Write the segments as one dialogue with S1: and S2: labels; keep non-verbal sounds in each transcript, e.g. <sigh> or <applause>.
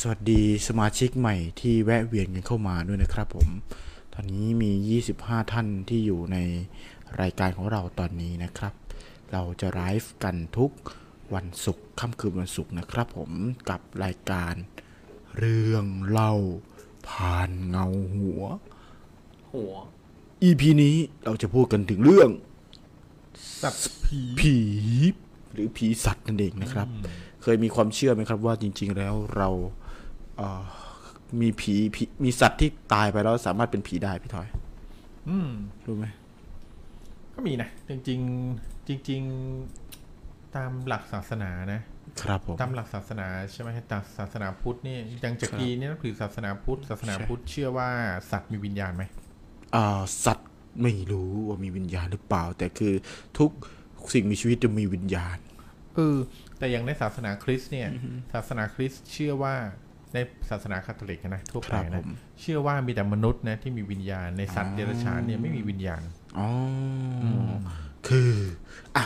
S1: สวัสดีสมาชิกใหม่ที่แวะเวียนกันเข้ามาด้วยนะครับผม ตอนนี้มี 25 ท่านที่อยู่ในรายการของเราตอนนี้นะครับ เราจะไลฟ์กันทุกวันศุกร์ค่ำคืนวันศุกร์นะครับผมกับรายการ เรื่องเล่าผ่านเงาหัว
S2: หัว
S1: EP นี้เราจะพูดกันถึงเรื่อง
S2: สัตว์ผี
S1: ผีหรือผีสัตว์นั่นเองนะครับ เคยมีความเชื่อไหมครับว่าจริง ๆ แล้วเราเอ่อมีผีผีมีสัตว์ที่ตายไปแล้วสามารถเป็นผีได้พี่ทอย
S2: อืม
S1: รู้ไหม
S2: ก็มีนะ จริง ๆ จริง ๆ ตามหลักศาสนานะ
S1: ครับผม
S2: ตามหลักศาสนาใช่ไหมตามศาสนาพุทธนี่อยังจักรีเนี่ยนับถือศาสนาพุทธ ศาสนา
S1: ใช่
S2: พุทธเชื่อว่าสัตว์มีวิญญาณไหม
S1: เอ่อสัตว์ไม่รู้ว่ามีวิญญาณหรือเปล่า แต่คือทุกสิ่งมีชีวิตจะมีวิญญาณ
S2: เออ แต่อย่างในศาสนาคริสต์เนี่ย ศาสนาคริสต์เชื่อว่าในศาสนาคาทอลิกนะทั่ว
S1: ค
S2: ไป
S1: รับผ
S2: นะ
S1: ม
S2: เชื่อว่ามีแต่มนุษย์นะที่มีวิญญาณ ในสัตว์เดรัจฉานเนี่ยไม่มีวิญญาณ
S1: อ๋ออคืออ่ะ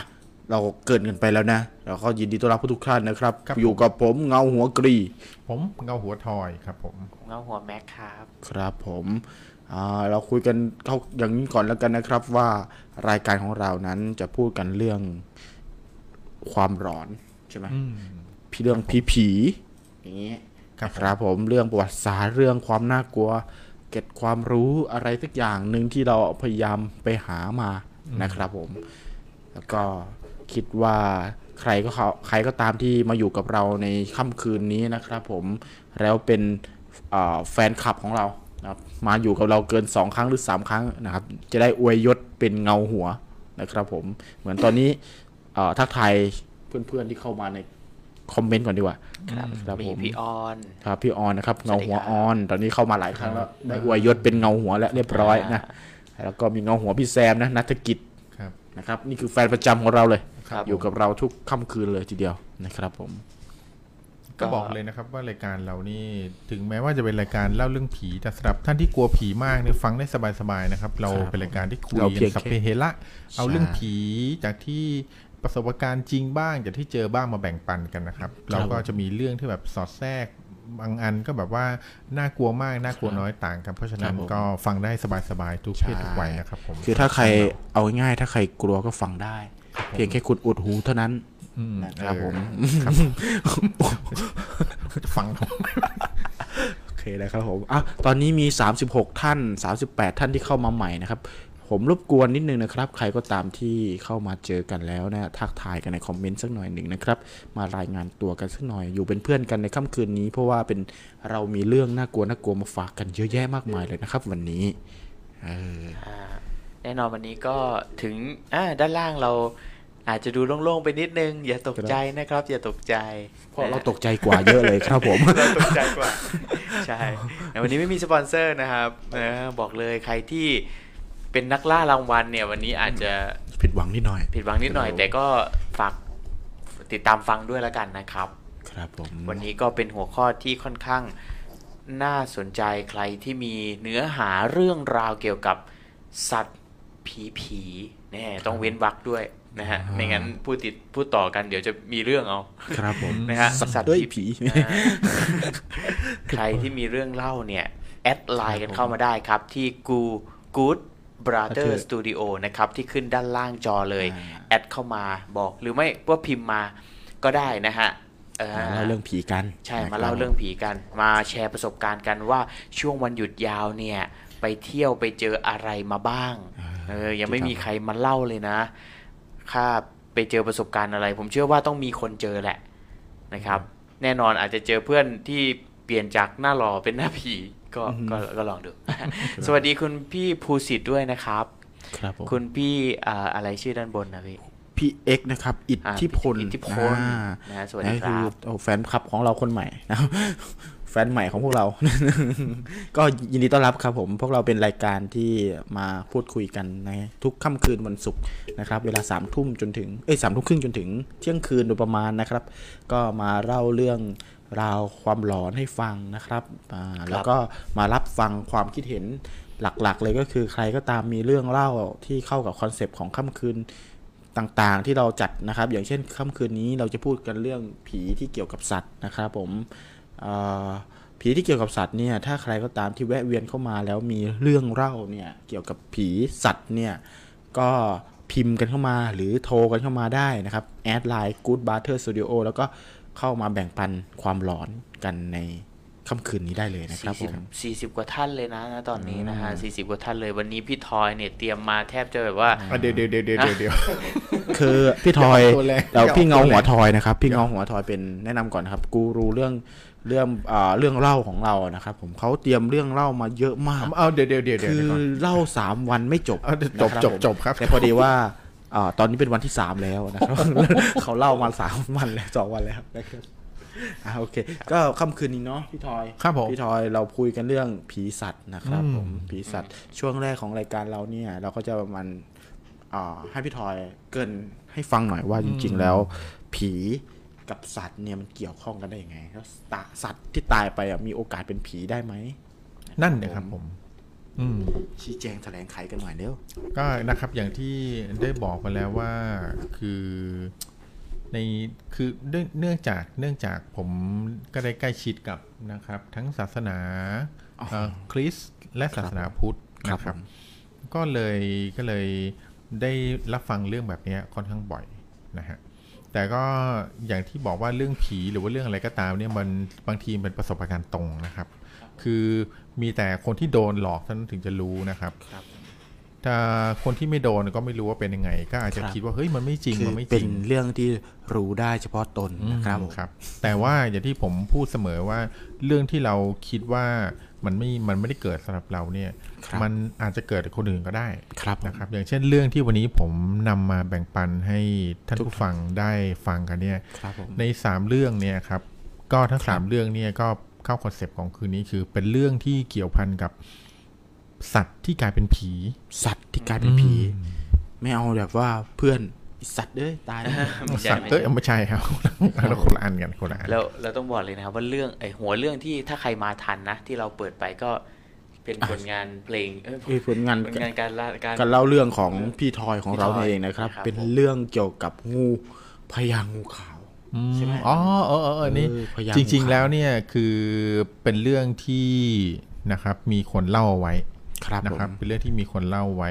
S1: เราเกรินกันไปแล้วนะเราก็ยินดีต้อนรับทุกท่านนะครับ
S2: ครับ
S1: อยู่กับผมเงาหัวกรี
S2: ผมเงาหัวทอยครับผม
S3: เงาหัวแม็กครับ
S1: ครับผมอ่าเราคุยกันเข้าอย่างนี้ก่อนแล้วกันนะครับว่ารายการของเรานั้นจะพูดกันเรื่องความร้อนใช่ไหม
S2: อืม
S1: พี่เรื่องผีผีๆอย่างนี้
S2: ครับผม
S1: ครับผมเรื่องประวัติศาสตร์เรื่องความน่ากลัว เก็บความรู้อะไรสักอย่างหนึ่งที่เราพยายามไปหามานะครับผม แล้วก็คิดว่าใครก็เขาใครก็ตามที่มาอยู่กับเราในค่ำคืนนี้นะครับผมแล้วเป็นเอ่อแฟนคลับของเรานะครับมาอยู่กับเราเกิน 2 ครั้งหรือ 3 ครั้งนะครับ จะได้อวยยศเป็นเงาหัวนะครับผมเหมือนตอนนี้เอ่อทักทายเพื่อนๆที่เข้ามาในคอมเมนต์ก่อนดีกว่าครับครับ
S3: มี
S1: ผม
S3: พี่ออน
S1: ครับพี่ออนนะครับเงาหัว
S3: สวัสดีครั
S1: อ
S3: บ
S1: อน ตอนนี้เข้ามาหลายครั้งแล้วได้อวยยศเป็นเงาหัวแล้วเรียบร้อยนะแล้วก็มีเงาหัวพี่แซมนะนัฐกิจ
S2: ครับ
S1: นะครับนี่คือแฟนประจำของเราเลย
S3: ครับ
S1: อยู่กับเราทุกค่ำคืนเลยทีเดียวนะครับผม
S2: ก็บอกเลยนะครับว่ารายการเรานี่ถึงแม้ว่าจะเป็นรายการเล่าเรื่องผีแต่สำหรับท่านที่กลัวผีมากเนี่ยฟังได้สบายๆนะครับ เราเป็นรายการที่คุย
S1: เราเพี
S2: กั
S1: ยง
S2: น
S1: แค่
S2: สัพเพเฮระเอาเรื่อง
S1: ใช่
S2: ผีจากที่ประสบการณ์จริงบ้างจากที่เจอบ้างมาแบ่งปันกันนะครับ เราก็จะมีเรื่องที่แบบสอดแทรกบางอันก็แบบว่าน่ากลัวมากน่ากลัวน้อยต่างกันเพราะฉะนั้น
S1: ครับผม
S2: ก็ฟังได้สบายๆทุกเพศทุกวัยนะครับผม
S1: คือถ้าใครเอาง่ายๆถ้าใครกลัวก็ฟังได้ เพียงแค่คุณอุดหูเท่านั้น
S2: อืม
S1: นะครับ
S2: เออ
S1: ผม <laughs>
S2: จะฟังทำไม
S1: โอเคนะครับผมอ่ะตอนนี้มี 36 ท่าน 38 ท่านที่เข้ามาใหม่นะครับ ผมรบกวนนิดนึงนะครับ ใครก็ตามที่เข้ามาเจอกันแล้วนะทักทายกันในคอมเมนต์สักหน่อยหนึ่งนะครับ มารายงานตัวกันสักหน่อยอยู่เป็นเพื่อนกันในค่ำคืนนี้ เพราะว่าเป็นเรามีเรื่องน่ากลัวน่ากลัวมาฝากกันเยอะแยะมากมายเลยนะครับ วันนี้เออ
S3: อ่าแน่นอนวันนี้ก็ถึงอ่าด้านล่างเราอาจจะดูโล่งๆไปนิดนึง อย่าตกใจนะครับ อย่าตกใจ
S1: เพราะเรา
S3: น
S1: ตกใจกว่าเยอะเลยครับผม <laughs>
S3: เราตกใจกว่า <laughs> ใช่แต่วันนี้ไม่มีสปอนเซอร์นะครับเออบอกเลยใครที่เป็นนักล่ารางวัลเนี่ยวันนี้อาจจะ
S1: ผิดหวังนิดหน่อย
S3: ผิดหวังนิดหน่อย แต่ก็ฝากติดตามฟังด้วยแล้วกันนะครับ
S1: ครับผม
S3: วันนี้ก็เป็นหัวข้อที่ค่อนข้างน่าสนใจใครที่มีเนื้อหาเรื่องราวเกี่ยวกับสัตว์ผีผีๆแน่ต้องเว้นวรรคด้วยนะฮะไม่งั้นพูดติดพูดต่อกันเดี๋ยวจะมีเรื่องเอา
S1: ครับผม
S3: นะฮะ
S1: สัต
S3: สัตว์
S1: ว์ด้วยผี
S3: อ่า <laughs> ใครที่มีเรื่องเล่าเนี่ย แอดไลน์กันเข้ามาได้ครับ ที่กู Good Brother Studio นะครับ ที่ขึ้นด้านล่างจอเลย
S1: อ่า
S3: แอดเข้ามาบอกหรือไม่ว่าพิมพ์มาก็ได้นะฮะเออ
S1: มาเล่าเรื่องผีกัน
S3: ใช่
S1: นะคบ
S3: มาเล่าเรื่องผีกัน มาแชร์ประสบการณ์กันว่าช่วงวันหยุดยาวเนี่ย ไปเที่ยวไปเจออะไรมาบ้าง เออ ยังไม่มีใครมาเล่าเลยนะข้าไปเจอประสบการณ์อะไร ผมเชื่อว่าต้องมีคนเจอแหละนะครับ แน่นอนอาจจะเจอเพื่อนที่เปลี่ยนจากหน้าหล่อเป็นหน้าผีก็ก็ก็ลอง <laughs> ดู สวัสดีคุณพี่ภูสิทธิ์ด้วยนะครับ
S1: ครับผม
S3: คุณพี่อ่าอะไรชื่อด้านบนนะพี่
S1: พี่เอ็กนะครับ อิท
S3: อ่า
S1: ธิพล
S3: อิทธิพล
S1: อ่า
S3: นะสวัสดี
S1: นั่นอ
S3: ครับ
S1: โอ้แฟนคลับของเราคนใหม่ <laughs> นะครับแฟนใหม่ของพวกเรา <laughs> ก็ยินดีต้อนรับครับผมพวกเราเป็นรายการที่มาพูดคุยกันในทุกค่ำคืนวันศุกร์นะครับ เวลาสามทุ่มจนถึงเอ้ยสามทุ่มครึ่งจนถึงเที่ยงคืนโดยประมาณนะครับ ก็มาเล่าเรื่องราวความหลอนให้ฟังนะครับอ่าแล้วก็มารับฟังความคิดเห็นหลักๆ เลยก็คือใครก็ตามมีเรื่องเล่าที่เข้ากับคอนเซปต์ของค่ำคืน ต่างๆที่เราจัดนะครับ อย่างเช่นค่ำคืนนี้เราจะพูดกันเรื่องผีที่เกี่ยวกับสัตว์นะครับผม เอ่อผีที่เกี่ยวกับสัตว์เนี่ยถ้าใครก็ตามที่แวะเวียนเข้ามาแล้วมีเรื่องเล่าเนี่ยเกี่ยวกับผีสัตว์เนี่ยก็พิมพ์กันเข้ามาหรือโทรกันเข้ามาได้นะครับแอดไลน์ Good Butter Studio แล้วก็เข้ามาแบ่งปันความหลอนกันในค่ำคืนนี้ได้เลยนะครับ
S4: สี่
S1: ผ
S4: สิบ
S1: ม
S4: สี่สิบกว่าท่านเลยนะนะตอนนี้นะฮะสี่สิบกว่าท่านเลยวันนี้พี่ทอยเนี่ยเตรียมมาแทบจะแบบว่า
S2: อ่ะเดี๋ยวเดี๋ยวเดี๋ยวเดี๋ยวเดี๋ยว
S1: คือพี่ทอย
S2: อย่าเอาตัวแรง
S1: เราพี่เงา
S2: อย่าเอาตั
S1: หัวท
S2: วแรง
S1: อยนะครับ พี่เงาหัวทอยเป็นแนะนำก่อนนะครับ กูรูเรื่องเรื่องอ่าเรื่องเล่าของเรานะครับ ผมเขาเตรียมเรื่องเล่ามาเยอะมาก
S2: เอาเดี๋ยวเดี๋ยวเดี๋ยวเดี๋ยว
S1: คือ
S2: ก่อน
S1: เล่าสามวันไม่จบ
S2: เอาเดี๋ยวจบ
S1: นะ
S2: จบจบครับ
S1: ผมแต่พอดีว่าอ่าตอนนี้เป็นวันที่สามแล้วนะครับ <laughs> เขาเล่ามาสามวันแล้วสองวันแล้วนะครับอ่าโอเค ก็ค่ำคืนนี้เนาะพี่ทอย
S2: ครับผม
S1: พี่ทอยเราคุยกันเรื่องผีสัตว์นะครับ
S2: อืม
S1: ผมผีสัตว์ช่วงแรกของรายการเราเนี่ย เราก็จะประมาณอ่าให้พี่ทอยเกรินให้ฟังหน่อยว่าจริง ๆ แล้ว ผีกับสัตว์เนี่ยมันเกี่ยวข้องกันได้ยังไงแล้วตะสัตว์ที่ตายไปอะมีโอกาสเป็นผีได้ไหม
S2: นั่นเนะครับผม อืม
S1: ชี้แจงแถลงไขกันหน่อยเร็ว
S2: ก็นะครับอย่างที่ได้บอกไปแล้วว่าคือในคือเนื่องเนื่องจากเนื่องจากผมก็ได้ใกล้ชิดกับนะครับ ทั้งศาสนา
S1: อ๋อ
S2: เอ่อคริสต์และศาสนาพุทธ
S1: ครับ
S2: นะครั
S1: ผ
S2: บ
S1: ม
S2: ก็เลยก็เลยได้รับฟังเรื่องแบบเนี้ยค่อนข้างบ่อยนะฮะแต่ก็อย่างที่บอกว่าเรื่องผีหรือว่าเรื่องอะไรก็ตามเนี่ยมันบางทีมันเป็นประสบการณ์ตรงนะครับ คือมีแต่คนที่โดนหลอกเท่านั้นถึงจะรู้นะครับ
S1: ครับ
S2: ถ้าคนที่ไม่โดนก็ไม่รู้ว่าเป็นยังไง ก็อาจจะ
S1: ครับ
S2: คิดว่าเฮ้ยมันไม่จริง
S1: คือ
S2: มันไม่จ
S1: เป็
S2: ริ
S1: น
S2: ง
S1: เรื่องที่รู้ได้เฉพาะตนนะครับ
S2: อืมครับ แต่ว่าอย่างที่ผมพูดเสมอว่า เรื่องที่เราคิดว่ามันไม่มันไม่ได้เกิดสำหรับเราเนี่ย
S1: ครับ
S2: มันอาจจะเกิดกับคนอื่นก็ได้
S1: ครับ
S2: นะครับ อย่างเช่นเรื่องที่วันนี้ผมนำมาแบ่งปันให้ท่านผู้ฟังได้ฟังกันเนี่ย
S1: ครับผม
S2: ใน 3 เรื่องเนี่ยครับ ก็ทั้ง 3 เรื่องเนี่ยก็เข้าคอนเซปต์ของคืนนี้คือเป็นเรื่องที่เกี่ยวพันกับสัตว์ที่กลายเป็นผี
S1: สัตว์ที่กลายเป็นผี ไม่เอาแบบว่าเพื่อนไอ้สัตว์เอ้ยตายแล้ว
S4: ไม่ใช่
S2: สัตว์
S4: ไม่ใช่
S2: เอ้ยไม่ใช่
S1: <laughs>
S2: ครับเราคนละอันกันคนละอัน
S4: แล้วเราต้องบอกเลยนะครับว่าเรื่องไอหัวเรื่องที่ถ้าใครมาทันนะ ที่เราเปิดไปก็เป็นผลงานเพลงเอ้ย
S1: เอ้ยผลงาน
S4: ผลงานการละการ
S1: การเล่าเรื่องของพี่ทอยของเรา
S4: พี่ทอย
S1: เองนะครับ
S4: ครับ
S1: เป็นเรื่องเกี่ยวกับงูพญางูขาว ใช่ไหม
S2: อ๋อเออเออเออนี่
S1: เออพยายาม
S2: จริง
S1: หา
S2: ๆ แล้วเนี่ยคือเป็นเรื่องที่นะครับมีคนเล่าเอาไว้
S1: ครับ
S2: นะ
S1: ผ
S2: ครับ
S1: ม
S2: เป็นเรื่องที่มีคนเล่าไว้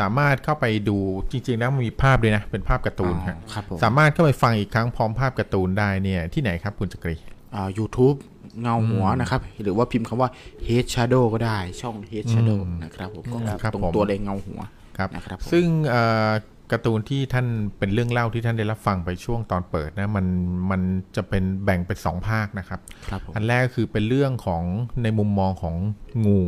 S2: สามารถเข้าไปดูจริงๆแล้วมันมีภาพด้วยนะ เป็นภาพการ์ตูน
S1: อ๋อ
S2: ฮะ
S1: ครับผม
S2: สามารถเข้าไปฟังอีกครั้งพร้อมภาพการ์ตูนได้เนี่ยที่ไหนครับคุณจักรี
S1: อ่า YouTube เงาหัวนะครับ หรือว่าพิมพ์คำว่า Head Shadow ก็ได้ช่อง Head Shadow นะครับผมก็
S2: ครับ
S1: ตรง
S2: ผม
S1: ตัวเลยเงาหัว
S2: ครับ
S1: นะครับผม
S2: ซึ่งเอ่อการ์ตูนที่ท่านเป็นเรื่องเล่าที่ท่านได้รับฟังไปช่วงตอนเปิดนะมันมันจะเป็นแบ่งเป็นสองภาคนะครับ
S1: ครับผม
S2: อันแรกก็คือเป็นเรื่องของในมุมมองของงู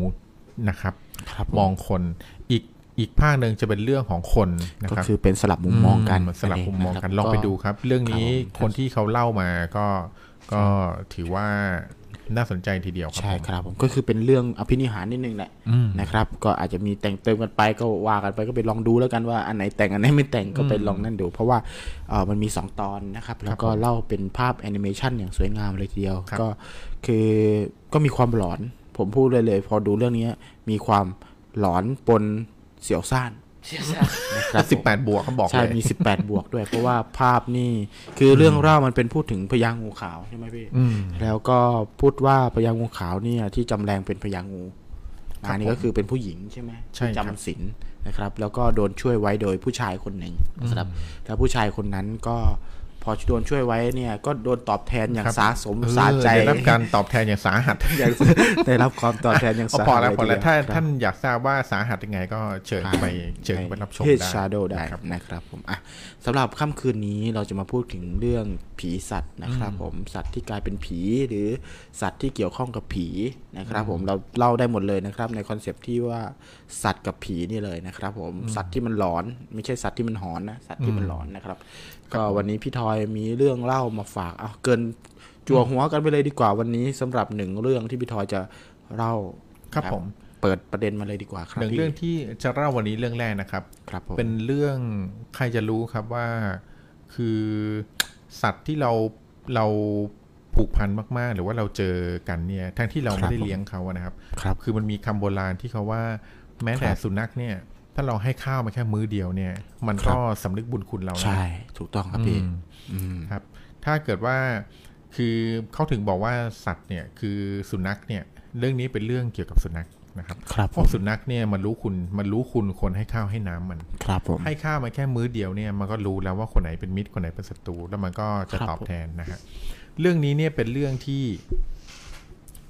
S2: นะครับ
S1: ครับผม
S2: มองคนอีกอีกภาคหนึ่งจะเป็นเรื่องของคนนะ
S1: ก็
S2: ครับ
S1: คือเป็นสลับมุมมองกัน
S2: สลับมุมมองกัน
S1: เะครับ
S2: ลองไปดูครับ เรื่องนี้
S1: ครับผม
S2: คนที่เขาเล่ามาก็ก็ถือว่าน่าสนใจทีเดียวครับ
S1: ใช่
S2: ผม
S1: ครับผมก็คือเป็นเรื่องอภินิหารนิดนึงแหละ
S2: อืม
S1: นะครับ ก็อาจจะมีแต่งเติมกันไปก็ว่ากันไปก็ไปลองดูแล้วกันว่าอันไหนแต่งอันไหนไม่แต่งก็ไปลองนั่นดู เพราะว่าเออมันมี 2 ตอนนะครับ แล้วก็เล่าเป็นภาพแอนิเมชันอย่างสวยงามเลยทีเดียว ก็คือก็มีความหลอนผมพูดเลยเลย พอดูเรื่องนี้มีความหลอนปนเสียวซ่าน
S4: เชื่อสัตว์
S1: นะครับผม
S2: สิบแปดบวกเขาบอก
S1: ใช่
S2: เลย
S1: มี 18 บวกด้วย <laughs> เพราะว่าภาพนี่คือเรื่องเล่ามันเป็นพูดถึงพญางูขาวใช่ไหมพี่
S2: อืม
S1: แล้วก็พูดว่าพญางูขาวเนี่ยที่จำแรงเป็นพญางูอันนี้ก็คือเป็นผู้หญิงใช่ไหม
S2: ใช่
S1: ที่
S2: ครับ
S1: จำศีลนะครับ แล้วก็โดนช่วยไว้โดยผู้ชายคนหนึ่งนะครับ แล้วผู้ชายคนนั้นก็พอโดนช่วยไว้เนี่ยก็โดนตอบแทนอย่างสาสม
S2: เออ
S1: สาใจ
S2: ได้รับการตอบแทนอย่างสาหัส
S1: อย่าง <laughs> ได้รับความตอบแทนอย่าง
S2: เอา
S1: สา
S2: พอแล้ว
S1: หัส
S2: พอแล้ว
S1: เยทีเดีย
S2: ถ้า
S1: ครับ
S2: ท่านอยากทราบว่าสาหัสยังไงก็เชิญไปเชิญไปรับชม
S1: เฮด
S2: ได้
S1: ชาโดได้
S2: นะครับ
S1: นะครับผมอ่ะสำหรับค่ำคืนนี้เราจะมาพูดถึงเรื่องผีสัตว์นะครับผมสัตว์ที่กลายเป็นผีหรือสัตว์ที่เกี่ยวข้องกับผีนะครับผมเราเล่าได้หมดเลยนะครับในคอนเซปต์ที่ว่าสัตว์กับผีนี่เลยนะครับผมสัตว์ที่มันหลอน ไม่ใช่สัตว์ที่มันหอนนะสัตว์ที่มันหลอนนะครับ ก็วันนี้พี่ทอยมีเรื่องเล่ามาฝากเอาเกินจั่วหัวกันไปเลยดีกว่าวันนี้สำหรับหนึ่งเรื่องที่พี่ทอยจะเล่า
S2: ครับผม
S1: เปิดประเด็นมาเลยดีกว่าครับ
S2: หนึ่ง
S1: พี่
S2: เรื่องที่จะเล่าวันนี้เรื่องแรกนะครับ
S1: ครับผม
S2: เป็นเรื่องใครจะรู้ครับว่าคือสัตว์ที่เราเราผูกพันมากๆ หรือว่าเราเจอกันเนี่ยทั้งที่เรา
S1: ครั
S2: ไม่
S1: บ
S2: ได้เลี้ยงเขาอะนะครับ
S1: ครับ
S2: คือมันมีคำโบราณที่เขาว่าแม้แต่สุนัขเนี่ย ถ้าเราให้ข้าวมาแค่มื้อเดียวเนี่ย มันก็สำนึกบุญคุณเรานะ
S1: ใช่ ถูกต้องครับพี่
S2: อืม
S1: อืม
S2: ครับ ถ้าเกิดว่า คือเขาถึงบอกว่าสัตว์เนี่ยคือสุนัขเนี่ยเรื่องนี้เป็นเรื่องเกี่ยวกับสุนัขนะครับ
S1: ครับ
S2: พ
S1: ผ
S2: วก
S1: ม
S2: สุนัขเนี่ยมันรู้คุณมันรู้คุณคนให้ข้าวให้น้ำมัน
S1: ครับผม
S2: ให้ข้าวมันแค่มื้อเดียวเนี่ยมันก็รู้แล้วว่าคนไหนเป็นมิตรคนไหนเป็นศัตรูแล้วมันก็จะ
S1: ครับ
S2: ตอบ
S1: ผม
S2: แทนนะฮะเรื่องนี้เนี่ยเป็นเรื่องที่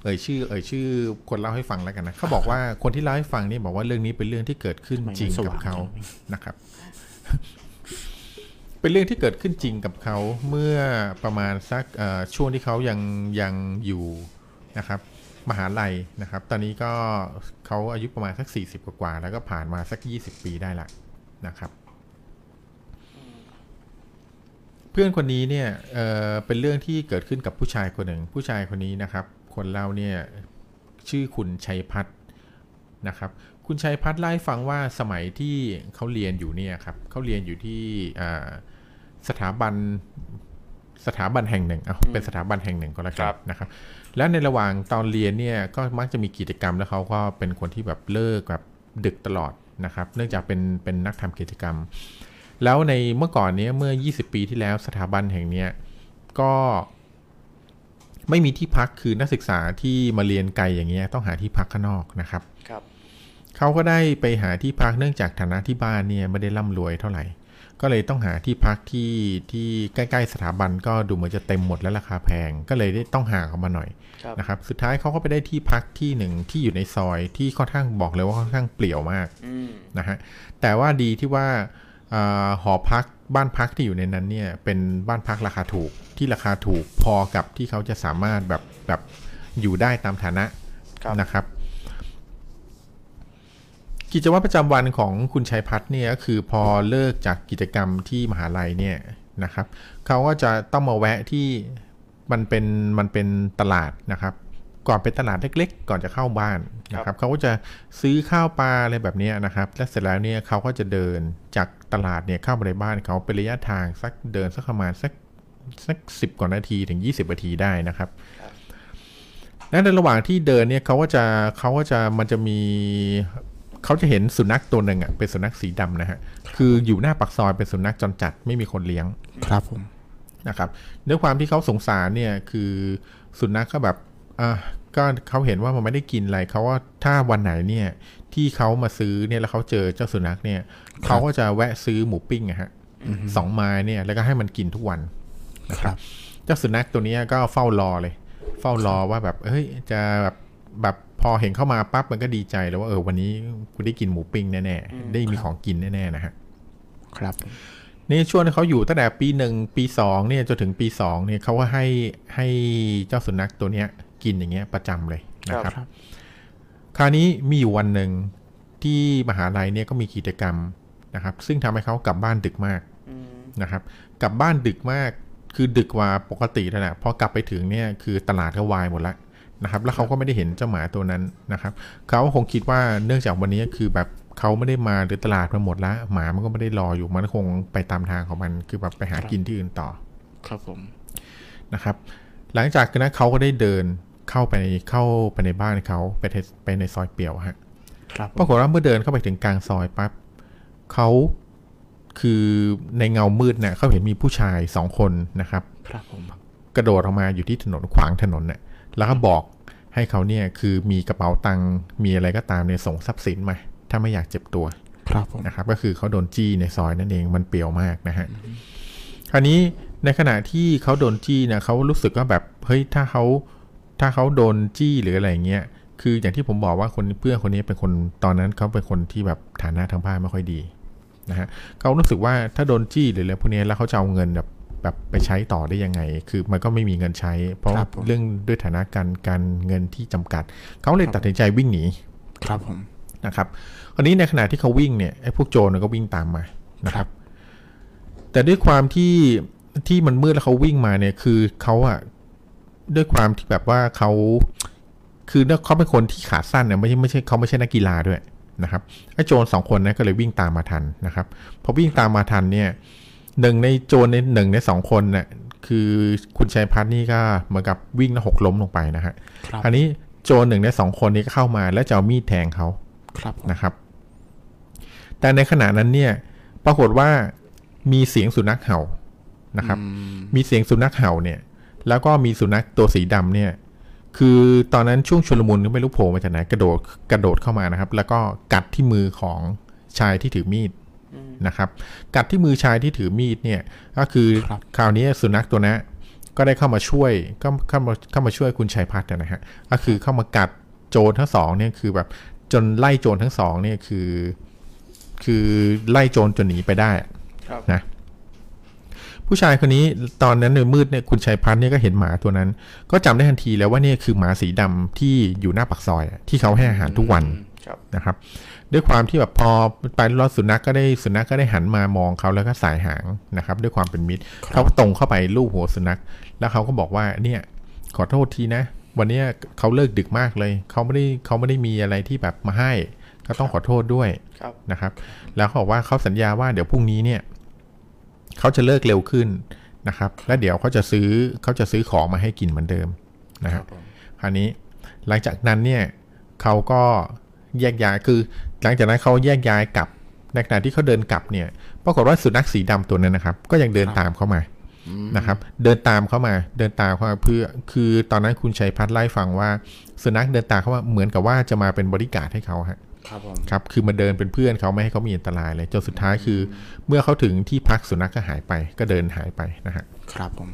S2: เอ่ยชื่อ เอ่ยชื่อ คนเล่าให้ฟังแล้วกันนะเขาบอกว่าคนที่เล่าให้ฟังเนี่ยบอกว่าเรื่องนี้เป็นเรื่องที่เกิดขึ้น
S1: ทำไมมัน
S2: จริง
S1: ส
S2: กับ
S1: ว่าง
S2: เขา
S1: จัง
S2: นะครับ <laughs> เป็นเรื่องที่เกิดขึ้นจริงกับเขาเมื่อประมาณสักเอ่อช่วงที่เขายังยังอยู่นะครับ มหาลัยนะครับ ตอนนี้ก็เขาอายุประมาณสัก 40 กว่าๆแล้วก็ผ่านมาสัก 20 ปีได้ละนะครับ เพื่อนคนนี้เนี่ยเอ่อเป็นเรื่องที่เกิดขึ้นกับผู้ชายคนหนึ่ง ผู้ชายคนนี้นะครับ คนเล่าเนี่ยชื่อคุณชัยพัฒน์นะครับ คุณชัยพัฒน์เล่าให้ฟังว่าสมัยที่เขาเรียนอยู่เนี่ยครับเขาเรียนอยู่ที่อ่าสถาบันสถาบันแห่งหนึ่งเอาเป็นสถาบันแห่งหนึ่งก็แล้วกั
S4: ครั
S2: น
S4: บ
S2: นะครับ แล้วในระหว่างตอนเรียนเนี่ยก็มักจะมีกิจกรรมแล้วเขาก็เป็นคนที่แบบเลิกแบบดึกตลอดนะครับ เนื่องจากเป็นเป็นนักทำกิจกรรม แล้วในเมื่อก่อนเนี้ยเมื่อ 20 ปีที่แล้วสถาบันแห่งเนี้ยก็ไม่มีที่พักคือนักศึกษาที่มาเรียนไกลอย่างเงี้ยต้องหาที่พักข้างนอกนะครับ
S4: ครับ
S2: เขาก็ได้ไปหาที่พักเนื่องจากฐานะที่บ้านเนี่ยไม่ได้ร่ำรวยเท่าไหร่ ก็เลยต้องหาที่พักที่ที่ใกล้ๆสถาบันก็ดูเหมือนจะเต็มหมดแล้วราคาแพง ก็เลยได้ต้องห่างออกมาหน่อย
S4: ครับ
S2: นะครับ สุดท้ายเขาก็ไปได้ที่พักที่หนึ่งที่อยู่ในซอยที่ค่อนข้างบอกเลยว่าค่อนข้างเปลี่ยวมาก
S4: อืม
S2: นะฮะแต่ว่าดีที่ว่าอาหอพักบ้านพักที่อยู่ในนั้นเนี่ยเป็นบ้านพักราคาถูกที่ราคาถูกพอกับที่เขาจะสามารถแบบแบบอยู่ได้ตามฐานะครับ นะครับ กิจวัตรประจำวันของคุณชัยพัฒน์เนี่ยก็คือพอเลิกจากกิจกรรมที่มหาลัยเนี่ยนะครับเขาก็จะต้องมาแวะที่มันเป็นมันเป็นตลาดนะครับ ก่อนเป็นตลาดเล็กๆ ก่อนจะเข้าบ้านนะครับเขาก็จะซื้อข้าวปลาอะไรแบบเนี้ยนะครับ และเสร็จแล้วเนี่ยเขาก็จะเดินจากตลาดเนี่ยเข้ามาในบ้านเขาเป็นระยะทางสักเดินสักประมาณสักสักสิบกว่านาทีถึง 20นาทีได้นะครับ และในระหว่างที่เดินเนี่ยเขาก็จะเขาก็จะมันจะมีเขาจะเห็นสุนัขตัวหนึ่งอ่ะเป็นสุนัขสีดำนะฮะคืออยู่หน้าปากซอยเป็นสุนัขจรจัดไม่มีคนเลี้ยง
S1: ครับผม
S2: นะครับด้วยความที่เขาสงสารเนี่ยคือสุนัขก็แบบอ่ะก็เขาเห็นว่ามันไม่ได้กินอะไรเขาว่าถ้าวันไหนเนี่ยที่เขามาซื้อเนี่ยแล้วเขาเจอเจ้าสุนัขเนี่ยเขาก็จะแวะซื้อหมูปิ้งอะฮะสองไม้เนี่ยแล้วก็ให้มันกินทุกวัน
S1: ครับ
S2: เจ้าสุนัขตัวเนี้ยก็เฝ้ารอเลย เฝ้ารอว่าแบบเฮ้ยจะแบบแบบพอเห็นเข้ามาปั๊บมันก็ดีใจแล้วว่าเออวันนี้กูได้กินหมูปิ้งแน่ๆได้มีของกินแน่ๆนะฮะ
S1: ครับ
S2: นี่ช่วงที่เขาอยู่ตั้งแต่ปีหนึ่งปีสองเนี่ยจนถึงปีสองเนี่ยเขาก็ให้ให้เจ้าสุนัขตัวเนี้ยกินอย่างเงี้ยประจำเลยนะครับ
S1: ครับ
S2: คราวนี้มีอยู่วันหนึ่งที่มหาลัยเนี่ยก็มีกิจกรรมนะครับ ซึ่งทำให้เขากลับบ้านดึกมาก
S4: อืม
S2: นะครับ กลับบ้านดึกมากคือดึกกว่าปกติแล้วนะพอกลับไปถึงเนี่ยคือตลาดก็วายหมดละนะครับ แล้วเขาก็ไม่ได้เห็นเจ้าหมาตัวนั้นนะครับเขาคงคิดว่าเนื่องจากวันนี้คือแบบเขาไม่ได้มาหรือตลาดมันหมดละหมามันก็ไม่ได้รออยู่มันคงไปตามทางของมันคือแบบไปหากินที่อื่นต่อ
S1: ครับผม
S2: นะครับหลังจากนั้นเขาก็ได้เดินเข้าไปในเข้าไปในบ้านเขาไปเทไปในซอยเปี่ยวฮะ
S1: ครับ
S2: ปรากฏว่าเมื่อเดินเข้าไปถึงกลางซอยปั๊บเขาคือในเงามืดเนี่ยเขาเห็นมีผู้ชายสองคนนะครับ
S1: ครับผม
S2: กระโดดออกมาอยู่ที่ถนนขวางถนนเนี่ยแล้วก็บอกให้เขาเนี่ยคือมีกระเป๋าตังค์มีอะไรก็ตามเนี่ยส่งทรัพย์สินมา ถ้าไม่อยากเจ็บตัว
S1: ครับผม
S2: นะครับก็คือเขาโดนจี้ในซอยนั่นเองมันเปรียวมากนะฮะคราวนี้ในขณะที่เขาโดนจี้เนะเขารู้สึกว่าแบบเฮ้ยถ้าเขาถ้าเขาโดนจี้หรืออะไรอย่างเงี้ยคืออย่างที่ผมบอกว่าคนเพื่อนคนนี้เป็นคนตอนนั้นเขาเป็นคนที่แบบฐานะทางบ้านไม่ค่อยดีนะฮะเขารู้สึกว่าถ้าโดนจี้หรืออะไรพวกเนี้ยแล้วเขาจะเอาเงินแบบแบบไปใช้ต่อได้ยังไง คือมันก็ไม่มีเงินใช้ เพราะ
S1: ครับผม
S2: เรื่องด้วยฐานะการการเงินที่จำกัดเขาเลยตัดสินใจวิ่งหนี
S1: ครับผม
S2: นะครับคราวนี้ในขณะที่เขาวิ่งเนี่ยไอ้พวกโจรมันก็วิ่งตามมานะครับ แต่ด้วยความที่ที่มันมืดแล้วเขาวิ่งมาเนี่ยคือเขาอะด้วยความที่แบบว่าเขาคือเขาเป็นคนที่ขาสั้นเนี่ยไม่ใช่ไม่ใช่เขาไม่ใช่นักกีฬาด้วยนะครับไอ้โจรสองคนเนะก็เลยวิ่งตามมาทันนะครับพอวิ่งตามมาทันเนี่ยหนึ่งในโจรในหนึ่งในสองคนเนี่ยคือคุณชัยพัฒน์นี่ก็เหมือนกับวิ่งแล้วหกล้มลงไปนะฮะ
S1: ครับ
S2: คราวนี้โจรหนึ่งในสองคนนี้ก็เข้ามาแล้วจะเอามีดแทงเขา
S1: ครับผม
S2: นะครับ แต่ในขณะนั้นเนี่ย ปรากฏว่ามีเสียงสุนัขเห่านะครับ
S1: อืม
S2: มีเสียงสุนัขเห่าเนี่ย แล้วก็มีสุนัขตัวสีดำเนี่ย คือตอนนั้นช่วงชุลมุนก็ไม่รู้โผล่มาจากไหนกระโดดกระโดดเข้ามานะครับ แล้วก็กัดที่มือของชายที่ถือมีดนะครับ กัดที่มือชายที่ถือมีดเนี่ย ก็คือ
S1: ครับ
S2: คราวนี้สุนัขตัวนั้นก็ได้เข้ามาช่วยก็เข้ามาเข้ามาช่วยคุณชัยพัฒน์นะฮะก็คือเข้ามากัดโจรทั้งสองเนี่ยคือแบบจนไล่โจรทั้งสองเนี่ยคือ คือไล่โจรจนหนีไปได้
S4: ครับ
S2: นะ ผู้ชายคนนี้ตอนนั้นในมืดเนี่ยคุณชัยพัฒน์เนี่ยก็เห็นหมาตัวนั้น ก็จำได้ทันทีแล้วว่าเนี่ยคือหมาสีดำที่อยู่หน้าปากซอยอะที่เขาให้อาหารทุกวัน
S4: ครับ
S2: นะครับด้วยความที่แบบพอไปรอดสุนัขก็ได้สุนัขก็ได้หันมามองเขาแล้วก็สายหางนะครับ ด้วยความเป็นมิตรเขาตรงเข้าไปลูบหัวสุนัข แล้วเขาก็บอกว่าเนี่ยขอโทษทีนะ วันเนี้ยเขาเลิกดึกมากเลยเขาไม่ได้เขาไม่ได้มีอะไรที่แบบมาให้ ก็ต้องขอโทษด้วย
S4: ครับ
S2: นะครับ แล้วเขาบอกว่าเขาสัญญาว่าเดี๋ยวพรุ่งนี้เนี่ยเขาจะเลิกเร็วขึ้นนะครับ แล้วเดี๋ยวเขาจะซื้อเขาจะซื้อของมาให้กินเหมือนเดิมนะ
S1: ค
S2: ค
S1: รั
S2: รั
S1: บบ ผม
S2: คราวนี้หลังจากนั้นเนี่ยเขาก็แยกย้ายคือ หลังจากนั้นเขาแยกย้ายกลับในขณะที่เขาเดินกลับเนี่ยปรากฏว่าสุนัขสีดำตัวนั้นนะครับ ก็ยังเดินตามเขามานะครับ เดินตามเขามา เดินตามเขามาเพื่อคือตอนนั้นคุณชัยพัฒน์ไล่าให้ฟังว่า สุนัขเดินตามเขามาเหมือนกับว่าจะมาเป็นบริการดให้เขาฮะ
S1: ครับผม
S2: ครับ คือมาเดินเป็นเพื่อนเขาไม่ให้เขามีอันตรายเลยจนสุดท้ายคือ เมื่อเขาถึงที่พักสุนัขก็หายไป ก็เดินหายไปนะฮะ
S1: ครับผม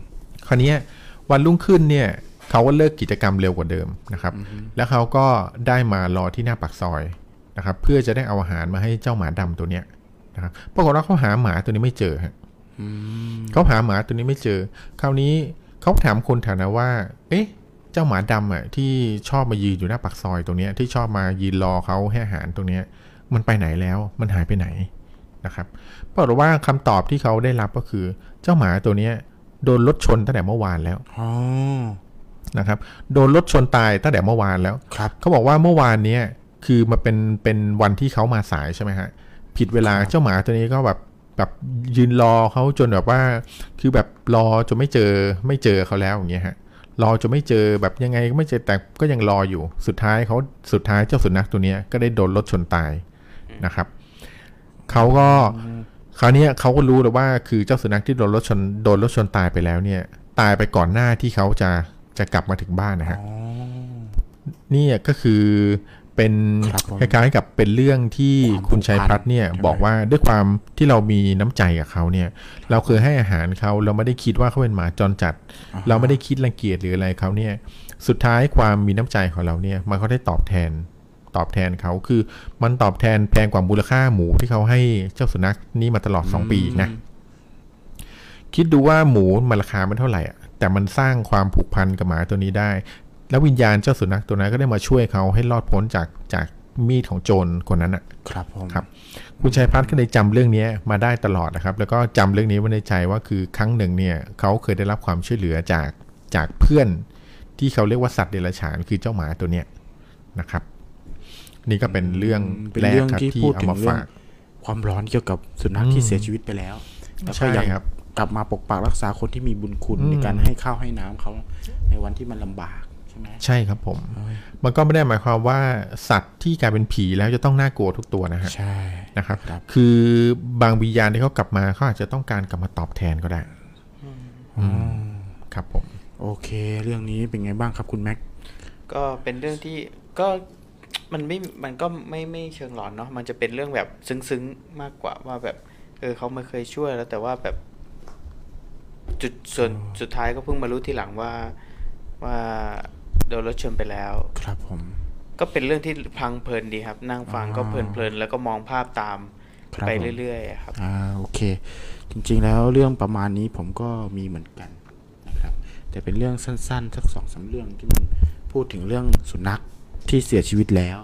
S2: คราวเนี้ยวันรุ่งขึ้นเนี่ยเขาก็เลิกกิจกรรมเร็วกว่าเดิมนะครับ แล้วเขาก็ได้มารอที่หน้าปากซอยนะครับ เพื่อจะได้เอาอาหารมาให้เจ้าหมาดำตัวเนี้ยนะครับปรากฏว่าเขาหาหมาตัวนี้ไม่เจอฮะเขาหาหมาตัวนี้ไม่เจอ คราวนี้เขาถามคนแถวนั้นว่า เอ๊ะ เจ้าหมาดำอ่ะที่ชอบมายืนอยู่หน้าปากซอยตรงเนี้ยที่ชอบมายืนรอเขาให้อาหารตรงเนี้ย มันไปไหนแล้ว มันหายไปไหนนะครับปรากฏว่าคำตอบที่เขาได้รับก็คือ เจ้าหมาตัวเนี้ยโดนรถชนตั้งแต่เมื่อวานแล้ว
S1: อ๋อ
S2: นะครับ โดนรถชนตายตั้งแต่เมื่อวานแล้ว
S1: ครับ
S2: เขาบอกว่าเมื่อวานเนี้ยคือมาเป็นเป็นวันที่เขามาสายใช่ไหมฮะผิดเวลาเจ้าหมาตัวนี้ก็แบบแบบยืนรอเขาจนแบบว่า คือแบบรอจนไม่เจอไม่เจอเขาแล้วอย่างเงี้ยฮะรอจนไม่เจอแบบยังไงก็ไม่เจอแต่ก็ยังรออยู่สุดท้ายเขาสุดท้ายเจ้าสุนัขตัวเนี้ยก็ได้โดนรถชนตายนะครับเขาก็คราวเนี้ยเขาก็รู้แล้วว่าคือเจ้าสุนัขที่โดนรถชนโดนรถชนตายไปแล้วเนี่ย ตายไปก่อนหน้าที่เขาจะจะกลับมาถึงบ้านนะฮะ
S1: อ๋อ
S2: เนี่ยก็คือเป็น
S1: ครับผม
S2: คล้ายๆกับเป็นเรื่องที่
S1: ความ
S2: คุณชัยพัฒน์เนี่ย
S1: ผูกพัน
S2: บอกว่าด้วยความที่เรามีน้ำใจกับเขาเนี่ย เราเคยให้อาหารเขาเราไม่ได้คิดว่าเขาเป็นหมาจรจัด เราไม่ได้คิดรังเกียจหรืออะไรเขาเนี่ย สุดท้ายความมีน้ำใจของเราเนี่ย มันก็ได้ตอบแทนตอบแทนเขาคือมันตอบแทนแพงกว่ามูลค่าหมูที่เขาให้เจ้าสุนัขนี่มาตลอดสองปีอีกนะ คิดดูว่าหมูมันราคาไม่เท่าไหร่อะแต่มันสร้างความผูกพันกับหมาตัวนี้ได้ แล้ววิญญาณเจ้าสุนัขตัวนั้นก็ได้มาช่วยเขาให้รอดพ้นจากจากมีดของโจรคนนั้นอ่ะ
S1: ครับผม
S2: ครับ คุณชัยพัฒน์ก็เลยจำเรื่องนี้มาได้ตลอดนะครับ แล้วก็จำเรื่องนี้ไว้ในใจว่าคือครั้งหนึ่งเนี่ยเขาเคยได้รับความช่วยเหลือจากจากเพื่อนที่เขาเรียกว่าสัตว์เดรัจฉานคือเจ้าหมาตัวเนี้ยนะครับ นี่ก็เป็นเรื่อง
S1: เป็น
S2: แรก
S1: เรื่อง
S2: ครับ
S1: ที่
S2: ที่
S1: พูด
S2: เอา
S1: ถึง
S2: มา
S1: เรื่อง
S2: ฝาก
S1: ความร้อนเกี่ยวกับสุนัข
S2: อืม
S1: ที่เสียชีวิตไปแล้วแล้ว
S2: ใช่
S1: ก็ยัง
S2: ครับ
S1: กลับมาปกปักรักษาคนที่มีบุญคุณ
S2: อืม
S1: ในการให้ข้าวให้น้ำเขาในวันที่มันลำบากใช่ไหม
S2: ใช่ครับผม
S1: โอ้ย
S2: มันก็ไม่ได้หมายความว่าสัตว์ที่กลายเป็นผีแล้วจะต้องน่ากลัวทุกตัวนะฮะ
S1: ใช่
S2: นะครับ
S1: ครับ
S2: คือบางวิญญาณที่เขากลับมาเขาอาจจะต้องการกลับมาตอบแทนก็ได้อืมครับผม
S1: โอเค เรื่องนี้เป็นไงบ้างครับคุณแม็กซ์
S4: ก็เป็นเรื่องที่ก็มันไม่ มันก็ไม่ไม่เชิงหลอนเนาะ มันจะเป็นเรื่องแบบซึ้งๆมากกว่าว่าแบบ เออเขาไม่เคยช่วยแล้วแต่ว่าแบบ จุดส่วนสุดท้ายก็เพิ่งมารู้ทีหลังว่าว่าโดนรถชนไปแล้ว
S1: ครับผม
S4: ก็เป็นเรื่องที่พังเพลินดีครับ นั่งฟังก็เพลินๆแล้วก็มองภาพตาม
S1: ครับ
S4: ไป
S1: ผม
S4: เรื่อยๆอะครับ
S1: อ่าโอเค จริงๆแล้วเรื่องประมาณนี้ผมก็มีเหมือนกันนะครับ แต่เป็นเรื่องสั้นๆสักสองสามเรื่องที่มันพูดถึงเรื่องสุนัขที่เสียชีวิตแล้ว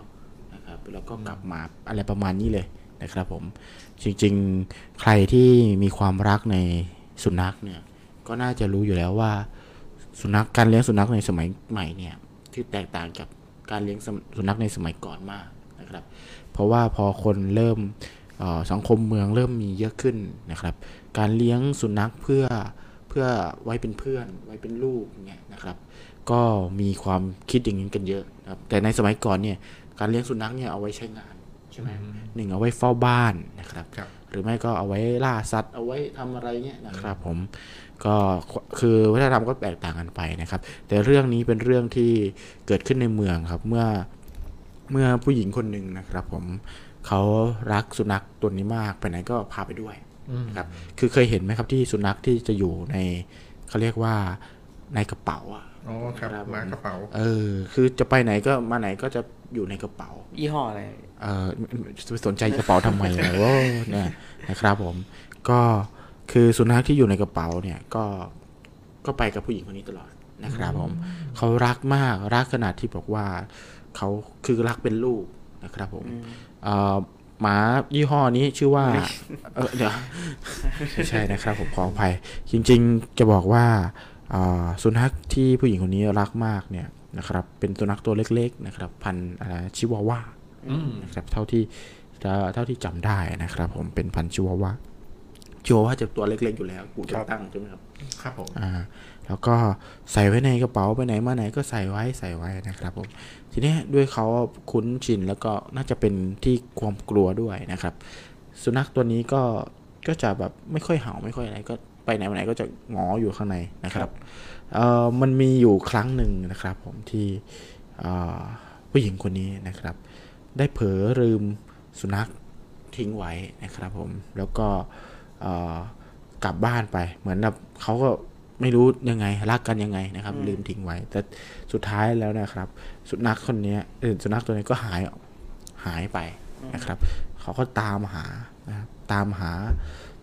S1: นะครับแล้วก็กลับมาอะไรประมาณนี้เลยนะครับผมจริงๆใครที่มีความรักในสุนัขเนี่ยก็น่าจะรู้อยู่แล้วว่า สุนัขการเลี้ยงสุนัขในสมัยใหม่เนี่ยที่แตกต่างจากการเลี้ยงสุนัขในสมัยก่อนมากนะครับ เพราะว่าพอคนเริ่มเอ่อสังคมเมืองเริ่มมีเยอะขึ้นนะครับ การเลี้ยงสุนัขเพื่อเพื่อไว้เป็นเพื่อน ไว้เป็นลูกเนี่ยนะครับ ก็มีความคิดอย่างนี้กันเยอะนะครับแต่ในสมัยก่อนเนี่ยการเลี้ยงสุนัขเนี่ยเอาไว้ใช้งาน ใช่ไหมหนึ่งเอาไว้เฝ้าบ้านนะครับ
S2: ครับ
S1: หรือไม่ก็เอาไว้ล่าสัตว์เอาไว้ทำอะไรเงี้ยนะครับผมก็คือวัฒนธรรมก็แตกต่างกันไปนะครับ แต่เรื่องนี้เป็นเรื่องที่เกิดขึ้นในเมืองครับ เมื่อเมื่อผู้หญิงคนหนึ่งนะครับ ผมเขารักสุนัขตัวนี้มากไปไหนก็พาไปด้วยนะครับ คือเคยเห็นไหมครับที่สุนัขที่จะอยู่ในเขาเรียกว่าในกระเป๋าอะ
S2: อ๋อครับมากระเป๋า
S1: เออ คือจะไปไหนก็มาไหนก็จะอยู่ในกระเป๋า
S4: ยี่ห้ออะไร
S1: เออจะไปสนใจกระเป๋าทำไมล่ะ โว้ยเนี่ยนะครับผม ก็คือสุนัขที่อยู่ในกระเป๋าเนี่ยก็ก็ไปกับผู้หญิงคนนี้ตลอดนะครับผมเขารักมากรักขนาดที่บอกว่าเขาคือรักเป็นลูกนะครับผมเอ่อหมายี่ห้อนี้ชื่อว่าเออเดี๋ยวไม่ใช่นะครับผมขออภัยจริงๆจะบอกว่าเอ่อสุนัขที่ผู้หญิงคนนี้รักมากเนี่ยนะครับ เป็นสุนัขตัวเล็กๆนะครับ พันธุ์อะไรชิวาว่า
S2: อืม
S1: นะครับเท่าที่เอ่อเท่าที่จำได้นะครับ ผมเป็นพันธุ์ชิวาวาชิวาวาจะตัวเล็กๆอยู่แล้วกูจะ
S2: ครับ
S1: ตั้งใช่ไหมครับ
S2: ครับผม
S1: อ่าแล้วก็ใส่ไว้ในกระเป๋าไปไหนมาไหนก็ใส่ไว้ใส่ไว้นะครับผมทีเนี้ยด้วยเขาคุ้นชินแล้วก็น่าจะเป็นที่ความกลัวด้วยนะครับ สุนัขตัวนี้ก็ก็จะแบบไม่ค่อยเห่าไม่ค่อยอะไรก็ไปไหนมาไหนก็จะหงออยู่ข้างในนะครับเอ่อมันมีอยู่ครั้งหนึ่งนะครับ ผมที่เอ่อผู้หญิงคนนี้นะครับ ได้เผลอลืมสุนัขทิ้งไว้นะครับผมแล้วก็เอ่อกลับบ้านไป เหมือนแบบเขาก็ไม่รู้ยังไงรักกันยังไงนะครับ ลืมทิ้งไว้ แต่สุดท้ายแล้วนะครับ สุนัขคนเนี้ยเออสุนัขตัวนี้ก็หายหายไปนะครับ เขาก็ตามหานะครับตามหา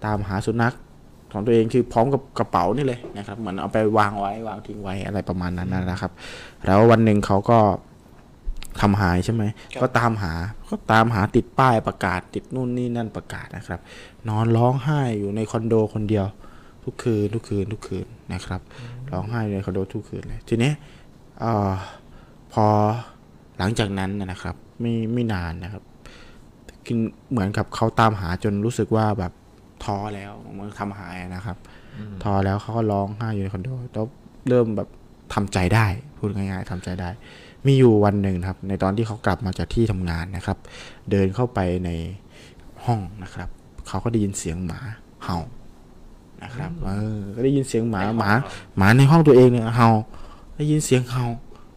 S1: ตามหาสุนัขของตัวเองคือพร้อมกับกระเป๋านี่เลยนะครับ เหมือนเอาไปวางไว้วางทิ้งไว้อะไรประมาณนั้นนะครับ แล้ววันหนึ่งเขาก็ ทำหายใช่ไหม ก็ตามหา ก็ตามหาติดป้ายประกาศ ติดนู่นนี่นั่นประกาศนะครับ นอนร้องไห้อยู่ในคอนโดคนเดียว ทุกคืนทุกคืนทุกคืนนะครับ ร้องไห้อยู่ในคอนโดทุกคืนเลยทีเนี้ยเอ่อพอหลังจากนั้นนะนะครับ ไม่ไม่นานนะครับคือเหมือนกับเขาตามหาจนรู้สึกว่าแบบท้อแล้วเหมันทำหายนะครับท้อแล้วเขาก็ร้องไห้อยู่ในคอนโดแล้วเริ่มแบบทำใจได้พูดง่ายๆทำใจได้ มีอยู่วันหนึ่งนะครับ ในตอนที่เขากลับมาจากที่ทำงานนะครับ เดินเข้าไปในห้องนะครับ เขาก็ได้ยินเสียงหมาเห่านะครับเออก็ได้ยินเสียงหมาหมาหมาในห้องตัวเองเนี่ยเห่า ได้ยินเสียงเห่า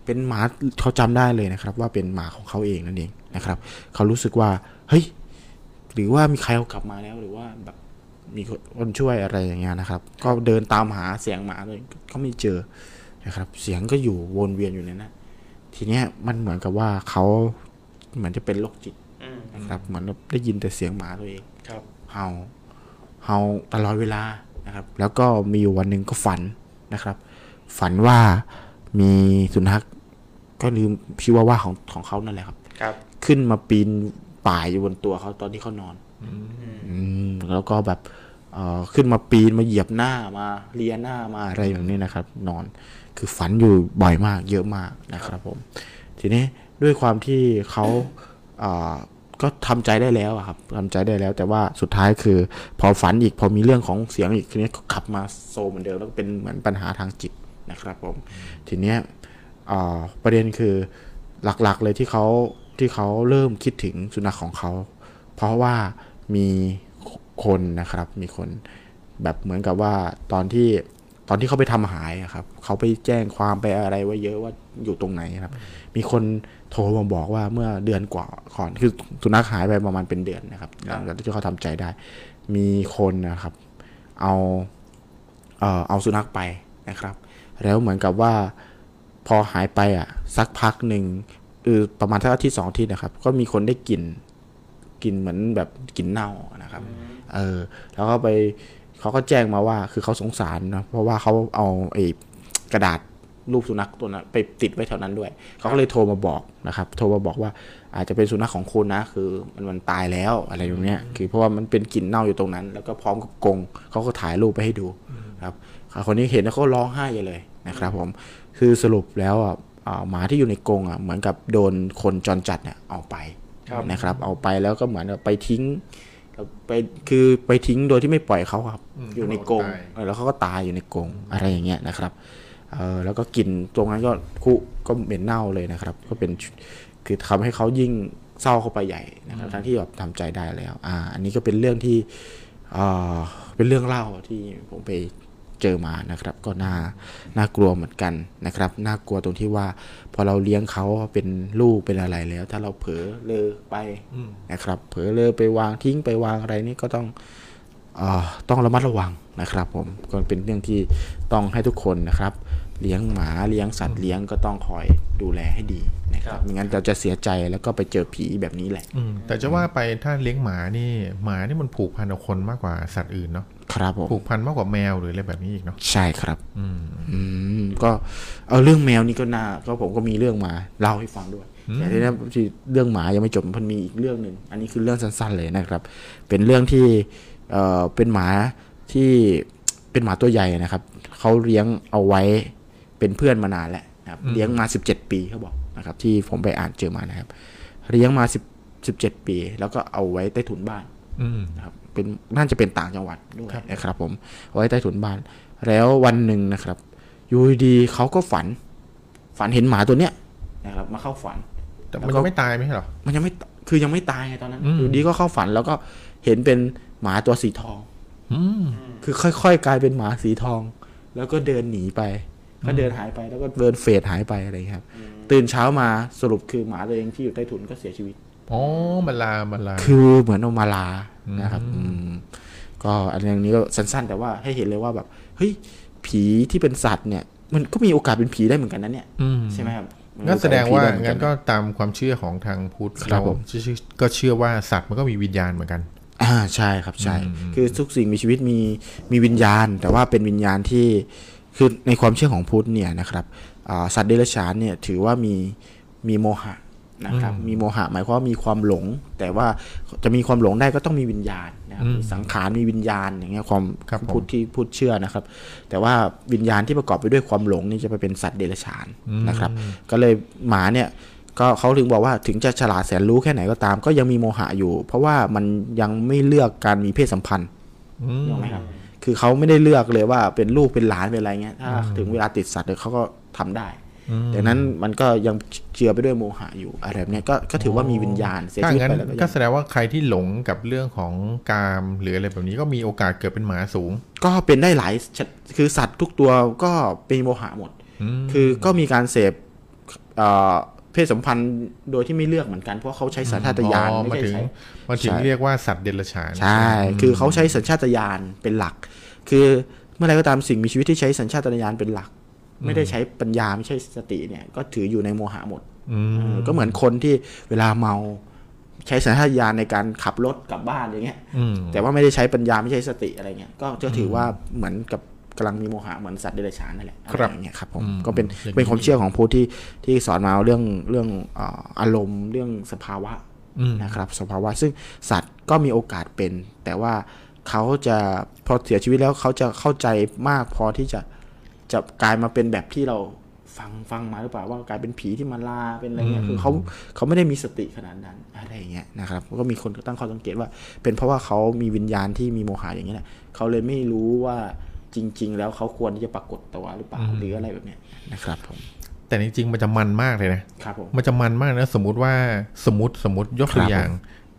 S1: เป็นหมาเขาจำได้เลยนะครับ ว่าเป็นหมาของเขาเองนั่นเองนะครับ เขารู้สึกว่าเฮ้ยหรือว่ามีใครเอากลับมาแล้วหรือว่าแบบมีคนช่วยอะไรอย่างเงี้ยนะครับ ก็เดินตามหาเสียงหมาเลยก็ไม่เจอนะครับ เสียงก็อยู่วนเวียนอยู่ในนั้น ทีเนี้ยมันเหมือนกับว่าเขาเหมือนจะเป็นโรคจิต
S4: อืม
S1: นะครับ เหมือนได้ยินแต่เสียงหมาตัวเอง
S4: ครับ
S1: เห่าเห่าตลอดเวลานะครับ แล้วก็มีอยู่วันหนึ่งก็ฝันนะครับ ฝันว่ามีสุนัขก็ลืมชิวาว่าของของเขานั่นแหละครับ
S4: ครับ
S1: ขึ้นมาปีนป่ายอยู่บนตัวเขาตอนที่เขานอน อืมแล้วก็แบบเอ่อขึ้นมาปีนมาเหยียบหน้ามาเลียหน้ามาอะไรแบบนี้นะครับ นอนคือฝันอยู่บ่อยมาก เยอะมากนะครับผม ทีนี้ด้วยความที่เขาเอ่อก็ทำใจได้แล้วอะครับทำใจได้แล้ว แต่ว่าสุดท้ายคือ พอฝันอีกพอมีเรื่องของเสียงอีกทีนี้ก็ขับมาโซมเหมือนเดิมแล้วก็เป็นเหมือนปัญหาทางจิตนะครับผม ทีเนี้ยเอ่อประเด็นคือหลักๆเลยที่เขาที่เขาเริ่มคิดถึงสุนัขของเขา เพราะว่ามีคนนะครับ มีคนแบบเหมือนกับว่าตอนที่ตอนที่เขาไปทำหายอะครับ เขาไปแจ้งความไปอะไรไว้เยอะว่าอยู่ตรงไหนครับ มีคนโทรมาบอกว่าเมื่อเดือนกว่าก่อนคือสุนัขหายไปประมาณเป็นเดือนนะครับหลังจากที่เขาทำใจได้ มีคนนะครับ เอาเอ่อเอาสุนัขไปนะครับ แล้วเหมือนกับว่าพอหายไปอ่ะ สักพักหนึ่งคือประมาณทักอาทิตย์สองอาทิตย์นะครับ ก็มีคนได้กลิ่น กลิ่นเหมือนแบบกลิ่นเน่านะครับ เออ แล้วก็ไปเขาก็แจ้งมาว่า คือเขาสงสารนะ เพราะว่าเขาเอาไอ้กระดาษรูปสุนัขตัวนั้นไปติดไว้แถวนั้นด้วย เขาก็เลยโทรมาบอกนะครับ โทรมาบอกว่า อาจจะเป็นสุนัขของคุณนะ คือมันมันตายแล้วอะไรอย่างเนี้ย คือเพราะว่ามันเป็นกลิ่นเน่าอยู่ตรงนั้น แล้วก็พร้อมกับกรงเขาก็ถ่ายรูปไปให้ดูครับ คนนี้เห็นแล้วเขาร้องไห้ใหญ่เลยนะครับผม คือสรุปแล้วอ่ะอ่าหมาที่อยู่ในกรงอ่ะเหมือนกับโดนคนจรจัดเนี่ยเอาไปนะครับ เอาไปแล้วก็เหมือนกับไปทิ้งไปคือไปทิ้งโดยที่ไม่ปล่อยเขาครับ
S2: อืม
S1: อยู่ในกรงเอ
S2: เขาก็ตาย
S1: อแล้วเขาก็ตายอยู่ในกรงอะไรอย่างเงี้ยนะครับเออแล้วก็กลิ่นตรงนั้นก็คุก็เหม็นเน่าเลยนะครับ ก็เป็นคือทำให้เขายิ่ง เศร้าเข้าไปใหญ่นะครับทั้งที่แบบทำใจได้แล้ว อ่า อันนี้ก็เป็นเรื่องที่เอ่อเป็นเรื่องเล่าที่ผมไปเจอมานะครับ ก็น่าน่ากลัวเหมือนกันนะครับ น่ากลัวตรงที่ว่า พอเราเลี้ยงเขาเป็นลูกเป็นอะไรแล้ว ถ้าเราเผลอเลอไปนะครับ เผลอเลอไปวางทิ้งไปวางอะไรนี่ก็ต้อง อ่าต้องระมัดระวังนะครับผมก็เป็นเรื่องที่ต้องให้ทุกคนนะครับ เลี้ยงหมาเลี้ยงสัตว์เลี้ยงก็ต้องคอยดูแลให้ดีนะครับไม่งั้นเราจะเสียใจแล้วก็ไปเจอผีแบบนี้แหละ
S2: อืมแต่จะว่าไปถ้าเลี้ยงหมานี่ หมานี่มันผูกพันกับคนมากกว่าสัตว์อื่นเนาะ
S1: ครับผม
S2: ผูกพันมากกว่าแมวหรืออะไรแบบนี้อีกเนาะ
S1: ใช่ครับ
S2: อืม
S1: อืมก็เอาเรื่องแมวนี่ก็น่าก็ผมก็มีเรื่องมาเล่าให้ฟังด้วยแต่ทีนี้ที่เรื่องหมายังไม่จบมันมีอีกเรื่องหนึ่งอันนี้คือเรื่องสั้นๆเลยนะครับ เป็นเรื่องที่เอ่อเป็นหมาที่ เป็นหมาตัวใหญ่นะครับเขาเลี้ยงเอาไว้เป็นเพื่อนมานานแล้วนะครับ เลี้ยงมา 17 ปีเขาบอกนะครับ ที่ผมไปอ่านเจอมานะครับ เลี้ยงมา10 17 ปี แล้วก็เอาไว้ใต้ถุนบ้าน
S2: อืม
S1: นะครับเป็นน่าจะเป็นต่างจังหวัดด้วยนะครับ ผมไว้ใต้ถุนบ้าน แล้ววันหนึ่งนะครับอยู่ดีๆเขาก็ฝัน ฝันเห็นหมาตัวเนี้ยนะครับ มาเข้าฝัน
S2: แต่มัน
S1: แล้วก็
S2: ยังไม่ตายไม่ใช่เหรอ
S1: มันยังไม่ตคือยังไม่ตายไงตอนนั้น
S2: อืม
S1: อยู่ดีก็เข้าฝันแล้วก็เห็นเป็นหมาตัวสีทอง
S2: อืม
S1: คือค่อย ๆ กลายเป็นหมาสีทอง แล้วก็เดินหนีไป ก็เดินหายไปแล้วก็เดินเฟดหายไปอะไรอย่างเงี้ยครับ ตื่นเช้ามาสรุปคือหมาตัวเองที่อยู่ใต้ถุนก็เสียชีวิต
S2: อ๋อมาลามาลา
S1: คือเหมือนเอามาลานะครับ
S2: อืม
S1: อืมก็อันอย่างนี้ก็สั้นๆ แต่ว่าให้เห็นเลยว่าแบบเฮ้ยผีที่เป็นสัตว์เนี่ย มันก็มีโอกาสเป็นผีได้เหมือนกันนะเนี่ย
S2: ม
S1: ใช่ไหมครับ
S2: งั้นแสดงว่า
S1: มีโอกสเป็ผีไเหมือ
S2: งั้นก็
S1: ะ
S2: ตามความเชื่อของทางพุทธ
S1: ครับ
S2: เรา
S1: ผม
S2: เชื่อก็เชื่อว่าสัตว์มันก็มีวิญญาณเหมือนกัน
S1: อ่าใช่ครับใช่
S2: อืม
S1: คือทุกสิ่งมีชีวิตมีมีวิญญาณ แต่ว่าเป็นวิญญาณที่คือในความเชื่อของพุทธเนี่ยนะครับอ่าสัตว์เดรัจฉานเนี่ยถือว่ามีมีโมหะนะครับมีโมหะหมายความว่ามีความหลง แต่ว่าจะมีความหลงได้ก็ต้องมีวิญญาณนะครับมีสังขารมีวิญญาณอย่างเงี้ยความ
S2: ครับผม
S1: พุทธที่พุทธเชื่อนะครับ แต่ว่าวิญญาณที่ประกอบไปด้วยความหลงนี่จะไปเป็นสัตว์เดรัจฉานนะครับ ก็เลยหมาเนี่ย ก็เขาถึงบอกว่าถึงจะฉลาดแสนรู้แค่ไหนก็ตาม ก็ยังมีโมหะอยู่ เพราะว่ามันยังไม่เลือกการมีเพศสัมพันธ์
S2: อืม
S1: ถูกไหมครับคือเขาไม่ได้เลือกเลยว่าเป็นลูกเป็นหลานเป็นอะไรเงี้ยถ้าถึงเวลาติดสัตว์เนี่ยเขาก็ทำได้ดังนั้นมันก็ยังเจือไปด้วยโมหะอยู่อะไรแบบเนี้ยก็ก็ถือว่ามีวิญญาณเสีย
S2: ถ้า
S1: ชีวิต
S2: งั้น
S1: ไปแล้วก็
S2: ก็
S1: ยัง
S2: แสดงว่าใครที่หลงกับเรื่องของกามหรืออะไรแบบนี้ก็มีโอกาสเกิดเป็นหมาสูง
S1: ก็เป็นได้หลายชนิดคือสัตว์ทุกตัวก็เป็นโมหะหมด
S2: อืม
S1: คือก็มีการเสพเอ่อเพศสัมพันธ์โดยที่ไม่เลือกเหมือนกันเพราะเขาใช้สัญชาตญาณ
S2: อ๋อ
S1: ไม่
S2: มา
S1: ใช่
S2: ถึง
S1: ใช้
S2: มาถึง
S1: ใช่
S2: เรียกว่าสัตว์เดรัจฉาน
S1: ใช่ คือเขาใช้สัญชาตญาณเป็นหลัก คือเมื่อไรก็ตามสิ่งมีชีวิตที่ใช้สัญชาตญาณเป็นหลัก ไม่ได้ใช้ปัญญาไม่ใช่สติเนี่ย ก็ถืออยู่ในโมหะหมด
S2: อืม
S1: เออก็เหมือนคนที่เวลาเมา ใช้สัญชาตญาณในการขับรถกลับบ้านอย่างเงี้ย
S2: อืม
S1: แต่ว่าไม่ได้ใช้ปัญญาไม่ใช่สติอะไรเงี้ย ก็จะถือว่าเหมือนกับกำลังมีโมหะเหมือนสัตว์เดรัจฉานนั่นแหละอะ
S2: ค
S1: ไร
S2: รับ
S1: อย่างเงี้ยครับผม
S2: อืม
S1: ก็เป็น
S2: อย่างนี้
S1: เป็นความเชื่อของผู้ที่ที่สอนมาเรื่องเรื่องเอ่ออารมณ์เรื่องสภาวะ
S2: อืม
S1: นะครับสภาวะซึ่งสัตว์ก็มีโอกาสเป็น แต่ว่าเขาจะพอเสียชีวิตแล้วเขาจะเข้าใจมากพอที่จะจะกลายมาเป็นแบบที่เราฟังฟังมาหรือเปล่าว่ากลายเป็นผีที่มาลาเป็นอะไรเงี้ยคือเขาเขาไม่ได้มีสติขนาดนั้นอะไรอย่างเงี้ยนะครับก็มีคนตั้งข้อสังเกตว่า เป็นเพราะว่าเขามีวิญญาณที่มีโมหะอย่างเงี้ยแหละเขาเลยไม่รู้ว่าจริง ๆ แล้วเขาควรที่จะปรากฏตัวหรือเปล่าหรืออะไรแบบเนี้ยนะครับผม
S2: แต่จริงๆมันจะมันมากเลยนะ
S1: ครับผม
S2: มันจะมันมากนะ สมมติว่าสมมติสมมติยก
S1: ครั
S2: ตัว
S1: บ
S2: อย่าง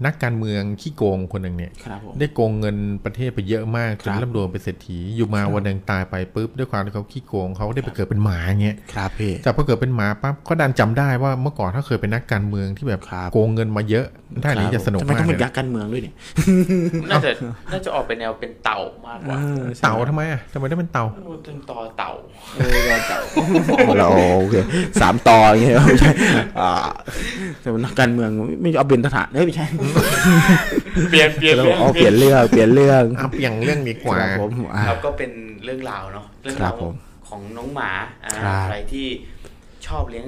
S2: นักการเมืองขี้โกงคนหนึ่งเนี่ย
S1: ครับผม
S2: ได้โกงเงินประเทศไปเยอะมากจ
S1: ครั
S2: น
S1: บ
S2: ร่ำรวยเป็นเศรษฐีอยู่มาวันหนึ่งตายไปปุ๊บด้วยความที่เขาขี้โกงเขาได้ไปเกิดเป็นหมาเงี้ย
S1: ครับพี่
S2: แต่พอเกิดเป็นหมาปั๊บก็ดันจำได้ว่าเมื่อก่อนเขาเคยเป็นนักการเมืองที่แบบ
S1: ครับ
S2: โกงเงินมาเยอะท่านี้จะสนุก
S1: ทำไม
S2: มา
S1: ต้อกง
S2: เล
S1: เป็
S2: ย
S1: นยักษ์การเมืองด้วยเนี่ย
S4: น่าจะน่าจะออกเป็นแนวเป็นเต่ามากกว่า
S2: เต่าทำไมอ่ะทำไมต้องเป็นเต่า
S4: มันเป็นต่อเต่า
S1: เออเต่าเราโอเคสามต่ออย่างเงี้ <laughs> ยไม่ใช่อ่าแต่ว่านักการเมืองไม่ไม่เอาเป็นทหารเอ้ยไม่ใช่
S4: เปลี่ยนเปลี่ยน
S1: เรา
S4: เรื่อง
S1: เอาเปลี่ยนเรื่องเปลี่ยนเรื่อง
S2: อ่ะเปลี่ยนเรื่องดีกว่า
S1: ครับผมอ่า
S4: แล้วก็เป็นเรื่องราวเนาะเรื่อง
S1: ครั
S4: รา
S1: บ
S4: ว
S1: ผม
S4: ของน้องหมาอ่า
S1: ครับ
S4: ใครที่ชอบเลี้ยง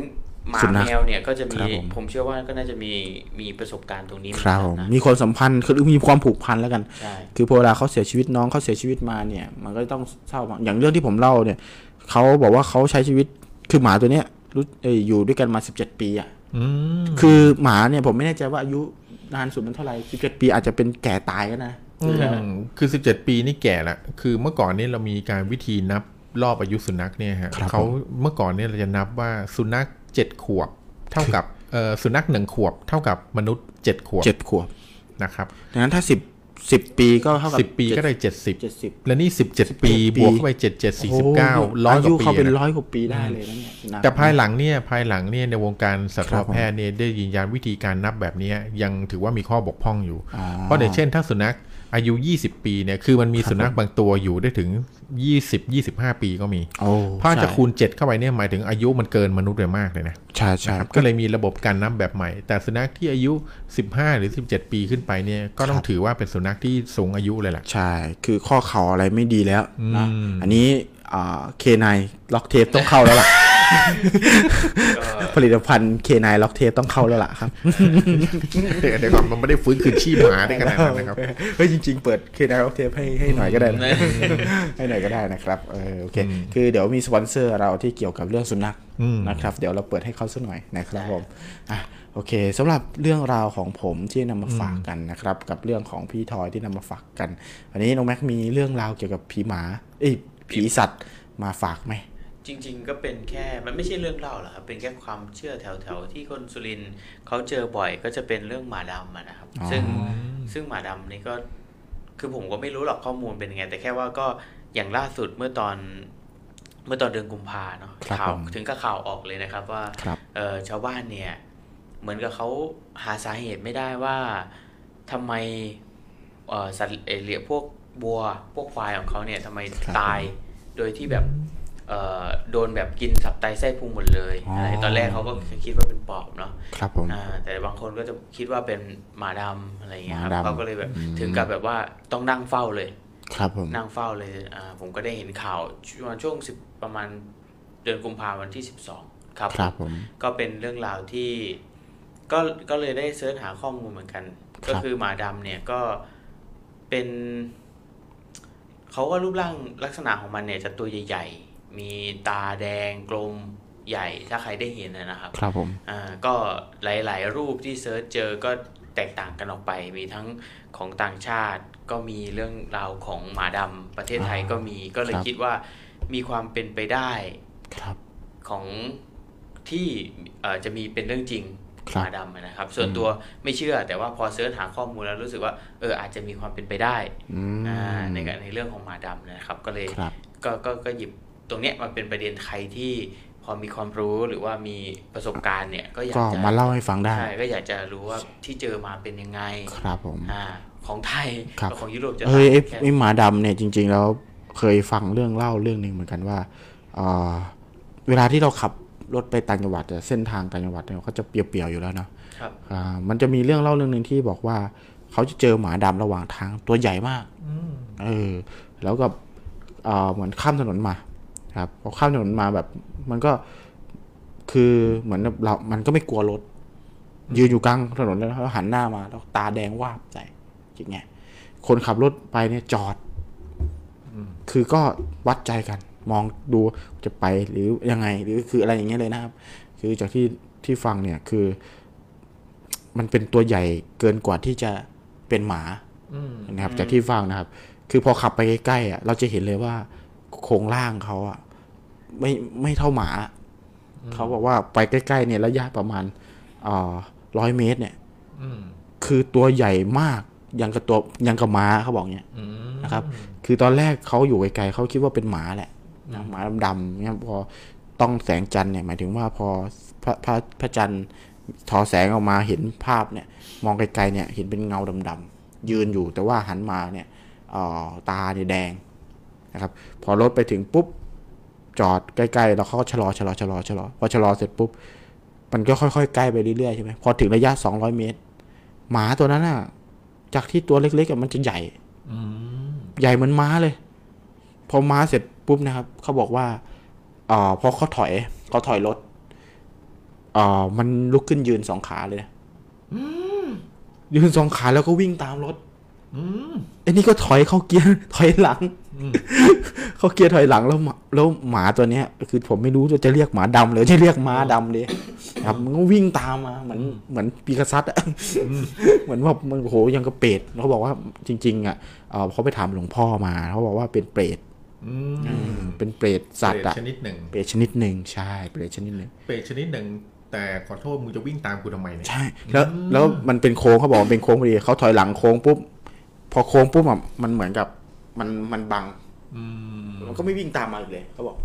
S4: หมา
S1: สุนัข
S4: แมวเนี่ยก็จะ
S1: ค
S4: มี
S1: รับผม
S4: ผมเชื่อว่าก็น่าจะมีมีประสบการณ์ตรงนี้เหมือ
S1: คน รับ
S4: กั
S1: ผม
S4: นนะ
S1: มีความสัมพันธ์คือมีความผูกพันแล้วกัน
S4: ใช่
S1: คือพอเวลาเขาเสียชีวิตน้องเขาเสียชีวิตมาเนี่ย มันก็ต้องเศร้าบ้างอย่างเรื่องที่ผมเล่าเนี่ยเขาบอกว่าเขาใช้ชีวิตคือหมาตัวเนี้ยรู้เอยอยู่ด้วยกันมา 17 ปีอ่ะ
S2: อืม
S1: คือหมาเนี่ยผมไม่แน่ใจว่าอายุนานสุดมันเท่าไหร่17 ปีอาจจะเป็นแก่ตายก็นะ
S2: อืมคือ 17 ปีนี่แก่ละ คือเมื่อก่อนนี่เรามีการวิธีนับรอบอายุสุนัขเนี่ยฮะ
S1: ครับผม
S2: เขาเมื่อก่อนเนี่ยเราจะนับว่าสุนัข 7 ขวบ เท่ากับ เอ่อสุนัขหนึ่งขวบเท่ากับมนุษย์เจ็ดขวบ
S1: เจ็ดขวบ
S2: นะครับ
S1: ดังนั้นถ้าสิบสิบปีก็เท่ากับ
S2: สิบปีก็ได้เจ็ดสิบ
S1: เจ็ดสิบ
S2: และนี่สิบเจ็ดปี
S1: ปี
S2: บวกเข้าไปเจ็ดเจ็ดสี่สิบเก้า
S1: โโห
S2: ร้อยก
S1: ยุ
S2: ว่าปี
S1: เขาเป็น
S2: นะ
S1: ร้อยกว่าปีได้เลยนะเนี่ยสุนัข
S2: แต่ภายหลังเนี่ยภายหลังเนี่ยในวงการสัต
S1: ครั
S2: ว
S1: บผม
S2: แพทย์เนี่ยได้ยืนยันวิธีการนับแบบเนี้ยยังถือว่ามีข้อบกพร่องอยู่
S1: อ๋อ
S2: เพราะอย่างเช่นถ้าสุนัขอายุ 20 ปีเนี่ยคือมันมีสุนัขบางตัวอยู่ได้ถึง 20 25 ปีก็มี
S1: โอ้
S2: ถ้าจะ
S1: ใช่
S2: คูณ 7 เข้าไปเนี่ยหมายถึงอายุมันเกินมนุษย์ไปมากเลยนะ
S1: ใช่ใช่
S2: ครับก็เลยมีระบบการนับแบบใหม่ แต่สุนัขที่อายุ 15 หรือ 17 ปีขึ้นไปเนี่ยก็ต้อ
S1: ค
S2: ง
S1: รับ
S2: ถือว่าเป็นสุนัขที่สูงอายุเลยล่ะ
S1: ใช่ คือข้อเข่าอะไรไม่ดีแล้วนะอันนี้อ่าเคนายล็อกเทปต้องเข้าแล้ว
S2: <laughs>
S1: ล่ะ ผลิตภัณฑ์เคนายล็อกเทปต้องเข้าแล้วล่ะครับ
S2: เดี๋ยวก่อนมันไม่ได้ฟื้นคืนชีพหมาได้ขนาดนั้นนะครับ
S1: เฮ้ยจริง ๆ เปิดเคนายล็อกเทปให้ให้หน่อยก็ได้นะ ให้หน่อยก็ได้นะครับเออโอเค คือเดี๋ยวมีสปอนเซอร์เราที่เกี่ยวกับเรื่องสุนัข
S2: อืม
S1: นะครับ เดี๋ยวเราเปิดให้เขาสักหน่อยนะครับผมอ่ะโอเคสำหรับเรื่องราวของผมที่นำมาฝากกันนะครับ กับเรื่องของพี่ทอยที่นำมาฝากกัน วันนี้น้องแม็กมีเรื่องราวเกี่ยวกับผีหมา เอ้ยผีสัตว์มาฝากไหม
S3: จริง ๆ ก็เป็นแค่มันไม่ใช่เรื่องเล่าหรอกครับเป็นแค่ความเชื่อแถวๆที่คนสุรินทร์เขาเจอบ่อยก็จะเป็นเรื่องหมาดำอะนะครับ
S1: อ๋อ
S3: ซึ่งซึ่งหมาดำนี่ก็ คือผมก็ไม่รู้หรอกข้อมูลเป็นยังไง แต่แค่ว่าก็อย่างล่าสุดเมื่อตอน เมื่อตอนเดือนกุมภาเนาะ
S1: ครับ
S3: ข่าว
S1: ผม
S3: ถึงกับข่าวออกเลยนะครับว่า
S1: ครับ
S3: เอ่อชาวบ้านเนี่ย เหมือนกับเขาหาสาเหตุไม่ได้ว่าทำไมเอ่อสัตว์เอ่อเหลียพวกบัวพวกควายของเขาเนี่ยทำไม
S1: ครับ
S3: ตายโดยที่แบบเอ่อโดนแบบกินสับไตไส้พุงหมดเลย
S1: อ๋ออ
S3: อะไรตอนแรกเขาก็คิดว่าเป็นปอบเนาะ
S1: ครับผม
S3: อ่าแต่บางคนก็จะคิดว่าเป็นหมาดำอะไรอย่างเงี้ยครับ
S1: หมาดำ
S3: เขาก็เลยแบบ
S1: อืม
S3: ถึงกับแบบว่าต้องนั่งเฝ้าเลย
S1: ครับผม
S3: นั่งเฝ้าเลยอ่าผมก็ได้เห็นข่าวช่วงช่วงสิบประมาณเดือนกุมภาพันธ์วันที่สิบสองครับ
S1: ครับผม
S3: ก็เป็นเรื่องราวที่ก็ก็เลยได้เสิร์ชหาข้อมูลเหมือนกัน
S1: ครับ
S3: ก็คือหมาดำเนี่ยก็เป็น เขาก็รูปร่างลักษณะของมันเนี่ยจะตัวใหญ่ๆ มีตาแดงกลมใหญ่ถ้าใครได้เห็นนะนะครับ
S1: ครับผม
S3: อ่าก็หลาย ๆ รูปที่เซิร์ชเจอก็แตกต่างกันออกไป มีทั้งของต่างชาติ ก็มีเรื่องราวของหมาดำประเทศไทย
S1: อ่า
S3: ก็มีก็เลย
S1: ครับ
S3: คิดว่ามีความเป็นไปได้
S1: ครับ
S3: ของที่เอ่อจะมีเป็นเรื่องจริง
S1: ครับ
S3: มาดำนะครับ ส่วนตัวไม่เชื่อแต่ว่าพอเสิร์ชหาข้อมูลแล้วรู้สึกว่าเอออาจจะมีความเป็นไปได้
S1: อืม
S3: อ่าในการในเรื่องของหมาดำนะครับ ก็เลย
S1: ครับ
S3: ก็ก็ก็หยิบตรงเนี้ยมาเป็นประเด็นใครที่พอมีความรู้หรือว่ามีประสบการณ์เนี่ยก็อยาก
S1: ก็
S3: จะ
S1: มาเล่าให้ฟังได้
S3: ใช่ก็อยากจะรู้ว่าที่เจอมาเป็นยังไง
S1: ครับผม
S3: อ่าของไทย
S1: ครับ
S3: กับของยุโรปจะ
S1: เฮ้ยไอ้
S3: แค่
S1: ไอ้หมาดำเนี่ยจริง ๆ แล้วเคยฟังเรื่องเล่าเรื่องหนึ่งเหมือนกันว่าเอ่อเวลาที่เราขับรถไปต่างจังหวัดอะเส้นทางต่างจังหวัดเนี่ยเขาจะเปรียวๆอยู่แล้วเนาะ
S3: ครับ
S1: อ่ามันจะมีเรื่องเล่าเรื่องหนึ่งที่บอกว่า เขาจะเจอหมาดำระหว่างทางตัวใหญ่มากเออ แล้วก็เอ่อเหมือนข้ามถนนมาครับพอข้ามถนนมาแบบ มันก็คือเหมือนเรา มันก็ไม่กลัวรถ ยืนอยู่กลางถนนแล้วแล้วหันหน้ามา แล้วตาแดงวาบใส่อย่างเงี้ย คนขับรถไปเนี่ยจอด คือก็วัดใจกัน มองดูจะไปหรือยังไง หรือคืออะไรอย่างเงี้ยเลยนะครับ คือจากที่ที่ฟังเนี่ยคือ มันเป็นตัวใหญ่เกินกว่าที่จะเป็นหมานะครับ จากที่ฟังนะครับ คือพอขับไปใกล้ๆอ่ะ เราจะเห็นเลยว่าโครงร่างเขาอ่ะ ไม่ไม่เท่าหมา เขาบอกว่าไปใกล้ๆเนี่ยระยะประมาณร้อยเมตร เนี่ย
S2: อืม
S1: คือตัวใหญ่มากยังกับตัวยังกับม้าเขาบอกเนี้ย
S2: อืม
S1: นะครับ คือตอนแรกเขาอยู่ไกลๆเขาคิดว่าเป็นหมาแหละนะหมาดำๆเนี่ยพอต้องแสงจันทร์เนี่ยหมายถึงว่าพอพระพระพระจันทร์ทอแสงออกมาเห็นภาพเนี่ย มองไกลๆเนี่ยเห็นเป็นเงาดำๆยืนอยู่แต่ว่าหันมาเนี่ยเอ่อตาเนี่ยแดงนะครับ พอรถไปถึงปุ๊บจอดใกล้ๆแล้วเขาก็ชะลอชะลอชะลอชะลอพอชะลอเสร็จปุ๊บ มันก็ค่อยๆใกล้ไปเรื่อยๆใช่ไหมพอถึงระยะ 200 เมตร หมาตัวนั้นน่ะ จากที่ตัวเล็กๆอะมันจะใหญ่ ใหญ่เหมือนม้าเลย พอม้าเสร็จปุ๊บนะครับ เขาบอกว่าเอ่อพอเขาถอยเขาถอยรถเอ่อมันลุกขึ้นยืนสองขาเลยนะยืนสองขาแล้วก็วิ่งตามรถไอ้นี่ก็ถอยเข้าเกียร์ ถอยหลังเข้าเกียร์ถอยหลังแล้วหมาแล้วหมาตัวเนี้ย คือผมไม่รู้ว่าจะเรียกหมาดำหรือจะเรียกม้าดำดีครับมันก็วิ่งตามมาเหมือนเหมือนปีกษัตริย์อะ เหมือนว่ามันโอ้โหยังกระเปรตเขาบอกว่าจริง ๆ อ่ะเอ่อเขาไปถามหลวงพ่อมาเขาบอกว่าเป็นเปรต
S2: อืม
S1: เป็นเปรตสัตว์อ่ะ
S2: เปรตชนิดหนึ่ง
S1: เปรตชนิดหนึ่งใช่เปรตชนิดหนึ่ง
S2: เปรตชนิดหนึ่ง แต่ขอโทษมึงจะวิ่งตามกูทำไมเนี่ย
S1: ใช่แล้วแล้วมันเป็นโค้งเขาบอกมันเป็นโค้งพอดีเขาถอยหลังโค้งปุ๊บพอโค้งปุ๊บอะมันเหมือนกับมันมันบัง
S2: อืม
S1: มันก็ไม่วิ่งตามมาอีกเลยเขาบอก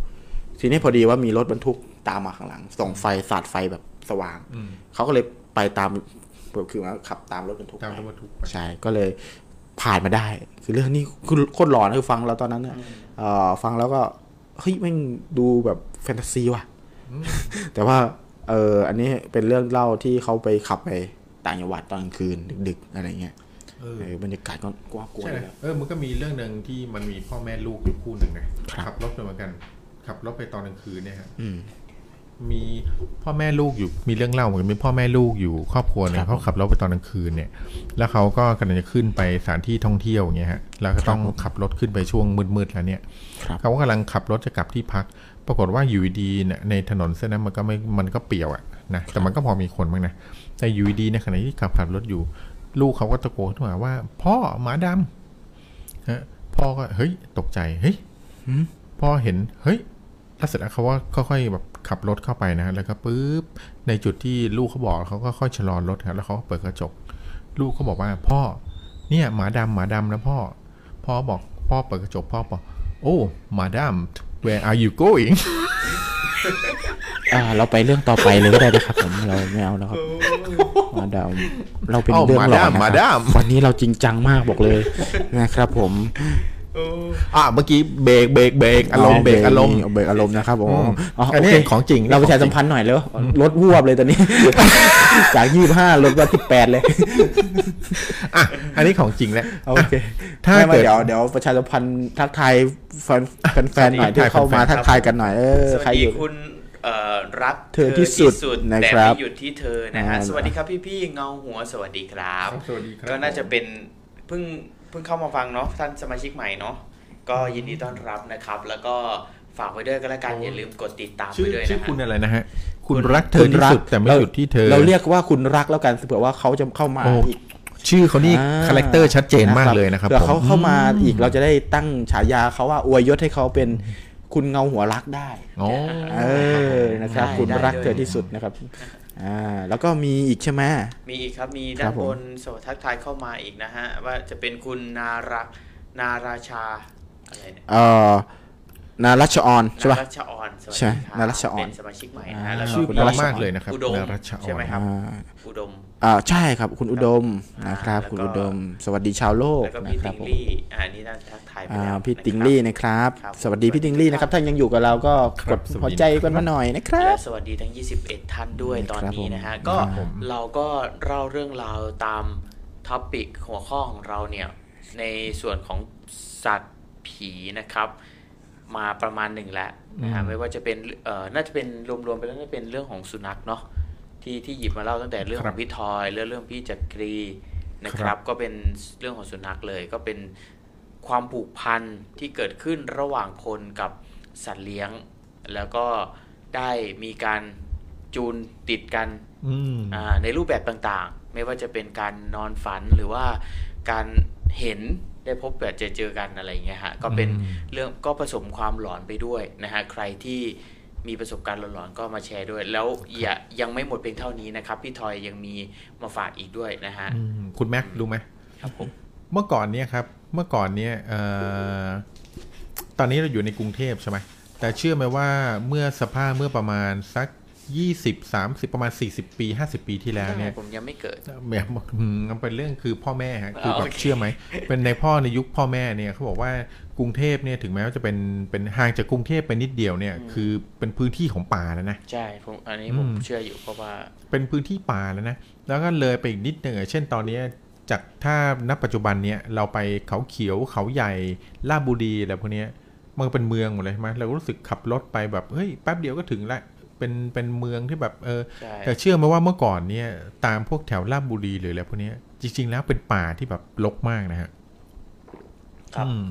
S1: ทีนี้พอดีว่ามีรถบรรทุกตามมาข้างหลังส่องไฟสาดไฟแบบสว่าง
S2: อืม
S1: เขาก็เลยไปตามคือว่าขับตามรถบรรทุก
S2: ตาม
S1: ไป
S2: รถบรรทุก
S1: ใช่ก็เลยผ่านมาได้ คือเรื่องนี้คือโคตรหลอนคือฟังแล้วตอนนั้นน่ะเอ่อฟังแล้วก็เฮ้ยแม่งดูแบบแฟนตาซีว่ะ แต่ว่าเอออันนี้เป็นเรื่องเล่าที่เขาไปขับไปต่างจังหวัดตอนกลางคืนดึก ๆ อะไรเงี้ย
S2: เออ
S1: เออบรรยากาศก็กว้ากลัว
S2: ใช่
S1: เล
S2: เลย ย
S1: อะ
S2: เออมันก็มีเรื่องหนึ่งที่มันมีพ่อแม่ลูกอยู่คู่หนึ่งนะครับ ขับรถไปเหมือนกัน ขับรถไปตอนกลางคืนเนี่ยฮะ
S1: อืม
S2: มีพ่อแม่ลูกอยู่มีเรื่องเล่าเหมือนมีพ่อแม่ลูกอยู่ครอบครัวหนึ่
S1: ครั
S2: ง
S1: บ
S2: เขาขับรถไปตอนกลางคืนเนี่ย แล้วเขาก็กำลังจะขึ้นไปสถานที่ท่องเที่ยวอย่างเงี้ยฮะแล้วก็ต้องขับรถขึ้นไปช่วงมืดๆแล้วเนี่ย
S1: ครับ
S2: เขาก็กำลังขับรถจะกลับที่พัก ปรากฏว่าอยู่ดีๆเนี่ยในถนนเส้นนั้นมันก็ไม่มันก็เปี่ยวอะนะแต่มันก็พอมีคนบ้างนะแต่อยู่ดีๆในขณะที่ขับขับรถอยู่ ลูกเขาก็ตะโกนขึ้นมาว่า พ่อหมาดำฮะพ่อก็เฮ้ยตกใจเฮ้ย พอเห็นเฮ้ยแล้วเสร็จแล้วเขาว่าค่อยๆแบบขับรถเข้าไปนะฮะแล้วก็ปุ๊บในจุดที่ลูกเขาบอกเขาก็ค่อยชะลอรถครับแล้วเขาก็เปิดกระจก ลูกเขาบอกว่าพ่อ เนี่ยหมาดำหมาดำนะพ่อ พ่อบอกพ่อเปิดกระจกพ่อบอกโอ้หมาดำ where are you going
S1: อ่าเราไปเรื่องต่อไปเลยก็ได้นะครับผมเราไม่เอาแล้วครับมาดามเราเป็น
S2: เอ้า
S1: เรื่องหลอน
S2: มาดามมา
S1: นะค
S2: ดา
S1: รับ
S2: ม
S1: วันนี้เราจริงจังมากบอกเลยนะครับผม
S2: อ่ะเมื่อกี้เบรกเบรกเบรกอารมณ์เบรกอารมณ์
S1: เบรกอารมณ์นะครับผม
S2: อืม
S1: อ๋อ
S2: อันนี้
S1: โเค
S2: ของจริง
S1: เราประชาสัมพันธ์หน่อยแล้วลดวบเลยตอน
S2: <laughs>
S1: นี้ จากยี่ห้าลดมาสิบแปดเลย
S2: อ่ะอันนี้ของจริงแหละ
S1: โอเค
S2: ถ้า
S1: ไม่ไม่
S2: เกิด
S1: เดี๋ยวเดี๋ยวประชาสัมพันธ์ทักทายแฟนแฟนๆหน่อยที่
S2: ทักทาย
S1: เข้ามา
S2: แฟนๆ
S1: ทักทายกันหน่อยเออ
S3: สวัส
S1: ใคร
S3: ดี
S1: อยู่
S3: คุณเอ่อรัก
S1: เธอที่สุดนะ
S3: แต่
S1: ครับ
S3: ไม่หยุดที่เธอนะฮะสวัสดีครับพี่ๆเงาหัวสวัสดีครับ
S2: สวัสดีครับ
S3: ก็น่าจะเป็นเพิ่งเพิ่งเข้ามาฟังเนาะท่านสมาชิกใหม่เนาะก็ยินดีต้อนรับนะครับ แล้วก็ฝากไว้ด้วยก็แล้วกันอย่าลืมกดติดตาม
S2: ชื่
S3: ไป
S2: อ
S3: ด้วย
S2: ชื่อ
S3: นะฮะ
S2: คุณอะไรนะฮะ คุณรักเธอที่สุดแต่ไม่หยุดที่เธอ
S1: เราเรียกว่าคุณรักแล้วกันเผื่อว่าเขาจะเข้ามา
S2: โอ้
S1: อีก
S2: ชื่อเขานี่
S1: อ่า
S2: คาแรคเตอร์ชัดเจนมากเลยนะครับ
S1: เผื่อ
S2: ผ
S1: เขา
S2: ม
S1: เข้ามาอีกเราจะได้ตั้งฉายาเขาว่าอวยยศให้เขาเป็นคุณเงาหัวรักได้
S2: โอ้
S1: เออนะครับ
S3: ได้
S1: คุณ
S3: ได้
S1: รัก
S3: เลย
S1: เธอที่สุดนะครับอ่าแล้วก็มีอีกใช่ไหม
S3: มีอีกครับมี
S1: ครับ
S3: ด้าน
S1: ผม
S3: บนสวัสดทักทายเข้ามาอีกนะฮะ ว่าจะเป็นคุณนารักนาราชาอะไรเนี่ย
S1: เอ่อนารัชออนใช่
S3: นา
S1: ป่ะ
S3: รัชออนสวัส
S1: ใช่
S3: ดีครับ
S1: นารัชออน
S3: เป็นสมาชิกใหม่นะฮะ
S1: อ่า
S3: แล้วก็
S2: ชื่อ
S1: คุณ
S2: เพราะ
S1: รัช
S2: มากเลยนะครับ
S3: อุดม
S2: นารัชออ
S3: ใช่ไหม
S2: น
S3: ครับ
S1: อ่า
S3: อุดม
S1: อ่าใช่ครับ คุณอุดมนะครับ
S3: อ่าแล้วก็
S1: คุณอุดม สวัสดีชาวโลก
S3: แล้วก็
S1: นะ
S3: พี่
S1: ครับ
S3: ติง
S1: ผม
S3: ลี่อ่านี่ด้านทักทายไป
S1: อ่า
S3: แล้ว
S1: พี่
S3: นะครับ
S1: ติงลี่นะครับ
S3: ครับ
S1: สวัสดีพี่ติงลี่นะครับถ้ายังอยู่กับเราก็กดหัวใจกันมาหน่อยนะครั
S3: และ
S1: บ
S3: สวัสดีทั้ง 21 ท่านด้วย
S1: ครับ
S3: ตอนนี้นะฮะ
S1: ผม
S3: ก็
S1: ครับผม
S3: เราก็เล่าเรื่องราวตามท็อปิกหัวข้อของเราเนี่ย ในส่วนของสัตว์ผีนะครับ มาประมาณหนึ่งแล้วนะฮะไม่ว่าจะเป็นเอ่อน่าจะเป็นรวมๆไปแล้วน่าจะเป็นเรื่องของสุนัขเนาะที่ที่หยิบมาเล่าตั้งแต่เรื่อง
S2: ค
S3: ข
S2: รั
S3: อบ งพี่ทอยเรื่องเรื่องพี่จักรีนะค
S2: ครั
S3: รับ
S2: บ
S3: ก็เป็นเรื่องของสุนัขเลย ก็เป็นความผูกพันที่เกิดขึ้นระหว่างคนกับสัตว์เลี้ยง แล้วก็ได้มีการจูนติดกัน
S2: อืม
S3: อ่าในรูปแบบต่างๆ ไม่ว่าจะเป็นการนอนฝันหรือว่าการเห็นได้พบแบบเจอเจอกันอะไรอย่างเงี้ยฮะก็เป็นเรื่องก็ผสมความหลอนไปด้วยนะฮะใครที่มีประสบการณ์หลอนๆก็มาแชร์ด้วย แล้วอย่ายังไม่หมดเพียงเท่านี้นะครับ พี่ทอยยังมีมาฝากอีกด้วยนะฮะ
S2: อืมคุณแม็กซ์รู้ไหม
S3: ครับผม
S2: เมื่อก่อนเนี่ยครับ เมื่อก่อนเนี่ยเอ่อตอนนี้เราอยู่ในกรุงเทพใช่ไหมแต่เชื่อไหมว่าเมื่อสภาพเมื่อประมาณสัก 20 30 ประมาณ 40 ปี 50 ปีที่แล้วเนี่ย
S3: ผมยังไม่เกิด
S2: แบบอืมมันเป็นเรื่องคือพ่อแม่ฮะคือ
S3: อ่า
S2: แบบ
S3: โอเค
S2: เชื่อไหม เป็นในพ่อในยุคพ่อแม่เนี่ยเขาบอกว่ากรุงเทพเนี่ยถึงแม้ว่าจะเป็นเป็นห่างจากกรุงเทพไปนิดเดียวเนี่ยคือเป็นพื้นที่ของป่าแล้วนะ
S3: ใช่ผมอันนี้ผ
S2: อื
S3: ม
S2: ม
S3: เชื่ออยู่เพราะว่า
S2: เป็นพื้นที่ป่าแล้วนะ แล้วก็เลยไปอีกนิดหนึ่งอะเช่นตอนเนี้ยจากถ้านับปัจจุบันเนี่ยเราไปเขาเขียวเขาใหญ่ลาดบุรีอะไรพวกเนี้ยมันก็เป็นเมืองหมดเลยใช่ไหมเราก็รู้สึกขับรถไปแบบเฮ้ยแป๊บเดียวก็ถึงละเป็นเป็นเมืองที่แบบเออ
S3: ใช่
S2: แต่เชื่อไหมว่าเมื่อก่อนเนี่ยตามพวกแถวลาดบุรีหรืออะไรพวกเนี้ยจริง ๆ แล้วเป็นป่าที่แบบรกมากนะฮะ
S3: ครับ
S2: อืม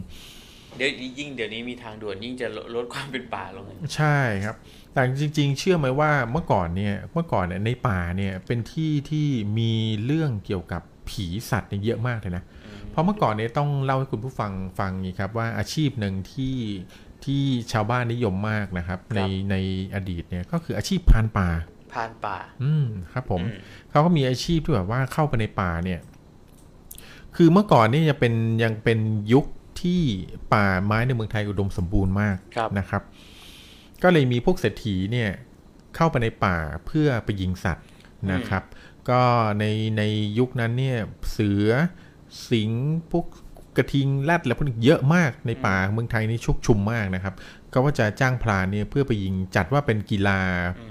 S3: เดี๋ยวยิ่งเดี๋ยวนี้มีทางด่วนยิ่งจะลดลดความเป็นป่าลงเลย
S2: ใช่ครับ แต่จริง ๆ เชื่อไหมว่าเมื่อก่อนเนี่ยเมื่อก่อนเนี่ยในป่าเนี่ยเป็นที่ที่มีเรื่องเกี่ยวกับผีสัตว์เนี่ยเยอะมากเลยนะ เพราะเมื่อก่อนเนี่ยต้องเล่าให้คุณผู้ฟังฟังอย่างนี้ครับว่าอาชีพหนึ่งที่ที่ชาวบ้านนิยมมากนะครับ ในในอดีตเนี่ยก็คืออาชีพพรานป่า
S3: พ รานป่า
S2: อืมครับผม
S3: อืม
S2: เขาก็มีอาชีพที่แบบว่าเข้าไปในป่าเนี่ย คือเมื่อก่อนเนี่ยยังเป็นยังเป็นยุคที่ป่าไม้ในเมืองไทยอุดมสมบูรณ์มาก
S3: ครับ
S2: นะครับ ก็เลยมีพวกเศรษฐีเนี่ยเข้าไปในป่าเพื่อไปยิงสัตว์นะครับ ก็ในในยุคนั้นเนี่ยเสือสิงห์พวกกระทิงแรดและพวกนี้เยอะมากในป่าเมืองไทยนี่ชุกชุมมากนะครับ ก็ว่าจะจ้างพรานเนี่ยเพื่อไปยิงจัดว่าเป็นกีฬา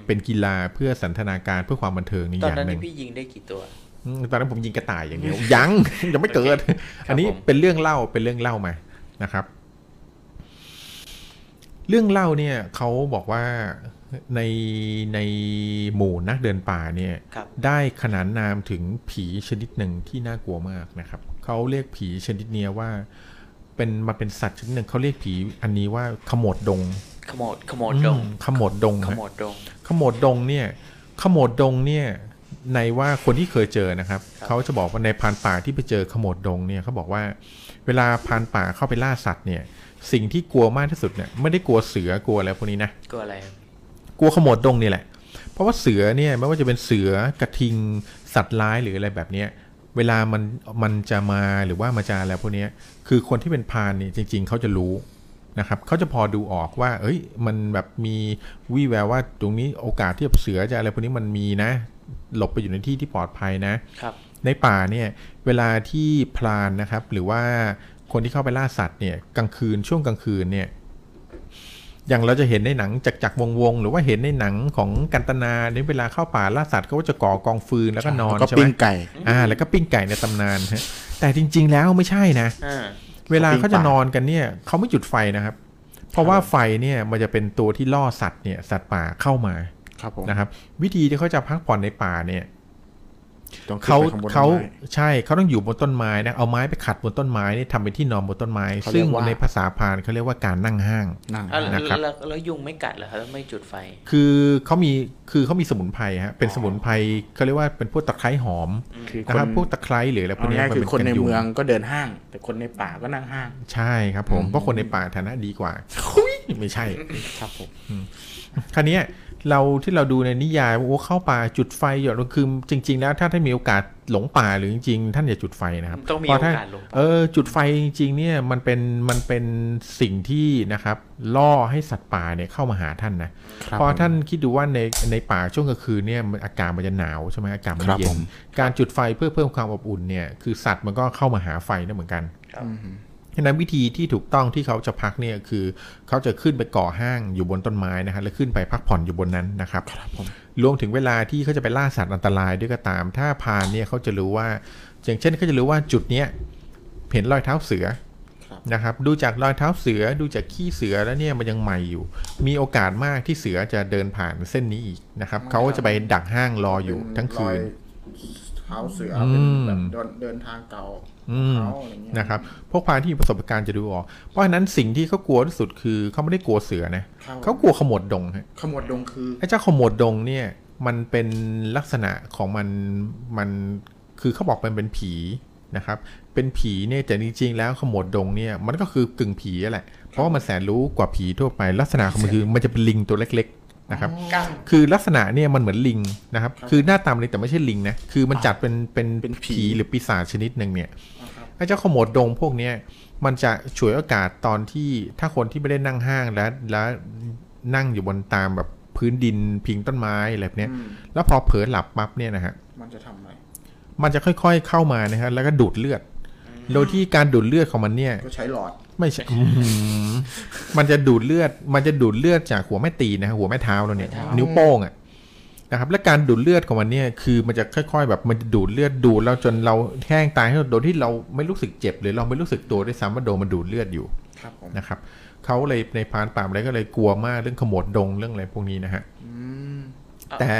S2: เป็นกีฬาเพื่อสันทนาการเพื่อความบันเทิงนี่
S3: ตอ
S2: อน ย่าง
S3: นั้น
S2: หนึ่
S3: นี่
S2: ง
S3: พี่ยิงได้กี่ตัว
S2: อืมตอนนั้นผมยิงกระต่ายอย่างเดียว <laughs> ยัง ยังไม่เกิด อันนี้
S3: ผม
S2: เป็นเรื่องเล่าเป็นเรื่องเล่ามานะครับ เรื่องเล่าเนี่ยเขาบอกว่าในในหมู่นักเดินป่าเนี่ย
S3: ครับ
S2: ได้ขนานนามถึงผีชนิดหนึ่งที่น่ากลัวมากนะครับ เขาเรียกผีชนิดเนี้ยว่า เป็นมันเป็นสัตว์ชนิดหนึ่งเขาเรียกผีอันนี้ว่าขโมดดง
S3: ขโมดขโมดดง
S2: อืมขโมดดง
S3: ข
S2: นะ
S3: โมดดง
S2: ขโมดดงเนี่ยขโมดดงเนี่ยในว่าคนที่เคยเจอนะครับ เขาจะบอกว่าในพรานป่าที่ไปเจอขโมดดงเนี่ยเขาบอกว่า เวลาพรานป่าเข้าไปล่าสัตว์เนี่ย สิ่งที่กลัวมากที่สุดเนี่ยไม่ได้กลัวเสือกลัวอะไรพวกนี้นะ
S3: ก็อะไรครับ
S2: กลัวขโมดดงนี่แหละ เพราะว่าเสือเนี่ยไม่ว่าจะเป็นเสือกระทิงสัตว์ร้ายหรืออะไรแบบเนี้ยเวลามันมันจะมาหรือว่ามาจะอะไรพวกเนี้ยคือคนที่เป็นพรานเนี่ยจริง ๆเขาจะรู้ นะครับเขาจะพอดูออกว่า เอ้ย มันแบบมีวี่แววว่าตรงนี้โอกาสที่แบบเสือจะอะไรพวกนี้มันมีนะ หลบไปอยู่ในที่ที่ปลอดภัยนะ
S3: ครับ
S2: ในป่าเนี่ย เวลาที่พลานนะครับ หรือว่าคนที่เข้าไปล่าสัตว์เนี่ยกลางคืนช่วงกลางคืนเนี่ย อย่างเราจะเห็นในหนังจักจักรวงศ์วงศ์หรือว่าเห็นในหนังของกันตนาในเวลาเข้าป่าล่าสัตว์เขาก็จะก่อกองฟืนแล้วก็นอน
S1: ก็
S2: ใช่ไหม
S1: ปิ้งไก่
S2: อ่า แล้วก็ปิ้งไก่ในตำนานฮะแต่จริง ๆ แล้วไม่ใช่นะ
S3: อ่า
S2: เวลาเขาจะ
S1: ปิ้งปลาน น
S2: อนกันเนี่ยเขาไม่จุดไฟนะครับ เพราะว่าไฟเนี่ยมันจะเป็นตัวที่ล่อสัตว์เนี่ยสัตว์ป่าเข้ามา
S1: ครับผม
S2: นะครับ วิธีที่เขาจะพักผ่อนในป่าเนี่ย
S1: ต้องขึ้น
S2: เขา
S1: ไปข้งบนต้
S2: เขา
S1: นไม้
S2: ใช่เขาต้องอยู่บนต้นไม้นะเอาไม้ไปขัดบนต้นไม้เนี่ยทำเป็นที่นอนบนต้นไม้
S1: เขาเรี
S2: ซึ่
S1: ย
S2: ง
S1: กว่า
S2: ในภาษาพรานเขาเรียกว่าการนั่งห้าง
S1: นั่ง
S3: อ่ะแล้ว
S2: นะครับ
S3: แล้วแล้วยุงไม่กัดเหรอครับแล้วไม่จุดไฟ
S2: คือเขามีคือเขามีสมุนไพรฮะเป็นสมุนไพรเขาเรียกว่าเป็นพวกตะไคร้หอม
S1: คือค
S2: นะครับ
S1: น
S2: พวกตะไคร้หรืออะไรพว
S1: เอา
S2: กเนี้
S1: ง่ายๆ
S2: มั
S1: คือคนใน
S2: กัดยุ
S1: เมืองก็เดินห้าง แต่คนในป่าก็นั่งห้าง
S2: ใช่ครับผมเพราะคนในป่าฐานะดีกว่าไม่ใช่
S1: ครับผม
S2: คราวเนี้ยเราที่เราดูในนิยายว่าโอ้เข้าป่าจุดไฟหยดลงคือจริง ๆ แล้วถ้าท่านมีโอกาสหลงป่าหรือจริงๆท่านอย่าจุดไฟนะครับ
S3: ต้องมี
S2: เพระถ้
S3: โอกาสหลงป่า
S2: เออจุดไฟจริงๆเนี่ยมันเป็นมันเป็นสิ่งที่นะครับล่อให้สัตว์ป่าเนี่ยเข้ามาหาท่านนะครับ พอท่าน
S1: ผม
S2: คิดดูว่าในในป่าช่วงกลางคืนเนี่ยมันอากาศมันจะหนาวใช่ไหมอากาศมัน
S1: ครับ
S2: เย็
S1: ผ
S2: น
S1: ม
S2: การจุดไฟเพื่อเพิ่มความอบอุ่นเนี่ยคือสัตว์มันก็เข้ามาหาไฟนั่นเหมือนกัน
S1: อืม
S2: ฉะนั้นวิธีที่ถูกต้องที่เขาจะพักเนี่ยคือเขาจะขึ้นไปก่อห้างอยู่บนต้นไม้นะฮะแล้วขึ้นไปพักผ่อนอยู่บนนั้นนะครับ
S1: ครับผม
S2: รวมถึงเวลาที่เขาจะไปล่าสัตว์อันตรายด้วยก็ตาม ถ้าพรานเนี่ยเขาจะรู้ว่าอย่างเช่นเขาจะรู้ว่าจุดเนี้ยเห็นรอยเท้าเสือนะครับ ดูจากรอยเท้าเสือดูจากขี้เสือแล้วเนี่ยมันยังใหม่อยู่ มีโอกาสมากที่เสือจะเดินผ่านเส้นนี้อีกนะครับเขาก็จะไปดักห้างรออยู่ทั้งคืน
S1: เท้าเสือ
S2: เป็นแบบเดิน
S1: เดินทางเก่า
S2: อืม
S1: เขาอะไรเงี้ย
S2: นะครับ พวกพรานที่มีประสบการณ์จะดูออก เพราะฉะนั้นสิ่งที่เขากลัวที่สุดคือเขาไม่ได้กลัวเสือนะเขากลัวขโมดดงฮะ
S1: ขมวดดงคือ
S2: ไอ้เจ้าขโมดดงเนี่ย มันเป็นลักษณะของมัน มันคือเขาบอกมันเป็นผีนะครับ เป็นผีเนี่ยแต่จริงๆแล้วขโมดดงเนี่ยมันก็คือกึ่งผีแหละ เพราะว่ามันแสนรู้กว่าผีทั่วไป ลักษณะของมันคือมันจะเป็นลิงตัวเล็กๆนะครับ คือลักษณะเนี่ยมันเหมือนลิงนะครับ คือหน้าตามนลิงแต่ไม่ใช่ลิงนะ คือมันจัดเป็นเป็น
S1: เป็นผี
S2: หรือปีศาจชนิดหนึ่งเนี่ย ไอ้เจ้าขโมดดงพวกเนี้ยมันจะฉวยโอกาสตอนที่ถ้าคนที่ไม่ได้นั่งห้างและและนั่งอยู่บนตามแบบพื้นดินพิงต้นไม้อะไรแบบเนี้ย แล้วพอเผลอหลับปั๊บเนี่ยนะฮะ
S1: มันจะทำอะไร
S2: มันจะค่อยๆเข้ามานะฮะแล้วก็ดูดเลือด โดยที่การดูดเลือดของมันเนี่ย
S1: ก็ใช้หลอด
S2: ไม่ใช่อื้อหือมันจะดูดเลือด มันจะดูดเลือดจากหัวแม่ตีนนะฮะหัวแม่เท้าเราเนี่ย
S3: แม่เท้า
S2: นิ้วโป้งอะนะครับ และการดูดเลือดของมันเนี่ย คือมันจะค่อย ๆ แบบมันจะดูดเลือดดูดเราจนเราแห้งตายให้เราโดยที่เราไม่รู้สึกเจ็บหรือเราไม่รู้สึกตัวด้วยซ้ำว่าโดนมันดูดเลือดอยู่
S1: ครับผม
S2: นะครับเขาเลยในพรานป่าอะไรก็เลยกลัวมากเรื่องขโมดดงเรื่องอะไรพวกนี้นะฮะ
S1: อืม
S2: แต่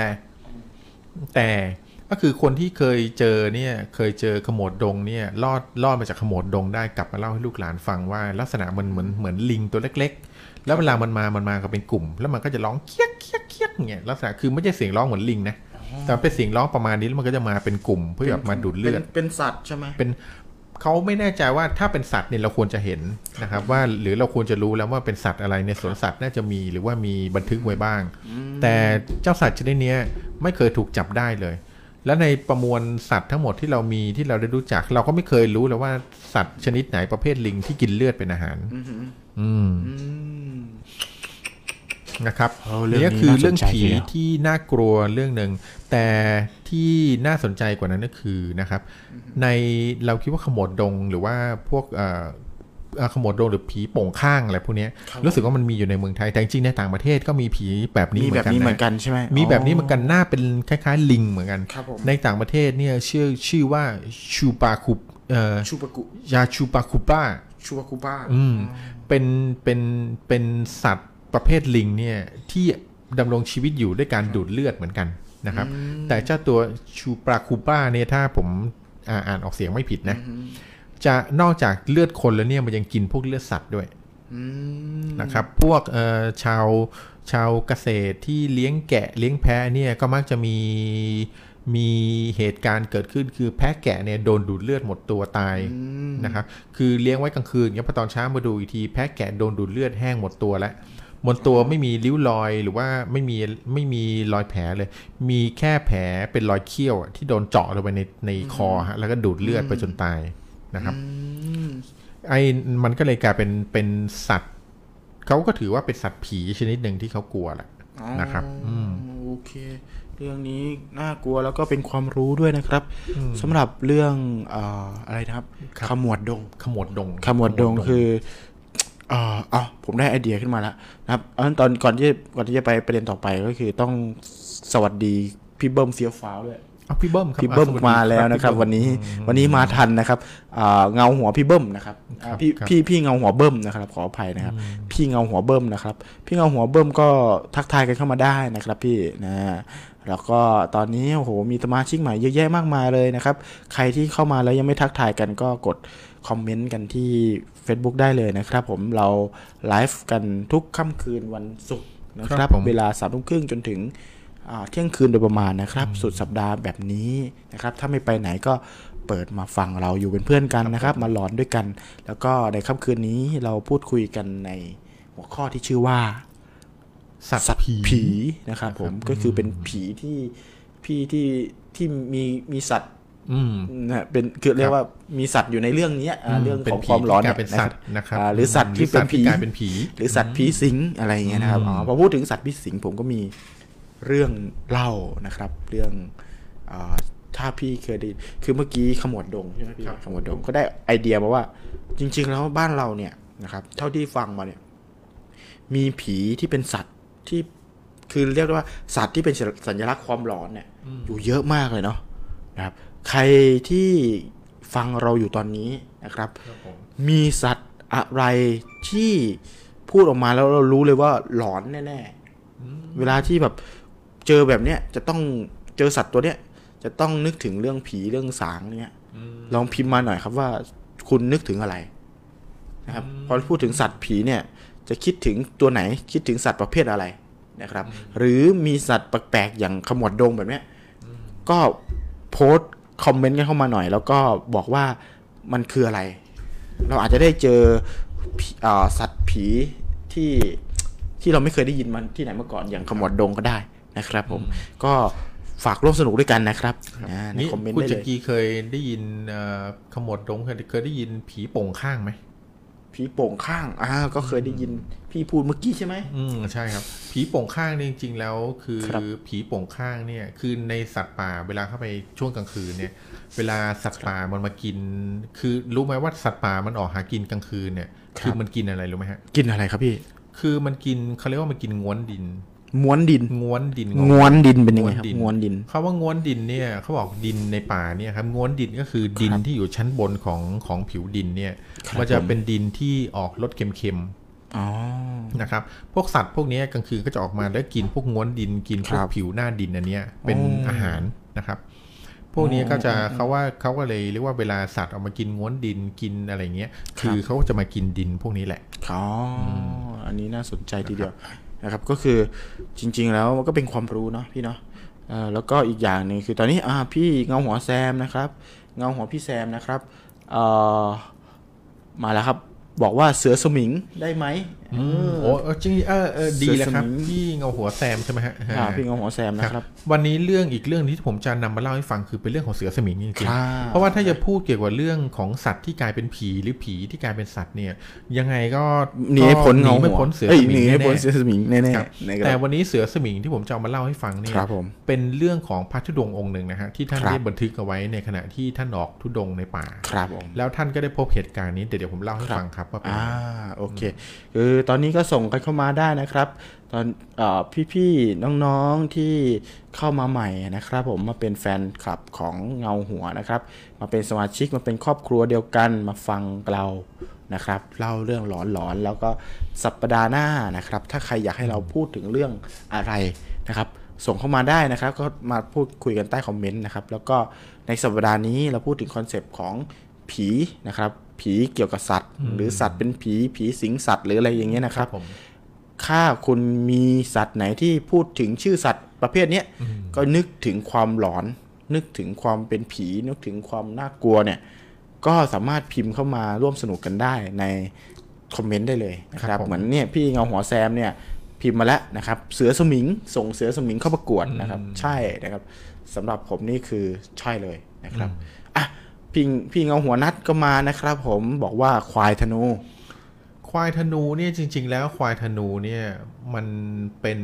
S2: แต่ก็คือคนที่เคยเจอเนี่ยเคยเจอขโมดดงเนี่ยรอดรอดมาจากขโมดดงได้กลับมาเล่าให้ลูกหลานฟังว่า ลักษณะมันเหมือนเหมือนลิงตัวเล็ก ๆ แล้วเวลามันมามันมากันเป็นกลุ่ม แล้วมันก็จะร้องเคียกเคียกเคียกเงี้ยลักษณะคือไม่ใช่เสียงร้องเหมือนลิงนะแต่เป็นเสียงร้องประมาณนี้แล้วมันก็จะมาเป็นกลุ่มเพื่อแบบมาดูดเลือด
S1: เป็นเป็นสัตว์ใช่ไหม
S2: เป็น เขาไม่แน่ใจว่าถ้าเป็นสัตว์เนี่ยเราควรจะเห็นนะครับ ว่าหรือเราควรจะรู้แล้วว่าเป็นสัตว์อะไรในสวนสัตว์น่าจะมีหรือว่ามีบันทึกไว้บ้าง แต่เจ้าสัตว์ชนิดเนี้ยไม่เคยถูกจับได้เลย และในประมวลสัตว์ทั้งหมดที่เรามีที่เราได้รู้จัก เราก็ไม่เคยรู้เลยว่าสัตว์ชนิดไหนประเภทลิงที่กินเลือดเป็นอาหาร อืม
S1: อืม
S2: นะครับ
S1: เอาเรื่อง
S2: นี่
S1: นี้
S2: ก็คือ
S1: น่าสนใจที
S2: เรื่องผี
S1: เดียว
S2: ที่น่ากลัวเรื่องหนึ่งแต่ที่น่าสนใจกว่านั้นก็คือนะครับ ในเราคิดว่าขโมดดงหรือว่าพวกเอ่อเอ่อขโมดดงหรือผีโป่งข้างอะไรพวกเนี้ยรู้สึกว่ามันมีอยู่ในเมืองไทยแต่จริงๆในต่างประเทศก็มีผีแบบนี้
S1: มี
S2: เหมื
S1: แบ
S2: อบ นกัน
S1: นี้เหมือน
S2: นะ
S1: กันใช่ไหม
S2: มีแบบนี้เหมือนกันหน้าเป็นคล้ายๆ ลิงเหมือนกัน
S1: ครับผม
S2: ในต่างประเทศเนี่ยชื่อชื่อว่าชูปาคุปเอ่อ
S1: ชูปากุ
S2: ยาชูปาคุป้า
S1: ชูปากุบ้า
S2: อืมเป็นเป็นเป็นสัตว์ประเภทลิงเนี่ยที่ดำรงชีวิตอยู่ด้วยการดูดเลือดเหมือนกันนะครับ แต่เจ้าตัวชูปราคูป้าเนี่ยถ้าผมอ่าอ่านออกเสียงไม่ผิดนะ จะนอกจากเลือดคนแล้วเนี่ยมันยังกินพวกเลือดสัตว์ด้วยนะครับ พวกเอ่อชาวชาวเกษตรที่เลี้ยงแกะเลี้ยงแพะเนี่ยก็มักจะมีมีเหตุการณ์เกิดขึ้นคือแพะแกะเนี่ยโดนดูดเลือดหมดตัวตาย นะครับคือเลี้ยงไว้กลางคืนเงี้ยพอตอนเช้ามาดูอีกทีแพะแกะโดนดูดเลือดแห้งหมดตัวแล้วบนตัวไม่มีริ้วรอยหรือว่าไม่มีไม่มีรอยแผลเลย มีแค่แผลเป็นรอยเขี้ยวอะที่โดนเจาะลงไปในในคอฮะแล้วก็ดูดเลือดไปจนตายนะครับไอ้มันก็เลยกลายเป็นเป็นสัตว์เขาก็ถือว่าเป็นสัตว์ผีชนิดหนึ่งที่เขากลัวแหละ นะครับอืม
S1: โอเค เรื่องนี้น่ากลัวแล้วก็เป็นความรู้ด้วยนะครับสำหรับเรื่องเอ่ออะไรนะครับขมวดดง
S2: ขมวดดง
S1: ขมวดดงคือเอ่อเอาผมได้ไอเดียขึ้นมาแล้วนะครับเอางั้นตอนก่อนที่ก่อนที่จะไปประเด็นต่อไปก็คือต้องสวัสดีพี่เบิ้มเสียวฟ้าวด้วย
S2: เอาพี่เบิ้มครับ
S1: พี่เบิ้ม
S2: อ่ะสสดี
S1: มาแล้วนะครับ วันนี้วันนี้มาทันนะครับอ่าเงาหัวพี่เบิ้มนะครับอ่าพี่
S2: ครับ
S1: พี่พี่เงาหัวเบิ้มนะครับ ขออภัยนะครับ พี่เงาหัวเบิ้มนะครับ พี่เงาหัวเบิ้มก็ทักทายกันเข้ามาได้นะครับ พี่นะแล้วก็ตอนนี้โอ้โหมีสมาชิกใหม่เยอะแยะมากมายเลยนะครับ ใครที่เข้ามาแล้วยังไม่ทักทายกันก็กดคอมเมนต์กันที่ Facebook ได้เลยนะครับ ผมเราไลฟ์กันทุกค่ำคืนวันศุกร์นะค
S2: ครั
S1: รับบ
S2: ผม
S1: เวลาสามทุ่มครึ่งจนถึงอ่าเที่ยงคืนโดยประมาณนะครับ สุดสัปดาห์แบบนี้นะครับ ถ้าไม่ไปไหนก็เปิดมาฟังเราอยู่เป็นเพื่อนกันนะครับ มาหลอนด้วยกัน แล้วก็ในค่ำคืนนี้เราพูดคุยกันใน หัวข้อที่ชื่อว่า
S2: สัตว์ผี
S1: ผีนะครับผมก็คือเป็นผีที่พี่ที่ที่มีมีสัตว์
S2: อืม
S1: นะเป็นคือเรียกว่ามีสัตว์อยู่ในเรื่องเนี้ยอ่า
S2: อืม
S1: เรื่อง
S2: เป็
S1: ข
S2: น
S1: อง
S2: ผี
S1: ความร้อน
S2: ที่กลายเป็นสัตว์นะครับ
S1: อ่าหรือสัตว์
S2: หรือ
S1: ที่เป็น
S2: สัตว์ที่
S1: ผี
S2: กลายเป็นผี
S1: หรือสัตว์ผีสิงอะไรอย่างเงี้ยนะครับ
S2: อืม
S1: อ๋อพอพูดถึงสัตว์ผีสิงผมก็มีเรื่องเล่านะครับ เรื่องอ่าถ้าพี่เคยได้คือเมื่อกี้ขมวดดงใช่ไหมพี่ขมวดดงก็ได้ไอเดียมาว่า จริง ๆ แล้วบ้านเราเนี่ยนะครับ เท่าที่ฟังมาเนี่ย มีผีที่เป็นสัตว์ที่คือเรียกได้ว่าสัตว์ที่เป็นสัญลักษณ์ความหลอนเนี่ย อยู่เยอะมากเลยเนาะนะครับ ใครที่ฟังเราอยู่ตอนนี้นะครับ มีสัตว์อะไรที่พูดออกมาแล้วเรารู้เลยว่าหลอนแน่ๆเวลาที่แบบเจอแบบเนี้ยจะต้องเจอสัตว์ตัวเนี้ยจะต้องนึกถึงเรื่องผีเรื่องสางเนี่ยลองพิมพ์มาหน่อยครับว่าคุณนึกถึงอะไร นะครับพอพูดถึงสัตว์ผีเนี่ยจะคิดถึงตัวไหนคิดถึงสัตว์ประเภทอะไรนะครับ หรือมีสัตว์แปลกๆอย่างขมวดดงแบบเนี้ยก็โพสต์คอมเมนต์กันเข้ามาหน่อย แล้วก็บอกว่ามันคืออะไร เราอาจจะได้เจอผีเอ่อสัตว์ผีที่ที่เราไม่เคยได้ยินมันที่ไหนมาก่อนอย่างขมวดดงก็ได้นะครับ ผมก็ฝากร่วมสนุกด้วยกันนะครับอ่าในคอมเมนต์
S2: คุณ
S1: ได้
S2: จั
S1: เล
S2: ก
S1: ย
S2: รีเคยได้ยินเอ่อขมวดดงเคยเคยได้ยินผีโป่งข้างไหม
S1: ผีโป่งข้างอ่าก็เคยได้ยินพี่พูดเมื่อกี้ใช่ไหม
S2: อืมใช่ครับ ผีโป่งข้างเนี่ยจริงๆแล้ว คือ
S1: ครับ
S2: ผีโป่งข้างเนี่ยคือในสัตว์ป่าเวลาเข้าไปช่วงกลางคืนเนี่ย เวลาสัตว์ป่ามันมากิน คือรู้ไหมว่าสัตว์ป่ามันออกหากินกลางคืนเนี่ย
S1: ครับ
S2: คือมันกินอะไรรู้ไหมฮะ
S1: กินอะไรครับพี่
S2: คือมันกินเขาเรียกว่ามันกินง้วนดิน
S1: ม้วนดิน
S2: ง้วนดิน
S1: ง้วนดินเป็นยังไงครับ
S2: ดิน
S1: ง้วนดิน
S2: เขาว่าง้วนดินเนี่ยเขาบอกดินในป่าเนี่ยครับง้วนดินก็คือดินที่อยู่ชั้นบนของของผิวดินเนี่ย
S1: ครับ
S2: มันจะ
S1: ผม
S2: เป็นดินที่ออกรสเค็ม
S1: อ๋อ
S2: ๆนะครับพวกสัตว์พวกเนี้ยกลางคืนก็จะออกมาแล้วกินพวกง้วนดินกินพ
S1: ค
S2: วก
S1: รับ
S2: ผิวหน้าดินอันเนี้ยเป็น
S1: อ๋ออ
S2: อาหารนะครับ พวกนี้ก็จะเขาว่าเขาก็เลยเรียกว่าเวลาสัตว์ออกมากินง้วนดินกินอะไรเงี้ย
S1: ครับ
S2: คือเขาก็จะมากินดินพวกนี้แหละ
S1: อ๋อออันนี้น่าสนใจทีเดียวนะครับ ก็คือจริง ๆ แล้วมันก็เป็นความรู้เนาะพี่เนาะเอ่อแล้วก็อีกอย่างหนึ่งคือตอนนี้อ่าพี่เงาหัวแซมนะครับ เงาหัวพี่แซมนะครับ เอ่อมาแล้วครับ บอกว่าเสือสมิงได้ไหม
S2: อื
S1: เอ
S2: ม
S1: อ
S2: โอ้เออจริงเออเออดีแล้วครับ
S1: เสือสมิง
S2: พี่เงาหัวแซมใช่ไหมฮะ
S1: อ่าพี่เงาหัวแซมนะครับ
S2: วันนี้เรื่องอีกเรื่องที่ผมจะนำมาเล่าให้ฟังคือเป็นเรื่องของเสือสมิงจริง
S1: ครับ
S2: ๆเพราะว่าถ้าจะพูดเกี่ยวกับเรื่องของสัตว์ที่กลายเป็นผีหรือผีที่กลายเป็นสัตว์เนี่ย ยังไงก็
S1: หนีให้พ้น
S2: ก็
S1: เงา
S2: ห
S1: หั
S2: ไม่
S1: ว
S2: พ้นเสือ
S1: เอ้ย
S2: สมิ
S1: ห
S2: ง
S1: นีให้พ้น
S2: แน่
S1: เสือสมิงแน่ๆ
S2: ๆ
S1: นะครับ ครับ
S2: แต่วันนี้เสือสมิงที่ผมจะเอามาเล่าให้ฟังเนี่ย
S1: ครับผม
S2: เป็นเรื่องของพระธุดงค์องค์หนึ่งนะฮะที่ท่าน
S1: ครับ
S2: ได้บันทึกเอาไว้ในขณะที่ท่านออกธุดงค์ในป่า
S1: ครับผม
S2: แล้วท่านก็ได้พบเหตุการณ์นี้เดี๋ยวเดี๋ยวผมเล่าให้ฟังครับว่าเป็น
S1: อ่าโอเคคือตอนนี้ก็ส่งกันเข้ามาได้นะครับ ตอนเออพี่ๆน้องๆที่เข้ามาใหม่นะครับ ผมมาเป็นแฟนคลับของเงาหัวนะครับ มาเป็นสมาชิกมาเป็นครอบครัวเดียวกันมาฟังเรานะครับเล่าเรื่องหลอนๆแล้วก็สัปปดาห์หน้านะครับ ถ้าใครอยากให้เราพูดถึงเรื่องอะไรนะครับ ส่งเข้ามาได้นะครับ ก็มาพูดคุยกันใต้คอมเมนต์นะครับ แล้วก็ในสัปดาห์นี้เราพูดถึงคอนเซปต์ของผีนะครับ ผีเกี่ยวกับสัตว์ หรือสัตว์เป็นผีผีสิงสัตว์หรืออะไรอย่างเงี้ยนะครับ
S2: ผม
S1: ถ้าคุณมีสัตว์ไหนที่พูดถึงชื่อสัตว์ประเภทเนี้ยก็นึกถึงความหลอน นึกถึงความเป็นผี นึกถึงความน่ากลัวเนี่ย ก็สามารถพิมพ์เข้ามาร่วมสนุกกันได้ในคอมเมนต์ได้เลยนะครับ เหมือนเนี่ยพี่เงาหัวแซมเนี่ยพิมพ์มาแล้วนะครับ เสือสมิงส่งเสือสมิงเข้าประกวดนะครับ ใช่นะครับสำหรับผมนี่คือใช่เลยนะครับอ่ะพี่พี่เงาหัวนัดก็มานะครับ ผมบอกว่าควายธนู
S2: ควายธนูเนี่ยจริง ๆ แล้วควายธนูเนี่ยมันเป็น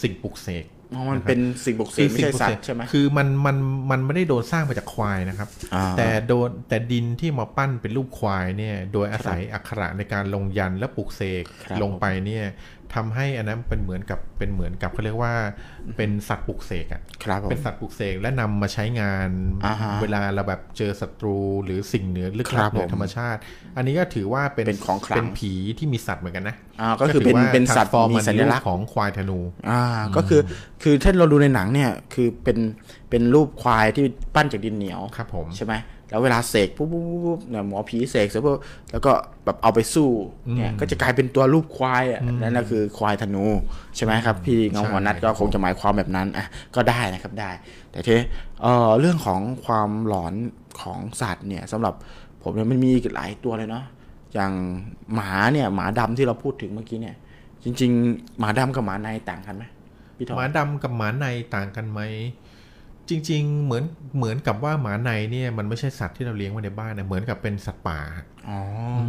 S2: สิ่งปลุกเสก
S1: อ๋อมันเป็นสิ่งบุกเสกไม่ใช่สัตว์ใช่ไหม
S2: คือมันมันมันไม่ได้โดนสร้างมาจากควายนะครับ
S1: อ่า
S2: แต่โดนแต่ดินที่มาปั้นเป็นรูปควายเนี่ยโดยอาศัยอักขระในการลงยันต์และปลุกเสก
S1: ครับ
S2: ลงไปเนี่ยทำให้อันนั้นเป็นเหมือนกับเป็นเหมือนกับเขาเรียกว่าเป็นสัตว์ปลุกเสกอ่ะ
S1: ครับผม
S2: เป็นสัตว์ปลุกเสกและนำมาใช้งาน
S1: อ่าฮะ
S2: เวลาเราแบบเจอศัตรูหรือสิ่งเหนือลึก
S1: ครั
S2: ลับบ เหนือ
S1: ผม
S2: ธรรมชาติ อันนี้ก็ถือว่าเป็น
S1: เป็นของขลัง
S2: เป็นผีที่มีสัตว์เหมือนกันนะ
S1: อ่าก็คือเป็น
S2: ถืว่า
S1: เป็นสัตว์
S2: transform
S1: มี
S2: นใน
S1: สัญ
S2: รูป
S1: ลักษณ์
S2: ของควายธนู
S1: อ่าก็คือคือถ้าเราดูในหนังเนี่ยคือเป็นเป็นรูปควายที่ปั้นจากดินเหนียว
S2: ครับผม
S1: ใช่ไหมแล้วเวลาเสกปุ๊บปุ๊บปุ๊บปุ๊บเนี่ยหมอผีเสกเสร็จปุ๊บแล้วก็แบบเอาไปสู้เนี่ยก็จะกลายเป็นตัวรูปควายอ่ะนั่นก็คือควายธนูใช่ไหมครับพี่เงาหัวนัดก็คงจะหมายความแบบนั้นอ่ะก็ได้นะครับได้ แต่ทีเอ่อเรื่องของความหลอนของสัตว์เนี่ยสำหรับผมเนี่ยมันมีอีกหลายตัวเลยเนาะ อย่างหมาเนี่ยหมาดำที่เราพูดถึงเมื่อกี้เนี่ย จริง ๆ หมาดำกับหมาในต่างกันไหมพี่ทอ
S2: ห
S1: ม
S2: มาดำกับหมาในต่างกันไหม จริง ๆ เหมือนเหมือนกับว่าหมาในเนี่ยมันไม่ใช่สัตว์ที่เราเลี้ยงไว้ในบ้านนะเหมือนกับเป็นสัตว์ป่า
S1: อ๋ออ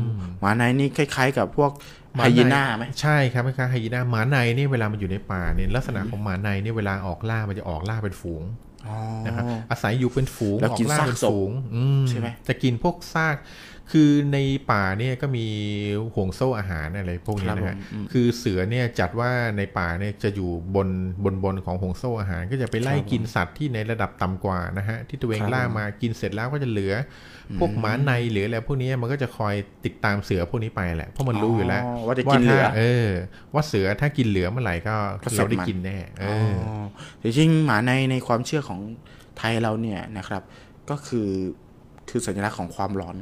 S1: หมาในนี่คล้าย ๆ กับพวกไฮยีน่าไหม
S2: ใช่ครับคล้ายๆไฮยีน่าหมาในเนี่ยเวลามันอยู่ในป่าเนี่ยลักษณะของหมาในเนี่ยเวลาออกล่ามันจะออกล่าเป็นฝูงนะครับอาศัยอยู่เป็นฝูง
S1: แล้ว
S2: ออ
S1: กิ
S2: ก
S1: น
S2: ล่า
S1: ซาก
S2: เป็น
S1: ศพ
S2: ฝูงอื
S1: ใช่ไหม
S2: จะกินพวกซาก คือในป่าเนี่ยก็มีห่วงโซ่อาหารอะไรพวกนี้นะฮะคือเสือเนี่ยจัดว่าในป่าเนี่ยจะอยู่บนบนบนของห่วงโซ่อาหาร ก็จะไปไล่กินสัตว์ที่ในระดับต่ำกว่านะฮะที่ตัวเองล่ามากินเสร็จแล้วก็จะเหลืออพวกหมาในหรืออะไรพวกนี้มันก็จะคอยติดตามเสือพวกนี้ไปแหละเพราะมันรู้อยู่แล้ว
S1: อ๋อว่าจะกินเหลือ
S2: ว่าถ้าเออ ว่าเสือถ้ากินเหลือเมื่อไหร่ก็
S1: ก็เสร็จ
S2: เราได้
S1: มัน
S2: กินแน่เอ
S1: อ๋
S2: อ
S1: อแต่จริงๆหมาในในความเชื่อของไทยเราเนี่ยนะครับ ก็คือคือสัญลักษณ์ของความร้อน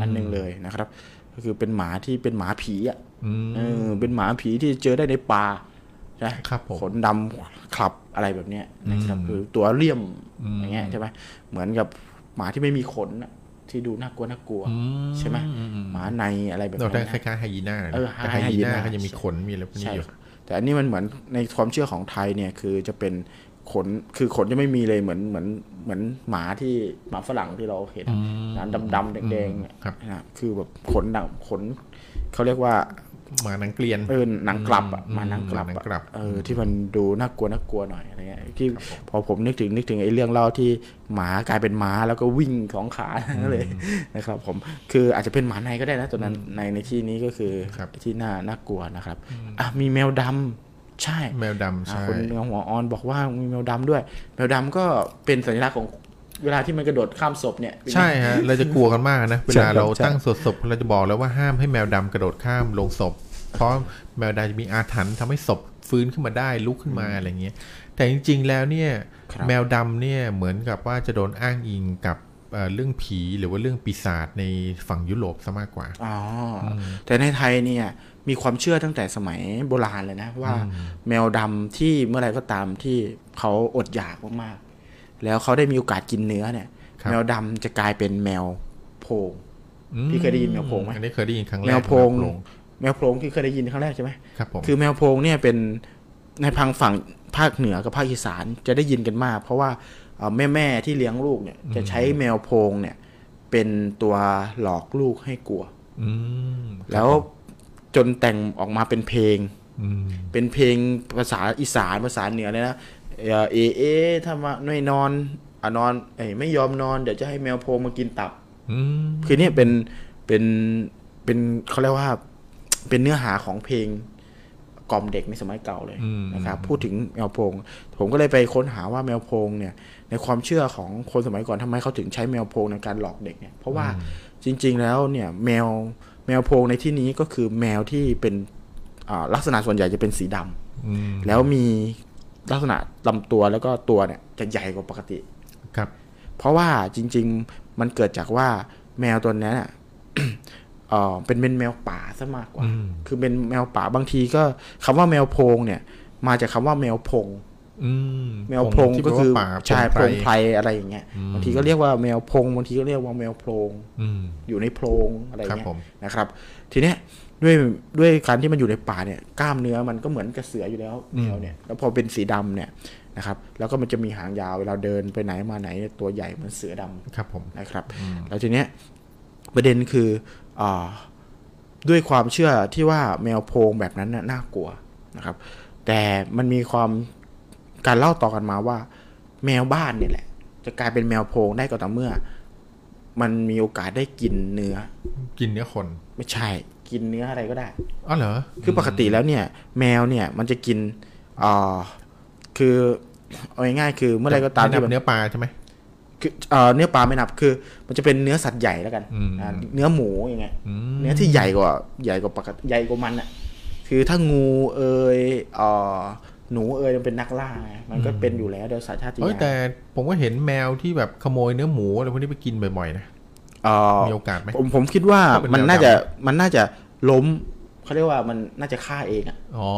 S1: อันหนึ่งเลยนะครับ ก็คือเป็นหมาที่เป็นหมาผีอ่ะเออเป็นหมาผีที่เจอได้ในป่านะครับ
S2: ผม
S1: ขนดำขลับอะไรแบบเนี้ยนะครับคือตัวเลี่ยมอย่างเงี้ยใช่ไหมเหมือนกับหมาที่ไม่มีขนน่ะที่ดูน่ากลัวน่ากลัวใช่ไหมหมาในอะไรแบบ
S2: เรา
S1: นั้
S2: ได้
S1: น
S2: ค
S1: นะ
S2: ล้ายๆไฮยีน่านะ
S1: เออ
S2: แต่
S1: ไฮ
S2: ไฮยีน่า
S1: ไฮยีน่า
S2: ก็ยังมีขนมีอะไรพวกนี้
S1: ใช่
S2: อยู่
S1: ครับแต่อันนี้มันเหมือนในความเชื่อของไทยเนี่ยคือจะเป็นขนคือขนจะไม่มีเลยเหมือนเหมือนเหมือนหมาที่หมาฝรั่งที่เราเห็นนะดำดำๆแดงๆเนี่ย
S2: ครับ
S1: นะคือแบบขนดำขนเขาเรียกว่า
S2: หมาหนังเกลียน
S1: เออหนังกลับอ่ะ
S2: อืม
S1: หมาหนังกลับ
S2: หมาหนั
S1: อะ
S2: งกลับ
S1: เออที่มันดูน่ากลัวน่ากลัวหน่อยอะไรเงี้ยที่พอผมนึกถึงนึกถึงไอ้เรื่องเล่าที่หมากลายเป็นม้าแล้วก็วิ่งสองขานั่นเลยนะครับผมคืออาจจะเป็นหมาในก็ได้นะตัวนั้นในในที่นี้ก็คือ
S2: ครับ
S1: ที่น่าน่ากลัวนะครับอ่ะมีแมวดำใช่
S2: แมวดำ
S1: อ่า
S2: ใช่
S1: คนเนื้อหัวออนบอกว่ามีแมวดำด้วย แมวดำก็เป็นสัญลักษณ์ของเวลาที่มันกระโดดข้ามศพเนี่ย
S2: ใช่ฮะ เราจะกลัวกันมากนะ เว
S1: <laughs>
S2: ลา
S1: ใช่ครับ
S2: เรา
S1: ใช่
S2: ตั้งสวดศพเราจะบอกแล้วว่าห้ามให้แมวดำกระโดดข้ามลงศพ เพราะแมวดำจะมีอาถรรพ์ทำให้ศพฟื้นขึ้นมาได้ลุกขึ้นมาอะไรเงี้ยแต่จริง ๆ แล้วเนี่ยแมวดำเนี่ยเหมือนกับว่าจะโดนอ้างอิงกับเอ่อเรื่องผีหรือว่าเรื่องปีศาจในฝั่งยุโรปซะมากกว่า
S1: อ๋ออแต่ในไทยเนี่ยมีความเชื่อตั้งแต่สมัยโบราณเลยนะ ว่าแมวดำที่เมื่อไหรก็ตามที่เขาอดอยากมากๆแล้วเขาได้มีโอกาสกินเนื้อเนี่ย
S2: ครับ
S1: แมวดำจะกลายเป็นแมวโพรง
S2: อืม
S1: พี่เคยได้ยินแมวโพงไหม
S2: อันนี้เคยได้ยินครั้งแรก
S1: แมวโพง
S2: แมว
S1: แมวโพรงที่เคยได้ยินครั้งแรกใช่ไหม
S2: ครับผม
S1: คือแมวโพรงเนี่ยเป็นในพังฝั่งภาคเหนือกับภาคอีสานจะได้ยินกันมาก เพราะว่าแม่อแม่ ๆ ที่เลี้ยงลูกเนี่ย จะใช้แมวโพรงเนี่ย เป็นตัวหลอกลูกให้กลัว
S2: อืม
S1: แล้วจนแต่งออกมาเป็นเพลง
S2: อืม
S1: เป็นเพลงภาษาอีสานภาษาเหนือเลยนะเอ่อเอเอถ้ามาไม่นอนอ่ะนอนเอ้ยไม่ยอมนอนเดี๋ยวจะให้แมวโพรงมากินตับ
S2: อืม
S1: คือเนี่ยเป็นเป็นเป็นเขาเรียกว่าเป็นเนื้อหาของเพลงกล่อมเด็กในสมัยเก่าเลยนะครับพูดถึงแมวโพง ผมก็เลยไปค้นหาว่าแมวโพงเนี่ย ในความเชื่อของคนสมัยก่อนทำไมเขาถึงใช้แมวโพงในการหลอกเด็กเนี่ยเพราะว่าจริง ๆ แล้วเนี่ยแมวแมวโพงในที่นี้ก็คือแมวที่เป็นอ่าลักษณะส่วนใหญ่จะเป็นสีดำ
S2: อืม
S1: แล้วมีลักษณะลำตัวแล้วก็ตัวเนี่ยจะใหญ่กว่าปกติ
S2: ครับ
S1: เพราะว่าจริง ๆ มันเกิดจากว่าแมวตัวนั้นน่ะ <coughs> เอ่อเป็นเป็นแมวป่าซะมากกว่า
S2: อืม
S1: คือเป็นแมวป่าบางทีก็คำว่าแมวโพรงเนี่ย มาจากคำว่าแมวพง
S2: อืม
S1: แมวพง
S2: ที่
S1: ก็คือ
S2: แปลว่าป่า
S1: ใช่พ
S2: พ
S1: งไพรอะไรอย่างเงี้ยบางทีก็เรียกว่าแมวพงบางทีก็เรียกว่าแมวโพรง
S2: อืม
S1: อยู่ในโพรงอะไร
S2: ครับ
S1: เงี้ย
S2: ผม
S1: นะครับ ทีเนี้ยด้วยด้วยการที่มันอยู่ในป่าเนี่ยกล้ามเนื้อมันก็เหมือนกระเสืออยู่แล้วแมวเนี่ยแล้วพอเป็นสีดำเนี่ยนะครับ แล้วก็มันจะมีหางยาวเวลาเดินไปไหนมาไหนเนี่ยตัวใหญ่เหมือนเสือดำ
S2: ครับผม
S1: นะครับแล้วทีเนี้ยประเด็นคืออาด้วยความเชื่อที่ว่าแมวโพรงแบบนั้นน่ะน่ากลัวนะครับ แต่มันมีความการเล่าต่อกันมาว่า แมวบ้านเนี่ยแหละ จะกลายเป็นแมวโพรงได้ก็ต่อเมื่อ มันมีโอกาสได้กินเนื้อ
S2: กินเนื้อคน
S1: ไม่ใช่กินเนื้ออะไรก็ได้
S2: อ๋อเหรอ
S1: คือปกติแล้วเนี่ย แมวเนี่ยมันจะกินอ่าคือเอาง่ายๆคือเมื่อไหรก็ตาม
S2: ที่
S1: ที่มัน
S2: เนื้อปลาใช่ไหม
S1: คือเอ่อเนื้อปลาไม่นับคือ มันจะเป็นเนื้อสัตว์ใหญ่แล้วกัน
S2: อืม
S1: อ่าเนื้อหมูอย่างเงี้ย
S2: อืม
S1: เนื้อที่ใหญ่กว่าใหญ่กว่าปกติใหญ่กว่ามันอะคือถ้างูเอยเอ่อหนูเอยมันเป็นนักล่าไงมันก็เป็นอยู่แล้วโดยสายชาติ
S2: เอ้ย
S1: ญาณ
S2: แต่ผมก็เห็นแมวที่แบบขโมยเนื้อหมูอะไรพวกนี้ไปกินบ่อยๆนะ
S1: เอ่อ
S2: มีโอกาสไหม
S1: ผมผมคิดว่า
S2: ถ้าเป็น
S1: มัน
S2: แมว
S1: น่าจะ
S2: ด
S1: มันน่าจะล้มเขาเรียกว่ามันน่าจะฆ่าเองอะ
S2: อ๋อ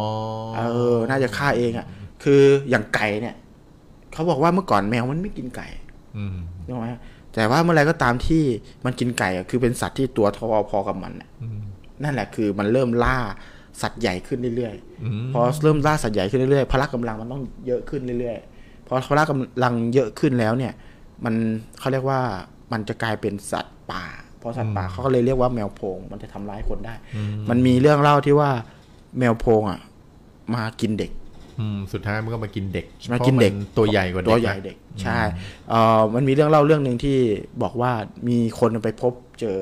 S1: เออ น่าจะฆ่าเองอะคืออย่างไก่เนี่ยเขาบอกว่าเมื่อก่อนแมวมันไม่กินไก่
S2: อืม
S1: นึกออกไหมแต่ว่าเมื่อไรก็ตามที่มันกินไก่อะคือเป็นสัตว์ที่ตัวทอพอกับมันน่ะนั่นแหละคือมันเริ่มล่าสัตว์ใหญ่ขึ้นเรื่อย
S2: อืม
S1: ๆ พอเริ่มล่าสัตว์ใหญ่ขึ้นเรื่อยๆ พละกำลังมันต้องเยอะขึ้นเรื่อยๆ พอพละกำลังเยอะขึ้นแล้วเนี่ย มันเขาเรียกว่ามันจะกลายเป็นสัตว์ป่า พอสัตว์ป่าเขาก็เลยเรียกว่าแมวโพรงมันจะทำร้ายคนได้ มันมีเรื่องเล่าที่ว่าแมวโพรงอ่ะมากินเด็ก
S2: อืมสุดท้ายมันก็มากินเด็ก
S1: มากินเด็ก
S2: พราะมัตัวใหญ่กว่าเด็ก
S1: ตัวใหญ่
S2: นะ
S1: เด็กใช่เอ่อมันมีเรื่องเล่าเรื่องหนึ่งที่บอกว่ามีคนไปพบเจอ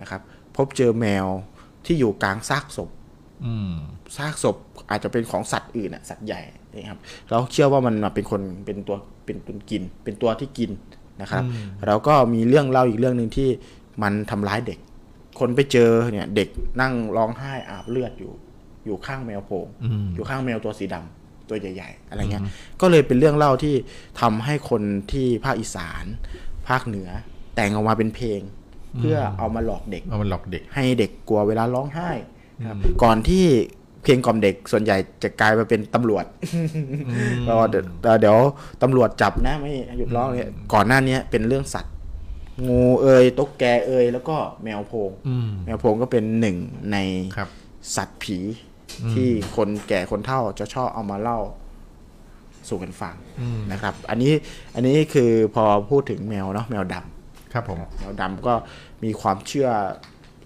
S1: นะครับ พบเจอแมวที่อยู่กลางซากศพ
S2: อืม
S1: ซากศพอาจจะเป็นของสัตว์อื่นอะสัตว์ใหญ่นะครับแล้วเชื่อว่ามันเป็นคนเป็นตัวเป็นตุนกิน เป็นตัวที่กินนะครับ แล้วก็มีเรื่องเล่าอีกเรื่องหนึ่งที่มันทำร้ายเด็ก คนไปเจอเนี่ยเด็กนั่งร้องไห้อาบเลือดอยู่ อยู่ข้างแมวโพรง
S2: อืม
S1: อยู่ข้างแมวตัวสีดำตัวใหญ่ ๆ อะไรเงี้ย ก็เลยเป็นเรื่องเล่าที่ทำให้คนที่ภาคอีสาน ภาคเหนือ แต่งออกมาเป็นเพลง เพื่อเอามาหลอกเด็ก
S2: เอามันหลอกเด็ก
S1: ให้เด็กกลัวเวลาร้องไห้ครับก่อนที่เพลงกล่อมเด็กส่วนใหญ่จะกลายมาเป็นตำรวจก็ <laughs> เดี๋ยวเดี๋ยวตำรวจจับนะไม่หยุดร้องเนี่ยก่อนหน้าเนี้ยเป็นเรื่องสัตว์ งูเอยตกแกเอยแล้วก็แมวโพง
S2: อืม
S1: แมวโพงก็เป็นหนึ่งใน
S2: ครับ
S1: สัตว์ผีที่คนแก่คนเฒ่าจะชอบเอามาเล่าสู่กันฟังนะครับ อันนี้อันนี้คือพอพูดถึงแมวเนาะแมวด
S2: ครับผม
S1: ำแมวดำก็มีความเชื่อ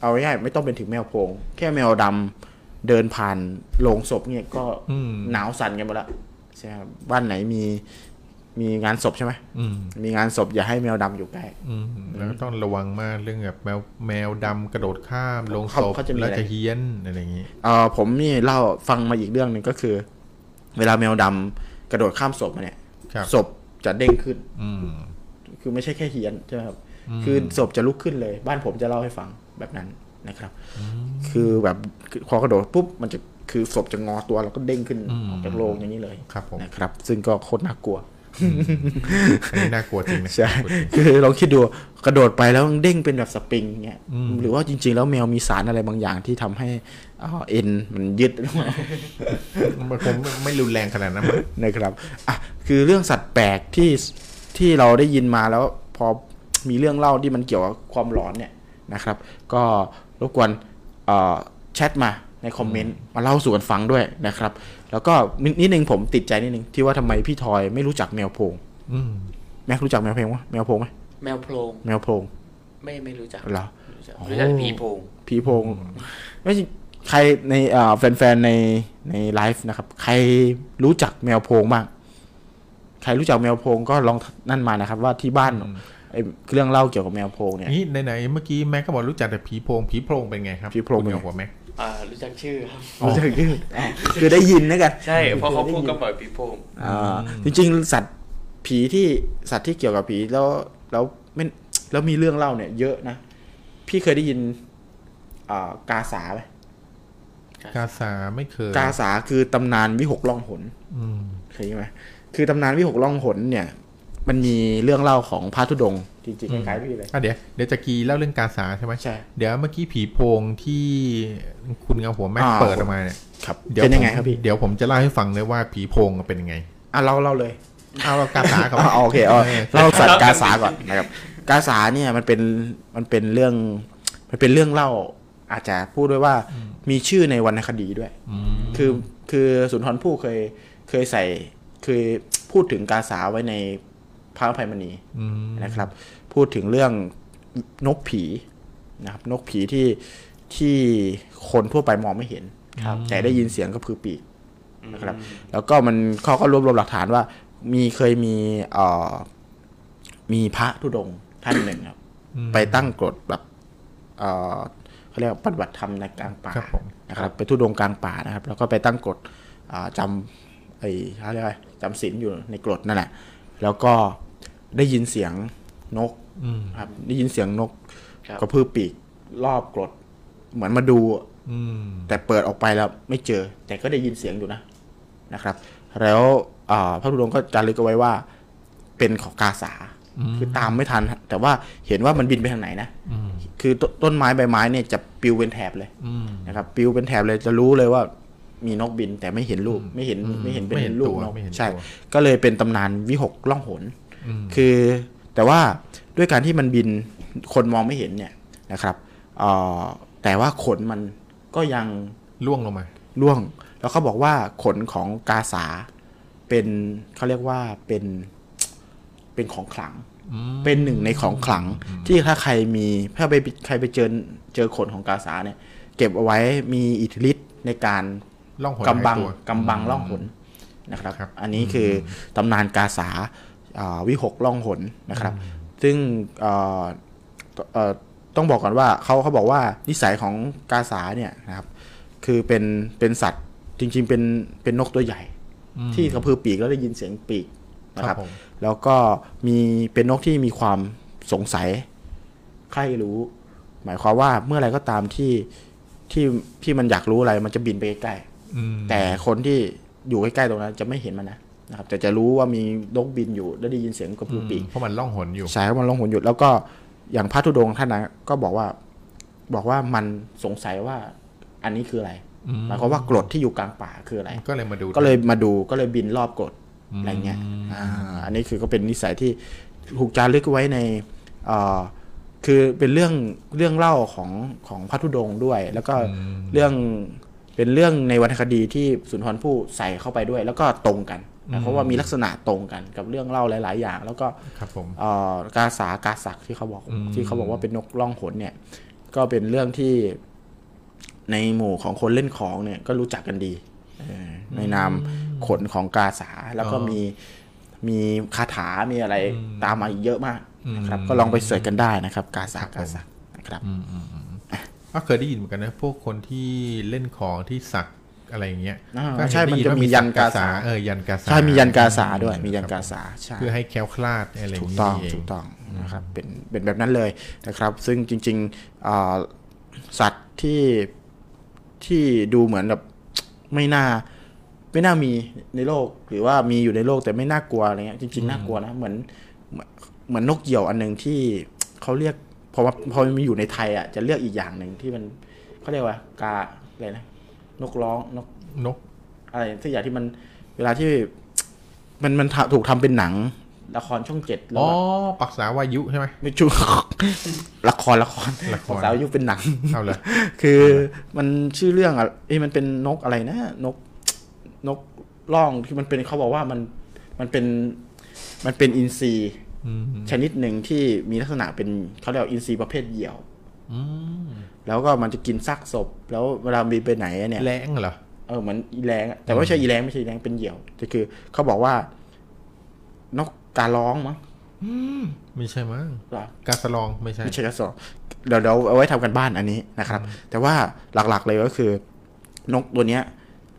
S1: เอาง่ายๆไม่ต้องเป็นถึงแมวโพรง แค่แมวดำเดินผ่านโลงศพเนี่ยก็
S2: อืม
S1: หนาวสั่นกันหมดละใช่ไหมครับบ้านไหนมีมีงานศพใช่ไหม
S2: อืม
S1: มีงานศพอย่าให้แมวดำอยู่ใกล้
S2: อืมแล้วก็ต้องระวังมากเรื่องแบบแมวแมวดำกระโดดข้ามลง
S1: เขา
S2: ศพ
S1: เขาจะมี
S2: แล้ว
S1: อะไร
S2: จะเฮี้ยนอะไรอย่างงี้
S1: เออผมนี่เล่าฟังมาอีกเรื่องหนึ่งก็คือ เวลาแมวดำกระโดดข้ามศพมาเนี่ย
S2: ครับ
S1: ศพจะเด้งขึ้น
S2: อืม
S1: คือไม่ใช่แค่เฮียนใช่ไหมครับ คือศพจะลุกขึ้นเลย บ้านผมจะเล่าให้ฟังแบบนั้นนะครับ คือแบบพอกระโดดปุ๊บมันจะคือศพจะงอตัวแล้วก็เด้งขึ้น
S2: อืม
S1: ออกจากโรงอย่างนี้เลย
S2: ครับผม
S1: นะครับ ซึ่งก็โคตรน่ากลัว
S2: อันนี้น่ากลัวจริงนะ
S1: ใช่ คือลองคิดดูกระโดดไปแล้วเด้งเป็นแบบสปริงเงี้ย หรือว่าจริง ๆ แล้วแมวมีสารอะไรบางอย่างที่ทำให้อ่าเอ็นมันยึด
S2: มันคงไม่รุนแรงขนาดนั้นมั้ง
S1: นะครับอ่ะคือเรื่องสัตว์แปลกที่ที่เราได้ยินมาแล้วพอมีเรื่องเล่าที่มันเกี่ยวกับความหลอนเนี่ย นะครับ ก็รบกวนเอ่อแชทมาในคอมเมนต์มาเล่าสู่กันฟังด้วยนะครับ แล้วก็นินิดนึงผมติดใจนิดนึงที่ว่าทำไมพี่ทอยไม่รู้จักแมวโพง
S2: อืม
S1: แม็กรู้จักแมวเพลงวะแมวโพงไหม
S3: แมวโพรง
S1: แมวโพง
S3: ไม่ไม่รู้จัก
S1: เหรอ
S3: ไม่รู้จัก
S1: โอ้
S3: รู้จักแต่ผีโพรง
S1: ผีโพงไม่ใช่ใครในเอ่อแฟนๆในในไลฟ์นะครับ ใครรู้จักแมวโพงบ้าง ใครรู้จักแมวโพงก็ลองนั่นมานะครับ ว่าที่บ้านไอ้เรื่องเล่าเกี่ยวกับแมวโพงเนี่ย
S2: นี่ไหนๆเมื่อกี้แม็กก็บอกรู้จักแต่ผีโพรงผีโพรงเป็นไงครับ
S1: ผีโพรง
S2: คุณ
S1: เป็น
S2: เห
S1: ไง
S2: นียวกว่าแม็ก
S3: อ่า รู้จักชื่อครับ
S1: รู้จักชื่อ <laughs> คือได้ยินนะกัน
S3: ใช่เพราะเขาพูดกันบ่อยผีโพรง
S1: อ่าจริงๆ สัตว์ผีที่สัตว์ที่เกี่ยวกับผีแล้วแล้วไม่แล้วมีเรื่องเล่าเนี่ย เยอะนะ พี่เคยได้ยินอ่ากาสาไหม
S2: กาสาไม่เคย
S1: กาสาคือตำนานวิหกล่องหน
S2: อืม
S1: เคยไหมคือตำนานวิหกล่องหนเนี่ย มันมีเรื่องเล่าของพระธุดงค์จริงๆคล้ายๆพี่เลย
S2: อ่ะเดี๋ยวเดี๋ยวจะกีเล่าเรื่องกาสาใช่ไหม
S1: ใช่
S2: เดี๋ยวเมื่อกี้ผีโพรงที่คุณเงาหัวแม็ก
S1: อ่า
S2: เปิดออกมาเนี่ย
S1: ครับ
S2: ดี๋ว
S1: เป็นยังไง
S2: ผม
S1: ครับพี่
S2: เดี๋ยวผมจะเล่าให้ฟังเลยว่าผีโพรงเป็นยังไง
S1: อ่ะเราเล่าเลย
S2: เอาเรากาสากับ
S1: อ๋อโอเคเอาเราสัตว์กาสาก่อนนะครับ กาสาเนี่ยมันเป็นมันเป็นเรื่อง มันเป็นเรื่องเล่า อาจจะพูดด้วยว่ามีชื่อในวรรณคดีด้วย คือคือสุนทรภู่เคยเคยใส่เคยพูดถึงกาสาไว้ในพระอภัยมณี
S2: อืม
S1: นะครับพูดถึงเรื่องนกผีนะครับนกผีที่ที่คนทั่วไปมองไม่เห็น แต่ได้ยินเสียงก็คือปีกนะครับแล้วก็มันเขาก็รวบรวมหลักฐานว่า มีเคยมีเอ่อมีพระธุดงค์ท่านหนึ่งครับ ไปตั้งกฎแบบเอ่อเขาเรียกว่าปฏิบัติธรรมในกลางป่า
S2: ครับผม
S1: นะครับไปทุดงกลางป่านะครับ แล้วก็ไปตั้งกฎอ่าจำไอ้เขาเรียกว่าจำศีลอยู่ในกฎนั่นแหละ แล้วก็ได้ยินเสียงนก
S2: อืม
S1: ครับได้ยินเสียงนก
S3: ครับ
S1: กระพือปีกรอบกรดเหมือนมาดู
S2: อืม
S1: แต่เปิดออกไปแล้วไม่เจอ แต่ก็ได้ยินเสียงอยู่นะนะครับ แล้วอ่าพระธุดงค์ก็จารึกเอาไว้ว่าเป็นของกาสา คือตามไม่ทัน แต่ว่าเห็นว่ามันบินไปทางไหนนะ
S2: อืม
S1: คือตต้นไม้ใบไม้เนี่ยจะปลิวเป็นแถบเลย
S2: อืม
S1: นะครับปิวเป็นแถบเลยจะรู้เลยว่ามีนกบินแต่ไม่เห็นรูป ไม่เห็น
S2: อืม
S1: ไม่เห็นเป็
S2: ไม่เห็
S1: น
S2: น
S1: รู
S2: ตั
S1: ป
S2: วน
S1: ก
S2: ไม่เห็นตัว
S1: ใช่ ก็เลยเป็นตำนานวิหกล่องหน
S2: อืม
S1: คือแต่ว่าด้วยการที่มันบินคนมองไม่เห็นเนี่ยนะครับเอ่อแต่ว่าขนมันก็ยัง
S2: ล่วงลงมา
S1: ร่วง แล้วเขาบอกว่าขนของกาสาเป็นเขาเรียกว่าเป็นเป็นของขลัง
S2: อืม
S1: เป็นหนึ่งในของขลังที่ถ้าใครมีถ้าไปใครไปเจอเจอขนของกาสาเนี่ย เก็บเอาไว้มีอิทธิฤทธิ์ในการ
S2: ล่องหน
S1: กำบัง
S2: หายตัว
S1: กำบังล่องหนนะครับ
S2: ครับ
S1: อันนี้คือตำนานกาสาอ่าวิหกล่องหนนะครับ ซึ่งเอ่อเอ่อต้องบอกก่อนว่าเขาเขาบอกว่านิสัยของกาสาเนี่ยนะครับ คือเป็นเป็นสัตว์จริงๆเป็นเป็นนกตัวใหญ่ ที่กระพือปีกแล้วได้ยินเสียงปีกนะค
S2: ครั
S1: รั
S2: บบ ผม
S1: แล้วก็มีเป็นนกที่มีความสงสัยใครรู้ หมายความว่าเมื่อไหรก็ตามที่ที่ที่มันอยากรู้อะไร มันจะบินไปใกล้
S2: อืม
S1: ๆแต่คนที่อยู่ใกล้ๆตรงนั้นจะไม่เห็นมันนะนะครับแต่จะรู้ว่ามีนกบินอยู่แล้วได้ยินเสียงกระพือปีก
S2: เพราะมันล่องหนอยู่
S1: สายมันลงหนหยุดแล้วก็อย่างพระธุดงค์ท่านนะก็บอกว่าบอกว่ามันสงสัยว่าอันนี้คืออะไร
S2: อืม
S1: หมายความว่ากรดที่อยู่กลางป่าคืออะไร
S2: ก็เลยมาดู
S1: ก็เลยมาดูก็เลยบินรอบกรด
S2: ม
S1: อะไรเงี้ยอ่าอันนี้คือก็เป็นนิสัยที่ถูกจารึกไว้ในเอ่อคือเป็นเรื่องเรื่องเล่าของของพระธุดงค์ด้วย แล้วก็เรื่องเป็นเรื่องในวรรณคดีที่สุนทรภู่ใส่เข้าไปด้วย แล้วก็ตรงกันนะเพราะว่ามีลักษณะตรงกันกับเรื่องเล่าหลาย ๆ อย่าง แล้วก็
S2: ครับผม
S1: เอ่อกาสากาสักที่เขาบอก
S2: อืม
S1: ที่เขาบอกว่าเป็นนกล่องหนเนี่ย ก็เป็นเรื่องที่ในหมู่ของคนเล่นของเนี่ยก็รู้จักกันดีเออในนามขนของกาสาแล้วก็มีมีคาถามีอะไรตามมาอีกเยอะมากนะครับ ก็ลองไปเสิร์ชกันได้นะครับ กาสากาสักนะครับ
S2: ก็เคยได้ยินเหมือนกันนะ พวกคนที่เล่นของที่สักอะไรอย่างเงี้ย
S1: อ่า
S2: ก็เห็
S1: ใช่มัน
S2: ได้
S1: จะ
S2: ว่
S1: มียันกาสา
S2: เออยันกาสา
S1: ใช่มียันกาสาด้วยมียันกาสาใช่
S2: เพื่อให้แคล้วคลาดอะไรอย่า
S1: ถู
S2: ง
S1: ก
S2: นี้
S1: ต้อง
S2: เอง
S1: ถูกต้องนะครับเป็นเป็นแบบนั้นเลยนะครับ ซึ่งจริงๆอ่าสัตว์ที่ที่ดูเหมือนแบบ ไม่น่า ไม่น่ามีในโลก หรือว่ามีอยู่ในโลกแต่ไม่น่ากลัวอะไรเงี้ยจริงๆน่ากลัวนะเหมือนเหมือนเหมือนนกเหยี่ยวอันหนึ่งที่เขาเรียกพอมาพอมันมีอยู่ในไทยอ่ะจะเรียกอีกอย่างหนึ่งที่มันเขาเรียกว่ากาอะไรนะนกร้องนก
S2: นก
S1: อะไรสักอย่างที่มันเวลาที่ มันมันทำถูกทำเป็นหนัง ละครช่องเจ็ดแล้ว
S2: อ๋อ
S1: อะ
S2: ปักษาวายุใช่ไหม
S1: ไม่ชู <laughs> ละค ครละคร
S2: ละคร
S1: ของสาวยุคเป็นหนัง <laughs>
S2: เอาเลย
S1: คือมันชื่อเรื่องอะเอ้ยมันเป็นนกอะไรนะนก นกล่องที่มันเป็นเขาบอกว่ามันมันเป็นมันเป็นอินทรีชนิดหนึ่งที่มีลักษณะเป็นเขาเรียกว่าอินทรีประเภทเหยี่ยว
S2: อืม
S1: แล้วก็มันจะกินซากศพ แล้วเวลามีไปไหนอะเนี่ย
S2: แรงเหรอ
S1: เออเหมือนอีแรงอะแต่ว่าไม่ใช่อีแรงไม่ใช่อีแรงเป็นเหยี่ยวแต่คือเขาบอกว่านกการ้องมั้ง
S2: ไม่ใช่มั้ง
S1: เหรอ
S2: กาสลองไม่ใช่
S1: ไม่ใช่กระสอบเดี๋ยวเดี๋ยวเอาไว้ทำกันบ้านอันนี้นะครับ แต่ว่าหลักๆเลยก็คือนกตัวเนี้ย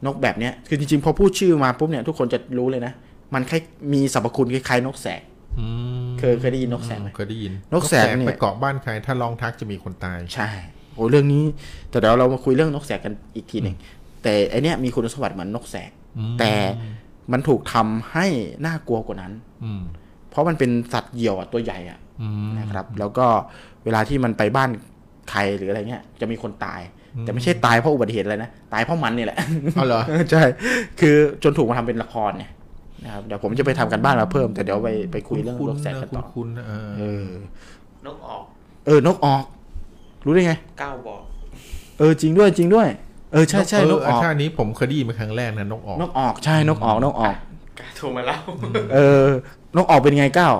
S1: นกแบบเนี้ยคือจริงๆ พอพูดชื่อมาปุ๊บเนี่ยทุกคนจะรู้เลยนะ มันคล้ายมีสรรพคุณคล้ายๆนกแสก
S2: อืม
S1: เคยเคยได้ยินนกแสกไหม
S2: เคยได้ยิน
S1: นกแสกเนี่ย
S2: ไปเกาะบ้านใครถ้าลองทักจะมีคนตาย
S1: ใช่โอ้เรื่องนี้ แต่เดี๋ยวเรามาคุยเรื่องนกแสกกันอีกทีหนึ่งแต่ไอันเนี้ยมีคุณสมบัติเหมือนนกแสก
S2: อืม
S1: แต่มันถูกทำให้น่ากลัวกว่านั้น
S2: อืม
S1: เพราะมันเป็นสัตว์เหยี่ยวอะตัวใหญ่อะ
S2: อืม
S1: นะครับ แล้วก็เวลาที่มันไปบ้านใครหรืออะไรเงี้ย จะมีคนตาย แต่ไม่ใช่ตายเพราะอุบัติเหตุอะไรนะ ตายเพราะมันนี่แหละ
S2: อ๋อเหรอ
S1: <laughs> ใช่ คือจนถูกมาทำเป็นละครเนี่ยนะครับ เดี๋ยวผมจะไปทำกันบ้านมาเพิ่ม แต่เดี๋ยวไปไปคุยเรื่อง
S2: คุ้
S1: โล
S2: น
S1: ก
S2: ๆ
S1: แสก
S2: นะ
S1: กันต่อ
S2: คุ้นๆนะเออ
S1: เออ
S3: นกออก
S1: เออ นกออก รู้ได้ไง
S3: ก้าวบอก
S1: เออ จริงด้วย จริงด้วย เออ ใช่ใช่
S2: เ
S1: นกออก
S2: ท่านี้ผมเคยได้ยินเป็นครั้งแรกนะนกออก
S1: นกออก ใช่ นกออก นกออก
S3: การโทรมาเล่า
S1: เออ นกออกเป็นไงก้าว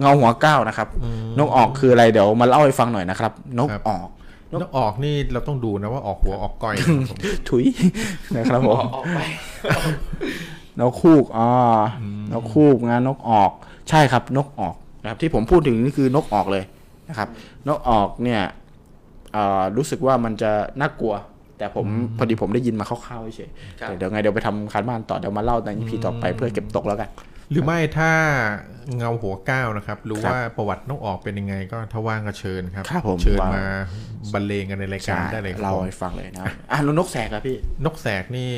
S1: เงาหัวก้าวนะครับ
S2: อืม
S1: นกออกคืออะไร เดี๋ยวมาเล่าให้ฟังหน่อยนะครับ นก
S2: ครับ
S1: ออก นก
S2: นกออกนี่เราต้องดูนะว่าออกหัวออก
S1: <laughs>
S2: ก้อยนะครับผม
S1: ถุย นะครับผม
S3: ออกไป
S1: นกคูกอ๋อนกคูกงานนกออก ใช่ครับ นกออกนะครับ ที่ผมพูดถึงนี่คือนกออกเลยนะครับ นกออกเนี่ยเอ่อรู้สึกว่ามันจะน่ากลัว แต่ผมพอดีผมได้ยินมาคร่าวๆเฉยๆ
S3: ครับ
S1: แต่เดี๋ยวไงเดี๋ยวไปทำคานบ้านต่อเดี๋ยวมาเล่าใน EP ต่อไปเพื่อเก็บตกแล้วกัน
S2: หรือไม่ถ้าเงาหัวก้าวนะครับ รู้ว่าประวัตินกออกเป็นยังไงก็ถ้าว่างก็เชิญครับ
S1: ครับผม
S2: เชิญมาบรรเลงกันในรายการได้เลยครับ
S1: เรา
S2: ผม
S1: ให้ฟังเลยนะครับอ่ะแล้วนกแสกอะพี่
S2: นกแสกนี่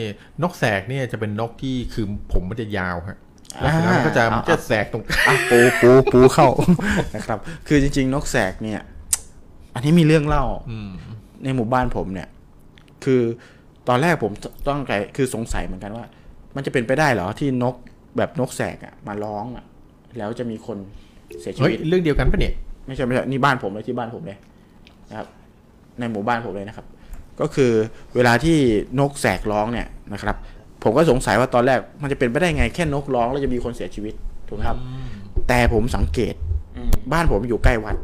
S2: นกแสกเนี่ยจะเป็นนกที่คือผมมันจะยาวฮะแล้วเสร็จแล้วมันก็จะ
S1: อ่า
S2: มันจะแสกตรงกลาง
S1: อ่ะปูปูปูเข้า <laughs> นะครับ คือจริง ๆ นกแสกเนี่ย อันนี้มีเรื่องเล่า ในหมู่บ้านผมเนี่ย คือตอนแรกผมต้องใจคือสงสัยเหมือนกันว่า มันจะเป็นไปได้เหรอที่นกแบบนกแสกอะมาร้องอะแล้วจะมีคนเสียชี
S2: เฮ้ย
S1: วิต
S2: เรื่องเดียวกันปะเนี่ย
S1: ไม่ใช่ไม่ใช่นี่บ้านผมเลยที่บ้านผมเลยนะครับ ในหมู่บ้านผมเลยนะครับ ก็คือเวลาที่นกแสกร้องเนี่ยนะครับ ผมก็สงสัยว่าตอนแรกมันจะเป็นไปได้ไงแค่นกร้องแล้วจะมีคนเสียชีวิตถูกไหมครับ แต่ผมสังเกต
S3: อืม
S1: บ้านผมอยู่ใกล้วัด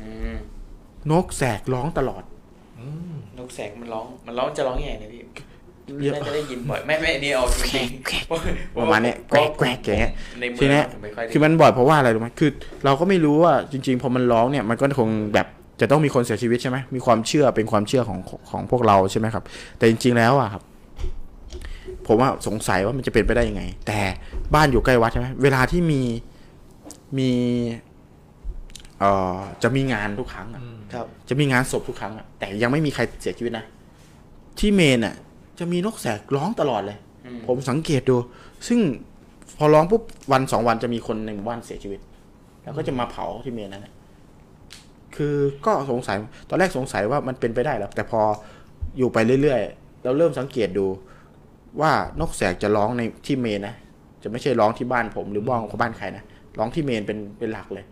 S3: อืม
S1: นกแสกร้องตลอด
S3: นกแสกมันร้อง มันร้องจะร้องยังไงนะพี่น่าจะได้ยินบ่อย ไม่ไม่อันนี่เอาจริงๆ
S1: ประมาณเนี้ยแกวกแกวกอย่างเงี้ย
S3: ในเมื
S1: ที
S3: อง
S1: เนี้ย
S3: ผมไม่ค่อยได้
S1: คือมันบ่อยเพราะว่าอะไรรู้ไหมคือ เราก็ไม่รู้ว่าจริง ๆ พอมันร้องเนี่ยมันก็คงแบบจะต้องมีคนเสียชีวิตใช่ไหมมีความเชื่อเป็นความเชื่อของของพวกเราใช่ไหมครับ แต่จริง ๆ แล้วอะครับ ผมว่าสงสัยว่ามันจะเป็นไปได้ยังไง แต่บ้านอยู่ใกล้วัดใช่ไหมเวลาที่มีมีเอ่อจะมีงานทุกครั้งอะ
S3: ครับ
S1: จะมีงานศพทุกครั้งอะแต่ยังไม่มีใครเสียชีวิตนะที่เมนอะจะมีนกแสกร้องตลอดเลย
S3: อืม
S1: ผมสังเกตดู ซึ่ง พอร้องปุ๊บวันสองวันจะมีคนในหมู่บ้านเสียชีวิต แล้วก็จะมาเผาที่เมนนั้นน่ะคือก็สงสัยตอนแรกสงสัยว่ามันเป็นไปได้หรอแต่พออยู่ไปเรื่อยๆ เราเริ่มสังเกตดูว่านกแสกจะร้องในที่เมนนะจะไม่ใช่ร้องที่บ้านผมหรือบ้านของบ้านใครนะร้องที่เมนเป็นเป็นหลักเลย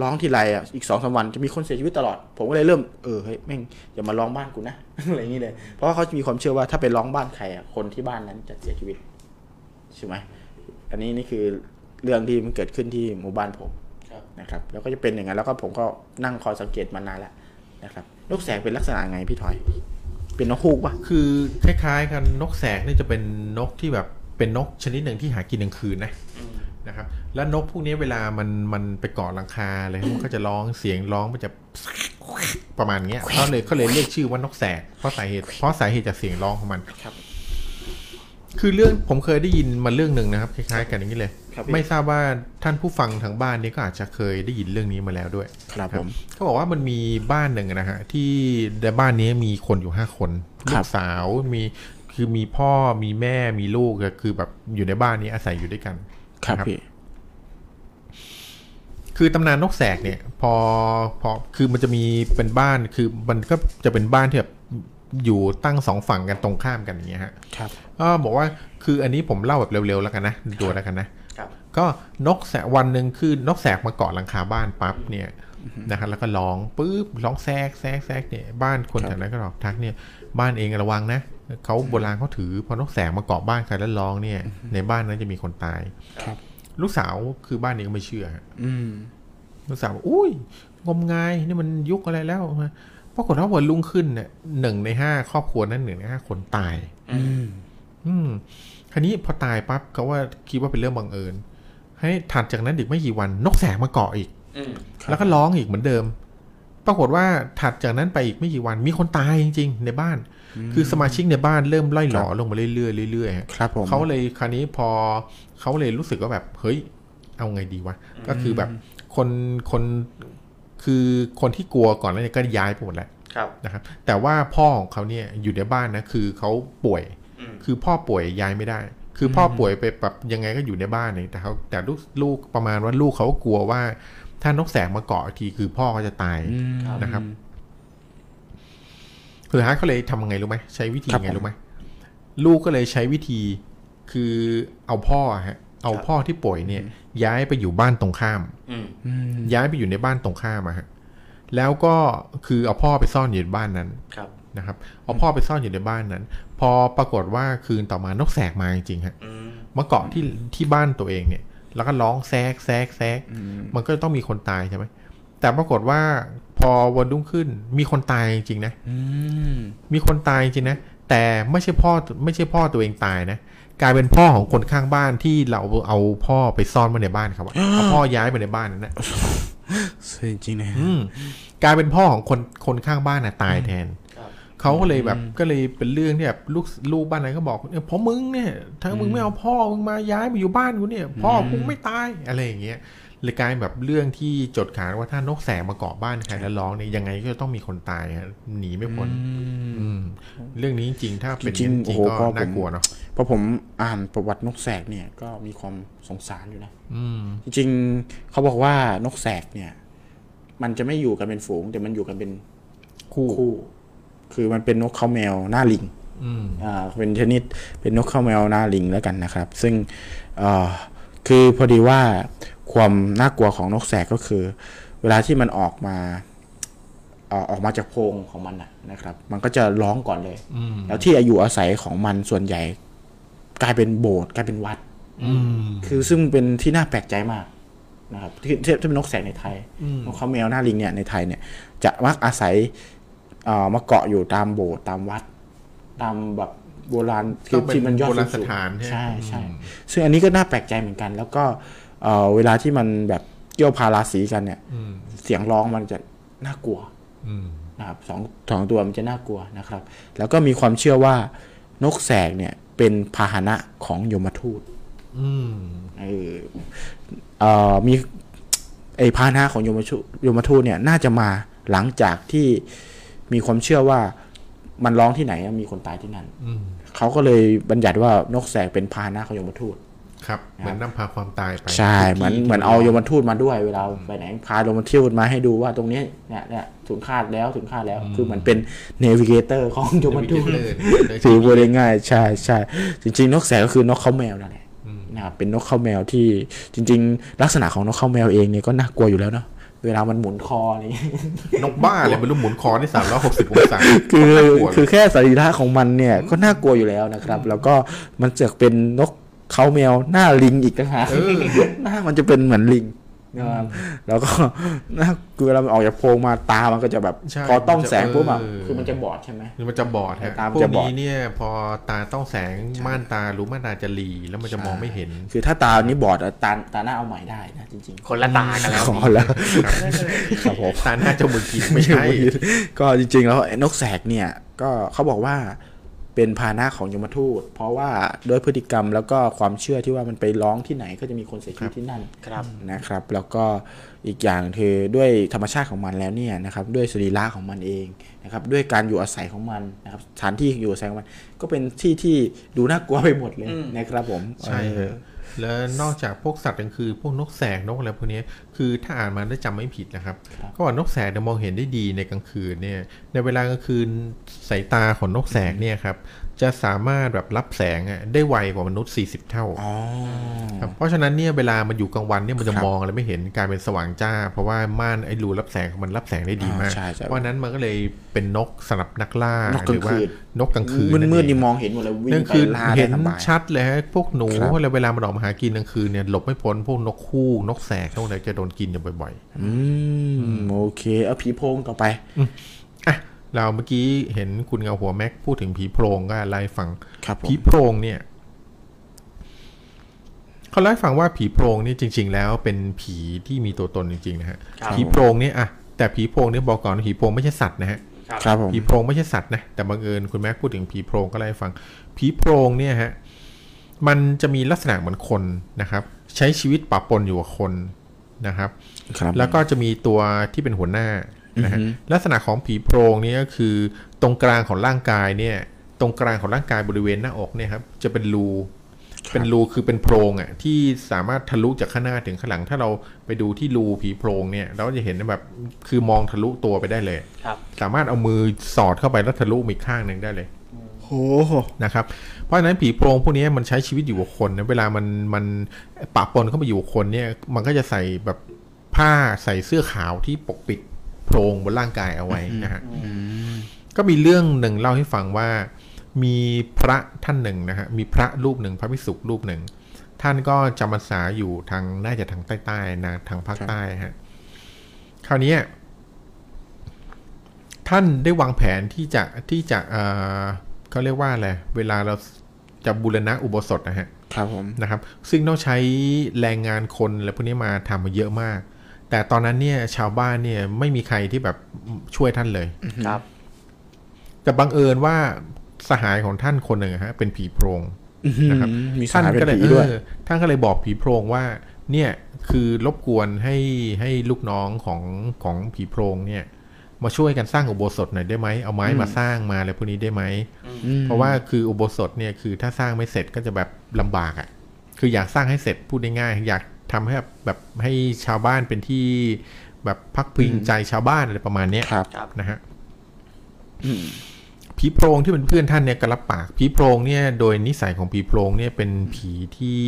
S1: ร้องทีไรอ่ะอีกสองสามวันจะมีคนเสียชีวิตตลอด ผมก็เลยเริ่มเออเฮ้ยแม่งอย่ามาร้องบ้านกูนะ <laughs> อะไรอย่างนี้เลย เพราะว่าเขาจะมีความเชื่อว่าถ้าไปร้องบ้านใครอ่ะคนที่บ้านนั้นจะเสียชีวิตใช่ไหม อันนี้นี่คือเรื่องที่มันเกิดขึ้นที่หมู่บ้านผม
S3: ครับ
S1: นะครับ แล้วก็จะเป็นอย่างนั้นแล้วก็ผมก็นั่งคอยสังเกตมานานแล้วนะครับนกแสกเป็นลักษณะไงพี่ถอย เป็นนกฮูกปะ
S2: คือคล้ายๆกันนกแสกนี่จะเป็นนกที่แบบเป็นนกชนิดหนึ่งที่หากินกลางคืนนะนะครับ แล้วนกพวกนี้เวลามันมันไปเกาะหลังคาอะไรมันก็จะร้องเสียงร้องมันจะประมาณเนี้ยเขาเลยเขาเลยเรียกชื่อว่านกแสกเพราะสาเหตุเพราะสาเหตุจากเสียงร้องของมัน
S1: ครับ
S2: คือเรื่องผมเคยได้ยินมาเรื่องหนึ่งนะครับคล้ายๆ กันอย่างนี้เลย
S1: ครับพี่
S2: ไม่ทราบว่าท่านผู้ฟังทางบ้านนี้ก็อาจจะเคยได้ยินเรื่องนี้มาแล้วด้วย
S1: ครับผม
S2: เขาบอกว่ามันมีบ้านหนึ่งอะนะฮะที่ในบ้านนี้มีคนอยู่ห้าคน
S1: ค
S2: ลู
S1: รับ
S2: กสาวมีคือมีพ่อมีแม่มีลูกอะคือแบบอยู่ในบ้านนี้อาศัยอยู่ด้วยกัน
S1: ครับ
S2: ครับ
S1: พี่
S2: คือตำนานนกแสกเนี่ย พอพอคือมันจะมีเป็นบ้านคือมันก็จะเป็นบ้านที่แบบอยู่ตั้งสองฝั่งกันตรงข้ามกันอย่างเงี้ยฮะ
S1: ครับ
S2: ก็บอกว่าคืออันนี้ผมเล่าแบบเร็วๆแล้วกันนะดูแล้วกันนะครับ ก็นกแสกวันหนึ่งคือนกแสกมาเกาะหลังคาบ้านปั๊บเนี่ยนะฮะแล้วก็ร้องปุ๊บร้องแซกแซกแซกเนี่ยบ้านคนแถวนั้นก็บอกทักเนี่ยบ้านเองระวังนะเขาโบราณเขาถือพอนกแสกมาเกาะบ้านใครแล้วร้องเนี่ยในบ้านนั้นจะมีคนตาย
S1: ครับ
S2: ลูกสาวคือบ้านนี้ก็ไม่เชื่อฮะ
S1: อืม
S2: ลูกสาวบอกอุ้ยงมงายนี่มันยุคอะไรแล้วปรากฏว่าวันรุ่งขึ้นเนี่ยหนึ่งในห้าครอบครัวนั้นหนึ่งในห้าคนตาย
S1: อืม
S2: อืมคราวนี้พอตายปั๊บเขาว่าคิดว่าเป็นเรื่องบังเอิญ ให้ถัดจากนั้นอีกไม่กี่วันนกแสกมาเกาะอีก
S3: อืม
S1: ครับ
S2: แล้วก็ร้องอีกเหมือนเดิม ปรากฏว่าถัดจากนั้นไปอีกไม่กี่วันมีคนตายจริงๆ ในบ้าน คือสมาชิกในบ้านเริ่มล่อยหลอลงมาเรื่อยๆเรื่อยๆฮะ
S1: ครับผม
S2: เขาเลยคราวนี้พอเขาเลยรู้สึกว่าแบบเฮ้ย เอาไงดีวะ ก็คือแบบคนคนคือคนที่กลัวก่อนแล้วเนี่ยก็ย้ายไปหมดแล้ว
S3: ครับ
S2: นะครับแต่ว่าพ่อของเขาเนี่ยอยู่ในบ้านนะคือเขาป่วย
S3: อืม
S2: คือพ่อป่วยย้ายไม่ได้ คือพ่อป่วยไปแบบยังไงก็อยู่ในบ้านเนี่ยแต่เขาแต่ลูกลูกประมาณว่าลูกเขาก็กลัวว่า ถ้านกแสกมาเกาะอีกทีคือพ่อเขาจะตาย
S1: อืม
S2: นะครับ คือฮาร์ดเขาเลยทำไงรู้ไหมใช้วิธี
S1: ครับ
S2: ไง
S1: ผม
S2: รู้ไหมลูกก็เลยใช้วิธีคือเอาพ่อฮะเอาพ่อที่ป่วยเนี่ยย้ายไปอยู่บ้านตรงข้าม
S3: อืม
S1: อืม
S2: ย้ายไปอยู่ในบ้านตรงข้ามอะฮะแล้วก็คือเอาพ่อไปซ่อนอยู่ในบ้านนั้น
S3: ครับ
S2: นะครับเอาพ่อไปซ่อนอยู่ในบ้านนั้น พอปรากฏว่าคืนต่อมานกแสกมาจริงๆฮะ
S3: อืม
S2: มาเกาะที่ที่บ้านตัวเองเนี่ย แล้วก็ร้องแซกแซกแซก
S1: อืม
S2: มันก็ต้องมีคนตายใช่ไหมแต่ปรากฏว่าพอวันรุ่งขึ้นมีคนตายจริงๆนะ
S1: อืม
S2: มีคนตายจริงๆนะแต่ไม่ใช่พ่อไม่ใช่พ่อตัวเองตายนะกลายเป็นพ่อของคนข้างบ้านที่เราเอาพ่อไปซ่อนไว้ในบ้านเขาอะเอาพ่อย้ายไปในบ้านนั้นนะ
S1: สวยจริงนะ
S2: อืมกลายเป็นพ่อของคนคนข้างบ้านน่ะตายแทน
S3: ครับ
S2: เขาก็เลยแบบก็เลยเป็นเรื่องที่แบบลูกลูกบ้านนั้นก็บอกเนี่ยเพราะมึงเนี่ยถ้ามึงไม่เอาพ่อมึงมาย้ายมาอยู่บ้านกูเนี่ย พ่อกูไม่ตายอะไรอย่างเงี้ยเลยกลายแบบเรื่องที่จดขานว่าถ้านกแสกมาเกาะบ้านใครแล้วร้องเนี่ยยังไงก็จะต้องมีคนตายฮะหนีไม่พ้นอืมเรื่องนี้จริงๆถ้าเป็นอย่างนั้นจริงๆก็น่ากลัวเนาะ
S1: พอผมอ่านประวัตินกแสกเนี่ยก็มีความสงสารอยู่นะ
S2: อืม
S1: จริงๆเขาบอกว่านกแสกเนี่ย มันจะไม่อยู่กันเป็นฝูง แต่มันอยู่กันเป็นคู่คือมันเป็นนกเขาแมวหน้าลิง
S2: อืม
S1: อ่าเป็นชนิดเป็นนกข้าวแมวหน้าลิงแล้วกันนะครับ ซึ่งเอ่อคือพอดีว่าความน่ากลัวของนกแสกก็คือ เวลาที่มันออกมาเอ่อออกมาจากโพรงของมันนะนะครับ มันก็จะร้องก่อนเลย
S2: อืม
S1: แล้วที่อยู่อาศัยของมันส่วนใหญ่ กลายเป็นโบสถ์กลายเป็นวัด
S2: อืม
S1: คือซึ่งเป็นที่น่าแปลกใจมากนะครับที่ที่ที่เป็นนกแสกในไทย
S2: อืม
S1: นกเขาแมวหน้าลิงเนี่ยในไทยเนี่ย จะมักอาศัยเอ่อมาเกาะอยู่ตามโบสถ์ตามวัด ตามแบบโบราณที่
S2: ต้องเป็น
S1: ที่มันยอด
S2: โบราณส
S1: งๆ
S2: ถานใช่ไหม
S1: ใช่ใช่
S2: อืม
S1: ซึ่งอันนี้ก็น่าแปลกใจเหมือนกัน แล้วก็เอ่อเวลาที่มันแบบเกี่ยวพาราศีกันเนี่ย
S2: อืม
S1: เสียงร้องมันจะน่ากลัว
S2: อืม
S1: นะครับสองสองตัวมันจะน่ากลัวนะครับ แล้วก็มีความเชื่อว่านกแสกเนี่ยเป็นพาหนะของยมทูต
S2: อืม
S1: เออเอ่อมีไอพาหนะของโยมชูโยมทูตเนี่ยน่าจะมาหลังจากที่มีความเชื่อว่ามันร้องที่ไหนอะมีคนตายที่นั่น
S2: อืม
S1: เขาก็เลยบัญญัติว่านกแสกเป็นพาหนะของโยมทูต
S2: ครับเหมือนนำพาความตายไป
S1: ใช่เหมือนเหมือนเอาโยมทูตมาด้วยเวลาไปไหนพาโยมทูตมาให้ดูว่าตรงนี้เนี่ยเนี่ยถึงคาดแล้วถึงคาดแล้ว คือเหมือนเป็นเนวิเกเตอร์ของโยม
S2: มัน
S1: ทู
S2: ดู
S1: ต
S2: เลย
S1: ถือพูดง่ายๆใช่ใช่จริง ๆ นกแสกก็คือนกเขาแมวนั่นแหละ
S2: อืม
S1: นะครับเป็นนกเขาแมวที่จริง ๆ ลักษณะของนกเขาแมวเองเนี่ยก็น่ากลัวอยู่แล้วเนาะเวลามันหมุนคออะไร <laughs> อย่างเงี้ย
S2: นกบ้าเลยมันรู้หมุนคอได้สามร้อยหกสิบองศา
S1: คือคือแค่สรีระของมันเนี่ยก็น่ากลัวอยู่แล้วนะครับ แล้วก็มันจะเป็นนกเขาแมวหน้าลิงอีกนะฮะ
S2: เออ
S1: <laughs> หน้ามันจะเป็นเหมือนลิงนะครับแล้วก็น่าคือเวลามันออกจากโพรงมาตามันก็จะแบบ
S2: ใช่
S1: พอต้อง
S2: มันจะ
S1: แสงปุ๊บแบบ
S2: เออ
S1: คือมันจะบอดใช่ไหม
S2: หรือมันจะบอดฮะ
S1: ตาม
S2: พวก
S1: จะบอด
S2: นี้เนี่ย พอตาต้องแสงม่านตาหรือม่านตาจะหลีแล้วมันจะมองไม่เห็น
S1: คือถ้าตานี้บอดอะตาตาหน้าเอาใหม่ได้นะจริงๆ
S3: คนละตากันแล้ว
S1: ขอแล้วครับผม
S2: ตาหน้าจะมือกินไม่ใช่
S1: ก็จริงๆแล้วไอ้นกแสกเนี่ยก็เขาบอกว่าเป็นพาหนะของยมทูต เพราะว่าด้วยพฤติกรรมแล้วก็ความเชื่อที่ว่ามันไปร้องที่ไหนก็จะมีคนเสียชีวิตที่นั่น
S3: ครับ
S1: นะครับ แล้วก็อีกอย่างคือด้วยธรรมชาติของมันแล้วเนี่ยนะครับด้วยสรีระของมันเองนะครับด้วยการอยู่อาศัยของมันนะครับสถานที่อยู่อาศัยของมัน ก็เป็นที่ที่ดูน่ากลัวไปหมดเลยนะครับผม
S2: ใช่
S1: เออ
S2: ฮะแล้วนอกจากพวกสัตว์กลางคืนพวกนกแสกนกอะไรพวกนี้ ค คือถ้าอ่านมาได้วจำไม่ผิดนะครับ ก็ว่านกแสกเนี่ยมองเห็นได้ดีในกลางคืนเนี่ย ในเวลากลางคืนสายตาของนกแสกเนี่ยครับ จะสามารถแบบรับแสงอะได้ไวกว่ามนุษย์ 40 เท่า
S1: อ๋อ
S2: ครับเพราะฉะนั้นเนี่ยเวลามันอยู่กลางวันเนี่ยมันจะ
S1: ครับ
S2: มองอะไรไม่เห็นกลายเป็นสว่างจ้า เพราะว่าม่านไอ้รูรับแสงของมันรับแสงได้ดีมาก
S1: อ่าใช่ใช่
S2: เพราะฉะนั้นมันก็เลยเป็นนกสำหรับนักล่าน
S1: กก
S2: ห
S1: ลาง
S2: รือว่า
S1: คืน
S2: นกกลางคืน
S1: มืด
S2: นั่น
S1: มืด
S2: เง
S1: นี่มองเห็นหมดเลยวิ่
S2: นั่
S1: ง
S2: น
S1: ไป
S2: คือ
S1: ล่าได้
S2: เห็น
S1: สบาย
S2: ชัดเลยฮะพวกหนู
S1: ครับ
S2: แล้วเวลามันออกมาหากินกลางคืนเนี่ยหลบไม่พ้นพวกนกคู่นกแสกพวกอะไรจะโดนกินอยู่บ่อย
S1: อืมโอเคเอาผีโพงต่อไป
S2: ๆอ่ะเราเมื่อกี้เห็นคุณเงาหัวแม็กพูดถึงผีโพรงก็ไล่าให้ฟัง
S1: ครับผม
S2: ผีโพรงเนี่ยเขาเล่าให้ฟังว่าผีโพรงนี่จริง ๆ แล้วเป็นผีที่มีตัวตนจริงๆนะฮะ
S4: ครับ
S2: ผีโพรงเนี่ยอ่ะแต่ผีโพรงเนี่ยบอกก่อนว่าผีโพรงไม่ใช่สัตว์นะฮะ
S1: ครับผม
S2: ผีโพรงไม่ใช่สัตว์นะแต่บังเอิญคุณแม็กพูดถึงผีโพรงก็เลยฟังผีโพรงเนี่ยฮะมันจะมีลักษณะเหมือนคนนะครับ ใช้ชีวิตปะปนอยู่กับคนนะครับ
S1: ครับ
S2: แล้วก็จะมีตัวที่เป็นหัวหน้านะฮะ
S1: อือฮึ
S2: ลักษณะของผีโพรงเนี่ยก็คือตรงกลางของร่างกายเนี่ย ตรงกลางของร่างกายบริเวณหน้าอกเนี่ยครับจะเป็นรูเป็นรูคือเป็นโพรงอ่ะที่สามารถทะลุจากข้างหน้าถึงข้างหลัง ถ้าเราไปดูที่รูผีโพรงเนี่ย เราก็จะเห็นได้แบบคือมองทะลุตัวไปได้เลย
S3: ครับ
S2: สามารถเอามือสอดเข้าไปแล้วทะลุมาอีกข้างหนึ่งได้เลย
S1: โห
S2: นะครับเพราะฉะนั้นผีโพรงพวกนี้มันใช้ชีวิตอยู่กับคนนะเวลามันมันปะปนเข้าไปอยู่กับคนเนี่ยมันก็จะใส่แบบผ้าใส่เสื้อขาวที่ปกปิดโพรงบนร่างกายเอาไว้นะฮะก็มีเรื่องหนึ่งเล่าให้ฟังว่า มีพระท่านหนึ่งนะฮะมีพระรูปหนึ่งพระภิกษุรูปหนึ่ง ท่านก็จำพรรษาอยู่ทางน่าจะทางใต้ๆนะทางภาค
S1: ครับ
S2: ใต้ฮะคราวเนี้ย ท่านได้วางแผนที่จะที่จะเอ่อเขาเรียกว่าอะไรเวลาเราจะบูรณะอุโบสถนะฮะ
S1: ครับผม
S2: นะครับ ซึ่งต้องใช้แรงงานคนและไรพวกนี้มาทำมาเยอะมาก แต่ตอนนั้นเนี่ยชาวบ้านเนี่ยไม่มีใครที่แบบช่วยท่านเลย
S4: ครับ
S2: แต่บังเอิญว่าสหายของท่านคนหนึ่งอะฮะเป็นผีโพรง นะครับ
S1: อืมมีสา
S2: ท่าน
S1: รเป็
S2: ก็
S1: น
S2: เลย
S1: ผีด้วย
S2: เออท่านก็เลยบอกผีโพรงว่า เนี่ยคือรบกวนให้ให้ลูกน้องของของผีโพรงเนี่ย มาช่วยกันสร้างอุโบสถหน่อยได้ไหมเอาไม้มาสร้างมาอะไรพวกนี้ได้ไหม เพราะว่าคืออุโบสถเนี่ยคือถ้าสร้างไม่เสร็จก็จะแบบลำบากอะ่ะ คืออยากสร้างให้เสร็จพูดง่ายๆอยากทำให้แบบแบบให้ชาวบ้านเป็นที่แบบพักพิงใจชาวบ้านอะไรประมาณเนี้ย
S1: ครับ
S2: นะฮะ
S1: อืม
S2: ผีโพรงที่เป็นเพื่อนท่านเนี่ยกระลับปากผีโพรงเนี่ยโดยนิสัยของผีโพรงเนี่ยเป็นผีที่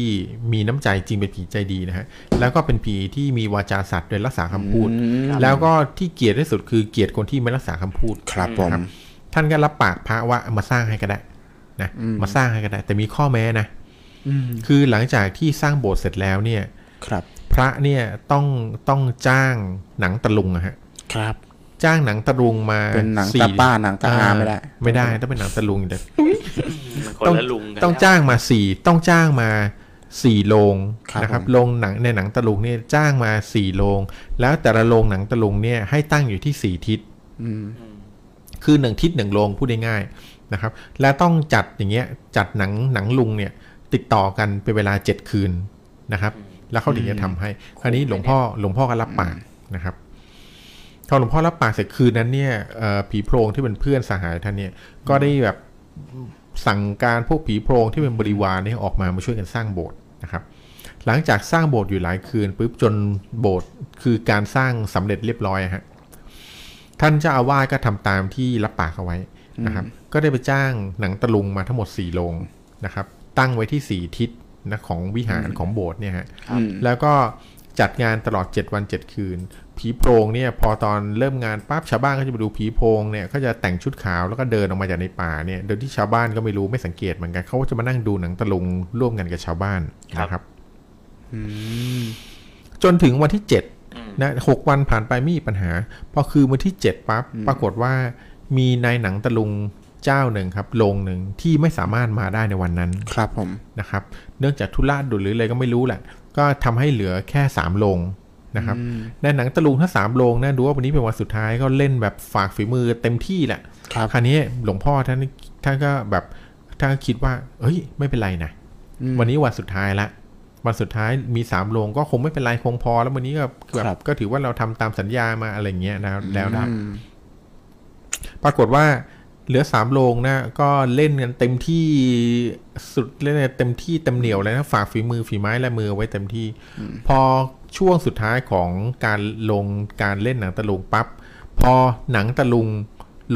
S2: มีน้ำใจจริงเป็นผีใจดีนะฮะแล้วก็เป็นผีที่มีวาจาสัตว์โดยรักษาคำพูด
S1: อืม
S2: แล้วก็ที่เกลียดที่สุดคือเกลียดคนที่ไม่รักษาคำพูด
S1: ครับผม
S2: ท่านก็รับปากพระว่าเอามาสร้างให้ก็ได้นะมาสร้างให้ก็ได้ แต่มีข้อแม้นะ
S1: อืม
S2: คือหลังจากที่สร้างโบสถ์เสร็จแล้วเนี่ย
S1: ครับ
S2: พระเนี่ยต้องต้องจ้างหนังตะลุงอะฮะ
S1: ครับ
S2: จ้างหนังตะลุงมา
S1: เป็นหนัง
S2: สี่
S1: ตาป้าหนังตาอาไม่ได้
S2: ไม่ได้ต้องเป็นหนังตะลุงเดี๋ยว
S3: มันคน
S2: ต้อง
S3: ละลุงกัน
S2: ต้อง
S3: แล้ว
S2: จ้างมาสี่ต้องจ้างมาสี่โรง
S1: ครับ
S2: นะครับ
S1: ผม
S2: โรงหนังในหนังตะลุงเนี่ยจ้างมาสี่โรงแล้วแต่ละโรงหนังตะลุงเนี่ยให้ตั้งอยู่ที่สี่ทิศ
S1: อืม
S2: คือหนึ่งทิศหนึ่งโรงพูดง่ายๆนะครับ และต้องจัดอย่างเงี้ยจัดหนังหนังลุงเนี่ยติดต่อกันเป็นเวลาเจ็ดคืนนะครับ แล้วเขาถึงจะทำให้ คราวนี้หลวงพ่อหลวงพ่อก็รับปากนะครับพอหลวงพ่อรับปากเสร็จคืนนั้นเนี่ยเอ่อผีโพรงที่เป็นเพื่อนสหายท่านเนี่ยก็ได้แบบสั่งการพวกผีโพรงที่เป็นบริวารเนี่ยออกมามาช่วยกันสร้างโบสถ์นะครับ หลังจากสร้างโบสถ์อยู่หลายคืนปุ๊บจนโบสถ์คือการสร้างสำเร็จเรียบร้อยอะฮะ ท่านเจ้าอาวาสก็ทำตามที่รับปากเอาไว้นะครับ ก็ได้ไปจ้างหนังตะลุงมาทั้งหมด4ี่โรงนะครับ ตั้งไว้ที่ 4 ทิศนะของวิหารของโบสถ์เนี่ยฮะ
S1: ครับ
S2: แล้วก็จัดงานตลอด 7 วัน 7 คืน ผีโพรงเนี่ยพอตอนเริ่มงานปั๊บชาวบ้านก็จะไปดูผีโพรงเนี่ยก็จะแต่งชุดขาวแล้วก็เดินออกมาจากในป่าเนี่ยโดยที่ชาวบ้านก็ไม่รู้ไม่สังเกตเหมือนกันเขาก็จะมานั่งดูหนังตะลุงร่วมกันกับชาวบ้านนะครับ
S1: อืม
S2: จนถึงวันที่เจ็ดนะหกวันผ่านไปไม่มีปัญหา พอคือวันที่เจ็ดปั๊บปรากฏว่ามีนายหนังตะลุงเจ้าหนึ่งครับโรงหนึ่งที่ไม่สามารถมาได้ในวันนั้น
S1: ครับผม
S2: นะครับ เนื่องจากธุระด่วนหรืออะไรก็ไม่รู้แหละ ก็ทำให้เหลือแค่สามโรงนะครับนายหนังตะลุงทั้งสามโรงนะดูว่าวันนี้เป็นวันสุดท้ายก็เล่นแบบฝากฝีมือเต็มที่แหละ
S1: ครับ
S2: คราวนี้หลวงพ่อท่านท่านก็แบบท่านก็คิดว่าเฮ้ย ไม่เป็นไรนะ
S1: อืม
S2: วันนี้วันสุดท้ายละ วันสุดท้ายมีสามโรงก็คงไม่เป็นไรคงพอ แล้ววันนี้ก็
S1: ค
S2: แบ
S1: รั
S2: บบ ก็ถือว่าเราทำตามสัญญามาอะไรอย่างเงี้ยนะแล้วนะปรากฏว่าเหลือสามโรงนะก็เล่นกันเต็มที่สุดเล่นกันเต็มที่เต็มเหนียวเลยนะฝากฝีมือฝีไม้และมือไว้เต็มที่ พอ ช่วงสุดท้ายของการลงการเล่นหนังตะลุงปั๊บพอหนังตะลุง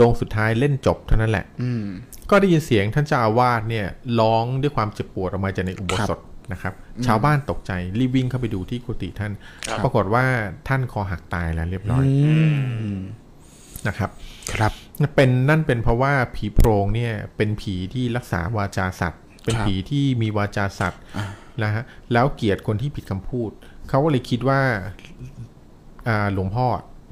S2: ลงสุดท้ายเล่นจบเท่านั้นแหละ
S1: อืม
S2: ก็ได้ยินเสียงท่านเจ้าอาวาสเนี่ยร้องด้วยความเจ็บปวดออกมาจากในอุโบสถนะครับ ชาวบ้านตกใจรีบวิ่งเข้าไปดูที่กุฏิท่าน ปรากฏว่าท่านคอหักตายแล้วเรียบร้อย
S1: อืม
S2: นะครับ
S1: ครับ
S2: เป็นนั่นเป็นเพราะว่าผีโพรงเนี่ยเป็นผีที่รักษาวาจาสัตว์ เป็น
S1: ครับ
S2: ผีที่มีวาจาสัตว์นะฮะแล้วเกลียดคนที่ผิดคำพูด เขาก็เลยคิดว่าอ่าหลวงพ่อ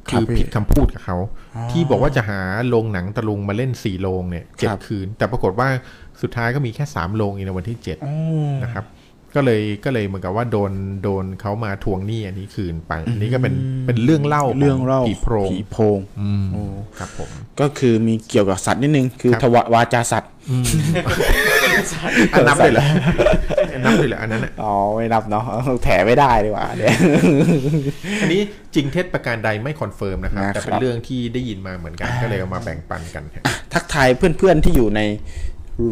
S1: ครั
S2: คื
S1: บ
S2: อ
S1: พี่
S2: ผิดคำพูดกับเขา
S1: อ๋อ
S2: ที่บอกว่าจะหาโรงหนังตะลุงมาเล่นสี่โรงเนี่ยเจ็
S1: ค
S2: ด
S1: รับ
S2: คืน แต่ปรากฏว่าสุดท้ายก็มีแค่สามโรงเองในวันที่เจ็ด
S1: อ๋อ
S2: นะครับ ก็เลยก็เลยเหมือนกับว่าโดนโดนเขามาทวงหนี้อันนี้คืนไป อันนี้ก็เป็นเป็นเรื่องเล่าข
S1: เรื่องเล่า
S2: ผีโพรง
S1: ผีโพรง
S2: อืม
S1: โอ้
S2: ครับผม
S1: ก็คือมีเกี่ยวกับสัตว์นิดนึง คือ
S2: ครับ
S1: ทวาวาจาสัตว์
S2: อันนับเลยเหรออันนับเลยเหรออันนั้นน่ะ
S1: อ๋อ ไม่นับเนาะ แถไม่ได้ดีกว่า <laughs> เนี่ย
S2: อันนี้จริงเท็จประการใดไม่คอนเฟิร์มนะครับ
S1: นะครับ
S2: แต่เป็นเรื่องที่ได้ยินมาเหมือนกัน ก็เลยเอามาแบ่งปันกัน
S1: ทักทายเพื่อนๆที่อยู่ใน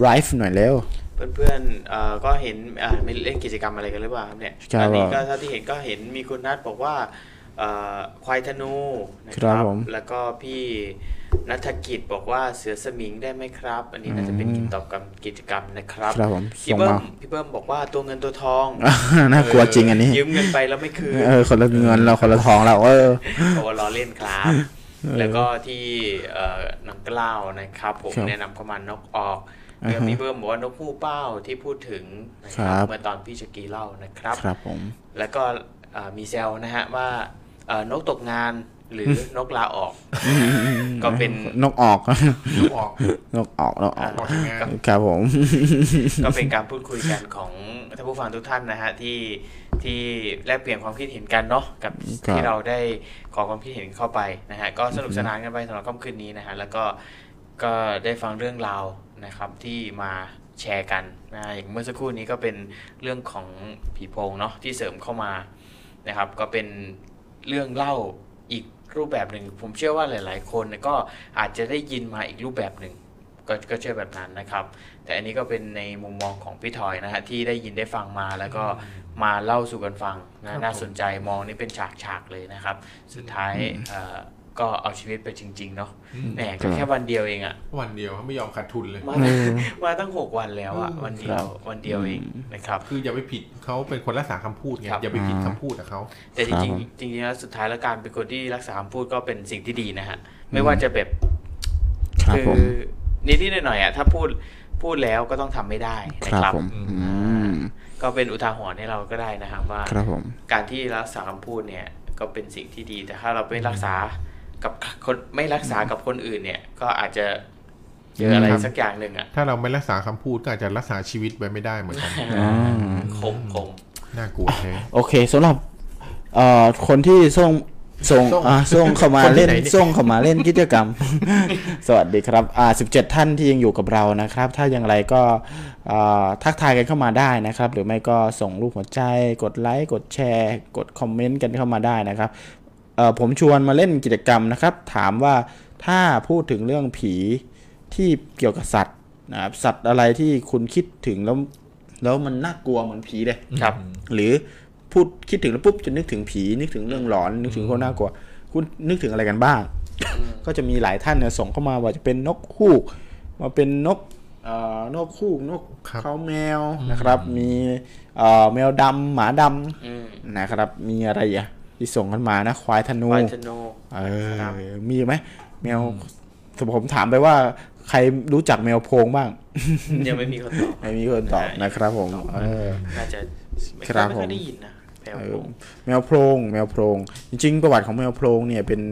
S1: ไลฟ์หน่อยแล้ว <laughs>
S3: เพื่อนๆเอ่อก็เห็นอ่าไม่เล่นกิจกรรมอะไรกันหรือเปล่าครับเนี่ย
S1: ครับ
S3: อันนี้ก็เท่าที่เห็นก็เห็นมีคุณนัทบอกว่าเอ่อควายธนูนะค
S1: ครั
S3: รับบ
S1: ผม
S3: แล้วก็พี่นัฐกิจบอกว่าเสือสมิงได้ไหมครับ อันนี้น่าจะเป็น
S1: อืม
S3: กิจตอบกรรมกิจกรรมนะครับ
S1: ครับผมส่
S3: พี่
S1: ง
S3: เบิ้
S1: มา
S3: มพี่เบิ้มบอกว่าตัวเงินตัวทอง
S1: น่ากลัวจริงอันนี้
S3: ยืมเงินไปแล้วไม่คืน
S1: เออ คนละเงินเราคนละทองเราเออ
S3: โอ้ล้อเล่นครับ แล้วก็ที่เอ่อน้ำกล้าวนะครับ ผม
S1: ครับ
S3: แนะนำเข้ามานกออก
S1: อ่าฮะ
S3: เรื่องพี่เบิ้มบอกว่านกฮูกเป้าที่พูดถึงนะ
S1: ค
S3: ค
S1: รั
S3: รับบ เมื่อตอนพี่ชกีเล่านะครับ
S1: ครับผม
S3: แล้วก็เอ่อมีแซวนะฮะว่าเอ่อนกตกงานหรือนกลาออก ก็เป็น
S1: นกอ <laughs> อก
S2: ลูกออก
S1: นกออกนกออก
S2: ออกจากงาน
S1: ครับผม <laughs>
S3: ก็เป็นการพูดคุยกันของท่านผู้ฟังทุกท่านนะฮะที่ที่แลกเปลี่ยนความคิดเห็นกันเนาะกับ
S1: ครับ
S3: ที่เราได้ขอความคิดเห็นเข้าไปนะฮะก็สนุกสนานกันไปสำหรับค่ำคืนนี้นะฮะแล้วก็ก็ได้ฟังเรื่องราวนะครับที่มาแชร์กันนะอย่างเมื่อสักครู่นี้ก็เป็นเรื่องของผีโพงเนาะที่เสริมเข้ามานะครับ ก็เป็นเรื่องเล่าอีกรูปแบบหนึ่งผมเชื่อว่าหลาย ๆ คนเนี่ยก็อาจจะได้ยินมาอีกรูปแบบหนึ่งก็ก็เชื่อแบบนั้นนะครับ แต่อันนี้ก็เป็นในมุมมองของพี่ทอยนะฮะที่ได้ยินได้ฟังมาแล้วก็มาเล่าสู่กันฟังนะน่าสนใจมองนี่เป็นฉากฉากๆเลยนะครับ สุดท้ายเอ่อก็เอาชีวิตไปจริง ๆ เนาะ
S2: อืม
S3: แหมก็แค่วันเดียวเองอะ
S2: วันเดียวไม่ยอมขาดทุนเลย
S3: มา <laughs> มาตั้งหกวันแล้วอะวันเดียววันเดียวเองนะครับ
S2: คืออย่าไปผิดเขาเป็นคนรักษาคำพูดไง
S3: ครับ
S2: อย่าไปผิดคำพูดกับเขา
S3: แต่จ
S1: ครับ
S3: ริง
S1: ผม
S3: ๆจริงๆแล้วสุดท้ายแล้วการเป็นคนที่รักษาคำพูดก็เป็นสิ่งที่ดีนะฮะไม่ว่าจะแบบ
S1: ครับ
S3: คื
S1: ผม
S3: อนิดนิดๆหน่อยๆอะถ้าพูดพูดแล้วก็ต้องทำไม่ได้
S1: ค
S3: นะ
S1: รับ
S3: ค
S1: ผ
S3: รับ
S1: ม อืม
S3: ก็เป็นอุทาหรณ์ให้เราก็ได้นะฮะว่า
S1: ครับผม
S3: การที่รักษาคำพูดเนี่ยก็เป็นสิ่งที่ดีแต่ถ้าเราไม่รักษากับคนไม่รักษากับคนอื่นเนี่ยก็อาจจะเจออะไรสักอย่างหนึ่งอ่ะ
S2: ถ้าเราไม่รักษาคำพูดก็อาจจะรักษาชีวิตไว้ไม่ได้เหมือนกัน
S3: คมคม
S2: น่ากลัวแท้
S1: โอเคสำหรับเอ่อคนที่ส่งส่ง
S2: ส่ง <laughs>
S1: อ่าส่งเข้ามาเล่น
S2: คนที่ไหนเนี่ย
S1: ส่งเข้ามาเล่นกิจกรรม <laughs> สวัสดีครับอ่า17 ท่านที่ยังอยู่กับเรานะครับ ถ้าอย่างไรก็อ่าทักทายกันเข้ามาได้นะครับ หรือไม่ก็ส่งรูปหัวใจ กดไลค์กดแชร์ กดคอมเมนต์กันเข้ามาได้นะครับเอ่อผมชวนมาเล่นกิจกรรมนะครับ ถามว่าถ้าพูดถึงเรื่องผีที่เกี่ยวกับสัตว์นะครับสัตว์อะไรที่คุณคิดถึงแล้วแล้วมันน่ากลัวเหมือนผีเลย
S3: ๆครับ
S1: หรือพูดคิดถึงแล้วปุ๊บจะนึกถึงผีนึกถึงเรื่องหลอน นึกถึงคนน่ากลัวคุณนึกถึงอะไรกันบ้าง ก็จะมีหลายท่านเนี่ยส่งเข้ามาว่าจะเป็นนกคูกมาเป็นนกเอ่อนกคูกนก
S2: ครับ
S1: เขาแมวนะครับ มีเอ่อแมวดำหมาดำ
S3: อืม
S1: นะครับ มีอะไรอ่ะที่ส่งกันมานะควายธนู
S3: วายธนู
S1: เออ
S3: ครับ
S1: มีไหมแมวผมถามไปว่าใครรู้จักแมวโพรงบ้าง
S3: ยังไม่มีคนตอบ
S1: ไม่มีคนตอบ
S3: ใช่
S1: นะครับผมเออ
S3: น่าจะไม่
S1: ครับ
S3: ไม่ค่อ
S1: ผ
S3: ย
S1: ม
S3: ได้ยินนะแปลว่า
S1: เออแมวโพรงแมวโพรงจริง ๆ ประวัติของแมวโพรงเนี่ยเป็น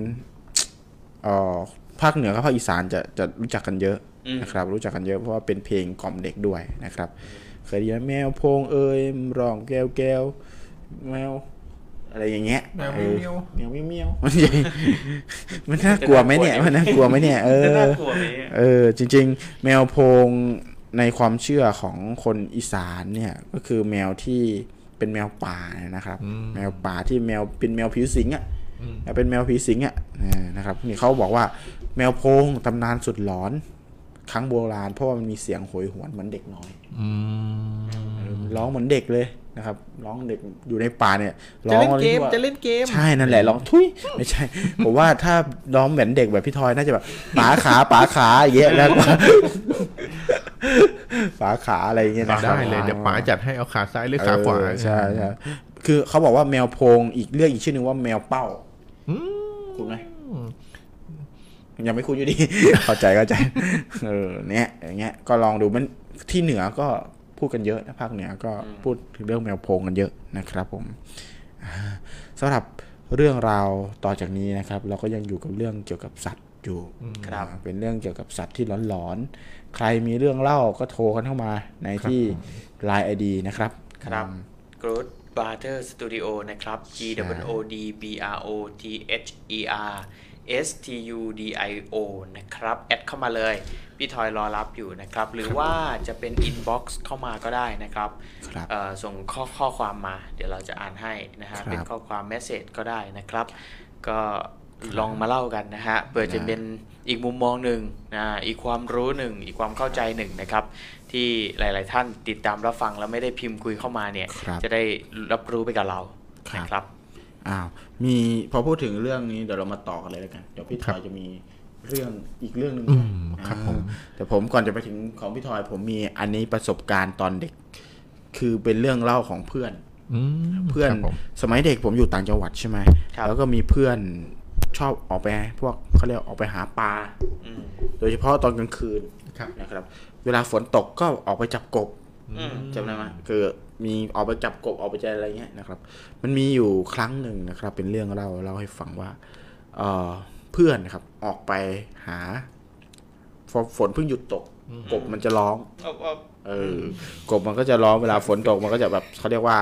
S1: เอ่อภาคเหนือกับภาคอีสานจะจะรู้จักกันเยอะนะครับ รู้จักกันเยอะเพราะว่าเป็นเพลงกล่อมเด็กด้วยนะครับ เคยได้ยินไหมแมวโพรงเอ่ยร้องแก้วแก้วแมวอะไรอย่างเงี้ย
S2: แมว
S1: เออ
S2: เมียว
S1: แมวเมียวเมียว <laughs> มันใหญ่มันน่ากลัวไหมเนี่ยมันน่ากลัวไหมเนี่ยเออ
S3: จะน่ากลัวไหมเนี่ย
S1: เออจริงๆ แมวโพรงในความเชื่อของคนอีสานเนี่ยก็คือแมวที่เป็นแมวป่านะครับ แมวป่าที่แมวเป็นแมวผิวสิงอะ่ะเป็นแมวผีสิงอะ่ะเออนะครับนี่เขาบอกว่าแมวโพรงตำนานสุดหลอน ครั้งโบราณเพราะว่ามันมีเสียงโหยหวนเหมือนเด็กน้อย
S2: อืม
S1: เออมัน ร้องเหมือนเด็กเลยนะครับ ร้องเด็กอยู่ในป่าเนี่ยร้
S3: จะ
S1: อง
S3: เล่นเกม
S1: ว่า
S3: จะเล่นเกม
S1: ใช่นั่นแหละร้องทุยไม่ใช่ ผมว่าถ้าร้องเหมือนเด็กแบบพี่ทอยน่าจะแบบป๋าขาป๋าขาอย่างเงี้ย
S2: <laughs>
S1: แล้วป๋าขาอะไรอย่างเงี้ยนะ
S2: ได้เลยเดี๋ยวป๋าจัดให้เอาขาซ้ายหรือขาขวา
S1: เออใช่ใช่คือเขาบอกว่าแมวโพรงอีกเรียกอีกชื่อหนึ่งว่าแมวเป้า
S2: อืม
S1: คุณไหมยังไม่คุ้นอยู่ดี เข้าใจเข้าใจเออเนี่ยอย่างเงี้ยก็ลองดูมันที่เหนือก็พูดกันเยอะนะภาคเหนือก็พูดถึงเรื่องแมวโพรงกันเยอะนะครับ ผม สำหรับเรื่องราวต่อจากนี้นะครับ เราก็ยังอยู่กับเรื่องเกี่ยวกับสัตว์อยู่
S3: ครับ
S1: อ่าเป็นเรื่องเกี่ยวกับสัตว์ที่หลอนๆ ใครมีเรื่องเล่าก็โทรกันเข้ามาในที่ Line ID นะครับ
S3: ครับ
S1: อืม
S3: Growth Brother Studio นะครับ G W O D B R O T H E R S T U D I O นะครับ แอดเข้ามาเลย พี่ทอยรอรับอยู่นะครับ หรือว่าจะเป็น Inbox เข้ามาก็ได้นะครับ
S1: ครับ
S3: เอ่อส่งข้อข้อความมา เดี๋ยวเราจะอ่านให้นะฮะ
S1: ครับ
S3: เป็นข้อความ Message ก็ได้นะครับ ก็ลองมาเล่ากันนะฮะ เปิดจะเป็นอีกมุมมองหนึ่งนะอีกความรู้หนึ่ง อีกความเข้าใจหนึ่งนะครับ ที่หลาย ๆ ท่านติดตามรับฟังแล้วไม่ได้พิมพ์คุยเข้ามาเนี่ย
S1: ครับ
S3: จะได้รับรู้ไปกับเรานะครับ
S1: อ้าวมีพอพูดถึงเรื่องนี้เดี๋ยวเรามาต่อกันเลยแล้วกันเดี๋ยวพี่ทอยจะมีเรื่องอีกเรื่องหนึ่ง
S2: อืมครับผม
S1: อ่าแต่ผมก่อนจะไปถึงของพี่ทอยผมมีอันนี้ประสบการณ์ตอนเด็ก คือเป็นเรื่องเล่าของเพื่อน
S2: อืม
S1: เพื่อน
S2: ครับผม
S1: สมัยเด็กผมอยู่ต่างจังหวัดใช่ไหม
S3: ครับ
S1: แล้วก็มีเพื่อนชอบออกไปพวกเขาเรียกออกไปหาปลา
S3: อืม
S1: โดยเฉพาะตอนกลางคืน
S2: ครับ
S1: นะครับ เวลาฝนตกก็ออกไปจับกบ
S3: อืม
S1: จำได้ไหมคือมีออกไปจับกบออกไปใจอะไรเงี้ยนะครับ มันมีอยู่ครั้งหนึ่งนะครับ เป็นเรื่องเล่าเล่าให้ฟังว่าเอ่อเพื่อนนะครับ ออกไปหาฝนฝนเพิ่งหยุดตก กบมันจะร้อง
S3: เอาเอา
S1: เออกบมันก็จะร้องเวลาฝนตกมันก็จะแบบเขาเรียกว่า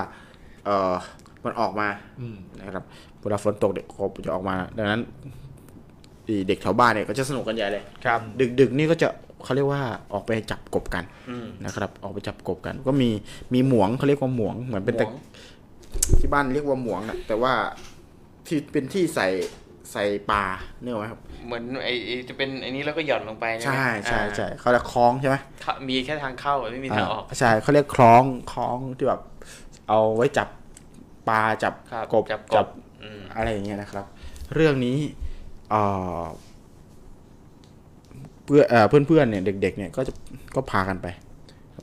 S1: เออมันออกมา
S2: อืม
S1: นะครับเวลาฝนตกเด็กกบจะออกมา ดังนั้นอีเด็กแถวบ้านเนี่ยก็จะสนุกกันใหญ่เลย
S3: ครับ
S1: ดึกดึกๆนี่ก็จะเขาเรียกว่าออกไปจับกบกัน
S3: อืม
S1: นะครับ ออกไปจับกบกัน ก็มีมีหมวงเขาเรียกว่าหมวงเหมือนเป็นตะ
S3: หมวง
S1: ที่บ้านเรียกว่าหมวงอะแต่ว่าที่เป็นที่ใส่ใส่ปลาเนี่ยไหมครับ
S3: เหมือนไอไอ้จะเป็นไอ้นี้แล้วก็หย่อนลงไปไหม
S1: ใช่ใช่
S3: อ่า
S1: ใช่เขาจะคล้องใช่ไหม
S3: เข้ามีแค่ทางเข้าไม่มีทางออก
S1: ใช่เขาเรียกคล้องคล้องที่แบบ เอาไว้จับปลาจับ
S3: ครับ
S1: กบ
S3: จับกบอืม
S1: อะไรอย่างเงี้ยนะครับ เรื่องนี้เอ่อเพื่อเอ่อเพื่อนๆเนี่ยเด็ก ๆ เนี่ยก็จะก็พากันไป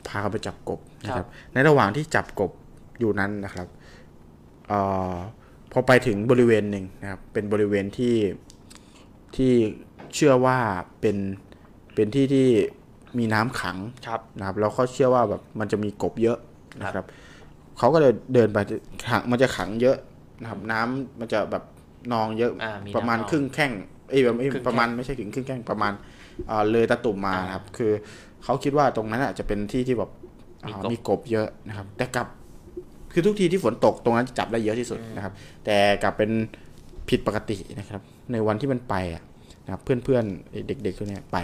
S1: พากันไปจับกบนะค
S3: ครั
S1: รับ
S3: บ
S1: ในระหว่างที่จับกบอยู่นั้นนะครับเอ่อพอไปถึงบริเวณหนึ่งนะครับ เป็นบริเวณที่ที่เชื่อว่าเป็นเป็นที่ที่มีน้ำขัง
S3: ครับ
S1: นะครับเราก็เชื่อว่าแบบมันจะมีกบเยอะนะครับ เขาก็เลยเดินไปขังมันจะขังเยอะนะครับ น้ำมันจะแบบนองเยอะ
S3: อ่ามีน้ำ
S1: ประมาณ
S3: นอง
S1: ครึ่งแข้งเอ้ยแบบเอ้ย
S3: ครึ่งแข้ง
S1: ประมาณไม่ใช่ถึงครึ่งแข้งประมาณเอ่อเลยตะตุ่มมา
S3: อ่า
S1: นะครับ คือเขาคิดว่าตรงนั้นอ่ะจะเป็นที่ที่แบบ
S3: มี
S1: อ่าก
S3: บ
S1: มีกบเยอะนะครับ แต่กลับคือทุกทีที่ฝนตกตรงนั้นจะจับได้เยอะที่สุดนะครับ แต่กลับเป็นผิดปกตินะครับ ในวันที่มันไปอ่ะนะครับเพื่อนๆไอ้เด็กๆตัวเนี้ยไป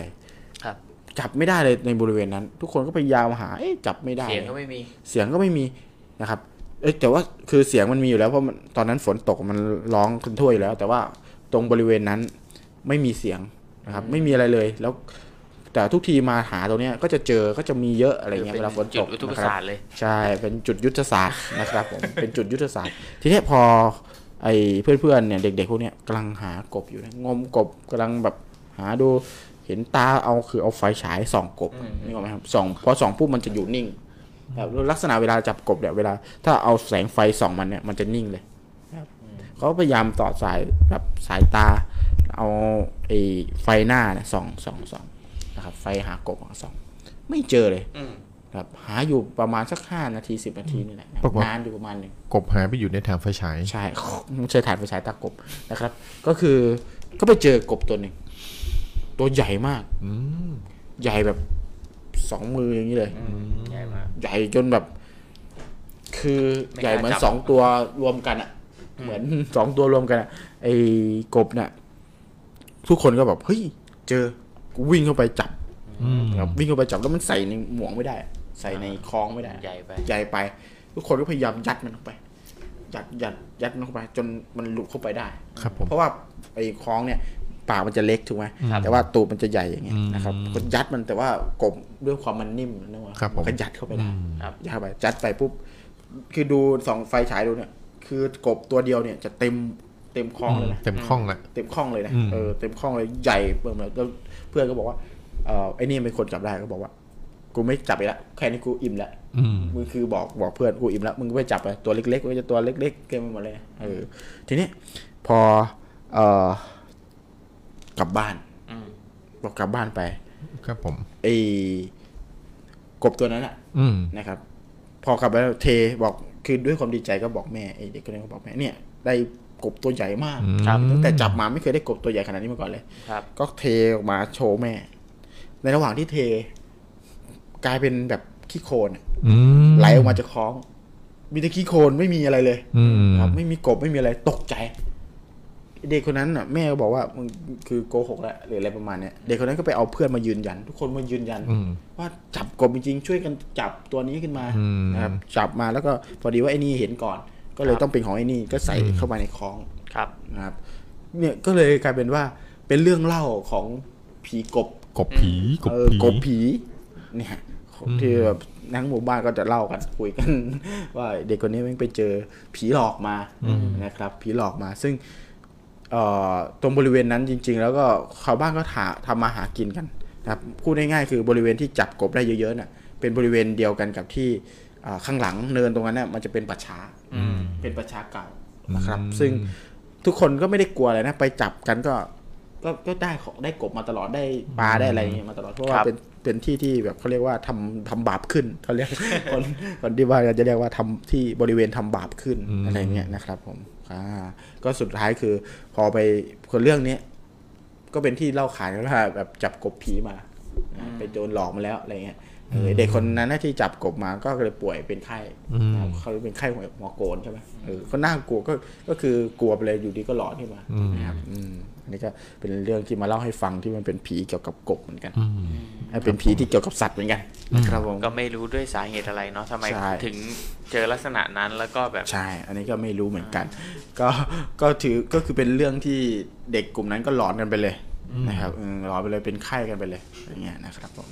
S3: ครับ
S1: จับไม่ได้เลยในบริเวณนั้น ทุกคนก็พยายามหาเอ๊ะจับไม่ได้
S3: เสียงก็ไม่มี
S1: เสียงก็ไม่มีนะครับ เอ้ยแต่ว่าคือเสียงมันมีอยู่แล้วเพราะมันตอนนั้นฝนตกมันร้องคึนทั่วอยู่แล้ว แต่ว่าตรงบริเวณนั้นไม่มีเสียงนะครับ ไม่มีอะไรเลยแล้ว แต่ทุกทีมาหาตรงเนี้ยก็จะเจอก็จะมีเยอะอะไรเงี้ย
S3: คือเป็น
S1: เวลาฝน
S3: จุ
S1: ต
S3: ด
S1: ก
S3: อุทก
S1: นะครับ
S3: ศาสตร์เลย
S1: ใช่เป็นจุดยุทธศาสตร์นะครับผม <laughs> เป็นจุดยุทธศาสตร์ ทีเนี้ยพอไอ้เพื่อนๆเนี่ยเด็ก ๆ พวกเนี้ยกำลังหากบอยู่นะงมกบกำลังแบบหาดูเห็นตาเอาคือเอาไฟฉายส่องกบนี่ก็ไหมครับส่องพอส่องปุ๊บมันจะอยู่นิ่ง แบบลักษณะเวลาจับกบเนี่ยเวลา ถ้าเอาแสงไฟส่องมันเนี่ยมันจะนิ่งเลยนะครับเขาพยายามต่อสายรับสายตา เอาไอ้ไฟหน้าเนี่ยส่องส่องส่องนะครับ ไฟหากบส่อง ไม่เจอเลย
S3: อืม
S1: ครับหาอยู่ประมาณสักห้านาทีสิบนาทีนี่แหละนะ
S2: ปรากฏ
S1: นานอยู่ประมาณหนึ่ง
S2: กบหายไปอยู่ในถังไฟฉาย
S1: ใช่ <laughs> ใช้ถ่านไฟฉายตากบนะครับ ก็คือก็ไปเจอกบตัวหนึ่งตัวใหญ่มาก
S2: อืม
S1: ใหญ่แบบสองมืออย่างนี้เลย
S3: ใหญ่มาก
S1: ใหญ่จนแบบ คือ
S3: ไม่กล้า
S1: ใหญ่เหมือน
S3: จับ
S1: สองตัวรวมกันอะเหมือน <laughs> สองตัวรวมกันอะไอ้กบเนี่ยทุกคนก็แบบเฮ้ยเจอกูวิ่งเข้าไปจับ
S2: อืม
S1: ครับวิ่งเข้าไปจับแล้วมันใส่ในหมวงไม่ได้อะใส่ในคล้องไม่ได้อะ
S3: ใหญ่ไป
S1: ใหญ่ไป ทุกคนก็พยายามยัดมันเข้าไปยัดยัดยัดมันเข้าไป จนมันหลุดเข้าไปได้
S2: ครับผม
S1: เพราะว่าไอ้คล้องเนี่ย ปากมันจะเล็กถูกไหม
S2: ครับ
S1: แต่ว่าตูดมันจะใหญ่อย่างเงี้ย
S2: อืม
S1: นะครับก็ยัดมันแต่ว่ากลมด้วยความมันนิ่มนะว่า
S2: ครับผม
S1: มันก็ยัดเข้าไปได้
S2: อืม
S1: ครับยัดเข้าไปยัดไปปุ๊บคือดูสองไฟฉายดูเนี่ยคือกบตัวเดียวเนี่ยจะเต็มเต็มคลองเลยนะ
S2: เต็มข้องละ
S1: เต็มข้องเลยนะ
S2: อืม
S1: เออเต็มข้องเลยใหญ่เบิ่มเลยแล้วเพื่อนก็บอกว่าเออไอ้นี่เป็นคนจับได้ก็บอกว่า กูไม่จับไปละแค่นี้กูอิ่มละ
S2: อืม
S1: มึงคือบอกบอกเพื่อนกูอิ่มละมึงก็ไปจับไปตัวเล็กๆมันจะตัวเล็กๆเต็มไปหมดเลยนะเออ ทีนี้พอเออกลับบ้าน
S3: อืม
S1: บอกกลับบ้านไป
S2: ครับผม
S1: ไอ้กบตัวนั้นอะ
S2: อืม
S1: นะครับ พอกลับไปแล้วเทบอกคือด้วยความดีใจก็บอกแม่ไอ้เด็กคนนี้ก็บอกแม่เนี่ย ได้กบตัวใหญ่มาก
S2: อืม
S1: ครับตั้งแต่จับมาไม่เคยได้กบตัวใหญ่ขนาดนี้มาก่อนเลย
S3: ครับ
S1: ก็เทออกมาโชว์แม่ ในระหว่างที่เท กลายเป็นแบบขี้โคลนอะ
S2: อืม
S1: ไหลออกมาจากคล้อง มีแต่ขี้โคลนไม่มีอะไรเลย
S2: อืม
S1: ครับไม่มีกบไม่มีอะไรตกใจ เด็กคนนั้นน่ะแม่ก็บอกว่ามึงคือโกหกแล้วหรืออะไรประมาณเนี้ยเด็กคนนั้นก็ไปเอาเพื่อนมายืนยัน ทุกคนมายืนยัน
S2: อืม
S1: ว่าจับกบจริงๆช่วยกันจับตัวนี้ขึ้นมา
S2: อืม
S1: นะครับจับมาแล้วก็พอดีว่าไอ้นี่เห็นก่อน ก็เลยต้องเป็นของไอ้นี่ก็ใส่เข้ามาในคล้อง
S3: ครับ
S1: นะครับเนี่ยก็เลยกลายเป็นว่าเป็นเรื่องเล่าของผีกบ
S2: กบผีกบ
S1: เออ
S2: ผี
S1: กบผีเนี่ย
S2: อืม
S1: ที่แบบนังหมู่บ้านก็จะเล่ากันคุยกัน ว่าเด็กคนนี้แมันไปเจอผีหลอกมานะครับ ผีหลอกมา ซึ่งเอ่อตรงบริเวณนั้นจริง ๆ แล้วก็ชาวบ้านก็ถาทำมาหากินกันนะครับพูดง่ายๆคือบริเวณที่จับกบได้เยอะๆน่ะเป็นบริเวณเดียวกันกับที่อ่าข้างหลังเนินตรงนั้นน่ะมันจะเป็นป่าช้า
S2: อืม
S1: เป็นประชาเก่านะครับ
S2: อืม
S1: ซึ่งทุกคนก็ไม่ได้กลัวอะไรนะ ไปจับกันก็ก็ก็ได้ของได้กบมาตลอดได้ปลาได้อะไรอย่างเงี้ยมาตลอดเพราะว่าเป็นเป็นที่ที่แบบเขาเรียกว่าทำทำบาปขึ้นเขาเรียก <laughs> คนคนที่บ้านก็จะเรียกว่าทำที่บริเวณทำบาปขึ้นอะไรอย่างเงี้ยนะครับ ผมอ่าก็สุดท้ายคือพอไปคนเรื่องเนี้ยก็เป็นที่เล่าขานกันว่าแบบจับกบผีมานะไปโดนหลอกมาแล้วอะไรเงี้ยเออเด็กคนนั้นนะที่จับกบมาก็เลยป่วยเป็นไข้
S2: อืม
S1: นะครับเขาเป็นไข้หัวหัวโกนใช่ไหมเออก็น่ากลัวก็ก็คือกลัวไปเลยอยู่ดีก็หลอนขึ้นมา
S2: อืม
S1: นะครับอืมอันนี้ก็เป็นเรื่องที่มาเล่าให้ฟังที่มันเป็นผีเกี่ยวกับกบเหมือนกัน
S2: อืม
S1: เป็นผีที่เกี่ยวกับสัตว์เหมือนกันนะครับผม
S3: ก็ไม่รู้ด้วยสาเหตุอะไรเนาะทำไม
S1: ใช่
S3: ถึงเจอลักษณะนั้นแล้วก็แบบ
S1: ใช่ อันนี้ก็ไม่รู้เหมือนกัน ก็ก็ถือก็คือเป็นเรื่องที่เด็กกลุ่มนั้นก็หลอนกันไปเลยนะครับอืมหลอนไปเลยเป็นไข้กันไปเลยอย่างเงี้ยนะครับผม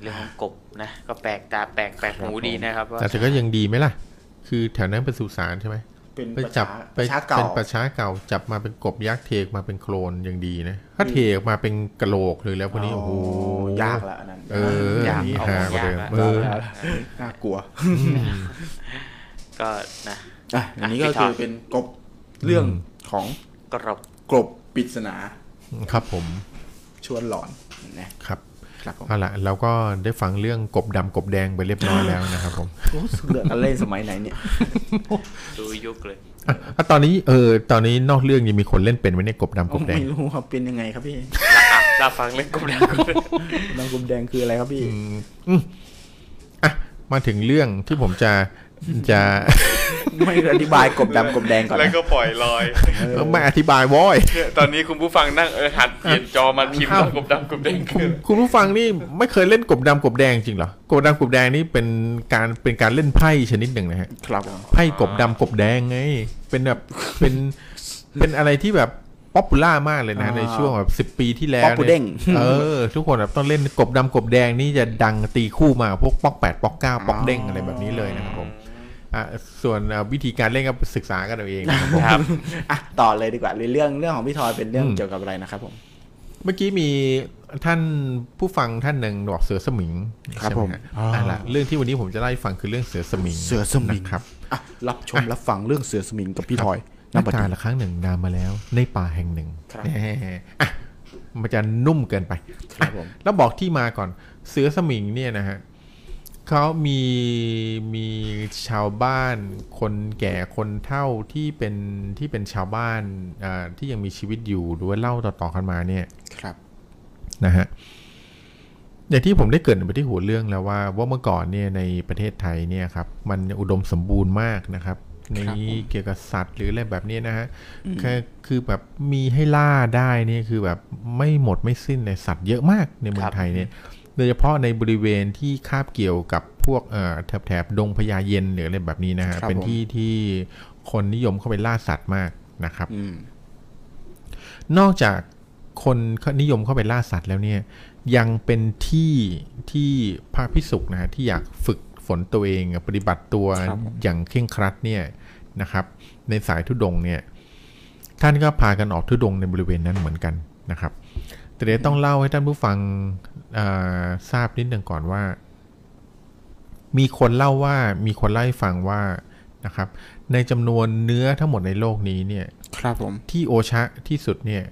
S3: เรื่องของกบนะ ก็แปลกตาแปลกแปลกหูดีนะครับว่า
S2: แต่แต่ก็ยังดีไหมล่ะ คือแถวนั้นเป็นสุสานใช่ไหม
S1: เป็น
S2: ไป
S1: ประ
S2: จั
S1: ชา
S2: บไป
S1: ประชาเก่า
S2: เป็นประช้าเก่า จับมาเป็นกบยักษ์เทออกมาเป็นโคลนยังดีนะ ถ้าเทออกมาเป็นกะโหลกเลยแล้วพวกนี้โอ้โห
S1: ยากละอันนั้น
S2: เออย
S1: าก
S2: นี่
S1: เอา
S2: หากว่าเดิม
S3: ยากละ
S2: เออ
S1: น่ากลัว
S3: ก็นะ
S1: อ่ะอันนี้ก็
S3: อ่ะ
S1: คือ
S3: พี่ท็อป
S1: เป็นกบเรื่อง
S2: อืม
S1: ของ
S3: กรบ
S1: กบปริศนา
S2: ครับผม
S1: ชวนหลอนนะครับ ครับผม
S2: เอาละเราก็ได้ฟังเรื่องกบดำกบแดงไปเรียบร้อยแล้วนะครับผม
S1: โอ้สุดเหลือกันเล่นสมัยไหนเนี่ย
S3: ดูยุคเลย
S2: อ่ะอ่ะตอนนี้เออตอนนี้นอกเรื่องยังมีคนเล่นเป็นไหมเนี่ยกบดำกบแดง
S1: ไม่รู้ครับเป็นยังไงครับพี่
S3: อ่ะเราฟังเรื่องกบแล้ว
S1: น้ำกบแดงคืออะไรครับพี่
S2: อ่ะมาถึงเรื่องที่ผมจะจะ
S1: ไม่อธิบายกบดำกบแดงก่อน
S3: แล้ว
S1: นะ
S3: ก็ปล่อยลอย
S1: <laughs>
S2: ไม่อธิบายโว้อย
S3: เนี่ยตอนนี้คุณผู้ฟังนั่งเออหัดเปลี่ยนจอมาพิมพ์ว่ากบดำกบแดง
S2: คุณ
S3: ขึ้น
S2: คุณผู้ฟังนี่ไม่เคยเล่นกบดำกบแดงจริงเหรอกบดำกบแดงนี่เป็นการเป็นการเล่นไพ่ชนิดหนึ่งนะฮะ
S1: ครับ
S2: ไพ่กบดำกบแดงไงเป็นแบบเป็นเป็นอะไรที่แบบป๊อปปูล่ามากเลยนะ ในช่วงแบบสิบ10 ปีที่แล้ว
S1: ป๊อป
S2: นี่ย
S1: ปูเด้ง
S2: เออ ทุกคนแบบต้องเล่นกบดำกบแดงนี่จะดังตีคู่มาพวกป๊อกแปดป๊อกเก้าป๊อกเด้งอะไรแบบนี้เลยนะครับผมอ่ะส่วนอ่ะวิธีการเล่นก็ศึกษากันเอาเองนะครับผม
S3: ครับ
S1: อ่ะต่อเลยดีกว่าเรื่องเรื่องของพี่ทอยเป็นเรื่อง
S2: อืม
S1: เกี่ยวกับอะไรนะครับผม
S2: เมื่อกี้มีท่านผู้ฟังท่านหนึ่งบอกเสือสมิง
S1: ครับ
S2: ใช่ไห
S1: ผม
S2: ฮะ
S1: อ๋ออ่
S2: ่าล่ะเรื่องที่วันนี้ผมจะเล่าให้ฟังคือเรื่องเสือสมิง
S1: เสือสมิง
S2: นะครับ
S1: อ่ะรับชมรับฟังเรื่องเสือสมิงกับพี่ทอย
S2: นัก
S1: ปัจจุ
S2: การ
S1: บัน
S2: ละครั้งหนึ่งนานมาแล้ว ในป่าแห่งหนึ่ง
S1: ครับ
S2: แหมอ่ะมันจะนุ่มเกินไป
S1: ครับผม
S2: แล้วบอกที่มาก่อนเสือสมิงเนี่ยนะฮะเขามีมีชาวบ้าน คนแก่คนเฒ่าที่เป็นที่เป็นชาวบ้านอ่าที่ยังมีชีวิตอยู่หรือว่าเล่าต่อๆกันมาเนี่ย
S1: ครับ
S2: นะฮะอย่างที่ผมได้เกริดไปที่หัวเรื่องแล้วว่า ว่าเมื่อก่อนเนี่ยในประเทศไทยเนี่ยครับมันอุดมสมบูรณ์มากนะครับ ในเกี่ยวกับสัตว์หรืออะไรแบบเนี้ยนะฮะคือคือแบบมีให้ล่าได้เนี่ยคือแบบไม่หมดไม่สิ้นเลยสัตว์เยอะมากในเมืองไทยเนี่ยโดยเฉพาะในบริเวณที่คาบเกี่ยวกับพวกเอ่อแถบแถบดงพญาเย็นหรืออะไรแบบนี้นะฮะเป็นที่ที่คนนิยมเข้าไปล่าสัตว์มากนะครับ
S1: อืม
S2: นอกจาก คนเขานิยมเข้าไปล่าสัตว์แล้วเนี่ย ยังเป็นที่ที่พระพิสุกนะฮะที่อยากฝึกฝนตัวเองปฏิบัติตัว
S1: ครับผม
S2: อย่างเคร่งครัดเนี่ยนะครับ ในสายธุดงค์เนี่ย ท่านก็พากันออกธุดงค์ในบริเวณนั้นเหมือนกันนะครับ แต่เดี๋ยวต้องเล่าให้ท่านผู้ฟังเอ่อทราบนิดหนึ่งก่อนว่า มีคนเล่าว่ามีคนเล่าให้ฟังว่านะครับ ในจำนวนเนื้อทั้งหมดในโลกนี้เนี่ย
S1: ครับผม
S2: ที่โอชะที่สุดเนี่ย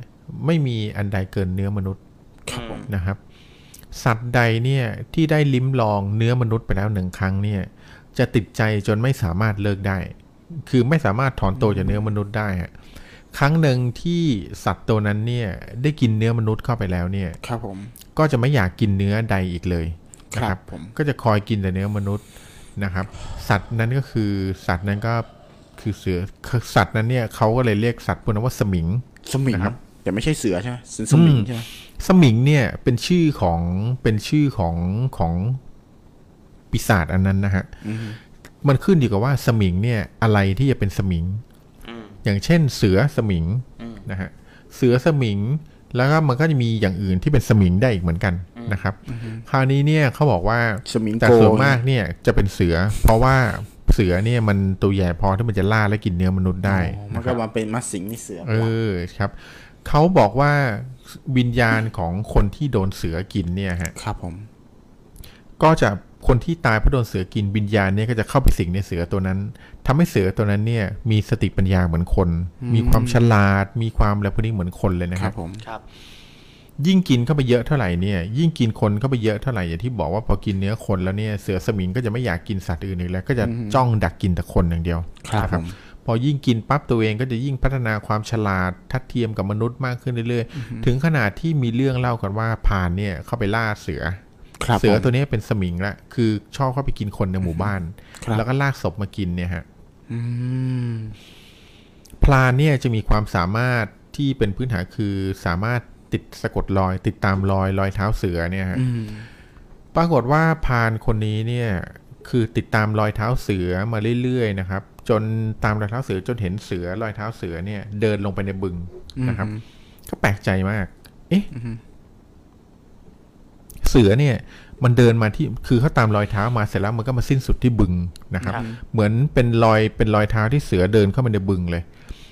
S2: ไม่มีอันใดเกินเนื้อมนุษย์
S1: ครับผม
S2: นะครับ สัตว์ใดเนี่ยที่ได้ลิ้มลองเนื้อมนุษย์ไปแล้วหนึ่งครั้งเนี่ยจะติดใจจนไม่สามารถเลิกได้ คือไม่สามารถถอนตัวจากเนื้อมนุษย์ได้ฮะครั้งหนึ่งที่สัตว์ตัวนั้นเนี่ยได้กินเนื้อมนุษย์เข้าไปแล้วเนี่ย
S1: ครับผม
S2: ก็จะไม่อยากกินเนื้อใดอีกเลย
S1: ค
S2: นะ
S1: รั
S2: ครับ บ
S1: ผม
S2: ก็จะคอยกินแต่เนื้อมนุษย์นะครับ สัตว์นั้นก็คือสัตว์นั้นก็คือเสือคือสัตว์นั้นเนี่ยเขาก็เลยเรียกสัตว์พวกนั้นว่าสมิง
S1: สมิง
S2: นะครับ
S1: แต่ไม่ใช่เสือใช่ไหมเป็นสมิงใช่ไหม
S2: สมิงเนี่ยเป็นชื่อของเป็นชื่อของของปีศาจอันนั้นนะฮะ
S1: อืม
S2: มันขึ้นอยู่กับว่าสมิงเนี่ยอะไรที่จะเป็นสมิง
S3: อืม
S2: อย่างเช่นเสือสมิงนะฮะเสือสมิงแล้วก็มันก็จะมีอย่างอื่นที่เป็นสมิงได้อีกเหมือนกันนะครับ คราวนี้เนี่ยเขาบอกว่า
S1: สมิง
S2: แต่
S1: โก
S2: ส่วนมากเนี่ยจะเป็นเสือ เพราะว่าเสือเนี่ยมันตัวใหญ่พอที่มันจะล่าและกินเนื้อมนุษย์ได้
S1: อ๋อมั
S2: นะ
S1: น
S2: ค
S1: ก็
S2: รับ
S1: มาเป็นมัดสิงนี่เสือก
S2: เอ
S1: ว่า
S2: อครับเขาบอกว่าวิญญาณของคนที่โดนเสือกินเนี่ยฮะ
S1: ครับผม
S2: ก็จะคนที่ตายเพราะโดนเสือกินวิญญาณเนี่ยก็จะเข้าไปสิงในเสือตัวนั้นทำให้เสือตัวนั้นเนี่ยมีสติปัญญาเหมือนคน มีความฉลาด มีความอะไรพวกนี้เหมือนคนเลยนะ
S1: ค
S2: ค
S1: รั
S2: รั
S1: บบ ผม
S2: ยิ่งกินเข้าไปเยอะเท่าไหร่เนี่ยยิ่งกินคนเข้าไปเยอะเท่าไหร่อย่างที่บอกว่าพอกินเนื้อคนแล้วเนี่ยเสือสมิงก็จะไม่อยากกินสัตว์อื่นอีกแล้วก็จะจ้องดักกินแต่คนอย่างเดียว
S1: ครับ
S2: นะ
S1: ผม
S2: พอยิ่งกินปั๊บตัวเองก็จะยิ่งพัฒนาความฉลาดทัดเทียมกับมนุษย์มากขึ้นเรื่อยๆ ถึงขนาดที่มีเรื่องเล่ากันว่าพรานเนี่ยเข้าไปล่าเสือ
S1: ครับ
S2: เสือ
S1: ผม
S2: ตัวนี้เป็นสมิงละคือชอบเข้าไปกินคนในหมู่บ้าน
S1: ครับ
S2: แล้วก็ลากศพมากินเนี่ยฮะ
S1: อืม
S2: พรานเนี่ยจะมีความสามารถที่เป็นพื้นฐานคือสามารถติดสะกดรอย ติดตามรอยรอยเท้าเสือเนี่ยฮะ
S1: อืม
S2: ปรากฏว่าพรานคนนี้เนี่ยคือติดตามรอยเท้าเสือมาเรื่อยๆนะครับ จนตามรอยเท้าเสือจนเห็นเสือรอยเท้าเสือเนี่ย เดินลงไปในบึงนะครับ ก็แปลกใจมาก เอ๊ะเสือเนี่ย มันเดินมาที่คือเขาตามรอยเท้ามาเสร็จแล้วมันก็มาสิ้นสุดที่บึงนะครับ
S3: ครับ
S2: เหมือนเป็นรอยเป็นรอยเท้าที่เสือเดินเข้ามาในบึงเลย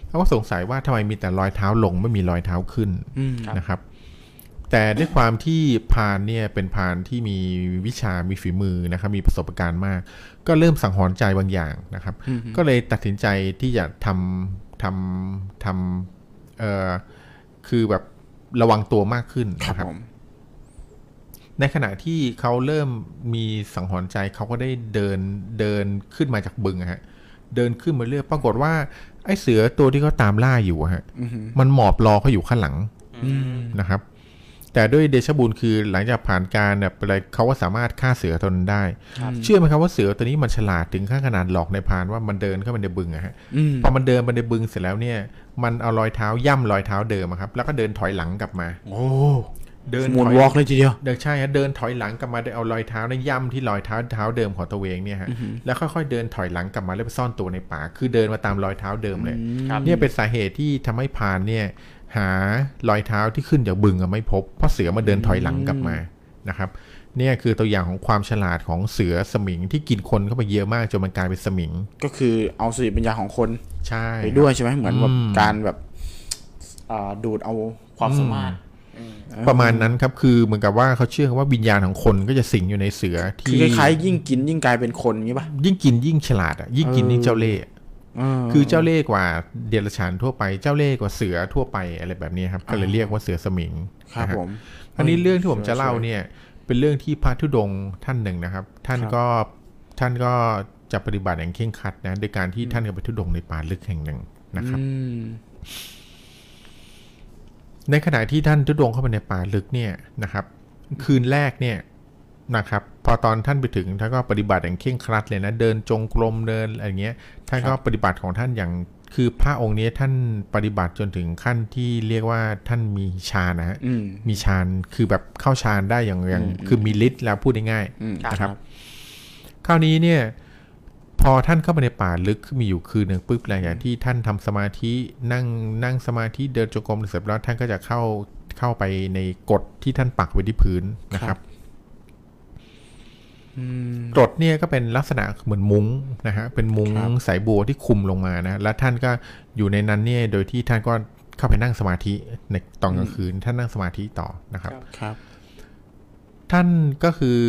S2: เขาก็สงสัยว่าทำไมมีแต่รอยเท้าลงไม่มีรอยเท้าขึ้น
S1: อืม
S2: นะครับ แต่ด้วยความที่พรานเนี่ยเป็นพรานที่มีวิชามีฝีมือนะครับ มีประสบการณ์มาก ก็เริ่มสังหรณ์ใจบางอย่างนะครับ
S1: อืม
S2: ก็เลยตัดสินใจที่จะทำทำทำเอ่อคือแบบระวังตัวมากขึ้น
S1: ครับ
S2: นะครับ
S1: ผม
S2: ในขณะที่เขาเริ่มมีสังหรณ์ใจเขาก็ได้เดินเดินขึ้นมาจากบึงอะฮะเดินขึ้นมาเรื่อยปรากฏว่าไอ้เสือตัวที่เขาตามล่าอยู่อะฮะ
S1: อืม
S2: มันหมอบรอเขาอยู่ข้างหลัง
S1: อืม
S2: นะครับ แต่ด้วยเดชะบุญคือหลังจากผ่านการแบบอะไรเขาก็สามารถฆ่าเสือตัวนั้นได้ เชื่อไหมครับว่าเสือตัวนี้มันฉลาดถึงขั้นขนาดหลอกในายพรานว่ามันเดินเข้าไปในบึงอะฮะ
S1: อืม
S2: พอมันเดินไปในบึงเสร็จแล้วเนี่ย มันเอารอยเท้าย่ำรอยเท้าเดิมอะครับ แล้วก็เดินถอยหลังกลับมา
S1: โอ้
S2: เดิน
S1: มูน
S2: ถอยว
S1: อล์กเลยทีเดียว
S2: เดินใช่ฮะเดินถอยหลังกลับมาได้เอารอยเท้าเนี่ยย่ำที่รอยเท้าเท้าเดิมของตัวเองเนี่ยฮะ แล้วค่อยๆเดินถอยหลังกลับมาแล้วไปซ่อนตัวในป่า คือเดินมาตามรอยเท้าเดิมเลย
S3: ครับ
S2: เนี่ยเป็นสาเหตุที่ทำให้พรานเนี่ย หารอยเท้าที่ขึ้นจากบึงอะไม่พบ เพราะเสือมาเดินถอยหลังกลับมานะครับ เนี่ยคือตัวอย่างของความฉลาดของเสือสมิงที่กินคนเข้าไปเยอะมากจนมันกลายเป็นสมิง
S1: ก็คือเอาสติปัญญาของคน
S2: ใช่
S1: ไปด้วยใช่ไหมเหมือนแบบ
S2: อืม
S1: การแบบอ่าดูดเอาความสามารถ
S2: ประมาณนั้นครับคือเหมือนกับว่าเขาเชื่อว่าวิญญาณของคนก็จะสิงอยู่ในเสือ
S1: คือ
S2: ที่
S1: คล้ายๆยิ่งกินยิ่งกลายเป็นคนงี้ป่ะ
S2: ยิ่งกินยิ่งฉลาดอ่ะยิ่งกิน
S1: เออ
S2: ยิ่งเจ้าเล่ห์
S1: เออ
S2: คือเจ้าเล่ห์กว่าเดรัจฉานทั่วไปเจ้าเล่ห์กว่าเสือทั่วไปอะไรแบบนี้ครับก็เลยเรียกว่าเสือสมิง
S1: ครับ
S2: นะฮะ
S1: ผม
S2: อันนี้เรื่องที่ผมจะเล่าเนี่ยเป็นเรื่องที่พระธุดงค์ท่านหนึ่งนะครับ ท่าน
S1: ครับ
S2: ก็ท่านก็จะปฏิบัติอย่างเคร่งครัดนะโดยการที่ท่านก็ไปธุดงค์ในป่าลึกแห่งหนึ่งนะครับ
S1: อืม
S2: ในขณะที่ท่านทุดงค์เข้าไปในป่าลึกเนี่ยนะครับ คืนแรกเนี่ยนะครับ พอตอนท่านไปถึงท่านก็ปฏิบัติอย่างเคร่งครัดเลยนะเดินจงกรมเดินอะไรเงี้ยท่านก็ปฏิบัติของท่านอย่างคือพระองค์นี้ท่านปฏิบัติจนถึงขั้นที่เรียกว่าท่านมีฌานนะฮะ
S1: อืม
S2: มีฌานคือแบบเข้าฌานได้อย่างอย่าง
S1: อืม
S2: คือมีฤทธิ์แล้วพูดง่ายๆ
S1: อืม
S3: ครับ
S2: นะครับ คราวนี้เนี่ยพอท่านเข้าไปในป่าลึกมีอยู่คืนหนึ่งปุ๊บหลังจากที่ท่านทำสมาธินั่งนั่งสมาธิเดินจงกรมเสร็จแล้วท่านก็จะเข้า เข้าไปในกฎที่ท่านปักไว้ที่พื้นนะครับ
S1: อืม
S2: กรดเนี่ยก็เป็นลักษณะเหมือนมุ้งนะฮะเป็นมุ้ง
S1: ครับ
S2: สายบัวที่คลุมลงมานะแล้วท่านก็อยู่ในนั้นเนี่ยโดยที่ท่านก็เข้าไปนั่งสมาธิในตอนกลางคืนท่านนั่งสมาธิต่อนะครับ
S1: ครับ
S2: ท่านก็คือ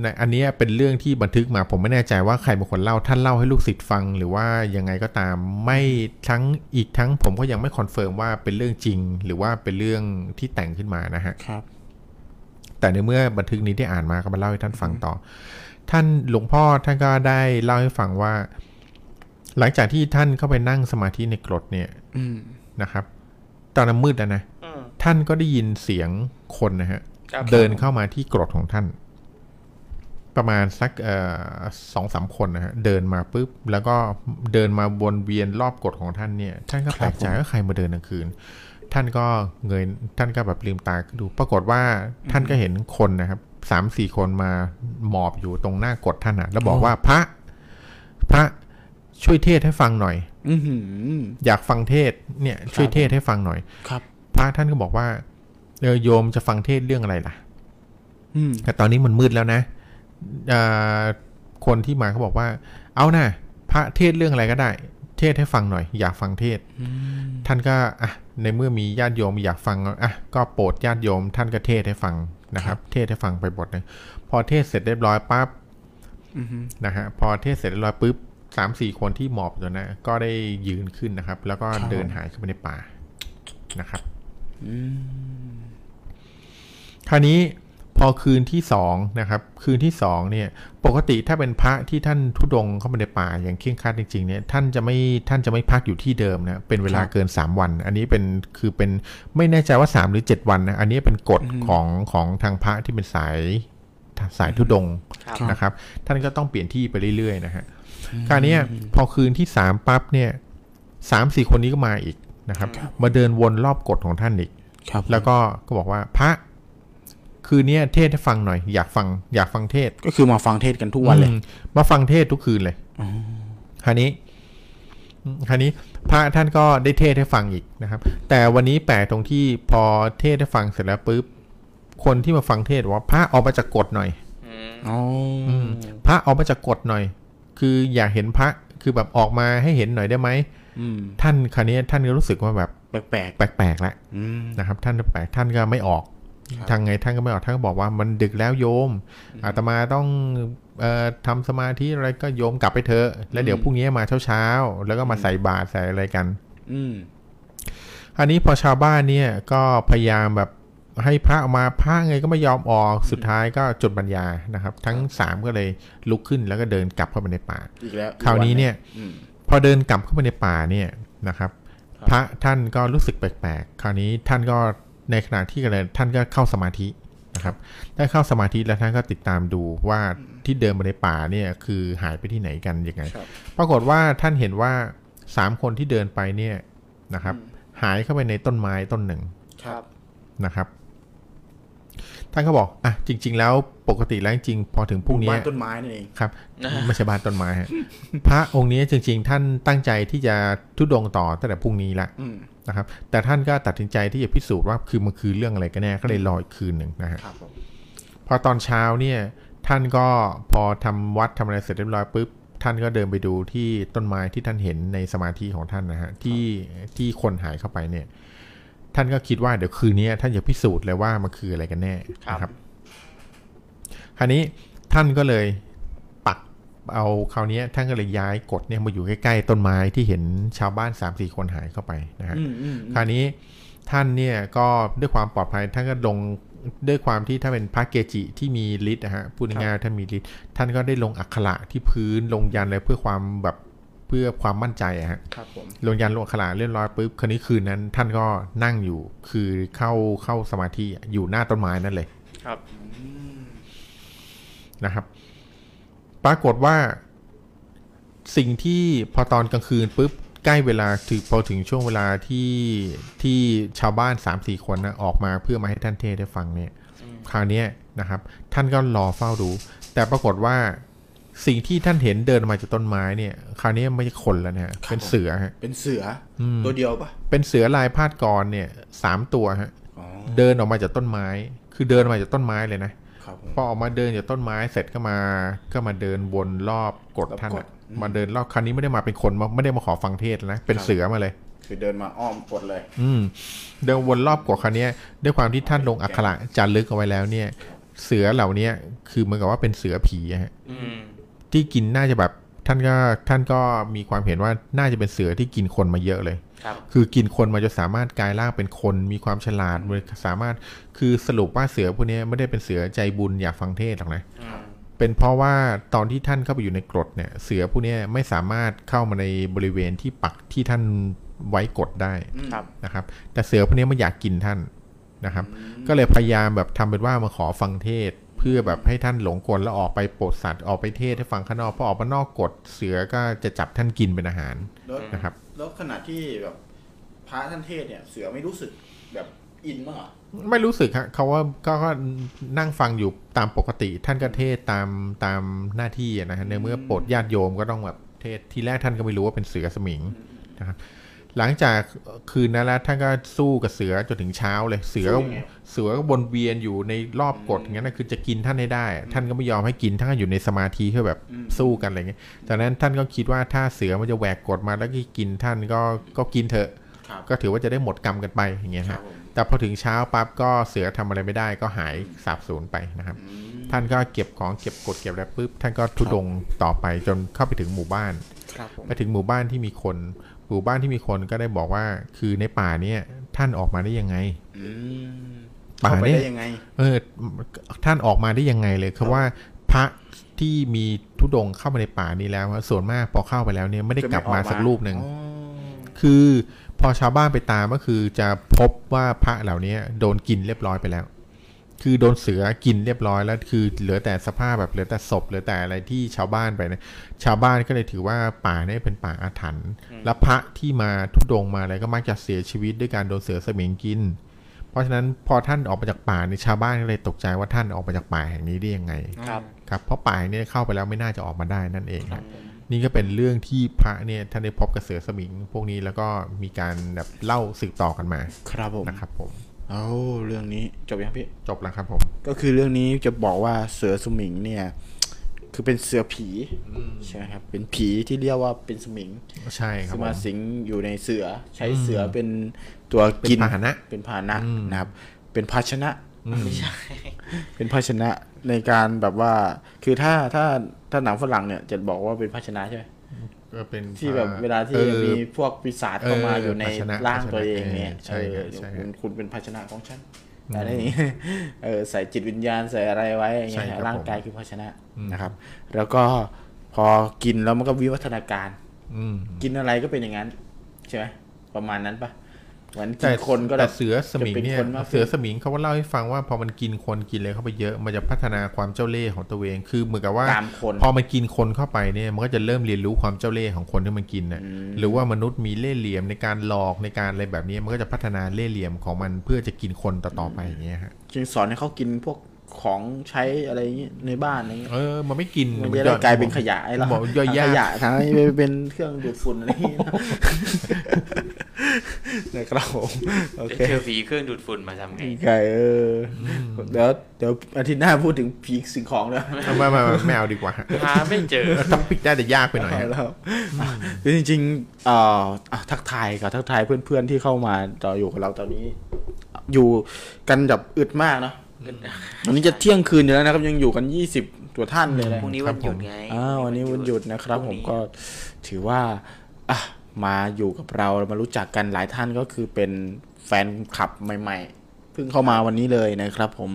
S2: ในอันเนี้ยเป็นเรื่องที่บันทึกมาผมไม่แน่ใจว่าใครบางคนเล่าท่านเล่าให้ลูกศิษย์ฟัง หรือว่ายังไงก็ตามไม่ทั้งอีกทั้งผมก็ยังไม่คอนเฟิร์มว่าเป็นเรื่องจริง หรือว่าเป็นเรื่องที่แต่งขึ้นมานะฮะ
S1: ครับ
S2: แต่ในเมื่อบันทึกนี้ได้อ่านมาก็มาเล่าให้ท่านฟังต่อ ท่านหลวงพ่อท่านก็ได้เล่าให้ฟังว่า หลังจากที่ท่านเข้าไปนั่งสมาธิในกรดเนี่ย
S1: อืม
S2: นะครับ ตอนนั้นมืดแล้วนะ
S3: อืม
S2: ท่านก็ได้ยินเสียงคนนะฮะ
S3: ครับ
S2: เดินเข้ามาที่กรดของท่าน ประมาณสักเอ่อสองสามคนนะฮะเดินมาปุ๊บแล้วก็เดินมาวนเวียนรอบกรดของท่านเนี่ย ท่านก็แปลกใจ
S1: ครับผม
S2: ว่าใครมาเดินกลางคืน ท่านก็เงยท่านก็แบบลืมตาขึ้นดู ปรากฏว่าท่านก็เห็นคนนะครับสามสี่คนมาหมอบอยู่ตรงหน้ากดท่านนะแล้วบอกว่าพระ พระช่วยเทศให้ฟังหน่อย
S1: อือหือ
S2: อยากฟังเทศเนี่ย ช่วยเทศให้ฟังหน่อย
S1: ครับ
S2: พระท่านก็บอกว่าเออโยมจะฟังเทศเรื่องอะไรล่ะ
S1: อืม
S2: แต่ตอนนี้มันมืดแล้วนะเอ่อคนที่มาเขาบอกว่า เอานะพระเทศเรื่องอะไรก็ได้ เทศให้ฟังหน่อย อยากฟังเทศ ท่านก็อ่ะในเมื่อมีญาติโยมอยากฟังอ่ะก็โปรดญาติโยม ท่านก็เทศให้ฟังนะครับ เทศให้ฟังไปบทหนึงพอเทศเสร็จเรียบร้อยปั๊บ
S1: อือหือ
S2: นะฮะพอเทศเสร็จเรียบร้อยปุ๊บสามสี่คนที่หมอบอยู่นะก็ได้ยืนขึ้นนะครับ แล้วก็
S1: ครับ
S2: เดินหายเข้าไปในป่านะครับ
S1: อืม
S2: คราวนี้พอคืนที่สองนะครับ คืนที่สองเนี่ย ปกติถ้าเป็นพระที่ท่านทุดงค์เข้าไปในป่าอย่างเคร่งครัดจริงๆเนี่ยท่านจะไม่ท่านจะไม่พักอยู่ที่เดิมนะเป็นเวลา
S1: ครับ
S2: เกิน 3 วัน อันนี้เป็นคือเป็นไม่แน่ใจว่า 3 หรือ 7 วันนะอันนี้เป็นกฎของของทางพระที่เป็นสายสายทุดงค์
S3: ครับ
S2: นะครับ ท่านก็ต้องเปลี่ยนที่ไปเรื่อยๆนะฮะคราวเนี้ยพอคืนที่ 3 ปั๊บเนี่ยสามสี่คนนี้ก็มาอีกนะครับ มาเดินวนรอบกฎของท่านอีก
S1: ครับ
S2: แล้วก็ก็บอกว่าพระ คืนเนี้ยเทศให้ฟังหน่อย อยากฟัง อยากฟังเทศ
S1: ก็คือมาฟังเทศกันทุกวันเลย
S2: อืมมาฟังเทศทุกคืนเลยคราวนี้อืมคราวนี้ พระท่านก็ได้เทศให้ฟังอีกนะครับ แต่วันนี้แปลกตรงที่พอเทศให้ฟังเสร็จแล้วปุ๊บคนที่มาฟังเทศบอกว่า พระออกมาจากกฎหน่อย
S3: อืม
S1: อ๋ออ
S2: อืมพระออกมาจากกฎหน่อย คืออยากเห็นพระคือแบบออกมาให้เห็นหน่อยได้ไหม
S1: อืม
S2: ท่านคราวนี้ท่านก็รู้สึกว่าแบบ
S1: แปลก
S2: แปลกๆแล้ว
S1: ๆอืม
S2: นะครับท่านแปลกท่านก็ไม่ออก
S1: ครับ
S2: ทางไงท่านก็ไม่ออกท่านก็บอกว่ามันดึกแล้วโยม อาตมาต้องเอ่อทำสมาธิอะไรก็โยมกลับไปเถอะแล้วเดี๋ยวพรุ่งนี้มาเช้าๆแล้วก็มาใส่บาตรใส่อะไรกัน
S1: อืม
S2: อันนี้พอชาวบ้านเนี่ยก็พยายามแบบให้พระออกมาพระไงก็ไม่ยอมออกสุดท้ายก็จดบัญญานะครับ ทั้งสามก็เลยลุกขึ้นแล้วก็เดินกลับเข้าไปในป่า
S1: อีกแล้ว
S2: คราวนี้เนี่ย
S1: อืม
S2: พอเดินกลับเข้าไปในป่าเนี่ยนะครับ
S1: ครับ
S2: พระท่านก็รู้สึกแปลกๆ คราวนี้ท่านก็ในขณะที่กำลังท่านก็เข้าสมาธินะครับ ได้เข้าสมาธิแล้วท่านก็ติดตามดูว่าที่เดินมาในป่าเนี่ยคือหายไปที่ไหนกันยังไง
S1: ครับ
S2: ปรากฏว่าท่านเห็นว่าสามคนที่เดินไปเนี่ยนะครับ หายเข้าไปในต้นไม้ต้นหนึ่ง
S1: ครับ
S2: นะครับ ท่านก็บอกอ่ะจริง ๆ แล้วปกติแล้วจริงๆพอถึงพรุ่ง
S1: บ้า
S2: เนี้
S1: น
S2: ย
S1: ต้นไม้นั่นเอง
S2: ครับไม่ใช่บ้านต้นไม้ฮะ พระองค์นี้จริง ๆ ท่านตั้งใจที่จะทุดงต่อตั้งแต่พรุ่งนี้ละ
S1: อืม
S2: นะครับ แต่ท่านก็ตัดสินใจที่จะพิสูจน์ว่าคือมันคือเรื่องอะไรกันแน่ก็เลยรออีกคืนหนึ่งนะฮะ
S1: ครับผม
S2: พอตอนเช้าเนี่ย ท่านก็พอทำวัดทำอะไรเสร็จเรียบร้อยปุ๊บท่านก็เดินไปดูที่ต้นไม้ที่ท่านเห็นในสมาธิของท่านนะฮะที่ที่คนหายเข้าไปเนี่ย ท่านก็คิดว่าเดี๋ยวคืนนี้ท่านจะพิสูจน์เลยว่ามันคืออะไรกันแน่นะครับ คราวนี้ท่านก็เลยปักเอาคราวนี้ท่านก็เลยย้ายกฎเนี่ยมาอยู่ใกล้ๆต้นไม้ที่เห็นชาวบ้าน3ามสี่คนหายเข้าไปนะฮะ
S1: อืมอืม
S2: คราวนี้ท่านเนี่ยก็ด้วยความปลอดภัยท่านก็ลงด้วยความที่ถ้าเป็นพระเกจิที่มีฤทธิ์นะฮะพูดง่ายๆท่านมีฤทธิ์ท่านก็ได้ลงอักขระที่พื้นลงยันต์อะไรเพื่อความแบบเพื่อความมั่นใจอะฮะ
S1: ครับผม
S2: ลงยันลงขลาเรียบร้อยปุ๊บคืนนี้คืนนั้น ท่านก็นั่งอยู่คือเข้าเข้าสมาธิอยู่หน้าต้นไม้นั่นเลย
S3: ครับ
S2: นะครับ ปรากฏว่าสิ่งที่พอตอนกลางคืนปุ๊บใกล้เวลาถึงพอถึงช่วงเวลาที่ที่ชาวบ้านสามสี่คนนะออกมาเพื่อมาให้ท่านเทศน์ได้ฟังเนี่ย คราวเนี้ยนะครับ ท่านก็รอเฝ้าดู แต่ปรากฏว่าสิ่งที่ท่านเห็นเดินมาจากต้นไม้เนี่ย คราวนี้ไม่ใช่คนแล้วนะฮะเป็น
S1: ครับผม
S2: เสือฮะ
S1: เป็นเสืออ
S2: ม
S1: ตัวเดียวปะ
S2: เป็นเสือลายพาดกรเนี่ยสามตัวฮะ
S1: อ๋อ
S2: เดินออกมาจากต้นไม้ คือเดินออกมาจากต้นไม้เลยนะ
S1: ครับผม
S2: พอออกมาเดินจากต้นไม้เสร็จก็มาก็มาเดินวนรอบกด
S1: รอบ
S2: ท่าน
S1: ก
S2: อะ
S1: ดอืม
S2: มาเดินรอบคราวนี้ไม่ได้มาเป็นคนมาไม่ได้มาขอฟังเทศน์นะเป็นเสือมาเลย
S1: คือเดินมาอ้อมกดเลย
S2: อืมเดินวนรอบกว่าคราวเนี้ยด้วยความที่ท่านลงอักขระจารึกเอาไว้แล้วเนี่ย เสือเหล่าเนี้ยคือเหมือนกับว่าเป็นเสือผีอะฮะ
S3: อืม
S2: ที่กินน่าจะแบบท่านก็ท่านก็มีความเห็นว่าน่าจะเป็นเสือที่กินคนมาเยอะเลย
S3: ครับ
S2: คือกินคนมาจนสามารถกลายร่างเป็นคนมีความฉลาดเลยสามารถคือสรุปว่าเสือพวกเนี้ยไม่ได้เป็นเสือใจบุญอยากฟังเทศน์หรอกนะ
S3: อืม
S2: เป็นเพราะว่าตอนที่ท่านเข้าไปอยู่ในกรดเนี่ย เสือผู้นี้ยไม่สามารถเข้ามาในบริเวณที่ปักที่ท่านไว้กดได้
S3: ครับ
S2: นะครับ แต่เสือผู้นี้ยมันอยากกินท่านนะครับ ก็เลยพยายามแบบทำเป็นว่ามาขอฟังเทศน์เพื่อแบบให้ท่านหลงกลแล้วออกไปโปรดสัตว์ออกไปเทศน์ให้ฟังข้างนอกพอออกมานอกกฎเสือก็จะจับท่านกินเป็นอาหาร
S1: แล้ว
S2: นะครับ
S1: แล้วขณะที่แบบพระท่านเทศน์เนี่ย เสือไม่รู้สึกแบบอินมากเหรอ
S2: ไม่รู้สึกฮะเขาว่าก็ก็นั่งฟังอยู่ตามปกติ ท่านก็เทศตามตามหน้าที่อะนะฮะในเมื่อโปรดญาติโยมก็ต้องแบบเทศทีแรกท่านก็ไม่รู้ว่าเป็นเสือสมิงนะครับหลังจากคืนนั้นแล้วท่านก็สู้กับเสือจนถึงเช้าเลยเสือก็เสือก็วนเวียนอยู่ในรอบกฎอย่างนั้นนะคือจะกินท่านให้ได้ ท่านก็ไม่ยอมให้กินท่านก็อยู่ในสมาธิเพื่อแบบสู้กันอะไรเงี้ยจากนั้นท่านก็คิดว่าถ้าเสือมันจะแหวกกฎมาแล้วก็กินท่านก็ก็กินเถอะ
S1: ครับ
S2: ก็ถือว่าจะได้หมดกรรมกันไปอย่างเงี้ย
S1: ครั
S2: ฮะ
S1: บผม
S2: แต่พอถึงเช้าปั๊บก็เสือทำอะไรไม่ได้ก็หายสาบสูญไปนะครับ
S1: อืม
S2: ท่านก็เก็บของเก็บกดเก็บแล้วปุ๊บท่านก็ทุดงต่อไปจนเข้าไปถึงหมู่บ้าน
S1: ครับผม
S2: ไปถึงหมู่บ้านที่มีคน หมู่บ้านที่มีคนก็ได้บอกว่าคือในป่าเนี่ยท่านออกมาได้ยังไง
S1: อืม
S2: ป่า
S1: เข้าไป
S2: เนี่ย
S1: ได้ยังไง
S2: เออท่านออกมาได้ยังไงเลยคือว่าพระที่มีทุดงเข้ามาในป่านี้แล้วอะส่วนมากพอเข้าไปแล้วเนี่ยไม่ได้กลับมาสักรูปหนึ่ง
S1: อ๋อ
S2: คือพอชาวบ้านไปตามก็คือจะพบว่าพระเหล่านี้โดนกินเรียบร้อยไปแล้ว คือโดนเสือกินเรียบร้อยแล้วคือเหลือแต่สภาพแบบเหลือแต่ศพเหลือแต่อะไรที่ชาวบ้านไปนะชาวบ้านก็เลยถือว่าป่าเนี่ยเป็นป่าอาถรรพ์และพระที่มาทุดงมาอะไรก็มักจะเสียชีวิตด้วยการโดนเสือเสมิงกิน เพราะฉะนั้นพอท่านออกมาจากป่าในยชาวบ้านก็เลยตกใจว่าท่านออกมาจากป่าแห่งนี้ได้ยังไง
S3: ครับ
S2: ครับเพราะป่าเนี่ยเข้าไปแล้วไม่น่าจะออกมาได้นั่นเองครับนี่ก็เป็นเรื่องที่พระเนี่ยท่านได้พบกระเสือสมิง พวกนี้แล้วก็มีการแบบเล่าสืบต่อกันมา
S1: ครับผม
S2: นะครับ ผม
S1: เอ้าเรื่องนี้จบยังพี่
S2: จบแล้วครับผม
S1: ก็คือเรื่องนี้จะบอกว่าเสือสมิงเนี่ย คือเป็นเสือผีใช่ไหมครับเป็นผีที่เรียกว่าเป็นสมิง
S2: ใช่ครับผม
S1: สาม สิงอยู่ในเสือใช้เสือเป็นตัวกิน
S2: เป็นพาหนะ
S1: เป็นพาหนะ
S2: อืม
S1: นะครับ เป็นภาชนะ
S2: อืม
S1: เป็นภาชนะในการแบบว่า คือถ้าถ้าถ้าหนังฝรั่งเนี่ยจะบอกว่าเป็นภาชนะใช่ไหม
S2: ก็เป็น
S1: ที่แบบ
S2: พระ
S1: เวลาที่
S2: ออ
S1: มีพวกปีศาจเข้ามา
S2: เอออ
S1: อยู่ใน
S2: ภาชนะ
S1: ร่างตัวเองเนี่ย
S2: ภาช
S1: เออ
S2: นะเออใช่ครับใช่ครับ
S1: คุณคุณเป็นภาชนะของฉันอะไรอย่างงี้เออใส่จิตวิญญาณใส่อะไรไว้อย่างเงี้ย
S2: ใช่ครับ
S1: ร่างกาย
S2: ผม
S1: คือภาชนะ
S2: อืม
S1: นะครับ แล้วก็พอกินแล้วมันก็วิวัฒนาการ
S2: อืม
S1: กินอะไรก็เป็นอย่างนั้น ใช่ไหมประมาณนั้นปะเหมือนกิ
S2: แต่
S1: นคนก็แบ
S2: แต่
S1: บ
S2: เสือสมิงเนี่ย
S1: จะเป็นคนมากขึ้น
S2: เสือสมิงเขาก็เล่าให้ฟังว่าพอมันกินคนกินเลยเข้าไปเยอะมันจะพัฒนาความเจ้าเล่ห์ของตัวเองคือเหมือนกับว่า
S1: ตามคน
S2: พอมันกินคนเข้าไปเนี่ยมันก็จะเริ่มเรียนรู้ความเจ้าเล่ห์ของคนที่มันกินนะ
S1: อืม
S2: หรือว่ามนุษย์มีเล่ห์เหลี่ยมในการหลอกในการอะไรแบบนี้มันก็จะพัฒนาเล่ห์เหลี่ยมของมันเพื่อจะกินคนต่อๆไปอย่างเงี้ยฮะ
S1: จึงสอนให้เขากินพวกของใช้อะไรอย่างงี้ในบ้านอะไรอย่างงี้
S2: เออมันไม่กิน
S1: มันจะได้กลายเป็นขยะไอ้เรา
S2: บอกย่อยยา
S1: ข
S2: ก
S1: ยะทั้งนี้ไปเป็นเครื่องดูดฝุ่นอะไรอย่างเงี้ย <laughs> นะครับผมโอ
S3: จะ
S1: เค
S3: เจอผีเครื่องดูดฝุ่นมาทำไง
S1: ไก่เออเดี๋ยวเดี๋ยวอาทิตย์หน้าพูดถึงผีสิ่งของแล้วย
S2: ไม่ไม่ไม่ไม่เอาดีกว่า
S3: หาไม่เจอ
S2: ท็อปิกได้ <laughs> แต่ยากไปหน่อย
S1: เอา
S2: ฮะ
S1: แล้วอ่ะคือจริงๆเอ่ออ่ะทักทายกับทักทายเพื่อนๆที่เข้ามาต่ออยู่กับเราตอนนี้ อยู่กันแบบอึดมากเนาะวันนี้จะเที่ยงคืนอยู่แล้วนะครับ ยังอยู่กันยี่สิบตัวท่านเลยนะ
S3: พรุ่งนี้วันหยุดไง
S1: อ่าวันนี้วันหยุดนะครับ
S3: พ
S1: ผ
S3: ง
S1: มก็ถือว่าอ่ะมาอยู่กับเรามารู้จักกันหลายท่านก็คือเป็นแฟนคลับใหม่ ๆ เพิ่งเข้ามาวันนี้เลยนะครับ ผม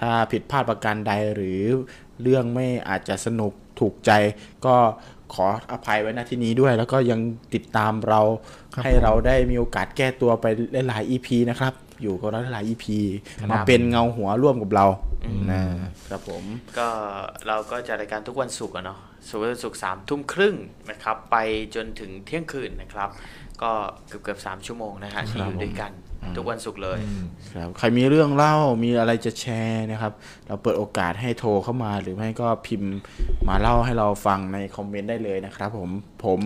S1: ถ้าผิดพลาดประการใดหรือเรื่องไม่อาจจะสนุกถูกใจ ก็ขออภัยไว้ณที่นี้ด้วย แล้วก็ยังติดตามเราให้เราได้มีโอกาสแก้ตัวไปหลายๆ EP นะครับ อยู่กับเราหลายๆ EP มาเป็นเงาหัวร่วมกับเรานะครับผม
S3: ก็เราก็จะรายการทุกวันศุกร์อะเนาะศุกร์ศุกร์สามทุ่มครึ่งนะครับ ไปจนถึงเที่ยงคืนนะครับ ก็เกือบเกือบสามชั่วโมงนะฮะที่อยู่ด้วยกันทุกวันศุกร์เลย
S1: ครับใครมีเรื่องเล่ามีอะไรจะแชร์นะครับ เราเปิดโอกาสให้โทรเข้ามาหรือไม่ก็พิมพ์มาเล่าให้เราฟังในคอมเมนต์ได้เลยนะครับ ผมผม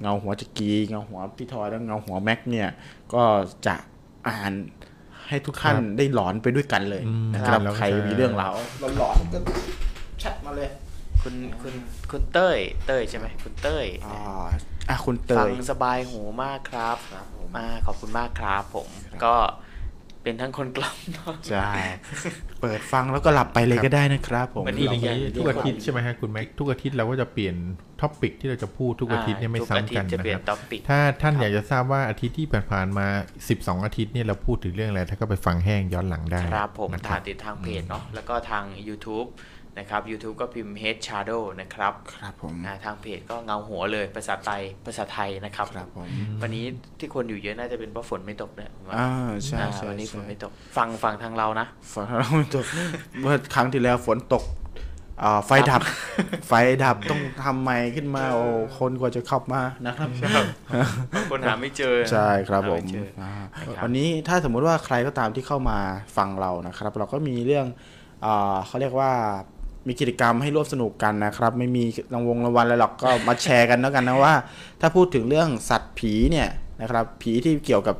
S1: เงาหัวจักรีเงาหัวพี่ทอยและเงาหัวแม็กเนี่ยก็จะอ่าน ให้ทุกท่าน
S2: ครับ
S1: ได้หลอนไปด้วยกันเลย
S2: อืม
S1: นะครับ
S2: แล้วก็
S1: ใคร
S2: จะ
S1: มีเรื่องราวหลอนๆก็แชทมาเลย
S3: คุณคุณคุณเต้ย เต้ยใช่ไหมคุณเต้ย
S1: อ่าอ่ะคุณเต
S3: ฟั
S1: ย
S3: งสบายหูมากครับ
S1: ครับผม
S3: มาขอบคุณมากครับผม ก็เป็นทั้งคนกล่อมเนาะ
S1: ใช่เปิดฟังแล้วก็หลับไปเลยก็ได้นะครับผม
S3: เหมือนที่
S2: เรา
S3: กย่าง
S2: ทุกอาทิตย์ใช่ไหมฮะคุณแม็กทุกอาทิตย์เราก็จะเปลี่ยนท็อปิกที่เราจะพูดทุกอาทิตย์เนี่ยไม่ซ้ำกัน
S3: ทุอาทิตย์จะ
S2: นะ
S3: เป
S2: ค
S3: ลี่ย
S2: รั
S3: น
S2: บ
S3: ท็อปิก
S2: ถ้าท่านอยากจะทราบว่าอาทิตย์ที่ผ่านๆมา 12 อาทิตย์เนี่ยเราพูดถึงเรื่องอะไรท่านก็ไปฟังแห้งย้อนหลังได้
S3: ครับผม
S2: นะ
S3: ทางติดทางเพจเนาะแล้วก็ทาง YouTube นะครับ YouTube ก็พิมพ์ Head Shadow นะครับ
S1: ครับผม
S3: อ่าทางเพจก็เงาหัวเลยภาษาไทยภาษาไทยนะครับ
S1: ครับผม
S3: วันนี้ที่คนอยู่เยอะน่าจะเป็นเพราะฝนไม่ตกเนี่ยผมว่า
S1: อ่าใช่
S3: อ่า
S1: ใช่
S3: วันนี้ฝ
S1: ใช่
S3: นไม่ตกฟังฟังทางเรานะ
S1: ฝนเราไม่ตก <laughs> เมื่อครั้งที่แล้วฝนตกอ่าไฟ <laughs> ดับ ไฟดับต้องทำใหม่ขึ้นมาโอ้คนกว่าจะเข้ามานะครับ
S3: คนหาไม่เจอ
S1: ใช่ครับผม
S3: เอาไปเจอ
S1: อ่า
S3: ครับ
S1: วันนี้ถ้าสมมุติว่าใครก็ตามที่เข้ามาฟังเรานะครับ เราก็มีเรื่องอ่าเขาเรียกว่ามีกิจกรรมให้ร่วมสนุกกันนะครับ ไม่มีรางวงรางวัลอะไรหรอกก็มาแชร์กันแล้วกันนะว่า <laughs> ถ้าพูดถึงเรื่องสัตว์ผีเนี่ยนะครับผีที่เกี่ยวกับ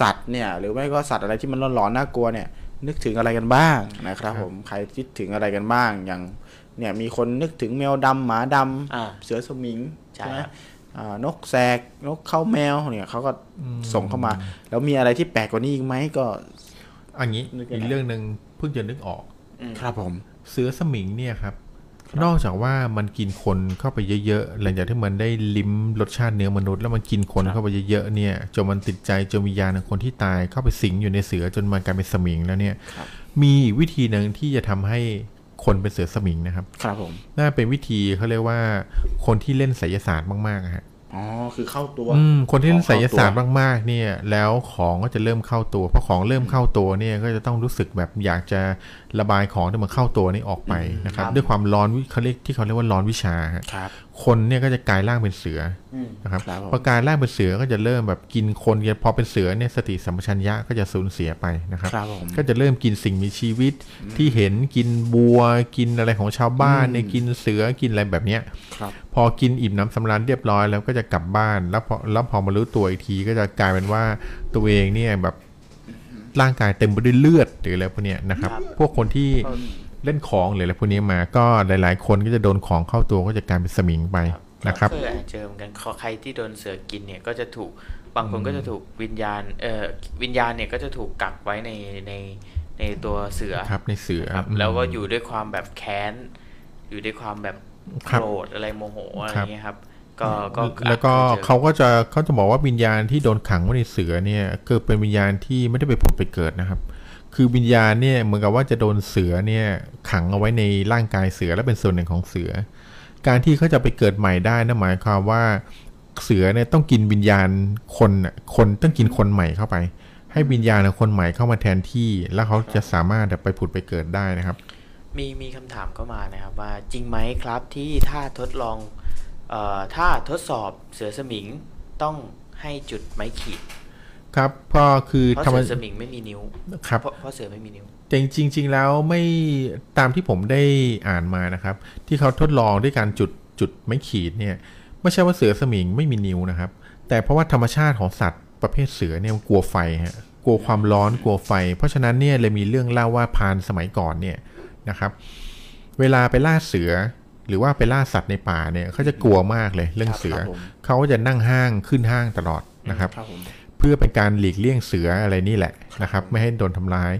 S1: สัตว์เนี่ยหรือไม่ก็สัตว์อะไรที่มันร้อนๆน่ากลัวเนี่ยนึกถึงอะไรกันบ้างนะครับ ผมใครคิดถึงอะไรกันบ้างอย่างเนี่ยมีคนนึกถึงแมวดำหมาดำ
S3: อ่า
S1: เสือสมิง
S3: ใช่
S1: ใช่ไหม
S3: ครับ
S1: อ่านกแสกนกเข้าแมวเนี่ยเขาก็ส่งเข้ามา แล้วมีอะไรที่แปลกกว่านี้อีกไหมก็
S2: อันนี้
S1: นึกยังไง
S2: อีกเรื่องหนึ่งเพิ่งจะนึกออก
S1: ครับผม
S2: เสือสมิงเนี่ยครับ นอกจากว่ามันกินคนเข้าไปเยอะๆหลังจากที่มันได้ลิ้มรสชาติเนื้อมนุษย์แล้วมันกินคนเข้าไปเยอะๆเนี่ยจนมันติดใจจนวิญญาณของคนที่ตายเข้าไปสิงอยู่ในเสือจนมันกลายเป็นสมิงแล้วเนี่ย มีอีกวิธีหนึ่งที่จะทำให้คนเป็นเสือสมิงนะครับ
S1: ครับผม
S2: น่าเป็นวิธีเขาเรียกว่าคนที่เล่นไสยศาสตร์มากๆอะฮะ
S1: อ๋อคือเข้าตัว
S2: อืมคนที่เล่นไสยศาสต
S1: ขอ
S2: ร์
S1: งเข้าตัว
S2: มากๆเนี่ย แล้วของก็จะเริ่มเข้าตัวเพราะของเริ่มเข้าตัวเนี่ยก็จะต้องรู้สึกแบบอยากจะระบายของที่มันเข้าตัวนี่ออกไปนะครับ ด้วยความร้อนวิเขาเรียกที่เขาเรียกว่าร้อนวิชาฮะ
S1: ครับ
S2: คนเนี่ยก็จะกลายร่างเป็นเสืออนะครับ
S1: ครับผม
S2: พอกลายร่างเป็นเสือก็จะเริ่มแบบกินคนกันพอเป็นเสือเนี่ยสติสัมปชัญญะก็จะสูญเสียไปนะครับ
S1: ครับผม
S2: ก็จะเริ่มกินสิ่งมีชีวิตที่เห็นกินบัว กินอะไรของชาวบ้านเนี่ยกินเสือกินอะไรแบบเนี้ย
S1: ครับ
S2: พอกินอิ่มน้ำสำราญเรียบร้อยแล้วก็จะกลับบ้านแล้วพอแล้วพอมารู้ตัวอีกทีก็จะกลายเป็นว่าตัวเองเนี่ยแบบร่างกายเต็มไปด้วยเลือดหรืออะไรพวกเนี้ยนะครับ พวกคนที่เล่นของหรืออะไรพวกนี้มาก็หลาย ๆ คนก็จะโดนของเข้าตัวก็จะกลายเป็นสมิงไปนะครับ
S3: เอออาจจะเจอเหมือนกันขอใครที่โดนเสือกินเนี่ยก็จะถูกบางคนก็จะถูกวิญญาณเอ่อวิญญาณเนี่ยก็จะถูกกักไว้ในในในตัวเสือ
S2: ครับในเสือ
S3: ครับแล้วก็อยู่ด้วยความแบบแค้น อยู่ด้วยความแบบ
S2: ค
S3: โก
S2: รับ
S3: รธอะไรโมโหอะไร
S2: ครับ
S3: เงี้ยครับ ก็ก็
S2: แล้วก็
S3: อาจจะ
S2: เขาก็จะเขาจะบอกว่าวิญญาณที่โดนขังไว้ในเสือเนี่ยเกิดเป็นวิญญาณที่ไม่ได้ไปผุดไปเกิดนะครับ คือวิญญาณเนี่ยเหมือนกับว่าจะโดนเสือเนี่ยขังเอาไว้ในร่างกายเสือและเป็นส่วนหนึ่งของเสือ การที่เขาจะไปเกิดใหม่ได้นั่นหมายความว่าเสือเนี่ยต้องกินวิญญาณคนน่ะคนต้องกินคนใหม่เข้าไป ให้วิญญาณของคนใหม่เข้ามาแทนที่ แล้วเขาจะสามารถแบบไปผุดไปเกิดได้นะครับ
S3: มีมีคำถามเข้ามานะครับว่าจริงไหมครับที่ถ้าทดลองเอ่อถ้าทดสอบเสือสมิงต้องให้จุดไม้ขีด
S2: ครับก็คือ
S3: เพราะ
S2: ธรรม
S3: เสือสมิงไม่มีนิ้ว
S2: ครับ
S3: เพราะเพราะเสือไม่มีนิ้ว
S2: แต่จริงๆแล้วไม่ตามที่ผมได้อ่านมานะครับ ที่เขาทดลองด้วยการจุดจุดไม้ขีดเนี่ยไม่ใช่ว่าเสือสมิงไม่มีนิ้วนะครับ แต่เพราะว่าธรรมชาติของสัตว์ประเภทเสือเนี่ยมันกลัวไฟฮะกลัวความร้อนกลัวไฟ เพราะฉะนั้นเนี่ยเลยมีเรื่องเล่าว่าพรานสมัยก่อนเนี่ยนะครับ เวลาไปล่าเสือหรือว่าไปล่าสัตว์ในป่าเนี่ยเขาจะกลัวมากเลยเรื่องเสื
S1: ค
S2: อ
S1: รับผม
S2: เขาก็จะนั่งห้างขึ้นห้างตลอดนะครับ
S1: ครับผม
S2: เพื่อเป็นการหลีกเลี่ยงเสืออะไรนี่แหละนะครับ ไม่ให้โดนทำร้าย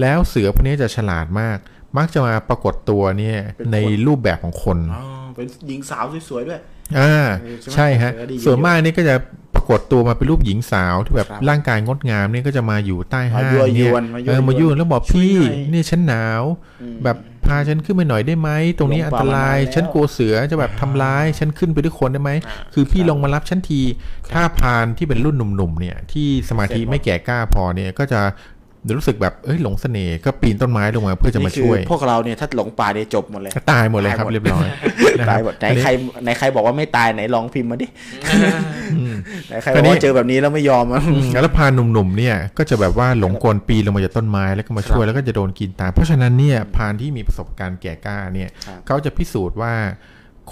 S2: แล้วเสือพวกนี้จะฉลาดมาก มักจะมาปรากฏตัวเนี่ยในรูปแบบของคน
S1: อ๋อเป็นหญิงสาวสวยๆด้วย
S2: อ่า
S1: ใช่
S2: ใช่
S1: ไหม
S2: ฮะ
S1: เสือดี
S2: ส่วนมากนี่ก็จะปรากฏตัวมาเป็นรูปหญิงสาวที่แบบ
S1: ครับ
S2: ร่างกายงดงามเนี่ยก็จะมาอยู่ใต้ห้าง
S1: มายั่ว
S2: เนี่ย
S1: ยวนมายั่ว
S2: เออมายั่วยวนแล้วบอก
S1: ช่วย
S2: พี่
S1: หน่อย
S2: นี่ฉันหนาว แบบพาฉันขึ้นไปหน่อยได้ไหมตรงนี้
S1: ลง
S2: อัน
S1: ป่า
S2: ตราย
S1: มาแล้ว
S2: ฉันกลัวเสือจะแบบทำร้ายฉันขึ้นไปด้วยคนได้ไหมคือพี่ลงมารับฉันทีถ้าพรานที่เป็นรุ่นหนุ่มๆเนี่ยที่สมาธิ
S1: เสร็จหมด
S2: ไม่แก่กล้าพอเนี่ยก็จะรู้สึกแบบเอ้ยหลงเสน่ห์ก็ปีนต้นไม้ลงมาเพื่อจะมา
S1: นี่คื
S2: ช่วย
S1: พวกเราเนี่ยถ้าหลงป่าเนี่ยจบหมดเลย
S2: ก็ตายหมดเลยครับเรียบร้อยนะค
S1: ตา
S2: รับ
S1: ยหมดไหน
S2: อันนี้
S1: ใครไหนใครบอกว่าไม่ตายไหนลองพิมพ์มาดิไหนใครบ
S2: อั
S1: อก
S2: นนี้
S1: ว่าเจอแบบนี้แล้วไม่ยอมอ่ะ
S2: อืมแล้วพาหนุ่มๆเนี่ยก็จะแบบว่าหลงกลปีนลงมาจากต้นไม้แล้วก็มาช่วยแล้วก็จะโดนกินตายเพราะฉะนั้นเนี่ยพรานที่มีประสบการณ์แก่กล้าเนี่ย
S1: ครับ
S2: เขาจะพิสูจน์ว่า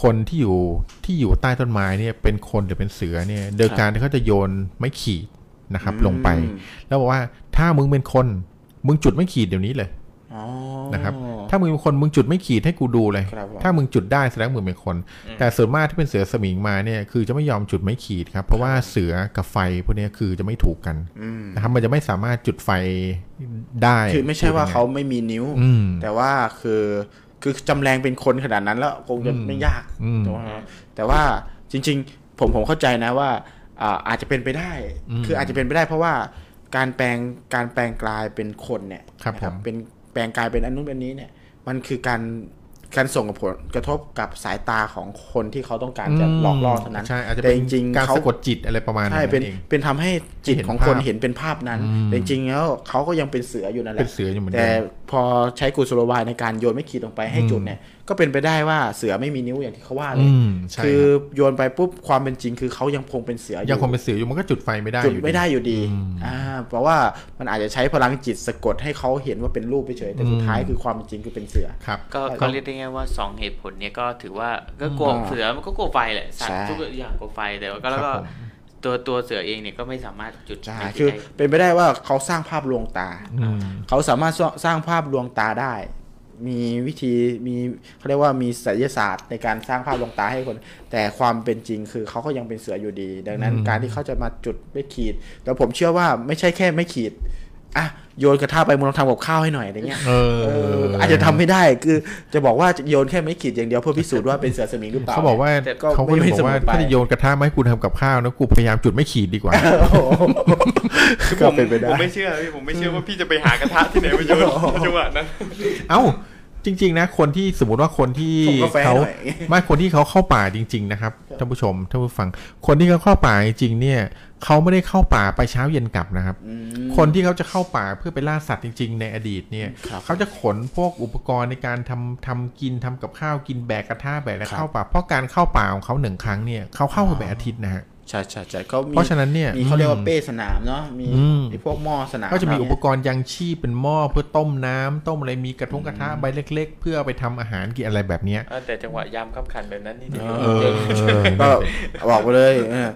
S2: คนที่อยู่ที่อยู่ใต้ต้นไม้เนี่ยเป็นคนหรือเป็นเสือเนี่ยโดย
S1: ครับ
S2: การที่เขาจะโยนไม้ขีด นะครับ ลงไป แล้วบอกว่าถ้ามึงเป็นคนมึงจุดไม่ขีดเดี๋ยวนี้เลย
S1: อ๋อ
S2: นะครับ ถ้ามึงเป็นคนมึงจุดไม่ขีดให้กูดูเลย
S1: ครับผม
S2: ถ้ามึงจุดได้แสดงมึงเป็นคน แต่ส่วนมากที่เป็นเสือสมิงมาเนี่ยคือจะไม่ยอมจุดไม่ขีดครับ เพราะว่าเสือกับไฟพวกเนี้ยคือจะไม่ถูกกัน
S1: อืม
S2: นะครับ มันจะไม่สามารถจุดไฟได้
S1: คือไม่ใช่ว่าเขาไม่มีนิ้ว
S2: อืม
S1: แต่ว่าคือคือจำแรงเป็นคนขนาดนั้นแล้วคงจะ
S2: อืม
S1: ไม่ยาก
S2: อืม
S1: แต่ว่าแต่ว่าจริง ๆ ผมผมเข้าใจนะว่าอ่าอาจจะเป็นไปได้
S2: อืม
S1: คืออาจจะเป็นไปได้เพราะว่าการแปลงการแปลงกลายเป็นคนเนี่ย
S2: ครับ
S1: นะ
S2: ผม
S1: เป็นแปลงกลายเป็นอันนู้นเป็นนี้เนี่ย มันคือการการส่งผลกระทบกับสายตาของคนที่เขาต้องการจะหลอกล่อเท่านั้น
S2: ใช่อาจจะ
S1: แต่
S2: เป็น
S1: จริงๆ
S2: การ
S1: เขา
S2: สะกดจิตอะไรประมาณนั้
S1: ใช่
S2: น
S1: เป็น
S2: เอง
S1: เป็นทำให้จิต
S2: ให้เห็น
S1: ของคน
S2: ภาพ
S1: เห็นเป็นภาพนั้น
S2: อืม
S1: แต่จริงๆแล้วเขาก็ยังเป็นเสืออยู่นั่นแหละ
S2: เป็นเสืออยู่เหมือนเดิม
S1: แต่พอใช้กุศโลบายในการโยนไม่ขีดลงไปให้จุดเนี่ย ก็เป็นไปได้ว่าเสือไม่มีนิ้วอย่างที่เขาว่าเล
S2: อื
S1: ย
S2: มใช่ครับ
S1: คือโยนไปปุ๊บความเป็นจริงคือเขายังคงเป็นเสืออยู่
S2: ยังคงเป็นเสืออยู่มันก็จุดไฟไม่ได้
S1: จุด
S2: อยู่
S1: ไม่ได้อยู่ดี
S2: อืม
S1: อ่าเพราะว่ามันอาจจะใช้พลังจิตสะกดให้เขาเห็นว่าเป็นรูปเฉยๆแต่สุด
S2: อืม
S1: ท้ายคือความเป็นจริงคือเป็นเสือ
S2: ครับ
S3: ก็ก็เรียกได้ไงายว่าสองเหตุผลเนี่ยก็ถือว่าก็กลัว
S1: อ่า
S3: เสือมันก็กลัวไฟแหละสัตว์
S1: ใช่
S3: ทุกอย่างกลัวไฟแต่ว่าก็แล้วก็
S2: ครับผม
S3: ตัวตัวเสือเองเนี่ยก็ไม่สามารถจุด
S1: ใช่
S3: ไม่ติด
S1: คือ
S3: ได้
S1: เป็นไปได้ว่าเขาสร้างภาพลวงตา
S2: อืม
S1: เขาสามารถสร้างสร้างภาพลวงตาได้ มีวิธีมีเขาเรียกว่ามีศิลปศาสตร์ในการสร้างภาพลวงตาให้คน แต่ความเป็นจริงคือเขาก็ยังเป็นเสืออยู่ดี ดังนั้น
S2: อืม
S1: การที่เขาจะมาจุดไม่ขีด แต่ผมเชื่อว่าไม่ใช่แค่ไม่ขีดอ่ะโยนกระทะไปมึงลองทำกับข้าวให้หน่อยอะไรเงี้ย
S2: เออ
S1: เอออาจจะทำไม่ได้คือจะบอกว่าจะโยนแค่ไม่ขีดอย่างเดียวเพื่อพิสูจน์ว่าเป็นเสือสมิงหรือเปล่า
S2: เขาบอกว่า
S1: แต่ก็
S2: เขาก็เลย
S1: ไม่
S2: บอกว่า
S1: ไม่เสมอไป
S2: ถ้าจะโยนกระทะมาให้กูทำกับข้าวนะกูพยายามจุดไม่ขีดดีกว่า
S1: โอ้โห
S2: <laughs>
S1: ก็เป็นไป
S3: ผม
S1: ได้
S3: ไม่เชื่อพี่ผมไม่เชื่อว่าพี่จะไปหากระทะที่ไหนมาโยนจังหวะนั้น
S2: เอ้าจริง ๆ นะ คนที่สมมติว่าคนที่
S1: ส่งกาแฟ
S2: เขา
S1: หน่อย
S2: ไม่คนที่เขาเข้าป่าจริง ๆ นะครับท่านผู้ชมท่านผู้ฟัง คนที่เขาเข้าป่าจริงๆเนี่ยเขาไม่ได้เข้าป่าไปเช้าเย็นกลับนะครับ
S1: อืม
S2: คนที่เขาจะเข้าป่าเพื่อไปล่าสัตว์จริง ๆ ในอดีตเนี่ย
S1: ครับ
S2: เขาจะขนพวกอุปกรณ์ในการทำทำกินทำกับข้าวกินแบกกระทะแบกอะไร
S1: ครับ
S2: เข้าป่าเพราะการเข้าป่าของเขาหนึ่งครั้งเนี่ยเขาเข้าไปอาทิตย์นะฮะ
S1: ใช่ใช่ใช่เขามี
S2: เพราะฉะนั้นเนี่ย
S1: มีเขาเรียกว่าเป้สนามเนาะ มี
S2: อืม
S1: ไอ้พวกหม้อสนาม
S2: ก็จะมี
S1: เน
S2: อุปกรณ์ยังชีพเป็นหม้อเพื่อต้มน้ำต้มอะไรมีกระทงกระทะใบเล็ก ๆ เพื่อเอาไปทำอาหารกินอะไรแบบเนี้ย
S3: แต่จังหวะยามขับขันแบบนั้นนี่
S1: เอ
S3: เดียว
S1: อก็บอกไปเลยเออ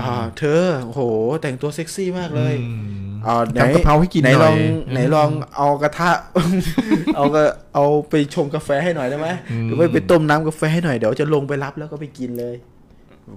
S1: อ่าเธอโอ้โห แต่งตัวเซ็กซี่มากเลยอ่าไหน
S2: ทำกะเพราให้กิน
S1: ไหน
S2: หน่
S1: ล
S2: อ
S1: อย งไหนลองเอากระท <laughs> ะ เอาก็เอาไปชงกาแฟให้หน่อยได้ไหมหรือไม่ไปต้มน้ำกาแฟให้หน่อย เดี๋ยวจะลงไปรับแล้วก็ไปกินเลย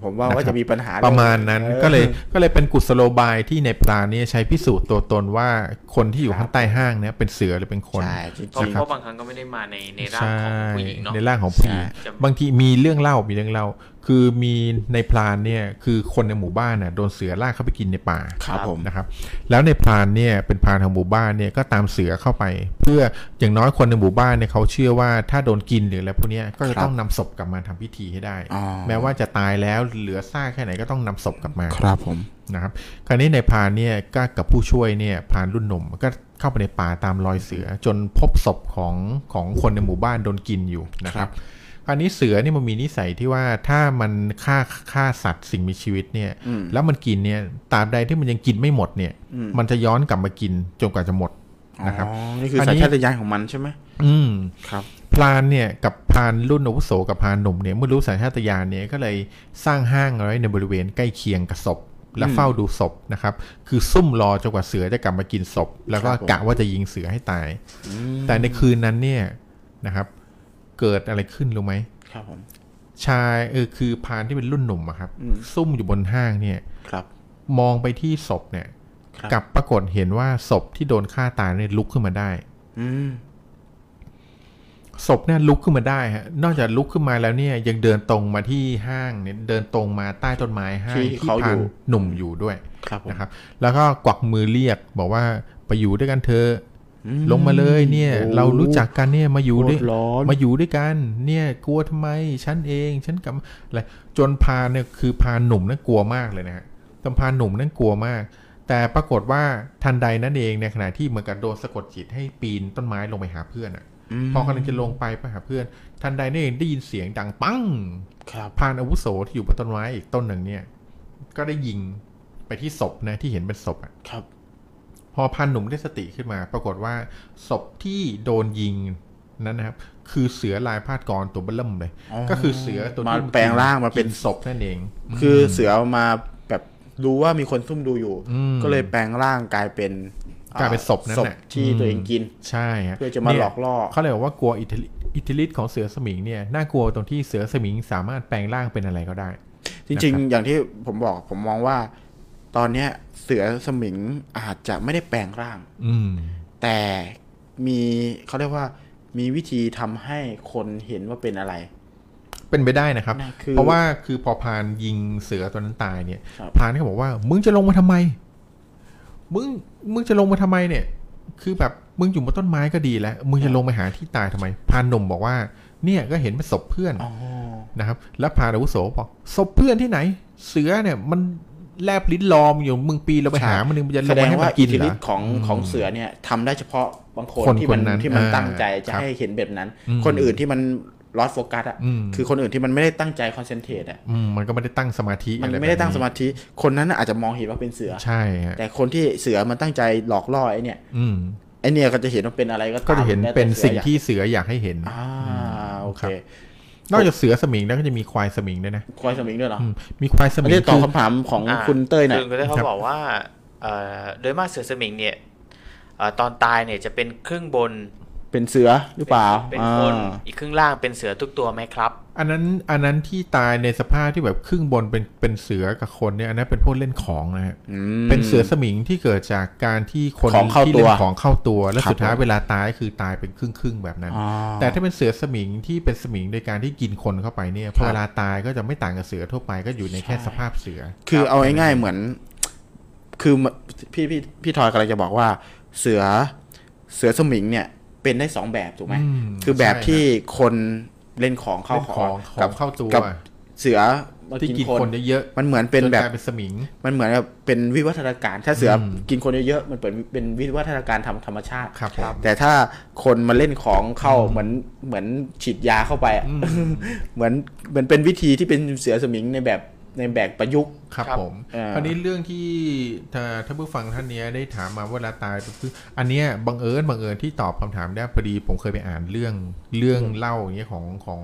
S1: ผมว่าว่าจะมีปัญหา
S2: ประมาณนั้น
S1: ออ
S2: ก็เลยก็เลยเป็นกุศโลบายที่ในปลาเนี่ยใช้พิสูจน์ตัวตนว่าคนที่อยู่
S1: ครับ
S2: ข้างใต้ห้างเนี่ยเป็นเสือหรือเป็นคน
S1: ใช่จริงๆ
S3: เพราะเพราะบางครั้งก็ไม่ได้มาในในร่างของผู้หญิงเนาะ
S2: ใช่ในร่างของผู้หญิง
S3: ใช่
S2: บางทีมีเรื่องเล่ามีเรื่องเล่า คือมีในพรานเนี่ยคือคนในหมู่บ้านน่ะโดนเสือลากเข้าไปกินในป่า
S1: ครับผม
S2: นะครับ แล้วในพรานเนี่ยเป็นพรานของหมู่บ้านเนี่ยก็ตามเสือเข้าไป เพื่ออย่างน้อยคนในหมู่บ้านเนี่ยเขาเชื่อว่าถ้าโดนกินหรืออะไรพวกเนี้ยก็จะต้องนำศพกลับมาทำพิธีให้ได้
S1: อ๋อ
S2: แม้ว่าจะตายแล้วเหลือซากแค่ไหนก็ต้องนำศพกลับมา
S1: ครับผม
S2: นะครับคราวนี้ในายพรานเนี่ยก็กับผู้ช่วยเนี่ยพรานรุ่นหนุ่มก็เข้าไปในป่าตามรอยเสือ จนพบศพของของคนในหมู่บ้านโดนกินอยู่นะครับคราวนี้เสือเนี่ยมันมีนิสัยที่ว่าถ้ามันฆ่าฆ่าสัตว์สิ่งมีชีวิตเนี่ย
S1: อืม
S2: แล้วมันกินเนี่ยตราบใดที่มันยังกินไม่หมดเนี่ย
S1: อืม
S2: มันจะย้อนกลับมากินจนกว่าจะหมดนะครับ
S1: อ๋อ นี่คืออน สัญ
S2: นี้
S1: ชาตญาณของมันใช่ไหม
S2: อืม
S1: ครับ
S2: พรานเนี่ยกับพรานรุ่นอาวุโสกับพรานหนุ่มเนี่ยเมื่อรู้สัญชาตญาณเนี่ยก็เลยสร้างห้างเอาไว้ในบริเวณใกล้เคียงกับศพ และ
S1: อืม
S2: เฝ้าดูศพนะครับ คือซุ่มรอจนกว่าเสือจะกลับมากินศพ แล้วก็
S1: ครับผม
S2: กะว่าจะยิงเสือให้ตาย แต่ในคืนนั้นเนี่ยนะครับ เกิดอะไรขึ้นรู้ไหม
S1: ครับผม
S2: ชายเออคือพรานที่เป็นรุ่นหนุ่มอะครับ
S1: อืม
S2: ซุ่มอยู่บนห้างเนี่ย
S1: ครับ
S2: มองไปที่ศพเนี่ย
S1: ครับ
S2: กลับปรากฏเห็นว่าศพที่โดนฆ่าตายเนี่ยลุกขึ้นมาได้
S1: อืม
S2: ศพเนี่ยลุกขึ้นมาได้ฮะ นอกจากลุกขึ้นมาแล้วเนี่ยยังเดินตรงมาที่ห้างเนี่ยเดินตรงมาใต้ต้นไม้ห้าง
S1: ที่เขาอยู่
S2: พนหนุ่มอยู่ด้วย
S1: ครับผม
S2: นะครับ แล้วก็กวักมือเรียกบอกว่าไปอยู่ด้วยกันเถอะ
S1: อืม
S2: ลงมาเลยเนี่ย
S1: โอ้
S2: เรารู้จักกันเนี่ยมาอยู่ด้วย
S1: โคตรร้อน
S2: มาอยู่ด้วยกันเนี่ยกลัวทำไมฉันเองฉันกับอะไรจนพาเนี่ยคือพาหนุ่มนั่นกลัวมากเลยนะฮะจนพาหนุ่มนั่นกลัวมาก แต่ปรากฏว่าทันใดนั่นเองในขณะที่เหมือนกับโดนสะกดจิตให้ปีนต้นไม้ลงไปหาเพื่อนอะ
S1: ม
S2: พอกำลังจะลงไปไปหาเพื่อน ทันใดนั่นเองได้ยินเสียงดังปัง
S1: ครับ
S2: พรานอาวุโสที่อยู่บนต้นไม้อีกต้นหนึ่งเนี่ย ก็ได้ยิงไปที่ศพนะที่เห็นเป็นศพอะ
S1: ครับ
S2: พอพรานหนุ่มได้สติขึ้นมา ปรากฏว่าศพที่โดนยิงนั้นนะครับ คือเสือลายพาดกรตัวเบิ่มเลย
S1: อ๋อ
S2: ก็คือเสือตัวที่
S1: มาแปลงร่างมาเป็น
S2: กิศพนั่นเอง
S1: คือเสือมาแบบ รู้ว่ามีคนซุ่มดูอยู่
S2: อืม
S1: ก็เลยแปลงร่างกลายเป็นอ่
S2: กลายเป็นศพนั่น
S1: ศพ
S2: แหละ
S1: ที่ตัวเองกิน
S2: ใช่ฮ
S1: เพื่อจะมา
S2: นี่ย
S1: หลอกล่อ
S2: เขาเลยบอกว่ากลัวอิทธิอิทธิฤทธิ์ของเสือสมิงเนี่ยน่ากลัวตรงที่เสือสมิงสามารถแปลงร่างเป็นอะไรก็ได้
S1: จริง ๆ อย่างที่ผมบอกผมมองว่า ตอนเนี้ยเสือสมิงอาจจะไม่ได้แปลงร่าง
S2: อืม
S1: แต่มีเขาเรียกว่ามีวิธีทำให้คนเห็นว่าเป็นอะไร
S2: เป็นไปได้นะครับ
S1: น่าคือ
S2: เพราะว่าคือพอพานยิงเสือตัวนั้นตายเนี่ย
S1: ครับ
S2: พานก็บอกว่า มึงจะลงมาทำไม มึงมึงจะลงมาทำไมเนี่ย คือแบบมึงอยู่บนต้นไม้ก็ดีแล้ว มึงจะลงไปหาที่ตายทำไม พานหนุ่มบอกว่า เนี่ยก็เห็นเป็นศพเพื่อน
S1: อ๋อ
S2: นะครับ แล้วพานอาวุโสบอกศพเพื่อนที่ไหน เสือเนี่ย มันแลบลิ้นลอมอยู่มึงปีนเราไปหามันนึงมันจะล
S1: แส
S2: ง
S1: ด
S2: มาง ให้มั
S1: ว่าน อิท
S2: กิน
S1: ธิ
S2: เหร
S1: ฤ
S2: อ
S1: ทธิ์ของของเสือเนี่ยทำได้เฉพาะบางคน
S2: คน
S1: ที่มัน
S2: คนนั้น
S1: ที่มัน
S2: อ่า
S1: ตั้งใจจะ
S2: ครับ
S1: ให้เห็นแบบนั้น
S2: อืม
S1: คนอื่นที่มันลอสโฟกัสอ่ะ
S2: อืม
S1: คือคนอื่นที่มันไม่ได้ตั้งใจคอนเซนเทรตอ่ะ
S2: อืมมันก็ไม่ได้ตั้งสมาธิ
S1: มัน
S2: อะร
S1: ไม่ได้ตั้งส
S2: แบบนี้
S1: มาธิคนนั้นน่ะอาจจะมองเห็นว่าเป็นเสือ
S2: ใช่ฮะ
S1: แต่คนที่เสือมันตั้งใจหลอกล่อไอ้เนี่ย
S2: อืม
S1: ไอ้เนี่ยก็จะเห็นว่าเป็นอะไรก็ตาม
S2: ก็จะเห็น
S1: แล้วแต่
S2: เป็น
S1: สือ
S2: สิ่ง
S1: อยาก
S2: ที่เสืออยากให้เห็น
S1: อ่าโอเค
S2: นอกจากเสือสมิงแล้วก็จะมีควายสมิงด้วยนะ
S1: ควายสมิงด้วยเหรอ
S2: อืมมีควายส
S1: อั
S2: มิ
S1: น
S2: ง
S1: นี้ตอบ
S2: คือ
S1: คำถามของ
S3: อ่า
S1: คุณเต้ยหน่อย
S3: คือคุณเต้ยเขาบอกว่าเอ่อโดยมากเสือสมิงเนี่ยเอ่อตอนตายเนี่ยจะเป็นครึ่งบน
S1: เป็นเสือหรือเปล่า
S3: เป็นคน
S1: อ่า
S3: อีกครึ่งล่างเป็นเสือทุกตัวไหมครับ
S2: อันนั้นอันนั้นที่ตายในสภาพที่แบบครึ่งบนเป็นเป็นเสือกับคนเนี่ยอันนั้นเป็นพวกเล่นของนะฮะ
S1: อืม
S2: เป็นเสือสมิงที่เกิดจากการที่คน
S1: ของเข้า
S2: ที่เล่
S1: ตั
S2: น
S1: ว
S2: ของเข้าตัว แล้ว
S1: ครับ
S2: สุดท้าย
S1: ผม
S2: เวลาตายคือตายเป็นครึ่งครึ่งๆแบบนั้น
S1: อ่า
S2: แต่ถ้าเป็นเสือสมิงที่เป็นสมิงโดยการที่กินคนเข้าไปเนี่ยพอเวลาตายก็จะไม่ต่างกับเสือทั่วไปก็อยู่ในแค่
S1: ใช่
S2: สภาพเสือ
S1: คือเอาง่ายๆเหมือน คือมพี่พี่พี่ทอยกำลังจะบอกว่า เสือเสือสมิงเนี่ย เป็นได้สองแบบถูกไหม
S2: อืม
S1: คือแบบ
S2: ใช่ฮะ
S1: ที่คนเล่นของเข้า
S2: เล่นของข
S1: กั
S2: องเข้าตัว
S1: กับเสือมา
S2: ที่
S1: กิ
S2: กิ
S1: น
S2: น
S1: ค
S2: คน นเยอะ
S1: มันเหมือน
S2: ๆ
S1: เป็น
S2: จ
S1: แบบ
S2: กลายเป็นสมิง
S1: มันเหมือนกับเป็นวิวัฒนาการ ถ้าเสืออ
S2: ม
S1: กินคนเยอะๆมันเป็นเป็นวิวัฒนาการทางธรรมชาติ
S2: ครับผม
S1: แต่ถ้าคนมาเล่นของเข้าเหมือนเหมือนฉีดยาเข้าไปอะเหมือนเหมือนเป็นวิธีที่เป็นเสือสมิงในแบบในแบบประยุกต์
S2: ครับ
S3: ครับ
S2: ผม
S1: อ่า
S2: คราวนี้เรื่องที่ท่าท่านผู้ฟังท่านเนี้ยได้ถามมาว่าเวลาตายคืออันเนี้ยบังเอิญบังเอิญที่ตอบคำถามได้พอดีผมเคยไปอ่านเรื่องเรื่องเล่าอย่างเงี้ยของของ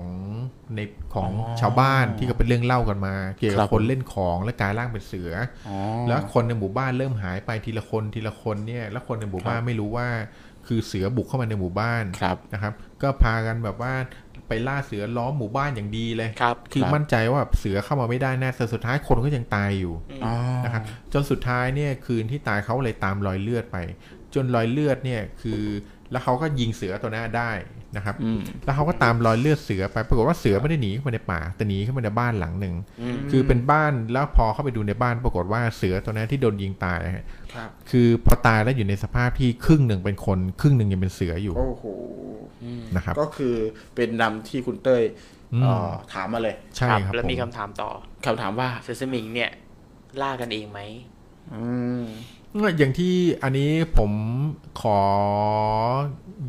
S2: ในของชาวบ้านที่ก็เป็นเรื่องเล่ากันมา เกี่ยว
S1: ครั
S2: กับบ คนเล่นของและกลายร่างเป็นเสืออแล้วคนในหมู่บ้านเริ่มหายไปทีละคนทีละคนเนี่ยแล้วคนในหมู่บ้านไม่รู้ว่า คือเสือบุกเข้ามาในหมู่บ้าน
S1: ครับ
S2: นะครับ ก็พากันแบบว่าไปล่าเสือล้อมหมู่บ้านอย่างดีเลย
S3: ครับ
S2: คือ
S1: ครับ
S2: มั่นใจว่าเสือเข้ามาไม่ได้แน่แต่สุดท้ายคนก็ยังตายอยู่
S1: อ๋อ
S2: นะครับจนสุดท้ายเนี่ยคืนที่ตายเขาเลยตามรอยเลือดไป จนรอยเลือดเนี่ยคือแล้วเขาก็ยิงเสือตัวหน้าได้นะครับ
S1: อืม
S2: แล้วเขาก็ตามรอยเลือดเสือไปปรากฏว่าเสือไม่ได้หนีเข้ามาในป่าแต่หนีเข้ามาในบ้านหลังหนึ่งคือเป็นบ้านแล้วพอเข้าไปดูในบ้าน ปรากฏว่าเสือตัวนั้นที่โดนยิงตายนะฮะ
S1: ครับ
S2: คือพอตายแล้วอยู่ในสภาพที่ครึ่งหนึ่งเป็นคนครึ่งหนึ่งยังเป็นเสืออยู่
S1: โอ้โห
S2: นะครับ
S1: ก็คือเป็นนำที่คุณเต้ย
S2: อืม
S1: เอ่อถามมาเลย
S2: ใช่ครับ
S3: แล้วมี
S2: ผ
S3: คำถามต่อ
S1: คำถามว่า
S3: เสือสมิงเนี่ยล่ากันเองไหม
S1: อืม
S2: อย่างที่อันนี้ผมขอ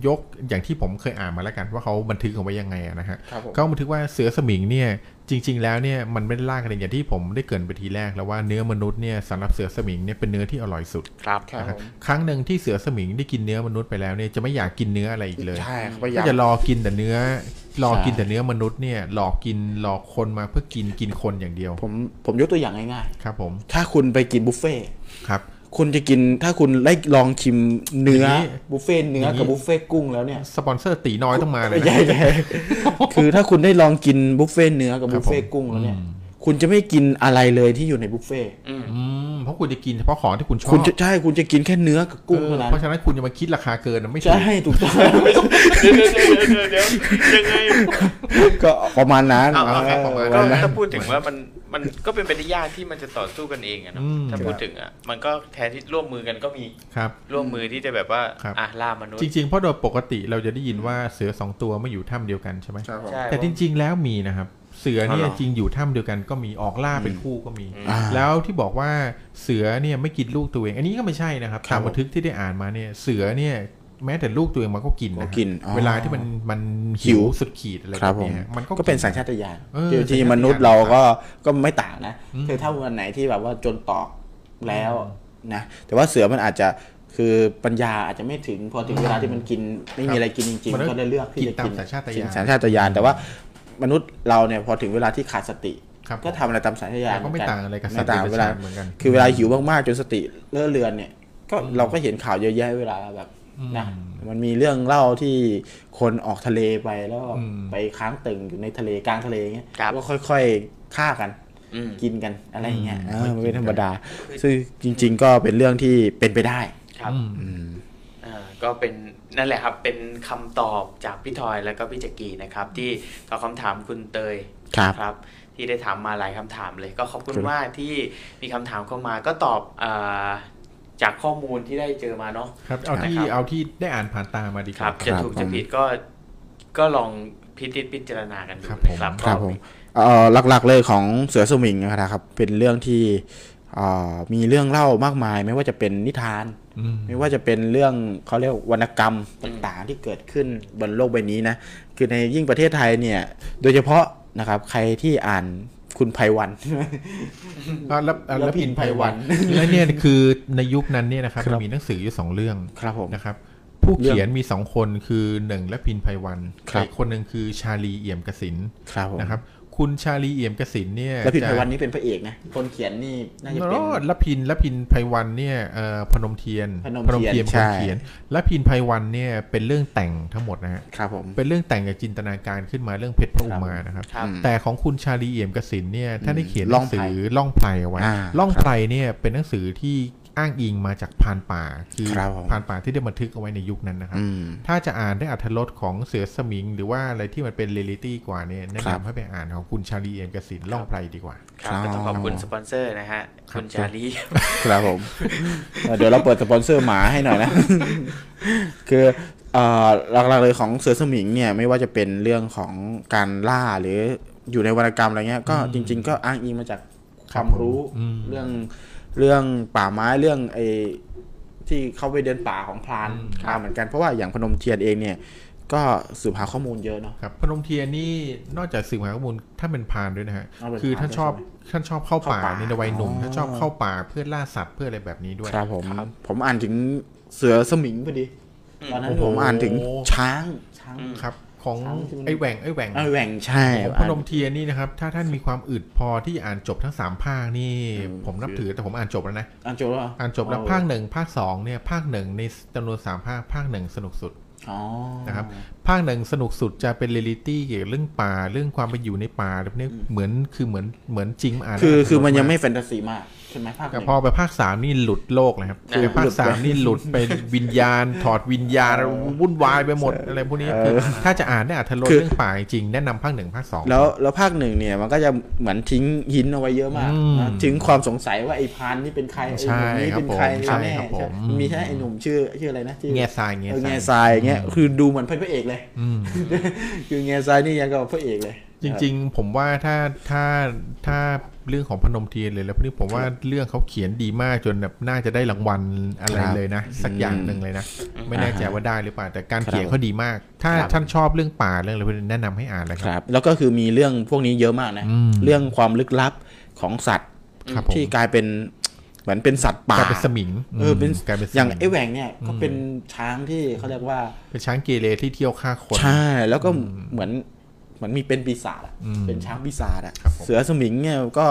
S2: ยกอย่างที่ผมเคยอ่านมาแล้วกัน ว่าเขาบันทึกเอาไว้ยังไงอะนะฮะ
S1: ครับผม
S2: ก็บันทึกว่าเสือสมิงเนี่ยจริง ๆ แล้วเนี่ยมันไม่ได้ล่ากันเองอย่างที่ผมได้เกรินไปทีแรกแล้วว่าเนื้อมนุษย์เนี่ยสำหรับเสือสมิงเนี่ยเป็นเนื้อที่อร่อยสุด
S3: ครับ
S1: ครับผม
S2: ครั้งหนึ่งที่เสือสมิงได้กินเนื้อมนุษย์ไปแล้วเนี่ยจะไม่อยากกินเนื้ออะไรอีกเลย
S1: ใช่เขาพยา
S2: ก็
S1: ยาม
S2: จะรอกินแต่เนื้อ รอกิน
S1: ใช่
S2: แต่เนื้อมนุษย์เนี่ยหลอกกินหลอกคนมาเพื่อกินกินคนอย่างเดียว
S1: ผมผมยกตัวอย่างง่าย
S2: ครับผม
S1: ๆ ถ้าคุณไปกินบุฟเฟ่ต์
S2: ครับ
S1: คุณจะกินถ้าคุณได้ลองชิมเนื้ออย่าง
S2: นี้
S1: บุฟเฟ่ต์เนื้ออย่าง
S2: นี้
S1: กับบุฟเฟ่ต์กุ้งแล้วเนี่ย
S2: สปอนเซอร์ตีน้อยต้องมาเลย
S1: ไม่
S2: นะ
S1: ใช่ไม่
S2: <laughs>
S1: ใช่คือถ้าคุณได้ลองกินบุฟเฟ่ต์เนื้อกับบุฟเฟ่ต์กุ้งแล้วเนี่ย
S2: อืม
S1: คุณจะไม่กินอะไรเลยที่อยู่ในบุฟเฟ่ต์
S2: อืมเพราะคุณจะกินเฉพาะของที่คุณชอบ
S1: คุณจะใช่คุณจะกินแค่เนื้อกับกุ้งเท่า
S2: เออ
S1: นั้น
S2: เพราะฉะนั้นคุณจะมาคิดราคาเกินนะไม่ถู
S1: ใช่
S2: ก
S1: ถูกต้อง
S3: เดี๋ยวเดี๋ยวเดี๋ยวเดี๋ยวยังไง
S1: ก็ประมาณนั้น
S3: เอาเอา
S1: เออประ
S3: ก็
S1: มาณนั้น
S3: ถ้าพูดถึงว่ามันมันก็เป็นไปได้ยากที่มันจะต่อสู้กันเองอะเนาะถ้าพูดถึงอะมันก็แทนที่ร่วมมือกันก็มี
S2: ครับ
S3: ร่วมมือที่จะแบบว่า
S2: ครับ
S3: อ่ะล่ามนุษ
S2: จ
S3: ย์
S2: ริงๆเพราะโดยปกติเราจะได้ยินว่าเสือสองตัวไม่อยู่ถ้ำเดียวกันใช่ไหม
S3: ใช่
S2: แต่จริง ๆ แล้วมีนะครับ เสือเนี่ย
S3: อ๋อเหรอ
S2: จริงอยู่ถ้ำเดียวกันก็มีออกล่าเป็นคู่ก็มี
S1: อ่า
S2: แล้วที่บอกว่าเสือเนี่ยไม่กินลูกตัวเอง อันนี้ก็ไม่ใช่นะครับ
S1: ครับ
S2: ตามบันทึกที่ได้อ่านมาเนี่ยเสือเนี่ยแม้แต่ลูกตัวเองมันก็กินนะครับ
S1: ก็กินอ๋อ
S2: เวลาที่มันมันหิ
S1: หิว
S2: วสุดขีดอะไร
S1: ครับ
S2: แบบ
S1: ผม
S2: เนี้ยมันก็
S1: ก็เป็น
S2: กิ
S1: สัญชาตญาณ
S2: เออ
S1: ที่ที่
S2: สัญชาตญาณ
S1: มนุษย์เราก็ก็ไม่ต่างนะ
S2: อืม
S1: คือถ้าวันไหนที่แบบว่าจนตอกแล้วนะแต่ว่าเสือมันอาจจะคือปัญญาอาจจะไม่ถึงพอถึงเวลาที่มันกินไม่มีอะไรกินจริง ๆ ก็ได้เลือกที่
S2: กิน
S1: จะ
S2: ตาม
S1: กิน
S2: สัญชาต
S1: กิน
S2: ญาณ
S1: สัญชาตญาณแต่ว่ามนุษย์เราเนี่ยพอถึงเวลาที่ขาดสติ
S2: ครับ
S1: ก็ทำอะไรตามสายทะยาน
S2: แล้วก็ไม่ต่างอะไรกับสัตว์
S1: ม่ต่าง
S2: เด
S1: เว
S2: รัจฉา
S1: ลาน
S2: เหมือนกัน
S1: คือเวลาหิวมากๆจนสติเลอะเลือนเนี่ย ก็เราก็เห็นข่าวเยอะแยะเวลาแบบ
S2: อืม
S1: นะมันมีเรื่องเล่าที่คนออกทะเลไปแล้ว
S2: อืม
S1: ไปค้างตึงอยู่ในทะเลกลางทะเลอย่างเงี้ย
S3: ครับ
S1: ก็ค่อยๆฆ่ากัน
S3: อืม
S1: กินกันอะไรอย่างเงี้ย
S2: อืม
S1: เออมันเป็นธรรมดา ซึ่งจริง ๆ ก็เป็นเรื่องที่เป็นไปได้
S3: ครับ
S2: อืม
S1: อืม
S3: อ่าก็เป็นนั่นแหละครับ เป็นคำตอบจากพี่ทอยแล้วก็พี่จักรีนะครับ ที่ตอบคำถามคุณเตย
S1: ครับ
S3: ครับ ที่ได้ถามมาหลายคำถามเลย ก็ขอบคุณ
S1: ครับ
S3: มากที่มีคำถามเข้ามาก็ตอบอาจากข้อมูลที่ได้เจอมาเนาะ
S2: ครับเอาที่
S3: นะครับ
S2: เอาที่ได้อ่านผ่านตามาดีก
S3: ครั
S2: ว่า
S3: บ จะถูกจะผิดก็ก็ลองพิจิตพิจารณากันดู
S2: ครับ
S3: นะครั
S2: ผ
S3: บ
S2: ม
S1: ครับ
S3: ก็
S1: ผมเอ่อหลักๆเลยของเสือสมิงนะครับ เป็นเรื่องที่เอ่อมีเรื่องเล่ามากมาย ไม่ว่าจะเป็นนิทาน
S2: อืม
S1: ไม่ว่าจะเป็นเรื่องเขาเรียกวรรณกรรมต่างๆที่เกิดขึ้นบนโลกใบนี้นะ คือในยิ่งประเทศไทยเนี่ย โดยเฉพาะนะครับใครที่อ่านคุณไพวัน <laughs>
S2: อ่ะแล้วอ่ะ
S1: แล้วพินไพวัน
S2: แล้วเนี่ยคือในยุคนั้นเนี่ยนะครับ
S1: ครับ
S2: มันมีหนังสืออยู่สองเรื่อง
S1: ครับผม
S2: นะครับ ผู้
S1: เรื่อง
S2: เขียนมีสองคนคือหนึ่งและพินไพวัน
S1: ครับ
S2: อีกคนหนึ่งคือชาลีเอี่ยมกสิน
S1: ครับผม
S2: นะครับ คุณชาลีเอี่ยมกสินเนี่ย
S1: แล้วพิน
S2: จะ
S1: ไพวันนี่เป็นพระเอกนะ คนเขียนนี่น่าจะ
S2: แล้
S1: เป็น
S2: วละพินละพินไพวันเนี่ยเอ่อพนมเทียน
S1: พนม
S2: ม
S1: เที
S2: เที
S1: ย
S2: ย
S1: น
S2: น
S1: ใช่
S2: คนเขียนละพินไพวันเนี่ยเป็นเรื่องแต่งทั้งหมดนะฮะ
S1: ครับผม
S2: เป็นเรื่องแต่งกับจินตนาการขึ้นมาเรื่องเพชรพระอุมานะครับ
S3: ครับ
S1: อืม
S2: แต่ของคุณชาลีเอี่ยมกสินเนี่ยท่านได้เขียนห
S1: ล่
S2: นั
S1: อง
S2: ง
S1: ไพ
S2: สือล่องไพรเอาไว้
S1: อ่า
S2: ล่องไพรเนี่ยเป็นหนังสือที่อ้างอิงมาจากพรานป่า คือ
S1: ครับผม
S2: พรานป่าที่ได้บันทึกเอาไว้ในยุคนั้นนะครับ
S1: อืม
S2: ถ้าจะอ่านได้อัธรสของเสือสมิง หรือว่าอะไรที่มันเป็นเรียลลิตี้กว่าเนี่ยแนะครับ นำให้ไปอ่านของคุณชาลีเอี่ยมกสินล่องไพรดีกว่า
S3: ครับก็ต้องขอบคุณสปอนเซอร์นะฮะ
S2: ครับ
S3: คุณชาลี
S1: ครับผมเอ่อเดี๋ยวเราเปิดสปอนเซอร์หมาให้หน่อยนะ คือเอ่อหลักๆเลยของเสือสมิงเนี่ยไม่ว่าจะเป็นเรื่องของการล่าหรืออยู่ในวรรณกรรมอะไรเงี้ยก็จริง ๆ ก็อ้างอิงมาจากความรู้
S2: อืม
S1: เรื่องเรื่องป่าไม้เรื่องไอ้ที่เข้าไปเดินป่าของพราน
S2: อืม
S1: พรานเหมือนกันเพราะว่าอย่างพนมเทียนเองเนี่ย ก็สืบหาข้อมูลเยอะเนาะ
S2: ครับพนมเทียนนี่นอกจากสื่อหาข้อมูลท่านเป็นพรานด้วยนะฮะ
S1: อ๋อเป็น
S2: คือท่านชอบ
S1: พรานด้วย
S2: ท่านชอบเข้าป่า
S1: เข้าป่า
S2: ในวัยหนุ่ม
S1: อ๋อ
S2: ท่านชอบเข้าป่าเพื่อล่าสัตว์เพื่ออะไรแบบนี้ด้วย
S1: ครับผมผมอ่านถึงเสือสมิงพอดีตอนนั้นผมอ่านถึง
S2: โอ้โห
S1: ช้างช้าง
S2: ครับของ
S1: ช้างที่มัน
S2: ไอ้แหว่งไอ้แหว่ง
S1: เออแหว่งใช่
S2: ของพ
S1: อ่าน
S2: มเทียนนี่นะครับ ถ้าท่านมีความอึดพอที่อ่านจบทั้งสามภาคนี่ ผมนับถือแต่ผมอ่านจบแล้วนะ
S1: อ่านจบแล้วเหร
S2: อ่านจบแล้วภาคหนึ่งภาคสองเนี่ยภาคหนึ่งในจำนวนสามภาคภาคหนึ่งสนุกสุด
S1: อ๋อ
S2: นะครับภาคหนึ่งสนุกสุดจะเป็นเรียลลิตี้เกี่ยวกับเรื่องป่าเรื่องความไปอยู่ในป่าแบบนี้เหมือนคือเหมือนเหมือนจริงอ่าน
S1: คือ
S2: แล้ว
S1: คือมันยัง
S2: สก
S1: ไม่แฟนตาซีมากใช่ไหมภาคห
S2: แต่
S1: นึ่ง
S2: พอไปภาคสามนี่หลุดโลกเลยครับ
S1: คือ
S2: ไปภา
S1: หลุ
S2: ค
S1: ด
S2: สามนี่หลุดไปวิญญาณ ถอดวิญญาณ
S1: เออ
S2: วุ่นวายไปหมดอะไรพวกนี้คือ
S1: เออ
S2: ถ้าจะอ่านได้อัธรส
S1: คือ
S2: เรื่องป่าจริงๆแนะนำภาคหนึ่งภาคสอง
S1: แล้วแล้วภาคหนึ่งเนี่ยมันก็จะเหมือนทิ้งหินเอาไว้เยอะมาก
S2: อืม
S1: นะถึงความสงสัยว่าไอ้พานนี่เป็นใครไอ้หนุ่มนี่
S2: ใช่ครับ
S1: เป็นใคร
S2: ผมใช่
S1: แน่
S2: ครับผม
S1: มีใช่ไอ้หนุ่มชื่อชื่ออะไรนะชื่อ
S2: แง่ทรายแง่
S1: เออ
S2: ทรา
S1: แง่
S2: ย
S1: ทรายเงี้ยคือดูเหมือนเป็นพระเอกเลย
S2: อืม
S1: คือแง่ทรายนี่ยังกับพระเอกเลย
S2: จริงๆ ผมว่าถ้าถ้าถ้าเรื่องของพนมเทียนเลยแล้วพวกนี้ผมว่าเรื่องเขาเขียนดีมากจนแบบน่าจะได้รางวัลอะไร
S1: ครับ
S2: เลยนะ สักอย่างหนึ่งเลยนะ ไม่แน่ใจว่าได้หรือเปล่าแต่การเขียนเขาดีมาก ถ้า
S1: ครับ
S2: ท่านชอบเรื่องป่าเรื่องอะไรพวกนี้แนะนำให้อ่านเลย
S1: ค
S2: ครับ
S1: รับแล้วก็คือมีเรื่องพวกนี้เยอะมากนะ
S2: อืม
S1: เรื่องความลึกลับของสัตว์
S2: ครับผม
S1: ที่กลายเป็นเหมือนเป็นสัตว์ป่า
S2: กลายเป็นสมิง
S1: เออเป็น
S2: มกลายเป็นสมิ
S1: อย่างไอ้แหว่งเนี่ยก็เป็นช้างที่เขาเรียกว่า
S2: เป็นช้างเกเรที่เที่ยวฆ่าคน
S1: ใช่ แล้วก็เหมือนเหมือนมีเป็นปีศาจอะ
S2: อืม
S1: เป็นช้างปีศาจอะ
S2: ครับผม
S1: เสือสมิงเนี่ยก็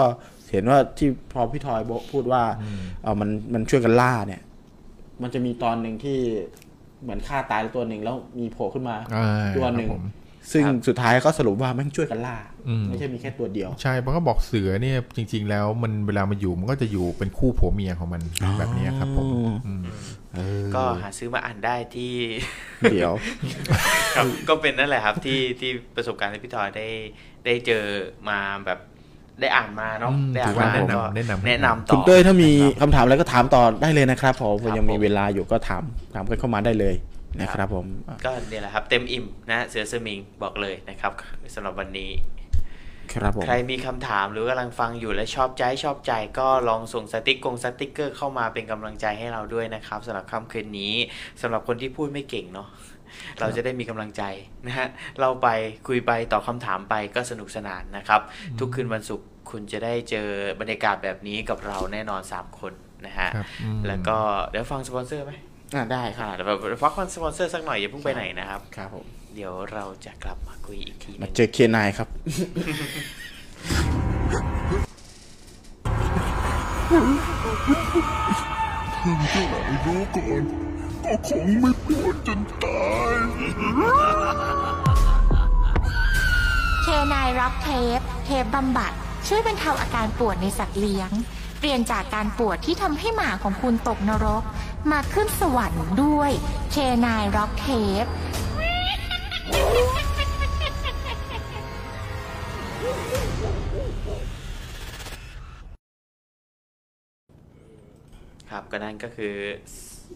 S1: เห็นว่าที่พอพี่ทอยบอกพูดว่าเออมันมันช่วยกันล่าเนี่ย มันจะมีตอนหนึ่งที่เหมือนฆ่าตายไปตัวหนึ่งแล้วมีโผล่ขึ้นมา
S2: อ่า
S1: ตัวหนึ่ง
S2: ครับผม
S1: ซึ่งสุดท้ายก็สรุปว่าแม่งช่วยกันล่า
S2: อืม
S1: ไม่ใช่มีแค่ตัวเดียว
S2: ใช่เพราะเขาบอกเสือเนี่ยจริง ๆ แล้วมันเวลามาอยู่มันก็จะอยู่เป็นคู่ผัวเมียของมันแบบเนี้ยครับผมอืม
S3: ก็หาซื้อมาอ่านได้ที่
S1: เดี๋ยว
S3: ครับ <laughs> ก็เป็นนั่นแหละครับที่ที่ประสบการณ์ที่พี่ทอยได้ได้เจอมาแบบได้อ่านมาเนาะ
S2: อืม
S3: ได้อ่าน
S2: ถือว่า
S3: มา
S2: แนะนำ
S3: ก็
S2: แนะนำ
S3: แนะนำต่อ
S1: คุณเต้ยถ้ามีคำถามอะไรก็ถามต่อได้เลยนะครับผม
S3: ครับ
S1: ยังมี
S3: ผม
S1: เวลาอยู่ก็ถามถามกันเข้ามาได้เลยนะครับผม
S3: ก็เนี่ยแหละครับ เต็มอิ่มนะเสือสมิงบอกเลยนะครับ <laughs> สำหรับวันนี้
S1: ครับผม
S3: ใครมีคำถามหรือกำลังฟังอยู่และชอบใจชอบใจก็ลองส่งสติ๊กกงสติ๊กเกอร์เข้ามาเป็นกำลังใจให้เราด้วยนะครับสำหรับค่ำคืนนี้สำหรับคนที่พูดไม่เก่งเนาะ <laughs> เราจะได้มีกำลังใจนะฮะเราไปคุยไปตอบคำถามไปก็สนุกสนานนะครับ ทุกคืนวันศุกร์คุณจะได้เจอบรรยากาศแบบนี้กับเราแน่นอน 3 คนนะฮะ
S2: ครับอืม
S3: แล้วก็เดี๋ยวฟังสปอนเซอร์ไหม
S1: อ่ะได้ครับ
S3: อ่าเดี๋ยวฟังสปอนเซอร์สักหน่อยอย่าเพิ่งไปไหนนะครับ
S1: ครับผม
S3: เดี๋ยวเราจะกลับมาคุยอีกทีห
S1: มา
S3: นึง
S1: เจอเคนายครับ
S5: ผมจะไหลรู้ก่อน ก็คงไม่ปวดจนตาย
S6: เคนายร็อกเทปเทปบำบัด ช่วยบรรเทาอาการปวดในสัตว์เลี้ยง เปลี่ยนจากการปวดที่ทำให้หมาของคุณตกนรก มาขึ้นสวรรค์ด้วยเคนายร็อกเทป
S3: ครับก็นั่นก็คือ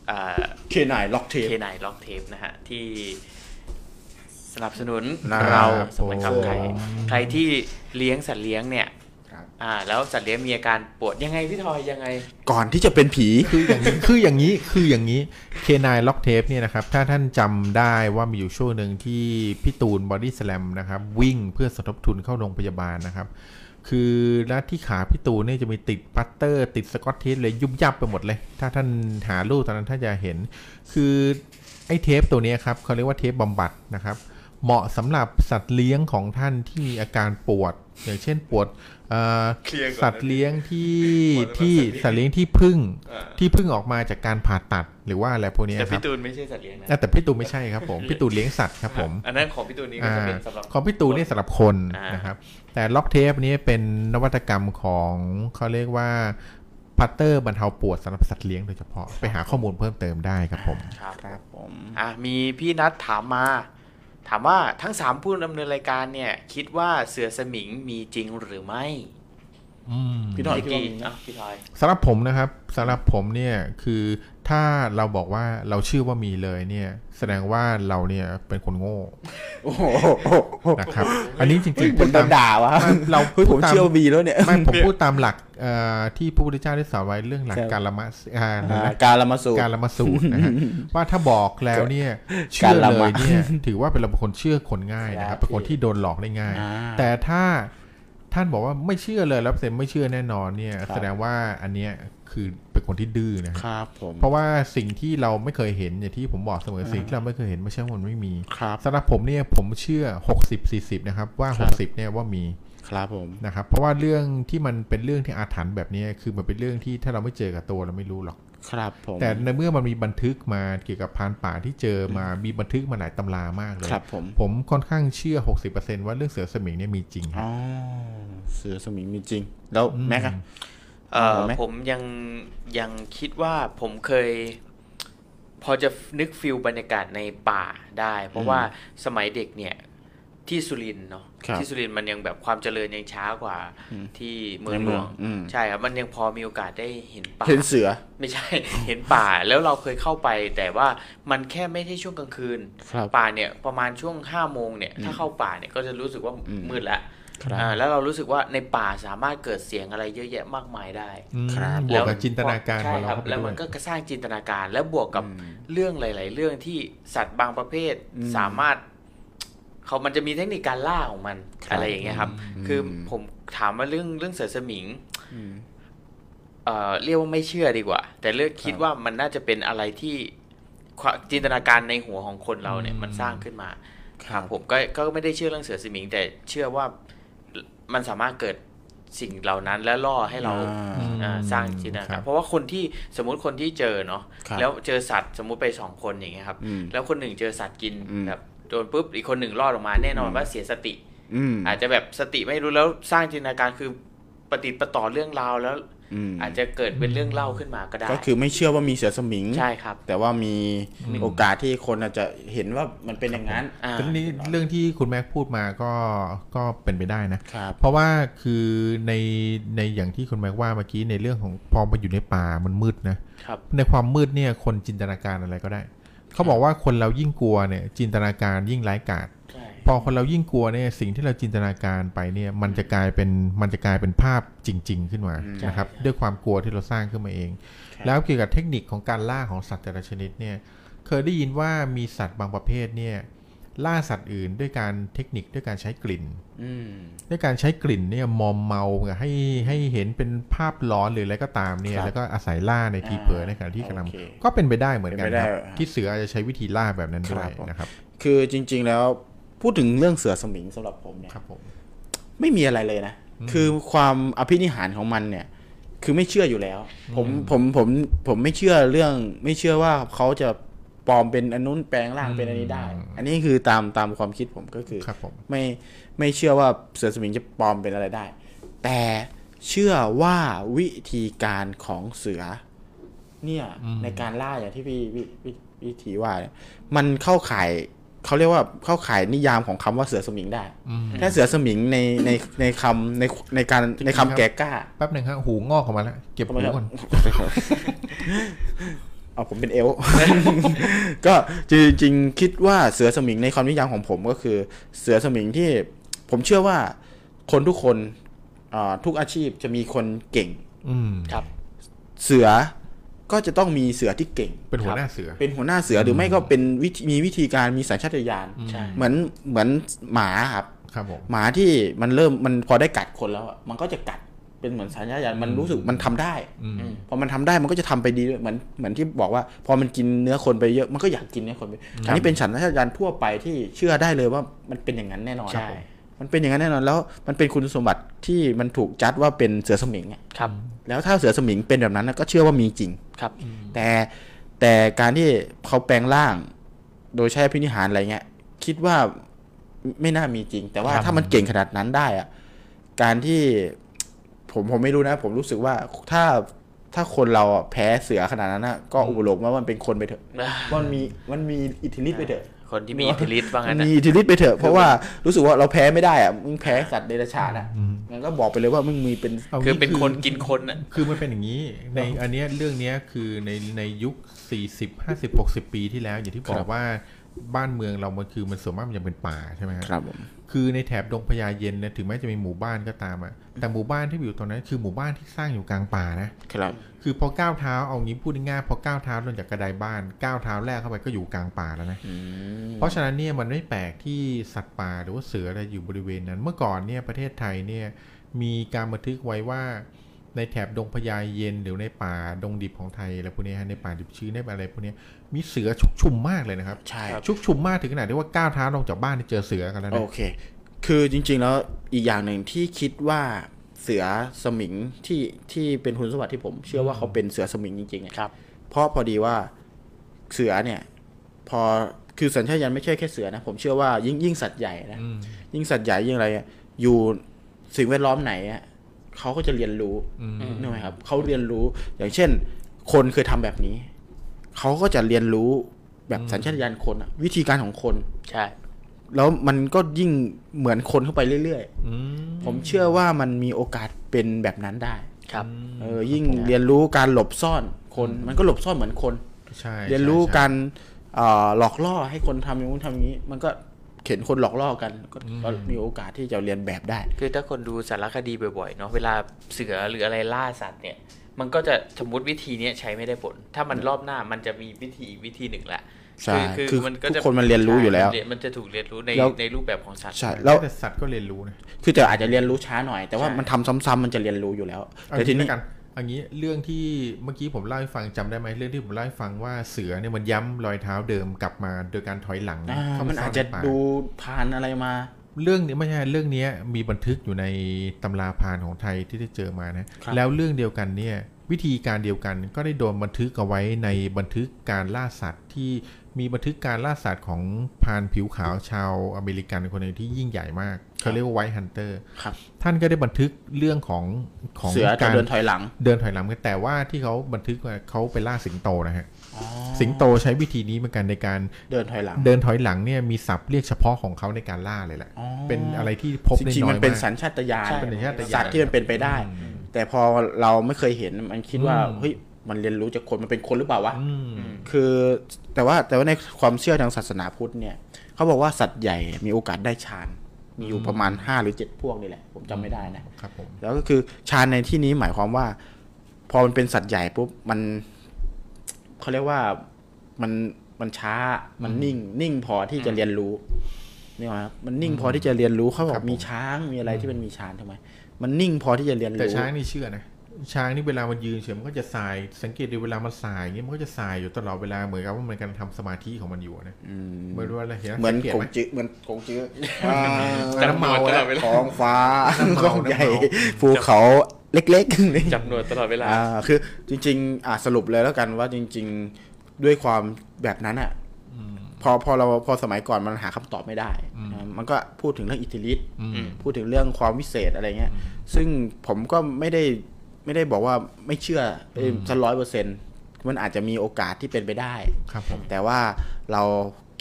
S3: อ่า
S1: เคนายล็อกเทป
S3: เคนายล็อกเทปนะฮะ ที่สนับสนุน
S1: ครับ
S3: เราสมัยครับใคร
S1: ผม
S3: ใครที่เลี้ยงสัตว์เลี้ยงเนี่ย
S1: ครับ
S3: อ่า แล้วสัตว์เลี้ยงมีอาการปวดยังไงพี่ทอยยังไง
S1: ก่อนที่จะเป็นผี
S2: คืออย่างนี้คืออย่างนี้คืออย่างนี้เคนายล็อกเทปเนี่ยนะครับ ถ้าท่านจำได้ว่ามีอยู่ช่วงหนึ่งที่พี่ตูนบอดี้สแลมนะครับ วิ่งเพื่อสนทบทุนเข้าโรงพยาบาลนะครับ คือรัดที่ขาพี่ตูนเนี่ยจะมีติดปัตเตอร์ ติดสกอตเทปเลยยุบยับไปหมดเลย ถ้าท่านหารูปตอนนั้นท่านจะเห็น คือไอ้เทปตัวเนี้ยครับเขาเรียกว่าเทปบำบัดนะครับ เหมาะสำหรับสัตว์เลี้ยงของท่านที่มีอาการปวด อย่างเช่นปวดเอ่อสัตว์เลี้ยงที่ที่สัตว์เลี้ยงที่เพึ่ง ที่เพึ่งออกมาจากการผ่าตัดหรือว่าอะไรพวกเนี้ย
S3: แต่
S2: ครั
S3: พี่
S2: บ
S3: ตูนไม่ใช่สัตว์เลี้ยงนะ
S2: อ่ะแต่พี่ตูนไม่ใช่ครับ <laughs> ผมพี่ตูนเลี้ยงสัตว์ครับผม
S3: อันนั้นของพี่ตูนนี่ก็จะเป็นสำหรับ
S2: อ่าของพี่ตูนนี่สำหรับคน
S3: อ่าน
S2: นะครับ แต่ล็อกเทปนี้เป็นนวัตกรรมของเขาเรียกว่าพัตเตอร์บรรเทาปวดสำหรับสัตว์เลี้ยงโดยเฉพาะ ไปหาข้อมูลเพิ่มเติมได้ครับผม
S3: ครับ
S1: ครับผม
S3: อ่ามีพี่นัทถามมา ถามว่าทั้งสามผู้ดำเนินรายการเนี่ย คิดว่าเสือสมิงมีจริงหรือไม่
S2: อืม
S1: พี่ทอย
S3: เมื่อ
S1: คิดว่ามีไหม
S3: กี้อ่ะพี่ทอย
S2: สำหรับผมนะครับสำหรับผมเนี่ยคือถ้าเราบอกว่าเราเชื่อว่ามีเลยเนี่ย แสดงว่าเราเนี่ยเป็นคนโง่
S1: โอ้โห
S2: นะครับ อันนี้จริงๆ
S1: เป็น
S2: พูดตาม
S1: ด่าวะ
S2: ไม่เรา
S1: เฮ้ย
S2: พู
S1: ผ
S2: ด
S1: ม
S2: ตาม
S1: เชื่อว่ามีแล้วเนี่ย
S2: ไม่ผมพูดตามหลักเอ่อที่พระพุทธเจ้าได้สอนไว้เรื่องหลักการละมะอ่าอะไร
S1: อ่า
S2: นะ
S1: การละมาสูตร
S2: การละมาสูตรนะฮะ ว่าถ้าบอกแล้วเนี่ยเชื่อ
S1: การละ
S2: เล
S1: มะ
S2: ยเนี่ยถือว่าเป็นเราเป็นคนเชื่อคนง่ายนะครับเป็นคนที่โดนหลอกได้ง่าย
S1: อ่า
S2: แต่ถ้าท่านบอกว่าไม่เชื่อเลยแล้วเซ็นไม่เชื่อแน่นอนเนี่ย
S1: ครับ
S2: แสดงว่าอันเนี้ยคือเป็นคนที่ดื้อนะฮะ
S1: ครับผม
S2: เพราะว่าสิ่งที่เราไม่เคยเห็นอย่างที่ผมบอกเสมอสิ่งที่เราไม่เคยเห็นไม่ใช่ว่ามันไม่มี
S1: ครับ
S2: สำหรับผมเนี่ยผมเชื่อ 60 40นะครับว่า 60เนี่ยว่ามี
S1: ครับผม
S2: นะครับเพราะว่าเรื่องที่มันเป็นเรื่องที่อาถรรพ์แบบเนี้ยคือมันเป็นเรื่องที่ถ้าเราไม่เจอกับตัวเราไม่รู้หรอก
S1: ครับผม
S2: แต่ในเมื่อมันมีบันทึกมาเกี่ยวกับพรานป่าที่เจอมามีบันทึกมาหลายตำรามากเลย
S1: ครับผม
S2: ผมค่อนข้างเชื่อ 60%ว่าเรื่องเสือสมิงเนี่ยมีจริง
S1: อ๋อเสือสมิงมีจริง แล้ว
S2: อืม
S1: แม็กอะ
S3: เอ่อ
S1: ไหม
S3: ผมยังยังคิดว่าผมเคย พอจะนึกฟิลบรรยากาศในป่าได้ เพราะว่าสมัยเด็กเนี่ยที่สุรินทร์เนาะ
S1: ครับ
S3: ที่สุรินทร์มันยังแบบความเจริญยังช้ากว่า
S1: อืม
S3: ที่เมือง
S1: ใน
S3: หล
S1: เมื
S3: ว
S1: อง
S3: ง
S1: อืม
S3: ใช่ครับมันยังพอมีโอกาสได้เห็นป่า
S1: เห็นเสือ
S3: ไม่ใช่ <laughs> เห็นป่าแล้วเราเคยเข้าไป แต่ว่ามันแค่ไม่ใช่ช่วงกลางคืน
S1: ครับ
S3: ป่าเนี่ยประมาณช่วงห้าโมงเนี่ยถ้าเข้าป่าเนี่ยก็จะรู้สึกว่า
S1: อืม
S3: มืดละ
S1: ครับ
S3: อ่าแล้วเรารู้สึกว่าในป่าสามารถเกิดเสียงอะไรเยอะแยะมากมายได้
S2: อืม
S1: ครับ
S2: บวกกับจินตนาการข
S3: ใช่
S2: องเรา
S3: ครับ
S2: เข้าไป
S3: แล้ว
S2: ด้
S3: มั
S2: วย
S3: นก็สร้างจินตนาการแล้วบวกกับ
S1: อืม
S3: เรื่องหลาย ๆ เรื่องที่สัตว์บางประเภท
S1: อืม
S3: สามารถเขามันจะมีเทคนิคการล่าของมัน
S1: ครับ
S3: อะไรอย่างเงี้ยครับ
S1: อืม
S3: คือผมถามว่าเรื่องเรื่องเสือสมิง
S1: อืม
S3: เอ่อเรียกว่าไม่เชื่อดีกว่า แต่เลือกคิด
S1: ครับ
S3: ว่ามันน่าจะเป็นอะไรที่ความจินตนาการในหัวของคนเราเนี่ยมันสร้างขึ้นมา ครับผมก็ก็ไม่ได้เชื่อเรื่องเสือสมิง แต่เชื่อว่ามันสามารถเกิดสิ่งเหล่านั้นและล่อให้เรา
S1: อ่า
S3: อ่าสร้างจินตนา
S2: ค
S3: การ
S2: บ
S3: เพราะว่าคนที่สมมติคนที่เจอเนาะ
S1: ครับ
S3: แล้วเจอสัตว์สมมุติไปสองคนอย่างเงี้ยครับ
S1: อืม
S3: แล้วคนหนึ่งเจอสัตว์กิน
S1: อืม
S3: แบบโดนปุ๊บอีกคนหนึ่งรอดออกมาแน่นอน
S1: อืม
S3: ว่าเสียสติ
S1: อืม
S3: อาจจะแบบสติไม่รู้แล้วสร้างจินตนาการคือปฏิดประต่อเรื่องราวแล้ว
S1: อืม
S3: อาจจะเกิดเป็นเรื่องเล่าขึ้นมาก็ได้
S1: ก็คือไม่เชื่อว่ามีเสือสมิง
S3: ใช่ครับ
S1: แต่ว่ามีโอกาสที่คนอาจจะเห็นว่ามันเป็นอย่างนั้น
S3: อ่า
S2: แต่เรื่องนี้เรื่องที่คุณแม็กพูดมาก็ก็เป็นไปได้นะ
S1: ครับ
S2: เพราะว่าคือในในอย่างที่คุณแม็กว่าเมื่อกี้ในเรื่องของพอมาอยู่ในป่ามันมืดนะ
S3: ครับ
S2: ในความมืดเนี่ยคนจินตนาการอะไรก็ได้ เขาบอกว่าคนเรายิ่งกลัวเนี่ยจินตนาการยิ่งร้ายกาจ
S3: ใช่
S2: พอคนเรายิ่งกลัวเนี่ยสิ่งที่เราจินตนาการไปเนี่ยมันจะกลายเป็นมันจะกลายเป็นภาพจริง ๆ ขึ้นมานะครับด้วยความกลัวที่เราสร้างขึ้นมาเอง แล้วเกี่ยวกับเทคนิคของการล่าของสัตว์แต่ละชนิดเนี่ยเคยได้ยินว่ามีสัตว์บางประเภทเนี่ยล่าสัตว์อื่นด้วยการเทคนิคด้วยการใช้กลิ่น
S1: อืม
S2: ด้วยการใช้กลิ่นเนี่ยมอมเมาให้ให้เห็นเป็นภาพหลอนหรืออะไรก็ตามเนี่
S1: ค
S2: ย
S1: รับ
S2: แล้วก็อาศัยล่าในทีเผลอในขณะที่กำลัง
S1: โอเค
S2: ก็เป็นไปได้เหมือนกัน
S1: เป็นไปได้
S2: ครับ
S1: เหรอฮะ
S2: ที่เสืออาจจะใช้วิธีล่าแบบนั้นด้ว
S1: ค
S2: ย
S1: รับผม
S2: นะครับ
S1: คือจริง ๆ แล้วพูดถึงเรื่องเสือสมิงสำหรับผมเนี่ย
S2: ครับผม
S1: ไม่มีอะไรเลยนะ คือความอภินิหารของมันเนี่ย คือไม่เชื่ออยู่แล้ว ผมผมผมผมไม่เชื่อเรื่อง ไม่เชื่อว่าเขาจะปลอมเป็นอันนู้นแปลงร่างเป็นอันนี้ได้
S2: อืม
S1: อันนี้คือตามตามความคิดผมก็คือ
S2: ครับผม
S1: ไม่ไม่เชื่อว่าเสือสมิงจะปลอมเป็นอะไรได้ แต่เชื่อว่าวิธีการของเสือ เนี่ยในการล่าอย่างที่พี่วิวิวิถีว่าเนี่ยมันเข้าข่ายเขาเรียกว่าเข้าข่ายนิยามของคำว่าเสือสมิงได้ถ้าเสือสมิงในในในคำในในการในคำแก่กล้า
S2: แป๊บหนึ่งครับหูงอกออกมาแล้วเก็บ
S1: ทำ
S2: หู
S1: ไมครับ
S2: ก่อน
S1: เอาผมเป็นเอล <laughs> ก็จริงๆคิดว่าเสือสมิงในความนิยามของผมก็คือ เสือสมิงที่ผมเชื่อว่าคนทุกคนอ่าทุกอาชีพจะมีคนเก่ง
S2: อืม
S1: เสือก็จะต้องมีเสือที่เก่ง
S2: เป็นหัวหน้าเสือ
S1: เป็นหัวหน้าเสือหรือไม่ก็เป็นวิธีมีวิธีการมีสัญชาตญาณ
S4: ใช่
S1: เหมือนเหมือนหมาครับ
S2: ครับผม
S1: หมาที่มันเริ่มมันพอได้กัดคนแล้วอะมันก็จะกัดเป็นเหมือนสัญชาตญาณมันรู้สึกมันทำได้
S2: อืม
S1: พอมันทำได้มันก็จะทำไปดีด้วยเหมือนเหมือนที่บอกว่า พอมันกินเนื้อคนไปเยอะมันก็อยากกินเนื้อคนไปอันนี้เป็นฉันทายานทั่วไปที่เชื่อได้เลยว่ามันเป็นอย่างนั้นแน่นอน
S2: ใช่ครับผม
S1: มันเป็นอย่างนั้นแน่นอนแล้ว มันเป็นคุณสมบัติที่มันถูกจัดว่าเป็นเสือสมิงอะ
S4: ครับ
S1: แล้วถ้าเสือสมิงเป็นแบบนั้นนะก็เชื่อว่ามีจริง
S4: ครับ
S1: แต่แต่การที่เขาแปลงร่าง โดยใช้พินิหารอะไรเงี้ย คิดว่าไม่น่ามีจริง แต่ว่า
S2: ครับ
S1: ถ้ามันเก่งขนาดนั้นได้อะการที่ผมผมไม่รู้นะ ผมรู้สึกว่าถ้าถ้าคนเราอะแพ้เสือขนาดนั้นนะก็อุปโลกว่ามันเป็นคนไปเถอะว่ามันมีมันมีอิทธิฤทธิ์ไปเถอะ
S4: คนที่มีอิทธิฤทธิ์ว่างั้น
S1: มัน
S4: นะ
S1: มีอิทธิฤทธิ์ไปเถอะเพราะว่ารู้สึกว่าเราแพ้ไม่ได้อะมึงแพ้สัตว์เดรัจฉานอะงั้นก็บอกไปเลยว่ามึงมีเป็น
S2: เอา
S4: คือเป็นคนกินคนน่ะ
S2: คือมันเป็นอย่างนี้ ในอันเนี้ยเรื่องเนี้ยคือในในยุค 40 50 60 ปีที่แล้ว อย่างที่บอ
S1: ครั
S2: ก
S1: บ
S2: ว่าบ้านเมืองเรามันคือมันส่วนมากมันยังเป็นป่าใช่ไหมฮะ
S1: ครับผม
S2: คือในแถบดงพญาเย็นเนี่ยถึงแม้จะมีหมู่บ้านก็ตามอะแต่หมู่บ้านที่อยู่ตรงนั้นคือหมู่บ้านที่สร้างอยู่กลางป่านะครับ คือพอก้าวเท้าเอางี้พูดง่ายๆพอก้าวเท้าลงจากกระไดบ้านก้าวเท้าแรกเข้าไปก็อยู่กลางป่าแล้วนะเพราะฉะนั้นเนี่ยมันไม่แปลกที่สัตว์ป่าหรือว่าเสืออะไรอยู่บริเวณนั้น เมื่อก่อนเนี่ยประเทศไทยเนี่ยมีการบันทึกไว้ว่า ในแถบดงพญาเย็นหรือในป่าดงดิบของไทยอะไรพวกเนี้ยฮะในป่าดิบชื้นในอะไรพวกเนี้ยมีเสือชุกชุมมากเลยนะครับ
S1: ใช่
S2: ชุกชุมมากถึงขนาดที่ว่าก้าวเท้าลงจากบ้านนี่เจอเสือกันแล้วนะ
S1: โอเค คือจริงๆ แล้วอีกอย่างหนึ่งที่คิดว่าเสือสมิงที่ที่เป็นคุณสมบัติที่ผม เชื่อว่าเขาเป็นเสือสมิงจริงๆอะ
S4: ครับ
S1: เพราะพอดีว่าเสือเนี่ย พอคือสัญชาตญาณไม่ใช่แค่เสือนะ ผมเชื่อว่ายิ่งยิ่งสัตว์ใหญ่นะ
S2: อืม
S1: ยิ่งสัตว์ใหญ่ยิ่งอะไรอะอยู่สิ่งแวดล้อมไหนอะเขาก็จะเรียนรู้นึกไหมครับเขาเรียนรู้อย่างเช่น คนเคยทำแบบนี้เขาก็จะเรียนรู้แบบสัญชาตญาณคนอะวิธีการของคน
S4: ใช่
S1: แล้วมันก็ยิ่งเหมือนคนเข้าไปเรื่อยๆ ผมเชื่อว่ามันมีโอกาสเป็นแบบนั้นได้
S4: ครับ
S1: เออ ยิ่งเรียนรู้การหลบซ่อนคน มันก็หลบซ่อนเหมือนคน
S2: ใช่
S1: เรียนรู้
S2: ใช่ใช่
S1: การเอ่อหลอกล่อให้คนทำอย่างนู้นทำอย่างนี้ มันก็เห็นคนหลอกล่อกันก็ก็มีโอกาสที่จะเรียนแบบได้
S4: คือถ้าคนดูสารคดีบ่อยๆเนาะเวลาเสือหรืออะไรล่าสัตว์เนี่ย มันก็จะสมมติวิธีเนี้ยใช้ไม่ได้ผล ถ้ามันรอบหน้ามันจะมีวิธีอีกวิธีหนึ่งละ
S1: ใช่คือทุกคนมันเรียนรู้อยู่แล้ว
S4: ใช่มันจะถูกเรียนรู้ใน
S1: แล้ว
S4: ในรูปแบบของสัตว์
S1: ใช่ แล้ว
S2: แต่สัตว์ก็เรียนรู้นะ
S1: คือแต่อาจจะเรียนรู้ช้าหน่อย แต่ว่า
S4: ใช่
S1: มันทำซ้ำๆมันจะเรียนรู้อยู่แล้ว
S2: เอา
S1: แต่
S2: ที
S1: ที
S2: นี้
S1: นี้
S2: กันเอันนี้เรื่องที่เมื่อกี้ผมเล่าให้ฟังจำได้ไหมเรื่องที่ผมเล่าให้ฟังว่าเสือเนี่ยมันย้ำรอยเท้าเดิมกลับมาโดยการถอยหลัง
S1: อ่า
S2: เข้
S1: มัน
S2: ซ่
S1: อาจจะ
S2: ในป่
S1: ดูผ่านอะไรมา
S2: เรื่องนี้ไม่ใช่เรื่องเนี้ยมีบันทึกอยู่ในตำราพรานของไทยที่ได้เจอมานะ
S1: ครับ
S2: แล้วเรื่องเดียวกันเนี่ยวิธีการเดียวกันก็ได้โดนบันทึกเอาไว้ในบันทึกการล่าสัตว์ที่มีบันทึกการล่าสัตว์ของพรานผิวขาวชาวอเมริกันคนหนึ่งที่ยิ่งใหญ่มากเขาเรียกว่าไวท์ฮันเตอร์
S1: ครับ
S2: ท่านก็ได้บันทึกเรื่องของของ
S1: เสือจะ
S2: การ
S1: เดินถอยหลัง
S2: เดินถอยหลังกันแต่ว่าที่เขาบันทึกว่าเขาไปล่าสิงโตนะฮะสิงโตใช้วิธีนี้เหมือนกันในการ
S1: เดินถอยหลัง
S2: เดินถอยหลังเนี่ยมีศัพท์เรียกเฉพาะของเขาในการล่าเลยแหละ
S1: อ๋อ
S2: เป็นอะไรที่พบ
S1: จ
S2: ได้
S1: ริง
S2: น้
S1: ๆ
S2: อย
S1: มั
S2: มาน ก
S1: เป็นสัญชาตญาณ
S2: ใช่เป็นสัญชาตญาณ
S1: สัตว์ที่มันเป็นไปได้ แต่พอเราไม่เคยเห็นมันคิดว่า
S2: อืม
S1: เฮ้ยมันเรียนรู้จากคนมันเป็นคนหรือเปล่าวะ
S2: อืม
S1: คือแต่ว่าแต่ว่าในความเชื่อทางศาสนาพุทธเนี่ยเขาบอกว่าสัตว์ใหญ่มีโอกาสได้ฌานมีอยู่ประมาณ 5 หรือ 7 พวกนี่แหละ ผมจำไม่ได้นะ
S2: ครับผม
S1: แล้วก็คือฌานในที่นี้หมายความว่า พอมันเป็นสัตว์ใหญ่ปุ๊บมันเขาเรียกว่ามันมันช้ามันนิ่ง นิ่งพอที่จะเรียนรู้นี่ครับมันนิ่งพอที่จะเรียนรู้เขาบอ
S2: ครั
S1: ก
S2: บผม
S1: มีช้างมีอะไรที่มันมีฌานทำไมมันนิ่งพอที่จะเรียนรู้
S2: แต่ช้างนี่เชื่อนะช้างนี่เวลามันยืนเฉยมันก็จะสายสังเกตดูเวลามันสายอย่างเงี้ยมันก็จะสายอยู่ตลอดเวลาเหมือนกับว่ามันกำลังทำสมาธิของมันอยู่นะเหมือนว่าเราเห็น
S1: เหมือน
S2: สังเกต
S1: ขง
S2: ไหม
S1: จื้อเหมือนขงจื้อ
S2: น้ำเมา
S1: แล้
S2: <laughs> แล้ว
S1: ท้องฟ้า
S2: น้ำเมา
S1: ก้องใหญ่
S2: น้ำเมา
S1: ภูเขา เล็กๆเลย
S3: จับหนวดตลอดเวลา
S1: อ่าคือจริงๆอ่ะสรุปเลยแล้วกันว่าจริง ๆด้วยความแบบนั้นอ่ะพอพอเราพอสมัยก่อนมันหาคำตอบไม่ได้นะมันก็พูดถึงเรื่องอิทธิฤทธิ์พูดถึงเรื่องความวิเศษอะไรเงี้ย ซึ่งผมก็ไม่ได้ไม่ได้บอกว่าไม่เชื่อเอ้ยสักร้อยเปอร์เซ็นต์มันอาจจะมีโอกาสที่เป็นไปได้
S2: ครับผม
S1: แต่ว่าเรา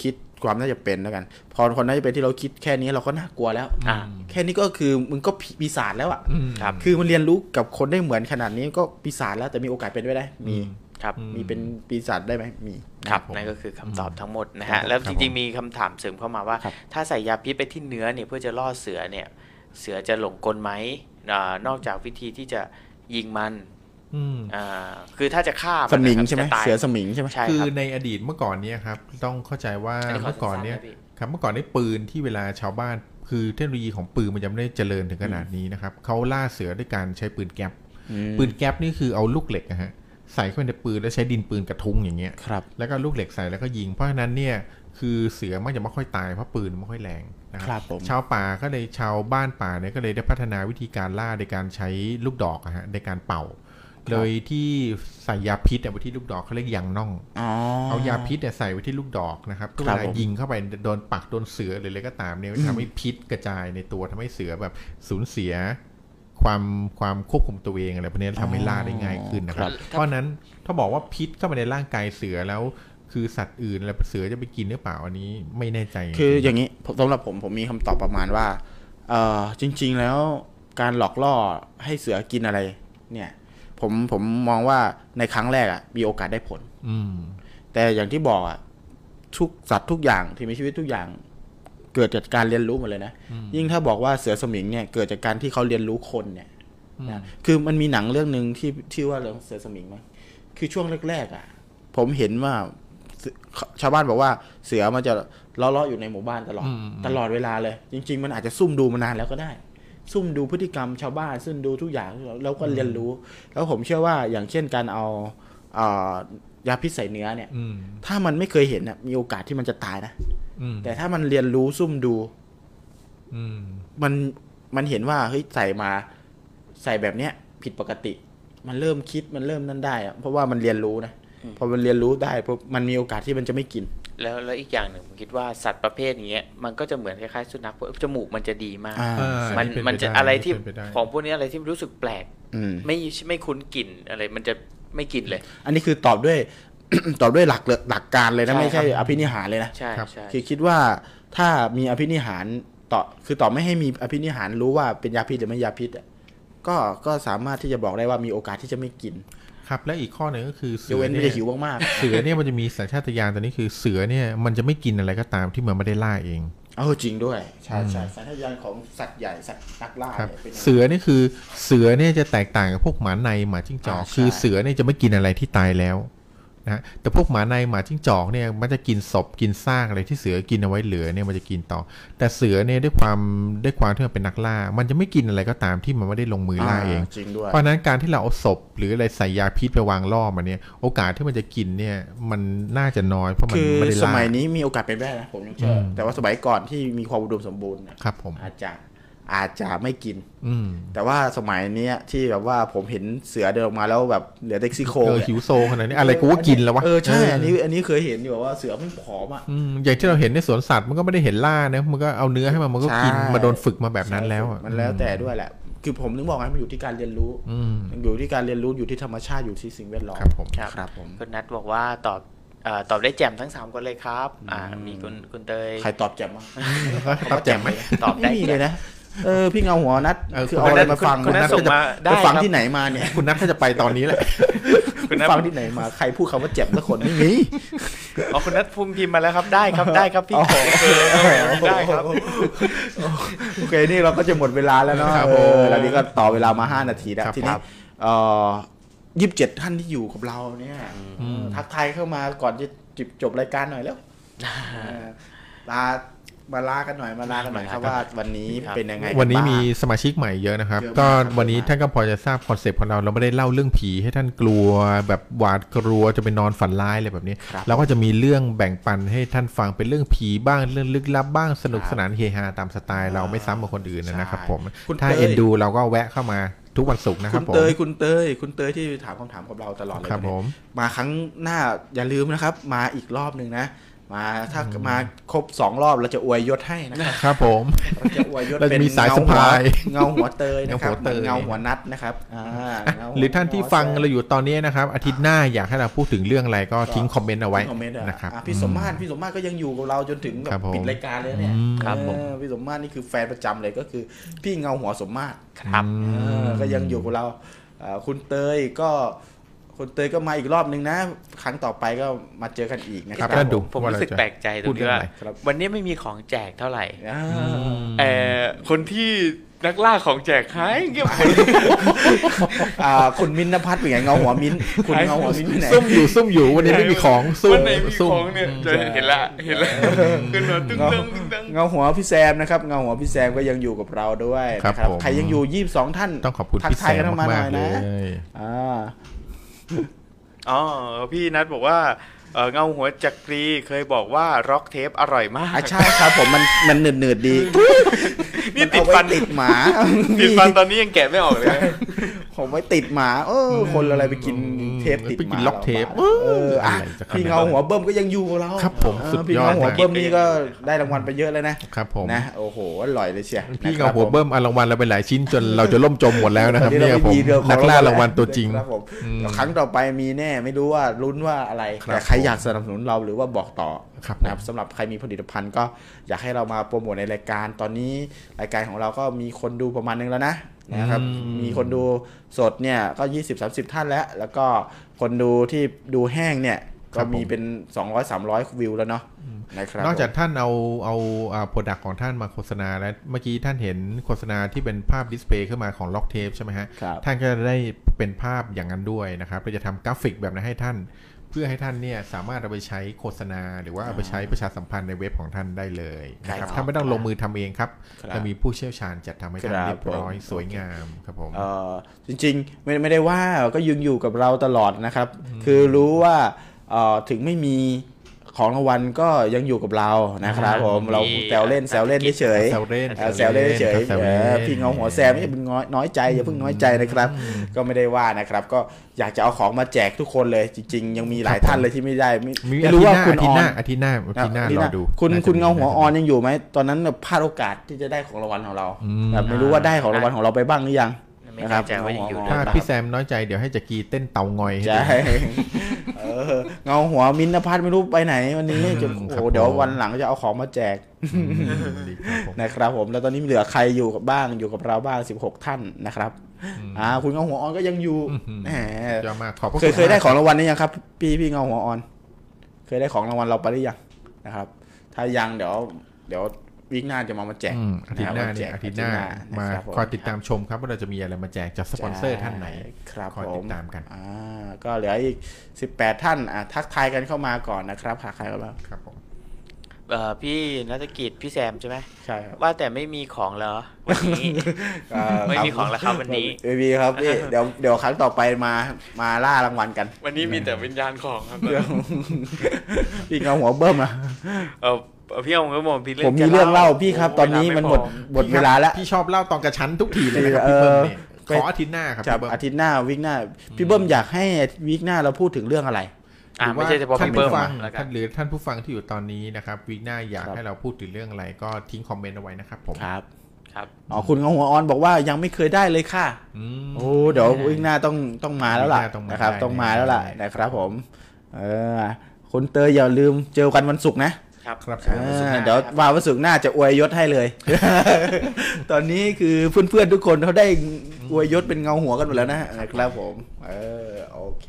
S1: คิดความน่าจะเป็นแล้วกัน พอคนน่าจะเป็นที่เราคิดแค่นี้เราก็น่ากลัวแล้ว
S3: อ่า
S1: แค่นี้ก็คือมึงก็ผีปีศาจแล้วอ่ะ
S2: อืม
S3: ครับ
S1: คือมันเรียนรู้กับคนได้เหมือนขนาดนี้ก็ปีศาจแล้วแต่มีโอกาสเป็นไปได้ มี
S3: ครับ
S1: มีเป็นปีศาจได้ไหมมี
S3: ครับ
S2: ผม
S3: นั่นก็คือคำตอบทั้งหมดนะ
S2: ครั
S3: ฮะ
S2: บ
S3: แล้ว
S2: ครั
S3: จ
S2: บ
S3: ริง
S2: ผม
S3: ๆมีคำถามเสริมเข้ามาว่า
S1: ครับ
S3: ถ้าใส่ยาพิษไปที่เนื้อเนี่ยเพื่อจะล่อเสือเนี่ย เสือจะหลงกลไหมอ่านอกจากวิธีที่จะยิงมัน
S2: อืม
S3: อ่าคือถ้าจะฆ่า
S1: ส
S3: น
S1: มิง
S3: นะครับ
S1: ใช่ไหม
S3: จะตาย
S1: เสือสมิงใช่ไหม
S3: ใช่
S2: คือ
S3: ครับ
S2: ในอดีตเมื่อก่อนเนี้ยครับต้องเข้าใจว่า
S3: อันนี้
S2: เมื่อ
S3: ขอ
S2: ก่อนเนี้ย
S3: สั้นๆนะพี่
S2: ครับเมื่อก่อนได้ปืนที่เวลาชาวบ้านคือเทคโนโลยีของปืนมันยังไม่ได้เจริญถึงขนาดนี้นะครับเขาล่าเสือด้วยการใช้ปืนแก๊ป
S1: อืม
S2: ปืนแก๊ปนี่คือเอาลูกเหล็กนะฮะใส่เข้าไปในปืนแล้วใช้ดินปืนกระทุ้งอย่างเงี้ย
S1: ครับ
S2: แล้วก็ลูกเหล็กใส่แล้วก็ยิงเพราะฉะนั้นเนี่ยคือเสือมันจะไม่ค่อยตายเพราะปืนไม่ค่อยแรงนะค
S1: ครั
S2: รับบ
S1: ผม
S2: ชาวป่าก็เลยชาวบ้านป่าเนี่ยก็เลยได้พัฒนาวิธีการล่าในการใช้ลูกดอกอะฮะในการเป่า โดยที่ใส่ยาพิษเนี่ยไว้ที่ลูกดอกเขาเรียกยางน่อง
S1: อ๋อ
S2: เอายาพิษเนี่ยใส่ไว้ที่ลูกดอกนะครับเพื่อ
S1: ค
S2: เว
S1: รับ
S2: ลา
S1: ผม
S2: ยิงเข้าไปโดนปักโดนเสือหรืออะไรก็ตามเนี่ยทำให้พิษกระจายในตัวทำให้เสือแบบสูญเสีย ความความควบคุมตัวเองอะไรพวกนี้ทำให้ล่าได้ง่ายขึ้นนะครับ เพราะฉะนั้นถ้าบอกว่าพิษเข้าไปในร่างกายเสือแล้ว คือสัตว์อื่นแล้วเสือจะไปกินหรือเปล่าอันนี้ไม่แน่ใจ
S1: คืออ
S2: จริง
S1: ย่างนี้ผมสำหรับผมผมมีคำตอบประมาณว่าเออจริง ๆแล้วการหลอกล่อให้เสือกินอะไร เนี่ย ผมผมมองว่าในครั้งแรกอ่ะมีโอกาสได้ผล
S2: ๆอืม
S1: แต่อย่างที่บอกอ่ะทุกสัตว์ทุกอย่างที่มีชีวิตทุกอย่าง เกิดจากการเรียนรู้หมดเลยนะ ยิ่งถ้าบอกว่าเสือสมิงเนี่ยเกิดจากการที่เขาเรียนรู้คนเนี่ยนะคือมันมีหนังเรื่องหนึ่งที่ที่อว่าเรื่องเสือสมิงมั้งคือช่วงแรกๆอ่ะ ผมเห็นว่าเสือชาวบ้านบอกว่าเสือมันจะเลาะๆอยู่ในหมู่บ้านตลอด
S2: อืมอืม
S1: ตลอดเวลาเลย จริง ๆ มันอาจจะซุ่มดูมานานแล้วก็ได้ ซุ่มดูพฤติกรรมชาวบ้านซุ่มดูทุกอย่างแล้วก็เรียนรู้ แล้วผมเชื่อว่าอย่างเช่นการเอาเอ่อยาพิษใส่เนื้อเนี่ย
S2: อืม
S1: ถ้ามันไม่เคยเห็นน่ะมีโอกาสที่มันจะตายนะ
S2: อืม
S1: แต่ถ้ามันเรียนรู้ซุ่มดู
S2: อืม
S1: มันมันเห็นว่าเฮ้ยใส่มาใส่แบบเนี้ย ผิดปกติ มันเริ่มคิดมันเริ่มนั่นได้อะเพราะว่ามันเรียนรู้นะพอมันเรียนรู้ได้ปุ๊บมันมีโอกาสที่มันจะไม่กิน
S3: แล้วแล้วอีกอย่างหนึ่งผมคิดว่าสัตว์ประเภทอย่างเงี้ยมันก็จะเหมือนคล้ายๆสุนัขพวกจมูกมันจะดีมาก
S1: อ่า
S2: อ่า
S3: มัน
S2: เป็ป
S3: มันจะ
S2: ด้
S3: อะไรที่
S2: เป็นปได้
S3: ของพวกนี้อะไรที่รู้สึกแปลก
S1: อืม
S3: ไม่ไม่คุ้นกลิ่นอะไรมันจะไม่กลิ่นเลย
S1: อันนี้คือตอบด้วย <coughs> ตอบด้วยหลักเลยหลักการเลยนะ
S3: ใช่
S1: ไม่ใช่
S3: ครับ
S1: อภินิหารเลยนะ
S3: ใช่
S2: ครับ
S3: ใช่
S1: คือคิดว่าถ้ามีอภินิหารต่อคือต่อไม่ให้มีอภินิหารรู้ว่าเป็นยาพิษหรือไม่ยาพิษอะก็ก็สามารถที่จะบอกได้ว่ามีโอกาสที่จะไม่กิน
S2: ครับ และอีกข้อหนึ่งก็คือย
S1: กเว้นว่า
S2: เย
S1: จะหิวมากๆ
S2: เสือเนี่ยมันจะมีสัญชาตญาณตัวนี้คือเสือเนี่ยมันจะไม่กินอะไรก็ตามที่มันไม่ได้ล่าเอง
S1: เออจริงด้วย ใช่ใช่สัญชาตญาณของสัตว์ใหญ่สัตว์นักล่า
S2: ครับ
S1: เนี่ยเป็นยังไง
S2: เสือนี่คือเสือเนี่ยจะแตกต่างกับพวกหมาในหมาจิ้งจอก
S1: อ่าใช่
S2: คือเสือเนี่ยจะไม่กินอะไรที่ตายแล้วนะฮะแต่พวกหมาในหมาจิ้งจอกเนี่ยมันจะกินศพกินซากอะไรที่เสือกินเอาไว้เหลือเนี่ยมันจะกินต่อ แต่เสือเนี่ยด้วยความด้วยความที่มันเป็นนักล่า มันจะไม่กินอะไรก็ตามที่มันไม่ได้ลงมือล่าเอง
S1: จริงด้วย
S2: เพราะฉะนั้นการที่เราเอาศพหรืออะไรใส่ยาพิษไปวางล่อมันเนี่ยโอกาสที่มันจะกินเนี่ยมันน่าจะน้อยเพราะมัน
S1: คือ
S2: ไม่ได้
S1: ส
S2: ล่า
S1: มัยนี้มีโอกาสเป็นไปได้นะผมยังเชื่ออแต่ว่าสมัยก่อนที่มีความอุดมสมบูรณ์นะครับ
S2: ผม
S1: อาจจะอาจจะไม่กิน
S2: อืม
S1: แต่ว่าสมัยเนี้ยที่แบบว่าผมเห็นเสือเดินออกมาแล้วแบบเหลือเด็กซี่โครง
S2: เออหิวโซขนาดนี้อะไรกูก็กินแล้ววะ
S1: เออใช่ อันนี้อันนี้เคยเห็นอยู่ว่าเสือมันผอมอ่ะ
S2: อืมอย่างที่เราเห็นในสวนสัตว์มันก็ไม่ได้เห็นล่านะมันก็เอาเนื้อให้มันมันก็กิน
S1: ใช่
S2: มาโดนฝึกมาแบบนั้นแล้วอะ
S1: มันแล้วแต่ด้วยแหละ คือผมถึงบอกไงมันอยู่ที่การเรียนรู้
S2: อืม
S1: อยู่ที่การเรียนรู้อยู่ที่ธรรมชาติอยู่ที่สิ่งแวดล้อม
S2: ครับผม
S3: ครับ
S1: ครับผม
S3: คุณนัทบอกว่าตอบเอ่อตอบได้แจ่มทั้งสามคนเลยครับ อ่ามีคุณคุณเตย
S1: ใครตอบแจ่มบ้าง
S2: ตับแจ่มไหม
S3: ตอบได้
S1: ม่มีเลยนะ เออพี่เงาหัวนัด
S2: เออ
S1: คือเอาอะไรมาฟัง
S3: คุณนัทส่งมาได้
S1: จะฟัง
S3: ครับ
S1: ที่ไหนมาเนี่ย
S2: คุณนัทถ้าจะไปตอนนี้แหละ
S3: คุณนัท
S1: ฟังที่ไหนมาใครพูดคำว่าเจ็บสักคนไม่มี
S3: อ๋อคุณนัทภูมิพิมพ์มาแล้วครับได้ครับได้ครับพี่
S1: เอา
S3: เออเออได้ครับ
S1: โอเคนี่เราก็จะหมดเวลาแล้วเนาะ
S2: ครับ
S1: เออ
S2: ผม
S1: แล้วนี่ก็ต่อเวลามาห้านาทีแล้ว
S2: ครับ
S1: ทีนี้เอ่อยี่สิบเจ็ดท่านที่อยู่กับเราเนี่ย
S2: อืม
S1: ทักทายเข้ามาก่อนจะจบจบรายการหน่อยแล้วเออลา มาลากันหน่อยมาลากันหน่อยครับว่าวันนี้เป็นยังไงกั
S2: <laughs> วันนี้มี
S1: บ้าง
S2: สมาชิกใหม่เยอะนะครับ
S1: เยอะมาก
S2: ก็
S1: ครับ
S2: วันนี้
S1: เยอะมาก
S2: ท่านก็พอจะทราบคอนเซปต์ของเราเราไม่ได้เล่าเรื่องผีให้ท่านกลัวแบบหวาดกลัวจะไปนอนฝันร้ายอะไรแบบนี้ เราก็จะมีเรื่องแบ่งปันให้ท่านฟังเป็นเรื่องผีบ้างเรื่องลึกลับบ้างสนุกสนานเฮฮาตามสไตล์เราไม่ซ้ำกับคนอื่นนะครับผม
S1: คุณ
S2: ถ้า
S1: เต้ย
S2: เอ็นดูเราก็แวะเข้ามาทุกวันศุกร์นะค
S1: คุ
S2: รับ
S1: ณ
S2: ผม
S1: เตยคุณเตยคุณเตยที่ถามคำถามกับเราตลอดเลย
S2: ครับ
S1: วัน
S2: ผ
S1: นี้
S2: ม
S1: มาครั้งหน้าอย่าลืมนะครับ มาอีกรอบหนึ่งนะ มาถ้ามาครบสองรอบเราจะอวยยศให้
S2: <laughs>
S1: นะครับ
S2: ครับผม
S1: เราจะอวยยศ
S2: เราจะ
S1: เป็น
S2: มีสายสะพาย
S1: เงาหัวเงาหัวเตยนะครับ
S2: เงาหัวเตย
S1: เงาหัวนัดนะครับอ่าเง
S2: หรือท่านที่ฟังเราอยู่ตอนนี้นะครับ อาทิตย์หน้าอยากให้เราพูดถึงเรื่องอะไรก็ทิ้งคอมเมนต์เอาไว้
S1: ทิ้งคอมเมนต์อะ
S2: นะครับ
S1: อ่ะพี่สมมาตรพี่สมมาตรก็ยังอยู่กับเราจนถึงแบ
S2: ครับ บผม
S1: ปิดรายการเลยเนี่ย
S2: อืม
S4: ครับผม
S1: เออพี่สมมาตรนี่คือแฟนประจำเลยก็คือ พี่เงาหัวสมมาตร
S4: ครับ
S1: เออก็ยังอยู่กับเราเอ่อคุณเตยก็ คุณเตยก็มาอีกรอบนึงนะ ครั้งต่อไปก็มาเจอกันอีกนะค
S2: ครั
S1: รั
S2: บบ ท่านดู
S4: ผม
S2: ว่า
S4: รู้
S2: เรา
S4: สึก
S2: จะ
S4: แปลกใจตร
S2: พู
S4: ง
S2: ดเรื่
S4: ที่ว่า
S2: องอะไร
S1: ครับ
S4: วันนี้ไม่มีของแจกเท่าไหร่
S1: อ่า
S4: เออคนที่นักล่าของแจกหายเงียบหาย
S1: อ่าคุณมิ้นท์นภัสเป็นไงเงาหัวมิ้นท์คุณเงาหัว
S4: <laughs>
S1: มิ้นท์ที่ไหน
S2: ซุ่มอยู่ซุ่มอยู่วันนี้ไม่มีของซุ่ม
S4: วันไหนมี
S2: ซุ่
S4: ของเนี่ยจะเห็นละเห็นละขึ้นมาตึ้งตึ้งตึ้งตึ้ง
S1: เงาหัวพี่แซมนะครับเงาหัวพี่แซมก็ยังอยู่กับเราด้วยนะใครยังอยู่ยี่สิบสองท่าน
S2: ต้องขอบคุณ
S1: ทัก
S2: พี่
S1: ทา
S2: แซ
S1: ยกัน
S2: ม
S1: เข้ามาหน่
S2: มา
S1: อก ย
S2: ๆเล
S1: นะ
S2: ย
S1: อ่า
S4: อ๋อพี่นัทบอกว่าเอ่อเงาหัวจักรีเคยบอกว่าร็อกเทปอร่อยมาก
S1: อ่ะใช่ครับผมมันมันหนืดหนืดๆดี
S4: นี่
S1: มัเอา
S4: ติดฟั
S1: ไว้
S4: น
S1: ติดหมา
S4: ติดฟันตอนนี้ยังแกะไม่ออกเลยนะ
S1: ผมไว้ติดหมา เออคนอะไรไปกิน
S2: อืม
S1: เทปติดห
S2: ไปกิ
S1: มาน
S2: ล็อกเทป
S1: เอออ่ะ
S2: อะไรจะขนาดนั้น
S1: พี่เงาหัวเบิ้มก็ยังอยู่กับเรา
S2: ครับผม
S1: เ
S2: สุดยอด
S1: พี่เงาหัวเบิ้มนี่ก็ได้รางวัลไปเยอะแล้วนะครับ
S2: ผม
S1: นะโอ้โหอร่อยเลยเชีย
S2: พี่
S1: นะค
S2: เงา
S1: บ
S2: หัวเบิ้มเอารางวัลเราไปหลายชิ้นจนเราจะล่มจมหมดแล้วนะครับ
S1: ตอ
S2: เนี่ย
S1: รา
S2: ผม
S1: ไเรือของ
S2: นักล่ารางวัลตัวจริง
S1: ครับผม
S2: อืม
S1: ครั้งต่อไปมีแน่ไม่รู้ว่าลุ้นว่าอะไร
S2: ครับ
S1: แต่ใครอยากสนับสนุนเราหรือว่าบอกต่อ
S2: ครับ
S1: นะครับสำหรับใครมีผลิตภัณฑ์ก็อยากให้เรามาโปรโมทในรายการ ตอนนี้รายการของเราก็มีคนดูประมาณนึงแล้วนะนะครับ
S2: อืม
S1: มีคนดูสดเนี่ยก็ 20 30 ท่านแล้ว แล้วก็คนดูที่ดูแห้งเนี่ยก็มีเป็น 200 300 วิวแล้วเนาะนะครับ
S2: นอกจากท่านเอาเอาโปรดักของท่านมาโฆษณาแล้วเมื่อกี้ท่านเห็นโฆษณาที่เป็นภาพดิสเพลย์ขึ้นมาของล็อกเทปใช่ไหมฮะ
S1: ครับ
S2: ท่านก็จะได้เป็นภาพอย่างนั้นด้วยนะครับเราจะทำกราฟิกแบบนั้นให้ท่าน เพื่อให้ท่านเนี่ยสามารถเอาไปใช้โฆษณา หรือว่าเอาไปใช้ประชาสัมพันธ์ในเว็บของท่านได้เลยนะครั
S1: ครับ
S2: บท่านไม่ต้องลงมือทำเองครับ
S1: ครับ
S2: เรามีผู้เชี่ยวชาญจัดทำให้ท่า
S1: ค
S2: น
S1: รับ
S2: เรียบร้อยสวยงามครับผม
S1: เออจริงๆไม่ไม่ได้ว่าก็ยังอยู่กับเราตลอดนะครับ คือรู้ว่าเอ่อถึงไม่มีของรางวัลก็ยังอยู่กับเรานะครับผมเราแซวเล่นแซวเล่นเฉยๆ
S2: แซวเล่น
S1: ออแซวเล่นเฉย
S2: ครับแซว
S1: ๆเอ
S2: เล่น
S1: อพี่เงาหัวแซมอย่าเพิ่งน้อยน้อยใจอย่าเพิ่งน้อยใจนะครับ ก็ไม่ได้ว่านะครับ ก็อยากจะเอาของมาแจกทุกคนเลย จริง ๆ ยังมีหลายท่านเลยที่ไม่ได้ไม่
S2: มี
S1: ไม่
S2: อา
S1: รู้
S2: ทิต
S1: ว่า
S2: ย์หน้า
S1: คุณ
S2: อาทิ
S1: อ
S2: ตย์
S1: อ
S2: หน้าน อาทิตย์หน้าอาทิตย์หน้ารอดู
S1: คุณ
S2: น่จะ
S1: คุณ
S2: มี
S1: เงาหัว
S2: ะ
S1: ออนยังอยู่ไหมตอนนั้นแบบพลาดโอกาสที่จะได้ของรางวัลของเรา
S2: อืม
S1: แบบไม่รู้ว่าได้ของรางวัลของเราไปบ้างหรือยัง
S4: ไม่
S1: นะ
S4: แน่
S1: ครับ
S4: ใจว่ายังอยู่หรือ
S2: ถ้า
S4: เปล่า
S2: พี่แซมน้อยใจเดี๋ยวให้จักรีเต้นเตางอยห้
S1: ใช่
S2: ดู
S1: <laughs> เออเงาหัวมินท์นภัทรไม่รู้ไปไหนวันนี้จะ
S2: อืม
S1: โอ้
S2: ครับ
S1: โหเดี๋ยว
S2: ผม
S1: วันหลังจะเอาของมาแจก
S2: อืมดีครับผม
S1: นะครับผมแล้วตอนนี้เหลือใครอยู่กับบ้างอยู่กับเราบ้าง 16 ท่านนะครับอ่าคุณเงาหัวออนก็ยังอยู่
S2: อืม
S1: แหม
S2: ยอดมากขอบพระ
S1: เค
S2: คุ
S1: ย
S2: ณ
S1: เคยได้
S2: มาก
S1: ของรางวัลนี้ยังครับ พี่พี่เงาหัวออน เคยได้ของรางวัลเราไปหรือยังนะครับ ถ้ายังเดี๋ยว เดี๋ยววีคหน้าจะมามาแจก
S2: อืมอาทิตย์หน้า
S1: นะ
S2: เนี่ย
S1: ครับ
S2: อาทิตย์หน้า
S1: วันแจก
S2: มา
S1: ครับผม
S2: คอยติดตามชมครับว่าเราจะมีอะไรมาแจกจากสปอนเซอร์ท่านไหน
S1: ครับ
S2: คอย
S1: ผ
S2: ติดตามกัน
S1: อ่าก็เหลืออีก 18 ท่านอ่ะทักทายกันเข้ามาก่อนนะครับหากใครกันบ้าง
S2: ครับผม
S4: เอ่อพี่นัฐกิจพี่แซมใช่ไหม
S1: ใช่ครับ
S4: ว่าแต่ไม่มีของเหรอวันนี้
S1: เอ่อ
S4: ไม่มีของแล้วครับวันนี้
S1: ไม่มีครับ
S4: <laughs>
S1: พี่เดี๋ยวเดี๋ยวครั้งต่อไปมามาล่ารางวัลกัน
S4: วันนี้มีแต่วิญญาณของครับ
S1: เดี๋ยวพี่เงาหัวเบิ้มอะ
S4: เออเอ่อพี่เอาเงินผมพี่เรื่อง
S1: ผมมีเรื่องเล่าพี่ครับ
S4: โ
S1: ตอนนี้มันหมดหมดเวลาแล้ว
S2: พี่ชอบเล่าตอนกระชั้นทุกทีเลยนะครับ
S1: เอ
S2: พี่
S1: อ
S2: เบิ้มเนี่ย
S1: ไป
S2: ขออาทิตย์หน้าครับ
S1: จาก
S2: พี่เบิ้ม
S1: อาทิตย์หน้าวิกหน้า พี่เบิ้มอยากให้วิกหน้าเราพูดถึงเรื่องอะไร
S4: อ่า
S2: หรือ
S4: ไม่ใช่เฉพาะ
S2: ท่าน
S4: พี่
S2: ผู้
S4: เบิ้ม
S2: ฟัง
S4: แล้วกั
S2: ท่าน นหรือท่านผู้ฟังที่อยู่ตอนนี้นะครับวีคหน้าอยาก
S1: ครับ
S2: ให้เราพูดถึงเรื่องอะไรก็ทิ้งคอมเมนต์เอาไว้นะครับผม
S1: ครับ
S4: ครับ
S1: อ๋อคุณเงาหัวออนบอกว่ายังไม่เคยได้เลยค่ะ
S2: อืม
S1: โอ้เดี๋ยววิ่งหน้าต้องต้องมาแล้วล่ะ
S2: วิ่งหน้าต้องมา
S1: นะครับ
S2: ได้
S1: ต้องมาแล้วล่ะ
S2: ได้
S1: นะครับผม เออคุณเตยอย่าลืมเจอกันวันศุกร์นะครับ
S2: ครับผ
S1: เอ
S2: ม
S1: อเดี๋ยวว่าวันศุกร์หน้าจะอวยยศให้เลย <laughs> ตอนนี้คือเพื่อนๆทุกคนเขาได้อวยยศเป็นเงาหัวกันหมดแล้วนะนะครับผม เออโอเค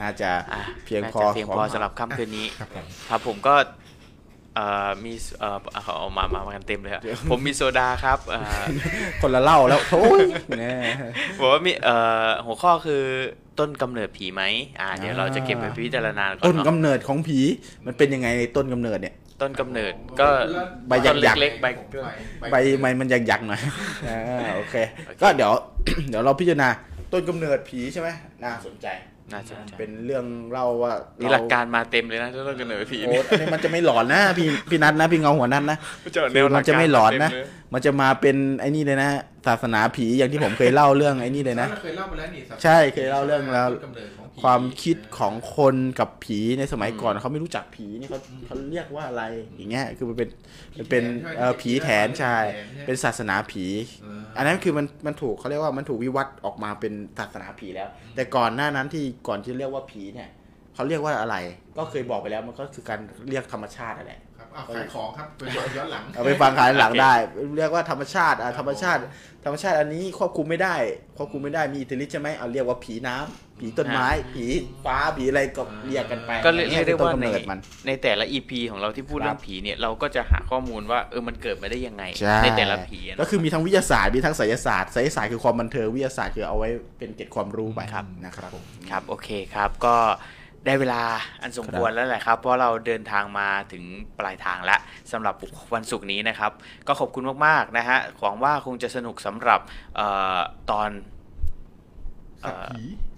S1: น่าจะ
S4: อ่ะ
S1: เพียง
S4: น่า
S1: พอ
S4: จะเพียงพอ
S1: ข
S4: สำหรับค่ำคืนนี้
S2: ครับผม
S4: ครับผมก็เอ่อมีเอ่อเอาเอามามามากันเต็มเลยอะผมมีโซดาครับเอ่อ
S1: คนละเล่าแล้ว <laughs> โอ้ยแน่
S4: บอกว่ามีเอ่อหัวข้อคือต้นกำเนิดผีไหมอ่า เดี๋ยว
S1: อ่า
S4: เราจะเก็บไปพิจารณาก่อน
S1: ต้น
S4: เนาะ
S1: กำเนิดของผีมันเป็นยังไงต้นกำเนิดเนี่ย
S3: ต้นกำเนิดก็
S1: ใบหยักๆ
S3: ต้นเล็กๆใบ
S1: ใบใบมันหยักๆหน่อยอ่าโอเค ก็เดี๋ยว <coughs> เดี๋ยวเราพิจารณาต้นกำเนิดผีใช่ไหมน่าสนใจ
S3: น่าสนใจ
S1: เป็นเรื่องเล่าว่า
S3: นี่
S1: นี่
S3: หลักการมาเต็มเลยนะถ้าต้นกำเนิดผี
S1: โอ้
S3: เนี่ย
S1: อันนี้มันจะไม่หลอนนะพี่พี่นัทนะพี่เงาหัวนัทนะ
S3: เาแว
S1: มันจะไม่หลอนนะ
S3: เต็เลย
S1: มันจะมาเป็นไอ้นี่เลยนะฮะศาสนาผีอย่างที่ผมเคยเล่าเรื่องไอ้นี่เลยนะ
S2: เราเคยเล่าไปแล้วนี่
S1: ใช่เคยเล่าเรื่องแล้ว
S2: กำเนิดของผี
S1: ความคิดของคนกับผีในสมัยก่อนเขาไม่รู้จักผีนี่เขาเขาเรียกว่าอะไรอย่างเงี้ยคือมันเป็นมันเป็น
S2: ผีแถนใช่ไห
S1: เอ่อ
S2: ม
S1: ผีแถนใช่
S2: ผีแถนใช่ไหม
S1: เป็นศาสนาผี
S2: เอออ
S1: อันนั้นคือมันมันถูกเขาเรียกว่ามันถูกวิวัฒน์ออกมาเป็นศาสนาผีแล้ว แต่ก่อนหน้านั้นที่ก่อนที่เรียกว่าผีเนี่ยเขาเรียกว่าอะไร ก็เคยบอกไปแล้วมันก็คือการเรียกธรรมชาตินั่นแหละ
S2: ครับเอาขายของครับไปฟังย้อนหลัง
S1: เอาไปฟังขายหลังได้ <laughs> เรียกว่าธรรมชาติอ่ะธรรมชาติ ธรรมชาติอันนี้ควบคุมไม่ได้ควบคุมไม่ได้มีอิทธิฤทธิ์ใช่ไหมเอาเรียกว่าผีน้ำผีต้นไม้ ผีฟ้าผีอะไรก็เรียกกันไป
S3: ก็เรียกเรียกได้ว่า
S1: ต้น
S3: ใน
S1: กำเนิดมัน
S3: ในแต่ละ EP ของเราที่พูดเรื่องผีเนี่ยเราก็จะหาข้อมูลว่าเออมันเกิดมาได้ยังไง
S1: ใช่
S3: แต่ละผีอะนะ
S1: ก็คือมีทั้งวิทยาศาสตร์มีทั้งไสยศาสตร์ไสยศาสตร์คือความบันเทิงวิทยาศาสตร์คือเอาไว้เป็นเกร็ดความรู้ไป
S2: ครับ
S1: นะครับ
S2: ผม
S3: ครับโอเคครับก็ได้เวลาอันสมควรแล้วแหละครับ เพราะเราเดินทางมาถึงปลายทางแล้วสำหรับวันศุกร์นี้นะครับ ก็ขอบคุณมากๆนะฮะหวังว่าคงจะสนุกสำหรับเออตอน เอ่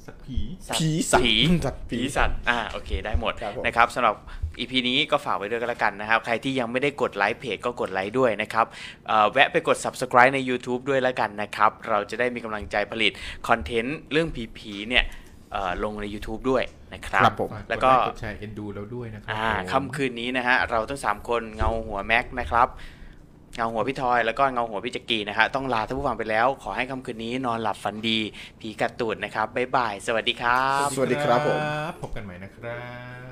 S2: สัต
S3: อ
S2: ว์ผีสัตว์ผี
S1: ผีสัตว์
S3: ผี
S1: สัตว์
S3: ผี
S1: ผี
S3: สัตว์อ่าโอเคได้หมด
S1: ครับผม
S3: นะครับสำหรับอีพีนี้ก็ฝากไว้ด้วยกันละกันนะครับ ใครที่ยังไม่ได้กดไลค์เพจก็กดไลค์ด้วยนะครับเอ่อแวะไปกด subscribe ใน YouTube ด้วยละกันนะครับ เราจะได้มีกำลังใจผลิตคอนเทนต์เรื่องผีๆเนี่ยเอ่อลงใน YouTube ด้วยนะครับ
S1: ครับผม
S2: ฝาก
S3: แล้ว
S2: ด
S3: ก็
S2: ไค์ดแชร์เอ็นดูแล้วด้วยนะครับ
S3: อ่า
S2: ผม
S3: ค่ำคืนนี้นะฮะเราทั้งสามคนเงาหัวแม็กนะครับ เงาหัวพี่ทอยแล้วก็เงาหัวพี่จักรีนะฮะต้องลาท่านผู้ฟังไปแล้ว ขอให้ค่ำคืนนี้นอนหลับฝันดี ผีกัดตูดนะครับบ๊ายบาย สวัสดีครับ
S1: สวัสดีครับผม
S2: พบกันใหม่นะครับ